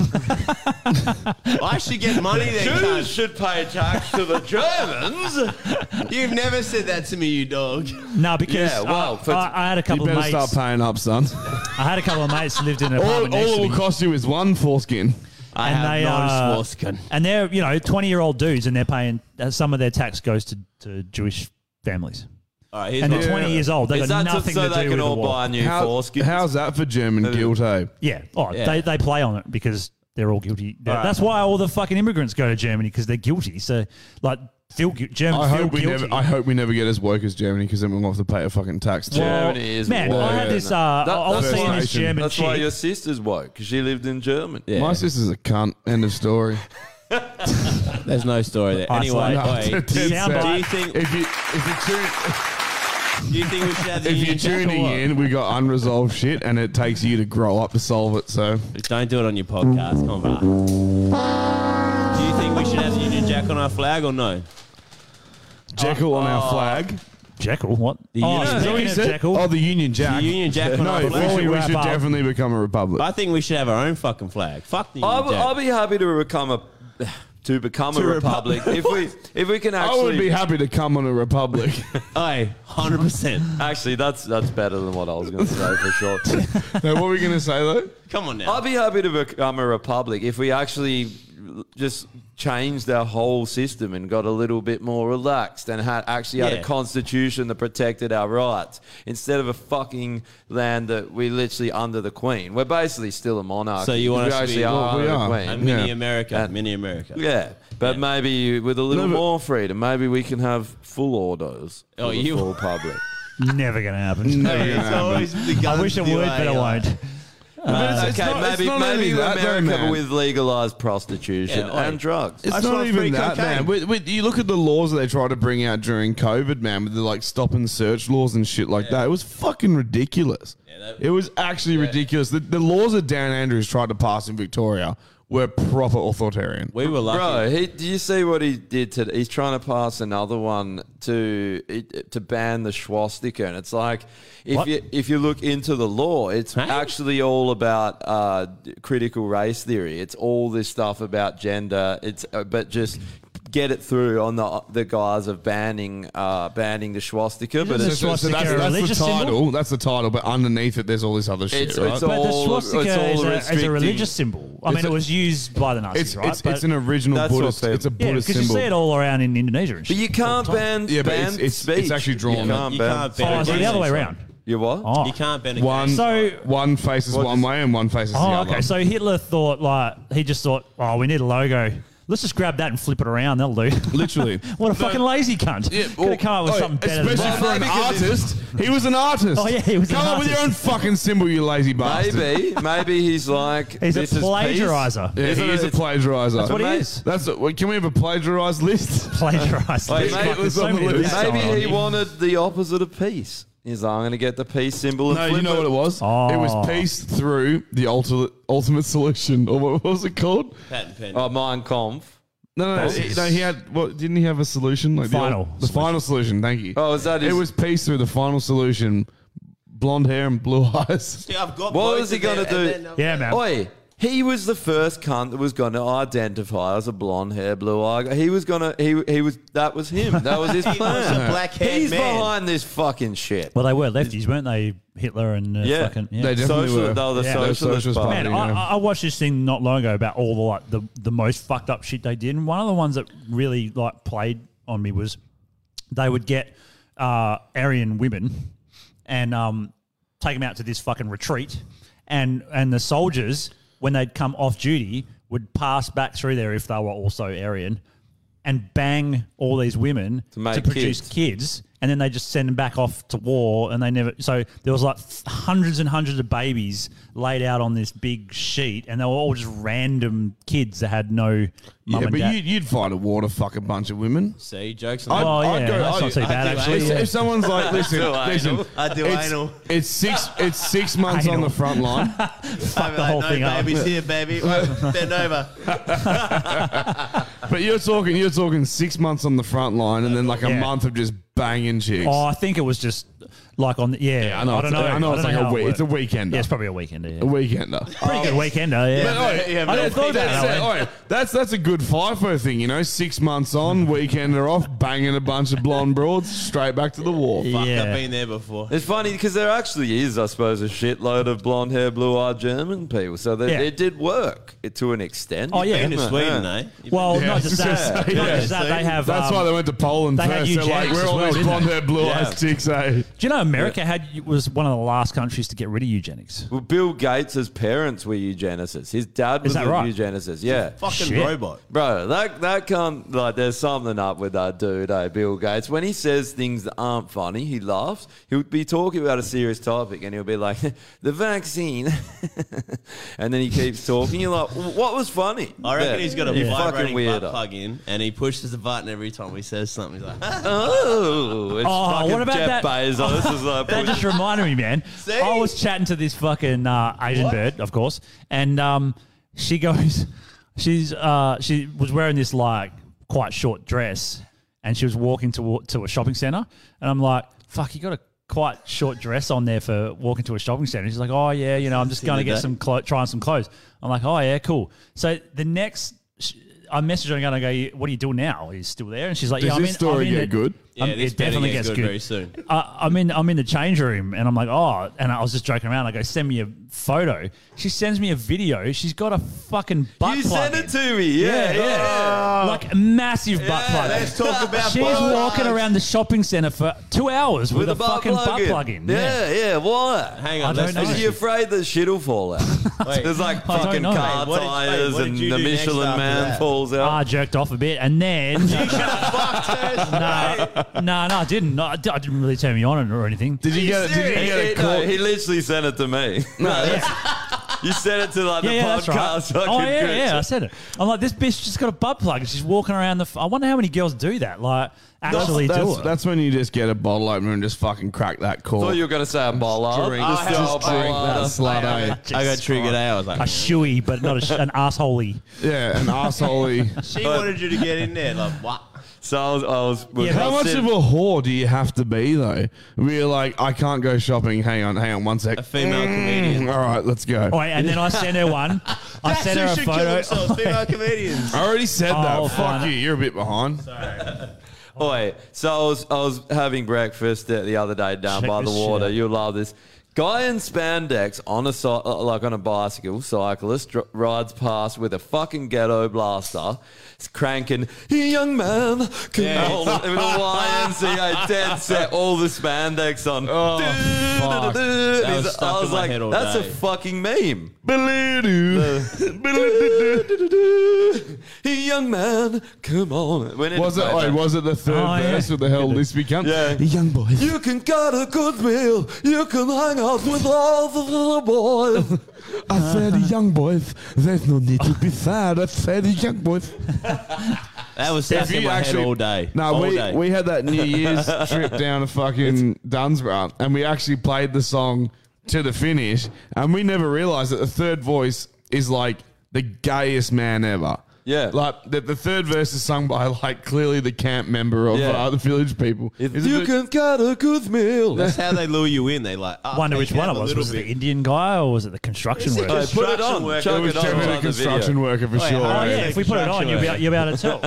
Speaker 4: I should get money then.
Speaker 3: Jews
Speaker 4: cunt.
Speaker 3: should pay tax to the Germans.
Speaker 4: You've never said that to me, you dog.
Speaker 5: No, because
Speaker 4: Yeah, well,
Speaker 5: I,
Speaker 4: for-
Speaker 5: I, I had a
Speaker 2: You
Speaker 5: couple of
Speaker 2: better
Speaker 5: mates.
Speaker 2: start paying up, son.
Speaker 5: I had a couple of mates lived in an E.
Speaker 2: all
Speaker 5: apartment next
Speaker 2: all
Speaker 5: to
Speaker 2: it
Speaker 5: me.
Speaker 2: will cost you is one foreskin.
Speaker 4: I
Speaker 5: and
Speaker 4: have
Speaker 5: they
Speaker 4: no
Speaker 5: are,
Speaker 4: Swastikan.
Speaker 5: and they're you know twenty year old dudes, and they're paying uh, some of their tax goes to, to Jewish families.
Speaker 4: All right, here's
Speaker 5: And they're
Speaker 4: what-
Speaker 5: 20 years old. They've
Speaker 4: Is
Speaker 5: got
Speaker 4: that
Speaker 5: nothing
Speaker 4: so
Speaker 5: to
Speaker 4: they
Speaker 5: do
Speaker 4: can
Speaker 5: with
Speaker 4: all
Speaker 5: the war.
Speaker 4: buy new
Speaker 2: How-
Speaker 4: foreskins.
Speaker 2: how's that for German guilt, eh?
Speaker 5: Yeah, oh,
Speaker 4: Yeah.
Speaker 5: They, they play on it because they're all guilty.
Speaker 4: All right.
Speaker 5: That's why all the fucking immigrants go to Germany because they're guilty. So like feel gu- Germans
Speaker 2: I
Speaker 5: feel
Speaker 2: hope we
Speaker 5: guilty.
Speaker 2: never. I hope we never get as woke as Germany because then we'll have to pay a fucking tax. to-
Speaker 5: Well,
Speaker 3: Germany is
Speaker 5: man,
Speaker 2: woke.
Speaker 5: I had this. Uh,
Speaker 3: That-
Speaker 5: I was
Speaker 3: that's
Speaker 5: seeing
Speaker 2: why-
Speaker 5: this German
Speaker 3: That's why
Speaker 5: chick.
Speaker 3: your sister's woke because she lived in Germany.
Speaker 4: Yeah.
Speaker 2: My sister's a cunt. End of story.
Speaker 4: There's no story there.
Speaker 5: Isolate.
Speaker 4: Anyway,
Speaker 5: No,
Speaker 4: oi, do, you,
Speaker 5: Soundbite.
Speaker 4: do you think
Speaker 2: If you if you tune
Speaker 4: do you think we should have the
Speaker 2: if
Speaker 4: union
Speaker 2: you're
Speaker 4: jack or
Speaker 2: tuning
Speaker 4: what?
Speaker 2: in, we got unresolved shit, and it takes you to grow up to solve it. So
Speaker 4: Don't do it on your podcast. Come on, bro. Do you think we should have the Union Jack on our flag or no?
Speaker 2: Jekyll on our flag.
Speaker 5: Jekyll, what?
Speaker 4: The
Speaker 5: oh,
Speaker 4: Union- Is that Oh. what
Speaker 5: speaking
Speaker 4: you
Speaker 5: of
Speaker 4: said?
Speaker 5: Jekyll,
Speaker 2: Oh, the Union Jack.
Speaker 4: The Union Jack on
Speaker 2: No,
Speaker 4: our
Speaker 2: we
Speaker 4: flag.
Speaker 5: we
Speaker 2: should, we
Speaker 5: wrap
Speaker 2: should
Speaker 5: up-
Speaker 2: definitely become a republic.
Speaker 4: I think we should have our own fucking flag. Fuck the Union
Speaker 3: I'll,
Speaker 4: Jack.
Speaker 3: I'll be happy to become a to become
Speaker 4: To
Speaker 3: a
Speaker 4: republic.
Speaker 3: republic if we if we can
Speaker 2: I
Speaker 3: actually.
Speaker 2: would be happy to come on a republic.
Speaker 4: Aye, 100%.
Speaker 3: Actually, that's that's better than what I was going to say for sure.
Speaker 2: now, what were we going to say though?
Speaker 4: Come on now.
Speaker 3: I'd be happy to become a republic if we actually just changed our whole system and got a little bit more relaxed and had actually had
Speaker 4: Yeah.
Speaker 3: a constitution that protected our rights instead of a fucking land that we literally under the queen. We're basically still a monarchy.
Speaker 4: So you want
Speaker 3: We
Speaker 4: us to
Speaker 3: actually
Speaker 4: be- Well,
Speaker 3: are
Speaker 2: we
Speaker 3: under the
Speaker 2: are.
Speaker 3: queen.
Speaker 4: a mini
Speaker 2: yeah.
Speaker 4: America.
Speaker 3: Uh,
Speaker 4: mini America.
Speaker 3: Yeah, but maybe with a little
Speaker 2: No, but-
Speaker 3: more freedom, maybe we can have full orders.
Speaker 4: Oh,
Speaker 3: for the
Speaker 4: you-
Speaker 3: full public.
Speaker 5: never gonna happen.
Speaker 4: It's always the
Speaker 5: I
Speaker 4: guns
Speaker 5: wish it
Speaker 4: do,
Speaker 5: would, but
Speaker 4: eh,
Speaker 5: it
Speaker 12: uh,
Speaker 4: like-
Speaker 5: won't.
Speaker 2: But
Speaker 3: okay,
Speaker 2: not-
Speaker 3: maybe
Speaker 2: not only
Speaker 3: maybe
Speaker 2: that, though,
Speaker 3: America
Speaker 2: man.
Speaker 3: with legalized prostitution
Speaker 4: Yeah, like-
Speaker 3: and drugs.
Speaker 2: It's
Speaker 4: just
Speaker 2: not
Speaker 4: want free
Speaker 2: even that,
Speaker 4: cocaine.
Speaker 2: man. With, with, you look at the laws that they tried to bring out during COVID, man, with the like stop and search laws and shit like that. It was fucking ridiculous. it was actually ridiculous. The, the laws that Dan Andrews tried to pass in Victoria were proper authoritarian.
Speaker 4: We were lucky.
Speaker 3: Bro, he, do you see what he did today? He's trying to pass another one to it- to ban the swastika, and it's like if
Speaker 5: What?
Speaker 3: you if you look into the law, it's
Speaker 4: Huh?
Speaker 3: actually all about uh, critical race theory. It's all this stuff about gender. It's uh, but just. Get it through on the the guise of banning uh, banning the swastika, but
Speaker 5: the
Speaker 3: it's,
Speaker 2: So- so
Speaker 5: swastika
Speaker 2: that's,
Speaker 5: a
Speaker 2: that's
Speaker 5: religious
Speaker 2: the
Speaker 5: symbol?
Speaker 2: title. That's the title, but underneath it, there's all this other shit.
Speaker 3: It's-
Speaker 2: right?
Speaker 3: it's
Speaker 2: But
Speaker 5: But the
Speaker 3: all-
Speaker 5: swastika
Speaker 3: it's all
Speaker 5: is, a, is a
Speaker 3: restricting.
Speaker 5: religious symbol. I mean,
Speaker 2: It's a-
Speaker 5: it was used by the Nazis,
Speaker 2: it's,
Speaker 5: right?
Speaker 2: it's,
Speaker 5: But-
Speaker 2: it's an original
Speaker 3: That's what
Speaker 2: Buddhist.
Speaker 3: they-
Speaker 2: It's a
Speaker 5: yeah,
Speaker 2: Buddhist
Speaker 5: because you
Speaker 2: symbol.
Speaker 5: see it all around in Indonesia. And
Speaker 3: but
Speaker 5: shit.
Speaker 3: you can't ban
Speaker 2: Yeah, but
Speaker 3: ban
Speaker 2: it's- it's-
Speaker 3: speech.
Speaker 2: it's actually drawn.
Speaker 3: You can't
Speaker 4: You
Speaker 3: ban.
Speaker 4: can't
Speaker 5: Oh,
Speaker 4: ban
Speaker 5: so the other way around.
Speaker 3: You what?
Speaker 5: Oh.
Speaker 4: You can't ban a
Speaker 2: one
Speaker 4: gangster.
Speaker 5: So-
Speaker 2: one faces
Speaker 3: What
Speaker 2: one
Speaker 3: is-
Speaker 2: way and one faces the
Speaker 5: Oh,
Speaker 2: other.
Speaker 5: okay. So Hitler thought like he just thought, oh, we need a logo. Let's just grab that and flip it around. That'll do.
Speaker 2: literally.
Speaker 5: what a fucking lazy cunt!
Speaker 2: Yeah,
Speaker 5: Could
Speaker 2: well,
Speaker 5: have come up with
Speaker 2: oh,
Speaker 5: something better. Than
Speaker 2: Especially
Speaker 5: that.
Speaker 2: for an artist. He was an artist.
Speaker 5: Oh, yeah, he was an
Speaker 2: Come up with your own
Speaker 5: artist.
Speaker 2: fucking symbol, you lazy bastard.
Speaker 3: Maybe, maybe he's like
Speaker 5: He's a
Speaker 3: this is peace.
Speaker 5: plagiarizer.
Speaker 2: Yeah,
Speaker 3: Isn't
Speaker 2: he is
Speaker 3: it-
Speaker 2: a plagiarizer. That's
Speaker 5: what he
Speaker 3: Mate,
Speaker 5: is.
Speaker 2: That's a, well, can we have a plagiarized list?
Speaker 5: Plagiarized.
Speaker 3: Wait,
Speaker 5: There's
Speaker 3: mate,
Speaker 5: fucking
Speaker 2: it was
Speaker 5: so
Speaker 2: on the
Speaker 5: many
Speaker 2: list.
Speaker 5: lists
Speaker 2: That's
Speaker 3: Maybe
Speaker 5: on
Speaker 3: he
Speaker 5: him.
Speaker 3: wanted the opposite of peace. He's like, I'm going to get the peace symbol. And
Speaker 2: No,
Speaker 3: flip
Speaker 2: you know what it was?
Speaker 5: Oh.
Speaker 2: It was peace through the ultimate ultimate solution, or what was it called?
Speaker 4: Patent pending.
Speaker 3: Oh, Mein Kampf.
Speaker 2: No, no, no,
Speaker 5: That's
Speaker 2: he-
Speaker 5: his-
Speaker 2: no. He had what? Didn't he have a solution? Like
Speaker 5: Final
Speaker 2: the, ul- the final solution. Thank you.
Speaker 3: Oh, is that his-
Speaker 2: It was peace through the final solution. Blonde hair and blue eyes.
Speaker 4: See, I've
Speaker 3: What
Speaker 4: got both
Speaker 3: was he
Speaker 4: of
Speaker 3: going to
Speaker 4: them, and
Speaker 3: do?
Speaker 4: then I'm-
Speaker 5: Yeah, man.
Speaker 3: Oi, he was the first cunt that was going to identify as a blonde hair, blue eye. guy. He was going to. He he was. That was him. That was his
Speaker 4: He
Speaker 3: plan.
Speaker 4: was a black-haired
Speaker 3: He's
Speaker 4: man.
Speaker 3: behind this fucking shit.
Speaker 5: Well, they were lefties, weren't they? Hitler and uh,
Speaker 3: Yeah.
Speaker 5: fucking
Speaker 2: They definitely
Speaker 3: Social-
Speaker 2: were.
Speaker 3: they were the
Speaker 2: Yeah.
Speaker 3: Socialist Party,
Speaker 5: Man,
Speaker 2: yeah.
Speaker 5: I, I- I watched this thing not long ago about all the like the, the most fucked up shit they did, and one of the ones that really like played on me was they would get uh, Aryan women and um, take them out to this fucking retreat, and and the soldiers when they'd come off duty would pass back through there if they were also Aryan, and bang all these women to,
Speaker 3: make
Speaker 5: produce
Speaker 3: kids.
Speaker 5: kids and then they just send them back off to war, and they never. So there was like th- hundreds and hundreds of babies laid out on this big sheet, and they were all just random kids that had no mum
Speaker 2: yeah,
Speaker 5: and
Speaker 2: but
Speaker 5: dad.
Speaker 2: you, you'd find a water fuck a bunch of women.
Speaker 12: See, jokes.
Speaker 5: on Oh, yeah, that's not too bad, actually,
Speaker 2: If-
Speaker 5: yeah.
Speaker 2: If someone's like, listen,
Speaker 12: Do anal.
Speaker 2: listen,
Speaker 12: I do
Speaker 2: it's,
Speaker 12: anal.
Speaker 2: It's six. It's six months on the front line.
Speaker 12: Fuck
Speaker 2: the whole
Speaker 12: no
Speaker 2: thing up.
Speaker 12: baby's here, baby. Bend over.
Speaker 2: But you're talking, you're talking six months on the front line, and then like a
Speaker 5: Yeah.
Speaker 2: month of just banging chicks.
Speaker 5: Oh, I think it was just like on the yeah.
Speaker 2: I know.
Speaker 5: don't
Speaker 2: It's-
Speaker 5: know.
Speaker 2: I know it's like a
Speaker 5: how it
Speaker 2: wee- it's a
Speaker 5: worked.
Speaker 2: weekender.
Speaker 5: Yeah, it's probably a weekender. Yeah.
Speaker 2: A weekender.
Speaker 5: Pretty good weekender. Yeah.
Speaker 2: But, oi, I never thought about that. Oi, that's that's a good FIFO thing, you know. Six months on, weekender off, banging a bunch of blonde broads, straight back to the war.
Speaker 12: Fuck, I've been there before.
Speaker 3: It's funny because there actually is, I suppose, a shitload of blonde hair, blue eyed German people. So they,
Speaker 5: Yeah.
Speaker 3: it did work it- to an extent.
Speaker 5: Oh, yeah. You've been to Sweden, eh? Well,
Speaker 3: Yeah.
Speaker 5: not just
Speaker 3: Yeah.
Speaker 5: that. Not
Speaker 3: Yeah.
Speaker 5: just that. They have.
Speaker 2: That's
Speaker 5: um,
Speaker 2: why they went to Poland
Speaker 5: they had
Speaker 2: first. They're like,
Speaker 5: eugenics
Speaker 2: we're
Speaker 5: as
Speaker 2: all
Speaker 5: well,
Speaker 2: those
Speaker 5: didn't
Speaker 2: blonde
Speaker 5: they?
Speaker 2: hair, blue eyes
Speaker 5: Yeah.
Speaker 2: chicks, eh?
Speaker 5: Do you know America had was one of the last countries to get rid of eugenics?
Speaker 3: Well, Bill Gates' parents were eugenicists. His dad was
Speaker 5: Is that
Speaker 3: a
Speaker 5: right?
Speaker 3: eugenicist. Yeah,
Speaker 12: Fucking Shit. robot.
Speaker 3: bro. That that can't like. There's something up with that dude, eh? Bill Gates. When he says things that aren't funny, he laughs. He'll be talking about a serious topic, and he'll be like, "The vaccine," and then he keeps talking. You're like, "What was funny?"
Speaker 12: I reckon
Speaker 3: Yeah.
Speaker 12: he's got a
Speaker 3: You
Speaker 12: vibrating
Speaker 3: fucking
Speaker 12: butt
Speaker 3: weirdo.
Speaker 12: plug in, and he pushes the button every time he says something. He's like,
Speaker 3: Oh, it's
Speaker 5: Oh,
Speaker 3: fucking
Speaker 5: what about
Speaker 3: Jeff
Speaker 5: that?
Speaker 3: Bezos. It's like,
Speaker 5: That just reminded me, man. I was chatting to this fucking uh, Asian bird, of course, and um, she goes, she's uh, she was wearing this like quite short dress, and she was walking to to a shopping center, and I'm like, fuck, you got a quite short dress on there for walking to a shopping center. She's like, oh yeah, you know, I'm just
Speaker 12: See
Speaker 5: going to
Speaker 12: the
Speaker 5: get
Speaker 12: day.
Speaker 5: some clo- try on some clothes. I'm like, oh yeah, cool. So the next. sh- I messaged her and I go, "What do you do now? Are you still there?" And she's like,
Speaker 2: Does
Speaker 5: "Yeah, I'm
Speaker 2: this
Speaker 5: in-
Speaker 2: story
Speaker 5: I'm in
Speaker 2: get
Speaker 5: it."
Speaker 2: good?
Speaker 5: Um,
Speaker 12: Yeah, this
Speaker 5: it definitely
Speaker 12: better
Speaker 5: gets
Speaker 12: get
Speaker 5: good
Speaker 12: good very soon.
Speaker 5: I, I'm in I'm in the change room and I'm like, oh, and I was just joking around. I go, send me a photo. She sends me a video. She's got a fucking butt
Speaker 3: You
Speaker 5: plug.
Speaker 3: sent
Speaker 5: in.
Speaker 3: it to me. Yeah, yeah.
Speaker 5: Like a massive butt
Speaker 3: Yeah,
Speaker 5: plug. in.
Speaker 12: let's talk about
Speaker 5: She's
Speaker 12: butt
Speaker 5: walking around the shopping center for two hours with, a, fucking butt plug in.
Speaker 3: Yeah, yeah. Why?
Speaker 12: Hang
Speaker 5: I
Speaker 12: on,
Speaker 5: don't
Speaker 12: let's
Speaker 5: know.
Speaker 3: Is
Speaker 12: finish
Speaker 3: he afraid that shit'll fall out? There's like
Speaker 5: I don't
Speaker 3: fucking
Speaker 5: know.
Speaker 3: car
Speaker 12: Wait, what did- wait,
Speaker 3: tires
Speaker 12: what did
Speaker 3: and
Speaker 12: you
Speaker 3: the
Speaker 12: do next
Speaker 3: Michelin
Speaker 12: after
Speaker 3: man
Speaker 12: that?
Speaker 3: falls
Speaker 5: Ah,
Speaker 3: out.
Speaker 5: jerked off a bit, and then no, no, no, I didn't. No, I didn't really turn me on or anything.
Speaker 2: Did you get? it? Did you
Speaker 3: he,
Speaker 2: get a
Speaker 3: he-
Speaker 2: call?
Speaker 3: no, he literally sent it to me. No, that's- you sent it to like
Speaker 5: Yeah,
Speaker 3: the
Speaker 5: yeah, that's right.
Speaker 3: podcast. fucking
Speaker 5: Oh yeah,
Speaker 3: group.
Speaker 5: yeah, I said it. I'm like, this bitch just got a butt plug and she's walking around the. F- I wonder how many girls do that. Like, actually
Speaker 2: that's,
Speaker 5: do
Speaker 2: that's,
Speaker 5: it.
Speaker 2: that's when you just get a bottle opener and just fucking crack that
Speaker 3: Thought
Speaker 2: cork.
Speaker 3: you were gonna say a bollard.
Speaker 12: Drink.
Speaker 3: I
Speaker 12: Just-
Speaker 3: had a
Speaker 12: just drink
Speaker 2: that
Speaker 3: bollard.
Speaker 2: slut, eh?
Speaker 12: I got triggered out. I was
Speaker 5: a
Speaker 12: like,
Speaker 5: shoey, but not a sh- an assholey.
Speaker 2: Yeah, an arsehole.
Speaker 12: she wanted you to get in there. Like, what?
Speaker 3: So I was. I was
Speaker 5: Yeah,
Speaker 2: How
Speaker 5: but
Speaker 2: much
Speaker 3: sit-
Speaker 2: of a whore do you have to be though? We're like, I can't go shopping. Hang on, hang on, one sec. Mm,
Speaker 12: A female
Speaker 5: Mm.
Speaker 12: comedian.
Speaker 2: All right, let's go.
Speaker 5: All right, and then I sent her one. I sent her a photo.
Speaker 12: themselves, female comedians.
Speaker 2: I already said
Speaker 5: Oh,
Speaker 2: that. Fuck
Speaker 5: fine.
Speaker 2: you. You're a bit behind.
Speaker 3: Oi, so I was, I was having breakfast the the other day down
Speaker 5: Check
Speaker 3: by the
Speaker 5: this shit
Speaker 3: water.
Speaker 5: out.
Speaker 3: You'll love this. Guy in spandex on a cy- uh, like on a bicycle, cyclist dr- rides past with a fucking ghetto blaster, It's cranking. Hey, young man, come
Speaker 12: Yeah.
Speaker 3: on, with a YMCA dead set, all the spandex on.
Speaker 2: Oh, fuck.
Speaker 3: Du-du-du-du.
Speaker 12: That was
Speaker 3: He's-
Speaker 12: stuck
Speaker 3: I
Speaker 12: in
Speaker 3: was
Speaker 12: my
Speaker 3: like,
Speaker 12: head all
Speaker 3: that's
Speaker 12: day."
Speaker 3: a fucking meme. Hey, young man, come on. When
Speaker 2: Was it? Wait, was it the third
Speaker 5: Oh, yeah.
Speaker 2: verse? What the hell? This become?
Speaker 3: Yeah.
Speaker 2: Young boy.
Speaker 3: You can get a good meal. You can hang out with all the little boys.
Speaker 2: I said, young boys. There's no need to be sad. I said, young boys.
Speaker 12: That was stuck in my head all day.
Speaker 2: No,
Speaker 12: all
Speaker 2: we
Speaker 12: day.
Speaker 2: we had that New Year's trip down to fucking Dunsborough, and we actually played the song to the finish, and we never realized that the third voice is like the gayest man ever.
Speaker 3: Yeah.
Speaker 2: like the, the third verse is sung by like clearly the camp member of
Speaker 3: Yeah.
Speaker 2: uh, the village people. Is it
Speaker 3: you
Speaker 2: the-
Speaker 3: can get a good meal.
Speaker 12: That's how they lure you in. They like oh,
Speaker 5: Wonder
Speaker 12: they
Speaker 5: which
Speaker 12: can
Speaker 5: one
Speaker 12: have
Speaker 5: it
Speaker 12: a
Speaker 5: was.
Speaker 12: little
Speaker 5: Was it the
Speaker 12: bit.
Speaker 5: Indian guy or was it the construction
Speaker 12: Is it
Speaker 5: worker?
Speaker 12: just-
Speaker 3: put it
Speaker 12: Construction
Speaker 3: on.
Speaker 12: worker.
Speaker 3: Chuck
Speaker 2: it was
Speaker 3: it on.
Speaker 2: definitely
Speaker 3: It's
Speaker 2: a
Speaker 3: on the video.
Speaker 2: construction worker for
Speaker 12: Wait,
Speaker 2: sure.
Speaker 5: Oh
Speaker 12: how-
Speaker 5: yeah,
Speaker 12: Yeah,
Speaker 5: if we put it on, you'll be, you'll be able to tell.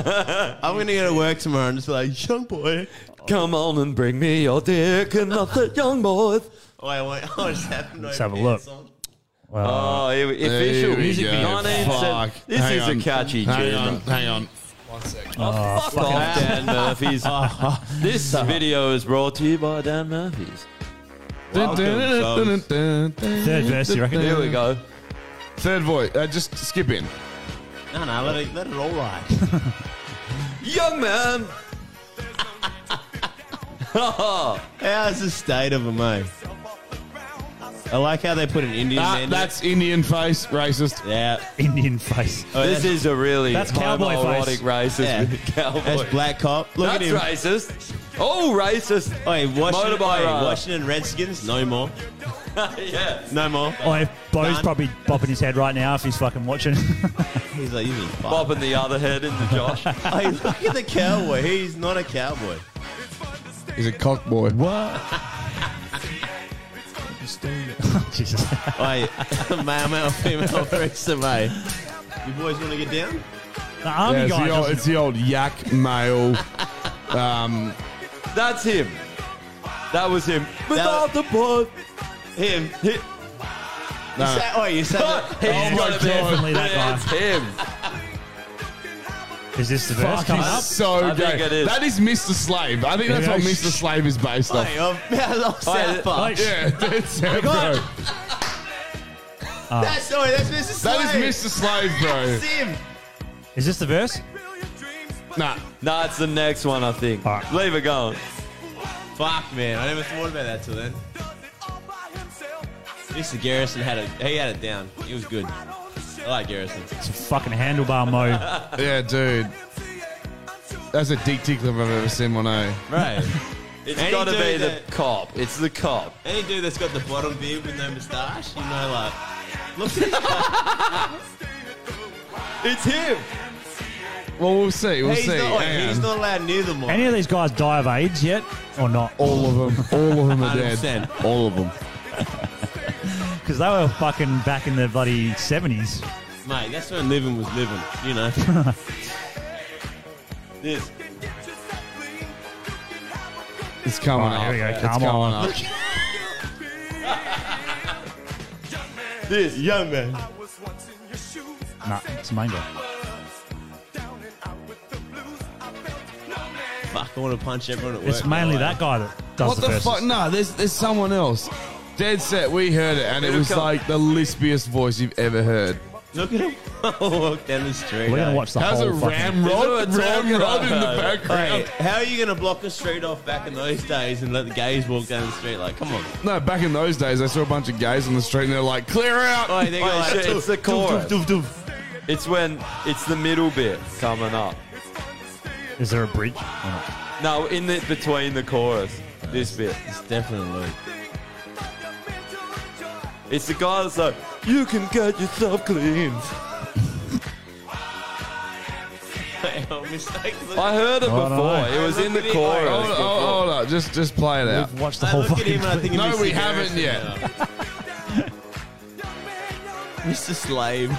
Speaker 12: I'm gonna go to work tomorrow and just be like, young boy.
Speaker 3: Come on and bring me your dick and not the young boys.
Speaker 12: Wait, wait. Oh, I just happened.
Speaker 5: Let's have a look.
Speaker 3: Oh, here we- official
Speaker 2: There we
Speaker 3: music
Speaker 2: go.
Speaker 3: video. 19
Speaker 2: Fuck.
Speaker 3: This
Speaker 2: Hang
Speaker 3: is
Speaker 2: on.
Speaker 3: a catchy
Speaker 2: Hang
Speaker 3: tune.
Speaker 2: on, hang on.
Speaker 3: Oh, fuck off, Dan Murphy's. this video is brought to you by Dan Murphy's.
Speaker 5: Third
Speaker 2: Third
Speaker 5: verse, you reckon?
Speaker 3: Here
Speaker 2: Mm.
Speaker 3: we go.
Speaker 2: Third voice. Uh, just skip in.
Speaker 12: No, no. Let it, let it all ride.
Speaker 3: Young man.
Speaker 4: How's the state of them, eh? I like how they put an Indian
Speaker 2: Ah,
Speaker 4: man in
Speaker 2: that's Indian face, racist.
Speaker 4: Yeah,
Speaker 5: Indian face.
Speaker 4: Oh,
Speaker 3: this
Speaker 4: that's-
Speaker 3: is a really
Speaker 4: That's cowboy
Speaker 3: homoerotic
Speaker 4: face.
Speaker 3: racist
Speaker 4: Yeah.
Speaker 3: with the cowboy.
Speaker 4: That's black cop. Look at
Speaker 3: That's
Speaker 4: him.
Speaker 3: racist. Oh, racist.
Speaker 4: Hey, Washington,
Speaker 3: Motorbike
Speaker 4: hey,
Speaker 3: rider.
Speaker 4: Washington Redskins, no more.
Speaker 3: yeah.
Speaker 4: No more.
Speaker 5: Oh, if Bo's
Speaker 4: Done.
Speaker 5: probably bopping his head right now if he's fucking watching.
Speaker 4: He's like, you little fuck.
Speaker 3: Bobbing the other head into Josh.
Speaker 4: Hey, look at the cowboy. He's not a cowboy.
Speaker 2: He's a cock boy.
Speaker 5: What? Jesus.
Speaker 4: Hey, male, male, female, threesome, eh? You boys want to get down?
Speaker 5: The army
Speaker 2: Yeah, it's,
Speaker 5: guy.
Speaker 2: the old,
Speaker 5: doesn't-
Speaker 2: it's the old yak male. Um,
Speaker 3: That's him. That was him.
Speaker 4: That-
Speaker 3: Without the blood.
Speaker 4: Him.
Speaker 3: He-
Speaker 4: You
Speaker 2: no.
Speaker 4: say, oh, you say that.
Speaker 3: He's
Speaker 5: yeah,
Speaker 3: got
Speaker 5: it's
Speaker 3: it there.
Speaker 5: definitely that guy.
Speaker 3: It's him.
Speaker 5: Is this the verse coming up?
Speaker 2: So
Speaker 3: I think
Speaker 2: gay.
Speaker 3: it is.
Speaker 2: That is Mr. Slave. I think that's
Speaker 5: Yeah.
Speaker 2: what Mr. Slave is based off.
Speaker 4: Hey, I'm off
Speaker 3: Hey,
Speaker 4: South Park.
Speaker 5: hey,
Speaker 2: Yeah, that's it,
Speaker 4: God.
Speaker 2: bro.
Speaker 4: That's, oh, that's Mr. Slade.
Speaker 2: That is Mr. Slave, bro.
Speaker 4: That's him.
Speaker 5: Is this the verse?
Speaker 2: Nah.
Speaker 3: No, it's the next one, I think.
Speaker 5: All right.
Speaker 3: Leave it going.
Speaker 4: Fuck, man. I never thought about that till then. Mr. Garrison had it. He had it down. He was good. I like Garrison.
Speaker 5: It's a fucking handlebar mode.
Speaker 2: Yeah, dude. That's a dick tickler if I've ever seen one, eh?
Speaker 4: Right.
Speaker 3: It's
Speaker 4: Any
Speaker 3: got to
Speaker 4: dude
Speaker 3: be the
Speaker 4: that-
Speaker 3: cop. It's the cop.
Speaker 4: Any dude that's got the bottom beard with no moustache, you know, like.
Speaker 3: It's him.
Speaker 2: Well, we'll see. We'll
Speaker 4: he's,
Speaker 2: see.
Speaker 4: not,
Speaker 2: Hang
Speaker 4: he's
Speaker 2: on.
Speaker 4: not allowed near them. Like.
Speaker 5: Any of these guys die of AIDS yet or not?
Speaker 2: All of them. All of them are
Speaker 4: 100%.
Speaker 2: dead. All of them.
Speaker 5: Because they were fucking back in the bloody 70s.
Speaker 4: Mate, that's when living was living, you know. this.
Speaker 2: It's coming
Speaker 5: Oh,
Speaker 2: up.
Speaker 5: here we go.
Speaker 2: It's
Speaker 5: Come
Speaker 2: coming
Speaker 5: on.
Speaker 2: up.
Speaker 4: This young man.
Speaker 5: Nah, it's the main guy.
Speaker 4: Fuck, I want to punch everyone at work.
Speaker 5: It's mainly that guy that does
Speaker 2: What
Speaker 5: the,
Speaker 2: the
Speaker 5: verses.
Speaker 2: fuck? No, there's there's someone else. Dead set. We heard it, and it was like the lispiest voice you've ever heard.
Speaker 4: Look at him. Walk down the street.
Speaker 5: We're going
Speaker 4: eh?
Speaker 5: to watch the
Speaker 2: How's
Speaker 5: whole
Speaker 2: a
Speaker 5: fucking...
Speaker 2: ramrod?
Speaker 3: Is that what we're
Speaker 2: Ramrod in
Speaker 3: talking
Speaker 2: the
Speaker 3: about?
Speaker 2: background.
Speaker 4: Hey, how are you going to block a street off back in those days and let the gays walk down the street? Like, come on.
Speaker 2: No, back in those days, I saw a bunch of gays on the street, and they're like, "Clear out!"
Speaker 4: Oi, they go
Speaker 3: Wait,
Speaker 4: like,
Speaker 3: Oh, shit, it's the
Speaker 4: doof,
Speaker 3: chorus.
Speaker 4: doof, doof, doof.
Speaker 3: It's when it's the middle bit coming up.
Speaker 5: Is there a bridge? Or not?
Speaker 3: No, in the between the chorus. This bit.
Speaker 4: It's definitely Luke.
Speaker 3: It's the guy that's like, you can get yourself cleansed.
Speaker 4: Our mistake. oh, Look,
Speaker 3: I heard it
Speaker 5: Oh, I don't
Speaker 3: before.
Speaker 5: know.
Speaker 3: It was in the
Speaker 4: Look at it,
Speaker 3: chorus.
Speaker 2: Hold, hold,
Speaker 3: before.
Speaker 2: hold up, just just play it out.
Speaker 5: We've watched the
Speaker 4: I
Speaker 5: whole
Speaker 4: look at
Speaker 5: fucking...
Speaker 4: him and I think of
Speaker 2: No,
Speaker 4: Mr.
Speaker 2: we haven't
Speaker 4: Garrison
Speaker 2: yet.
Speaker 4: now. Mr. Slave.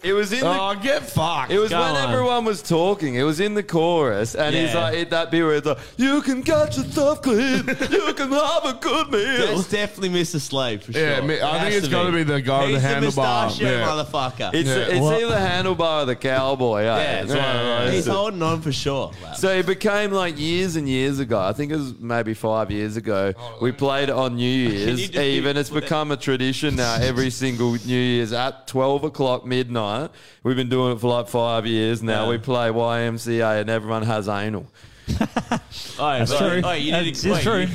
Speaker 3: It was in the
Speaker 2: Oh, get fucked.
Speaker 3: It was
Speaker 4: Go
Speaker 3: when
Speaker 4: on.
Speaker 3: everyone was talking. It was in the chorus, and he's
Speaker 4: Yeah.
Speaker 3: like it, that bit where it's like, "You can get yourself clean. you can have a good meal."
Speaker 4: That's definitely Mr. Slave for sure.
Speaker 2: Yeah, me- I
Speaker 4: It
Speaker 2: think
Speaker 4: has
Speaker 2: it's gotta be the guy with
Speaker 4: He's
Speaker 2: the handlebar.
Speaker 4: mustachio
Speaker 2: Yeah.
Speaker 4: motherfucker.
Speaker 3: It's,
Speaker 2: Yeah.
Speaker 3: it's
Speaker 5: Well-
Speaker 3: either handlebar or the cowboy. eh?
Speaker 4: yeah,
Speaker 3: It's one of those.
Speaker 4: he's holding on for sure.
Speaker 3: So it became like years and years ago. I think it was maybe five years ago. We played it on New
Speaker 4: you
Speaker 3: Year's
Speaker 4: just
Speaker 3: Eve, and it's
Speaker 4: put
Speaker 3: become a tradition now. Every single New Year's at twelve o'clock midnight, we've been doing it for like five years now.
Speaker 4: Yeah.
Speaker 3: We play YMCA, and everyone has anal.
Speaker 5: That's true. It's it's true.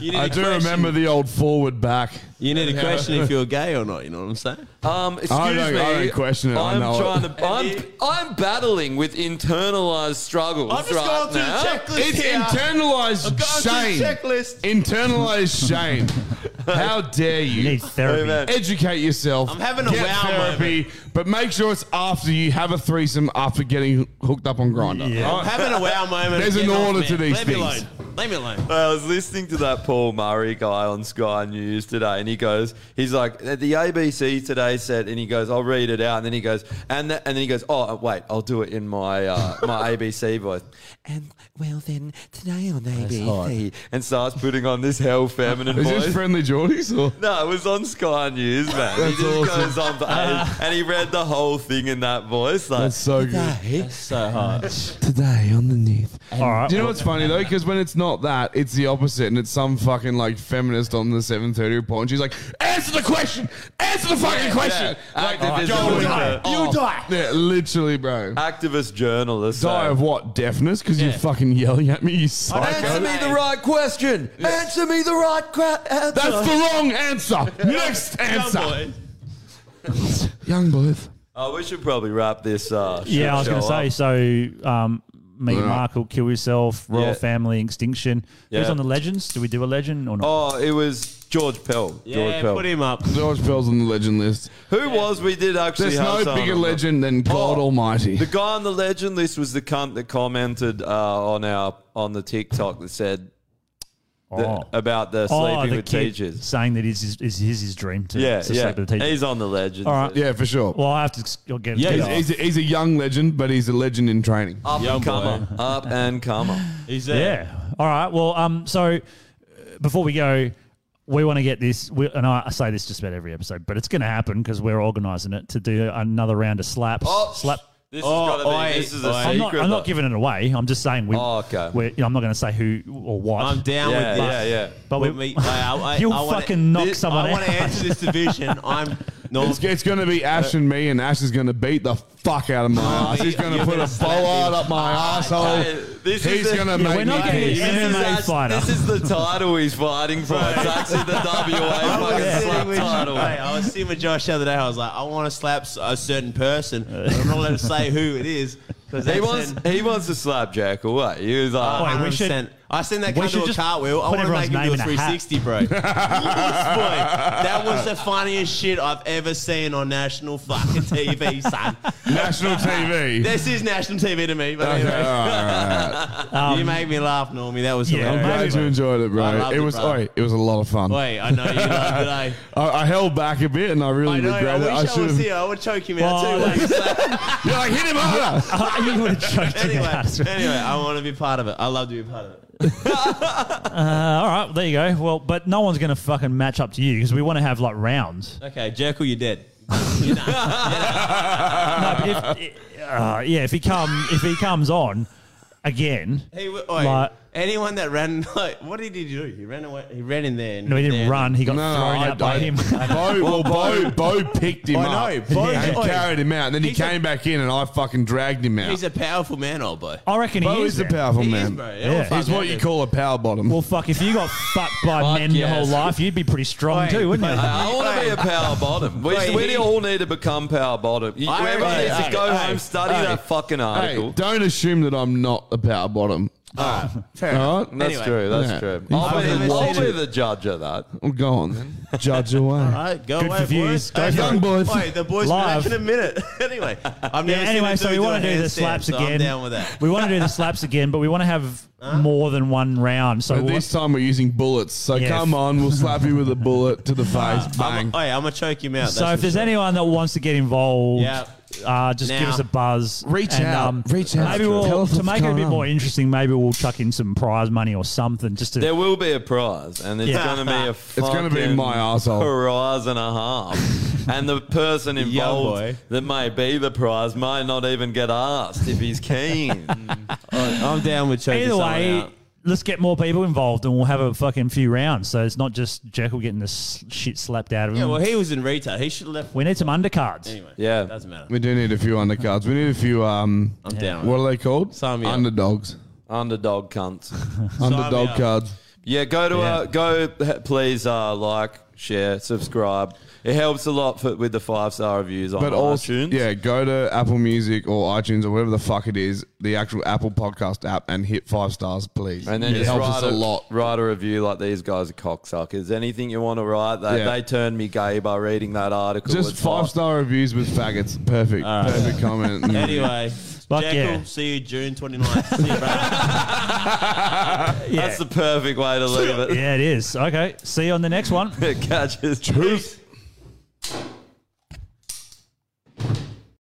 Speaker 4: You need
Speaker 2: I
Speaker 4: a
Speaker 2: do
Speaker 4: question.
Speaker 2: remember the old forward back.
Speaker 4: You need to question if you're gay or not. You know what I'm saying?
Speaker 3: Um, excuse
Speaker 2: I don't-
Speaker 3: me.
Speaker 2: I don't question it. I
Speaker 3: I'm
Speaker 2: know
Speaker 3: trying
Speaker 2: it.
Speaker 3: to. I'm, I'm battling with internalized struggles
Speaker 4: I'm just
Speaker 3: right
Speaker 4: going through the
Speaker 3: now.
Speaker 4: checklist.
Speaker 2: It's
Speaker 4: Yeah.
Speaker 2: internalized
Speaker 4: I've got to
Speaker 2: shame.
Speaker 4: checklist.
Speaker 2: Internalized shame. How dare you?
Speaker 5: You need
Speaker 3: Hey,
Speaker 5: therapy.
Speaker 3: man.
Speaker 2: Educate yourself.
Speaker 4: I'm having a
Speaker 2: get
Speaker 4: wow
Speaker 2: therapy, but make sure it's after you have a threesome after getting hooked up on Grinder.
Speaker 5: Yeah.
Speaker 4: I'm having a wow moment.
Speaker 2: There's an
Speaker 4: Get off
Speaker 2: order
Speaker 4: me.
Speaker 2: to these
Speaker 4: Leave
Speaker 2: things.
Speaker 4: Me alone. Leave me alone.
Speaker 3: I was listening to that Paul Murray guy on Sky News today, and he goes, he's like, the ABC today said, and he goes, I'll read it out, and then he goes, and the, and then he goes, oh wait, I'll do it in my uh, my ABC voice, and well then today on ABC, and starts putting on this hell feminine
Speaker 2: Is
Speaker 3: voice.
Speaker 2: this friendly Geordies or?
Speaker 3: No, it was on Sky News, man.
Speaker 2: That's
Speaker 3: he
Speaker 2: awesome.
Speaker 3: just
Speaker 2: Ah.
Speaker 3: goes on for ages, and he read the whole thing in that voice. Like,
Speaker 2: That's so good.
Speaker 3: Today,
Speaker 4: So hard.
Speaker 3: today on the news,
Speaker 2: Do you know what's funny though? Because when it's not that, it's the opposite, and it's some fucking like feminist on the seven thirty report, and she's like, "Answer the question! Answer the fucking
Speaker 3: Yeah,
Speaker 2: question!"
Speaker 3: yeah.
Speaker 2: Like,
Speaker 3: Activism
Speaker 2: "Yo,
Speaker 3: is
Speaker 2: you die!
Speaker 3: a-
Speaker 2: You
Speaker 3: oh.
Speaker 2: die!" Yeah, literally, bro.
Speaker 3: Activist journalist.
Speaker 2: Die
Speaker 3: so-
Speaker 2: of what? Deafness? Because
Speaker 3: Yeah.
Speaker 2: you're fucking yelling at me, you psycho.
Speaker 3: Answer me the right question. Answer me the right cra- answer.
Speaker 2: That's the wrong answer. Next answer. Young boys.
Speaker 3: Oh, we should probably wrap this. Uh,
Speaker 5: Yeah, I was going to say. So, um, Meghan
Speaker 3: Yeah.
Speaker 5: Markle, kill yourself. Royal
Speaker 3: Yeah.
Speaker 5: family, extinction. Who's
Speaker 3: Yeah.
Speaker 5: on the legends? Do we do a legend or not?
Speaker 3: Oh, it was George Pell. George Pell.
Speaker 2: him up. George Pell's on the legend list.
Speaker 3: Who was we did actually?
Speaker 2: There's
Speaker 3: have
Speaker 2: no
Speaker 3: someone
Speaker 2: bigger
Speaker 3: on the-
Speaker 2: legend than
Speaker 4: Oh.
Speaker 2: God Almighty.
Speaker 3: The guy on the legend list was the cunt that commented uh, on our on the TikTok that said that-
Speaker 5: Oh.
Speaker 3: about the
Speaker 5: Oh,
Speaker 3: sleeping
Speaker 5: the
Speaker 3: with
Speaker 5: kid
Speaker 3: teachers.
Speaker 5: saying that is his, is his, his dream to,
Speaker 3: Yeah,
Speaker 5: to
Speaker 3: yeah.
Speaker 5: sleep with a teacher.
Speaker 3: He's on the legend.
Speaker 5: All right.
Speaker 2: Yeah, for sure.
Speaker 5: Well, I have to I'll get
Speaker 2: Yeah,
Speaker 5: it.
Speaker 2: he's, he's a, he's a young legend, but he's a legend in training.
Speaker 3: Up and comer. Up and comer. He's
Speaker 5: Yeah. All right. Well, um, so uh, before we go, we want to get this, we, and I I say this just about every episode, but it's going to happen because we're organising it to do another round of slaps.
Speaker 3: Oh,
Speaker 5: slap.
Speaker 3: This has got to be. this is a secret. Oh,
Speaker 5: I'm not, I'm not giving it away. I'm just saying we. We're, you know, I'm not going to say who or what.
Speaker 4: I'm down with this.
Speaker 5: But
Speaker 4: With
Speaker 5: we,
Speaker 4: me, I, I,
Speaker 5: you'll
Speaker 4: I wanna-
Speaker 5: fucking knock
Speaker 4: this-
Speaker 5: someone
Speaker 4: I want
Speaker 5: out.
Speaker 4: to answer this division. I'm
Speaker 2: It's, it's going to be Ash and me, and Ash is going to beat the fuck out of my ass. He's going to put a bollard up my asshole. He's going to make me
Speaker 3: this.
Speaker 2: piss.
Speaker 3: is act- This is the title he's fighting for. It's actually the WA
Speaker 4: I was
Speaker 3: fucking
Speaker 4: sitting
Speaker 3: slap
Speaker 4: with-
Speaker 3: title.
Speaker 4: Hey, I was sitting with Josh the other day. I was like, I want to slap s- a certain person. But I'm not allowed to say who it is because
Speaker 3: He wants, he wants to slap Jack or what? He was like,
Speaker 4: Wait, we should- 100%. I seen that
Speaker 3: guy
Speaker 4: cunt do a cartwheel. I
Speaker 3: put
Speaker 4: want to
Speaker 3: everyone's
Speaker 4: make him do a
Speaker 3: name in a hat.
Speaker 4: 360, bro. Loose boy. That was the funniest shit I've ever seen on national fucking TV, son.
Speaker 2: National TV.
Speaker 4: This is national TV to me, but
Speaker 2: Okay,
Speaker 4: anyway.
Speaker 2: all right,
Speaker 3: Um,
Speaker 4: you make me laugh, Normie. That was
Speaker 2: I'm glad
Speaker 4: hilarious.
Speaker 2: you enjoyed it,
Speaker 4: I
Speaker 2: bro.
Speaker 4: loved
Speaker 2: It was,
Speaker 4: bro.
Speaker 2: oi, it was a lot of fun.
Speaker 4: Wait, I know you loved it. eh?
Speaker 2: I, I held back a bit, and I really
Speaker 4: I know. I
Speaker 2: regret
Speaker 4: wish
Speaker 2: it.
Speaker 4: I,
Speaker 2: should
Speaker 4: was
Speaker 2: have.
Speaker 4: here. I would choke him out
Speaker 2: Oh,
Speaker 4: too. Like,
Speaker 2: You're like, hit him harder.
Speaker 5: you would have choked
Speaker 4: anyway, Anyway, I want to be part of it. I love to be part of it.
Speaker 5: uh, all right, well, there you go. Well, but no one's going to fucking match up to you because we want to have like rounds.
Speaker 4: Okay, Jekyll, you're dead.
Speaker 5: Uh, yeah, if he come, if he comes on again,
Speaker 4: He, w- oi,
Speaker 5: Like-
Speaker 4: anyone that ran, like, what did he do? He ran away. He ran in there. And
Speaker 5: no, he didn't
Speaker 4: there.
Speaker 5: run. He got
Speaker 4: No, no,
Speaker 5: thrown
Speaker 4: I-
Speaker 5: out by
Speaker 4: I-
Speaker 5: him.
Speaker 2: Bo, well, Bo, Bo picked him
Speaker 4: I know,
Speaker 2: up
Speaker 4: Bo-
Speaker 2: and
Speaker 4: Oi.
Speaker 2: carried him out, and then he
Speaker 4: He's a-
Speaker 2: came back in, and I fucking dragged him out.
Speaker 4: He's a powerful man, old boy.
Speaker 5: I reckon
Speaker 2: Bo
Speaker 5: he
Speaker 2: is,
Speaker 5: is
Speaker 2: a
Speaker 5: man.
Speaker 2: powerful
Speaker 4: He is,
Speaker 2: man.
Speaker 4: bro. Yeah, Yeah.
Speaker 2: He's what you call a power bottom.
Speaker 5: Well, fuck, if you got fucked by men your
Speaker 2: yes.
Speaker 5: whole life, you'd be pretty strong too, wouldn't you?
Speaker 3: I want to be a power bottom. We,
Speaker 5: Wait,
Speaker 3: we
Speaker 5: he-
Speaker 3: all need to become power bottom. You,
Speaker 4: I
Speaker 3: everyone
Speaker 4: reckon-
Speaker 3: needs to
Speaker 4: hey,
Speaker 3: go
Speaker 4: hey,
Speaker 3: home, study
Speaker 4: hey,
Speaker 3: that fucking article.
Speaker 2: Hey, don't assume that I'm not a power bottom.
Speaker 4: Ah,
Speaker 2: Ah, All
Speaker 4: fair enough.
Speaker 2: right?
Speaker 3: That's
Speaker 4: Anyway.
Speaker 3: true. That's
Speaker 2: Yeah.
Speaker 3: true.
Speaker 2: You
Speaker 3: I'll, be,
Speaker 2: fucking
Speaker 3: I'll
Speaker 2: watch
Speaker 3: be
Speaker 2: it.
Speaker 3: the judge of that.
Speaker 2: Well, go on then. Judge away. All
Speaker 4: right, go
Speaker 2: Good
Speaker 4: away,
Speaker 2: for views.
Speaker 4: boys.
Speaker 2: Go for it.
Speaker 4: Wait, the boys
Speaker 5: Live.
Speaker 4: back in a minute. anyway, I've never
Speaker 5: Yeah,
Speaker 4: seen
Speaker 5: anyway,
Speaker 4: a
Speaker 5: so we
Speaker 4: dude
Speaker 5: want
Speaker 4: do
Speaker 5: to
Speaker 4: a
Speaker 5: do the
Speaker 4: handstand,
Speaker 5: slaps
Speaker 4: so
Speaker 5: again.
Speaker 4: I'm down with that.
Speaker 5: We want to do the slaps again, but we want to have more than one round. So
Speaker 2: But
Speaker 5: we'll-
Speaker 2: this time we're using bullets. So
Speaker 5: Yeah.
Speaker 2: come on, we'll slap you with a bullet to the face.
Speaker 4: Ah, I'm,
Speaker 2: Bang.
Speaker 4: hey, I'm gonna choke him out.
Speaker 5: so
Speaker 4: that's
Speaker 5: if
Speaker 4: for
Speaker 5: there's
Speaker 4: sure.
Speaker 5: anyone that wants to get involved,
Speaker 4: Yeah.
Speaker 5: uh, just give
Speaker 4: Now.
Speaker 5: us a buzz. um,
Speaker 4: Reach out. Reach out.
Speaker 5: Maybe
Speaker 4: Tell
Speaker 5: we'll
Speaker 4: us
Speaker 5: to
Speaker 4: what's
Speaker 5: make it a
Speaker 4: going
Speaker 5: bit
Speaker 4: on.
Speaker 5: more interesting. Maybe we'll chuck in some prize money or something. Just to
Speaker 3: There will be a prize, and it's
Speaker 5: Yeah.
Speaker 3: going to be a
Speaker 5: It's gonna
Speaker 3: going to
Speaker 5: be my arsehole.
Speaker 3: prize and a half. and the person involved
Speaker 4: boy.
Speaker 3: that may be the prize might not even get asked if he's keen.
Speaker 4: I'm down with choking
Speaker 5: either
Speaker 4: someone
Speaker 5: way.
Speaker 4: out.
Speaker 5: Let's get more people involved, and we'll have a fucking few rounds. So it's not just Jekyll getting this shit slapped out of him.
Speaker 4: Yeah, well, he was in retail. He should have left.
Speaker 5: we need some undercards.
Speaker 4: Anyway,
Speaker 2: Yeah.
Speaker 4: doesn't matter.
Speaker 2: We do need a few undercards. We need a few. Um,
Speaker 4: I'm down.
Speaker 2: What are they called? Underdogs.
Speaker 3: Underdog cunts.
Speaker 2: Underdog
Speaker 3: up.
Speaker 2: cards.
Speaker 3: Yeah, go to
Speaker 2: Yeah.
Speaker 3: Uh, go. h- Please uh, like, share, subscribe. It helps a lot for, with the five star reviews on
Speaker 2: But also,
Speaker 3: iTunes.
Speaker 2: yeah, go to Apple Music or iTunes or whatever the fuck it is, the actual Apple podcast app, and hit five stars, please.
Speaker 3: And then
Speaker 2: it
Speaker 3: just
Speaker 2: helps
Speaker 3: write
Speaker 2: us a lot.
Speaker 3: Write a review like these guys are cocksuckers. Anything you want to write, they,
Speaker 2: Yeah.
Speaker 3: they turned me gay by reading that article.
Speaker 2: Just
Speaker 3: It's
Speaker 2: five
Speaker 3: hot.
Speaker 2: star reviews with faggots. Perfect. Perfect comment. Mm.
Speaker 4: Anyway,
Speaker 2: Fuck
Speaker 4: Jekyll,
Speaker 2: yeah.
Speaker 4: see you June 29th. See you, bro.
Speaker 3: That's the perfect way to leave it.
Speaker 5: Yeah, it is. Okay. See you on the next one.
Speaker 3: Catch us. Peace.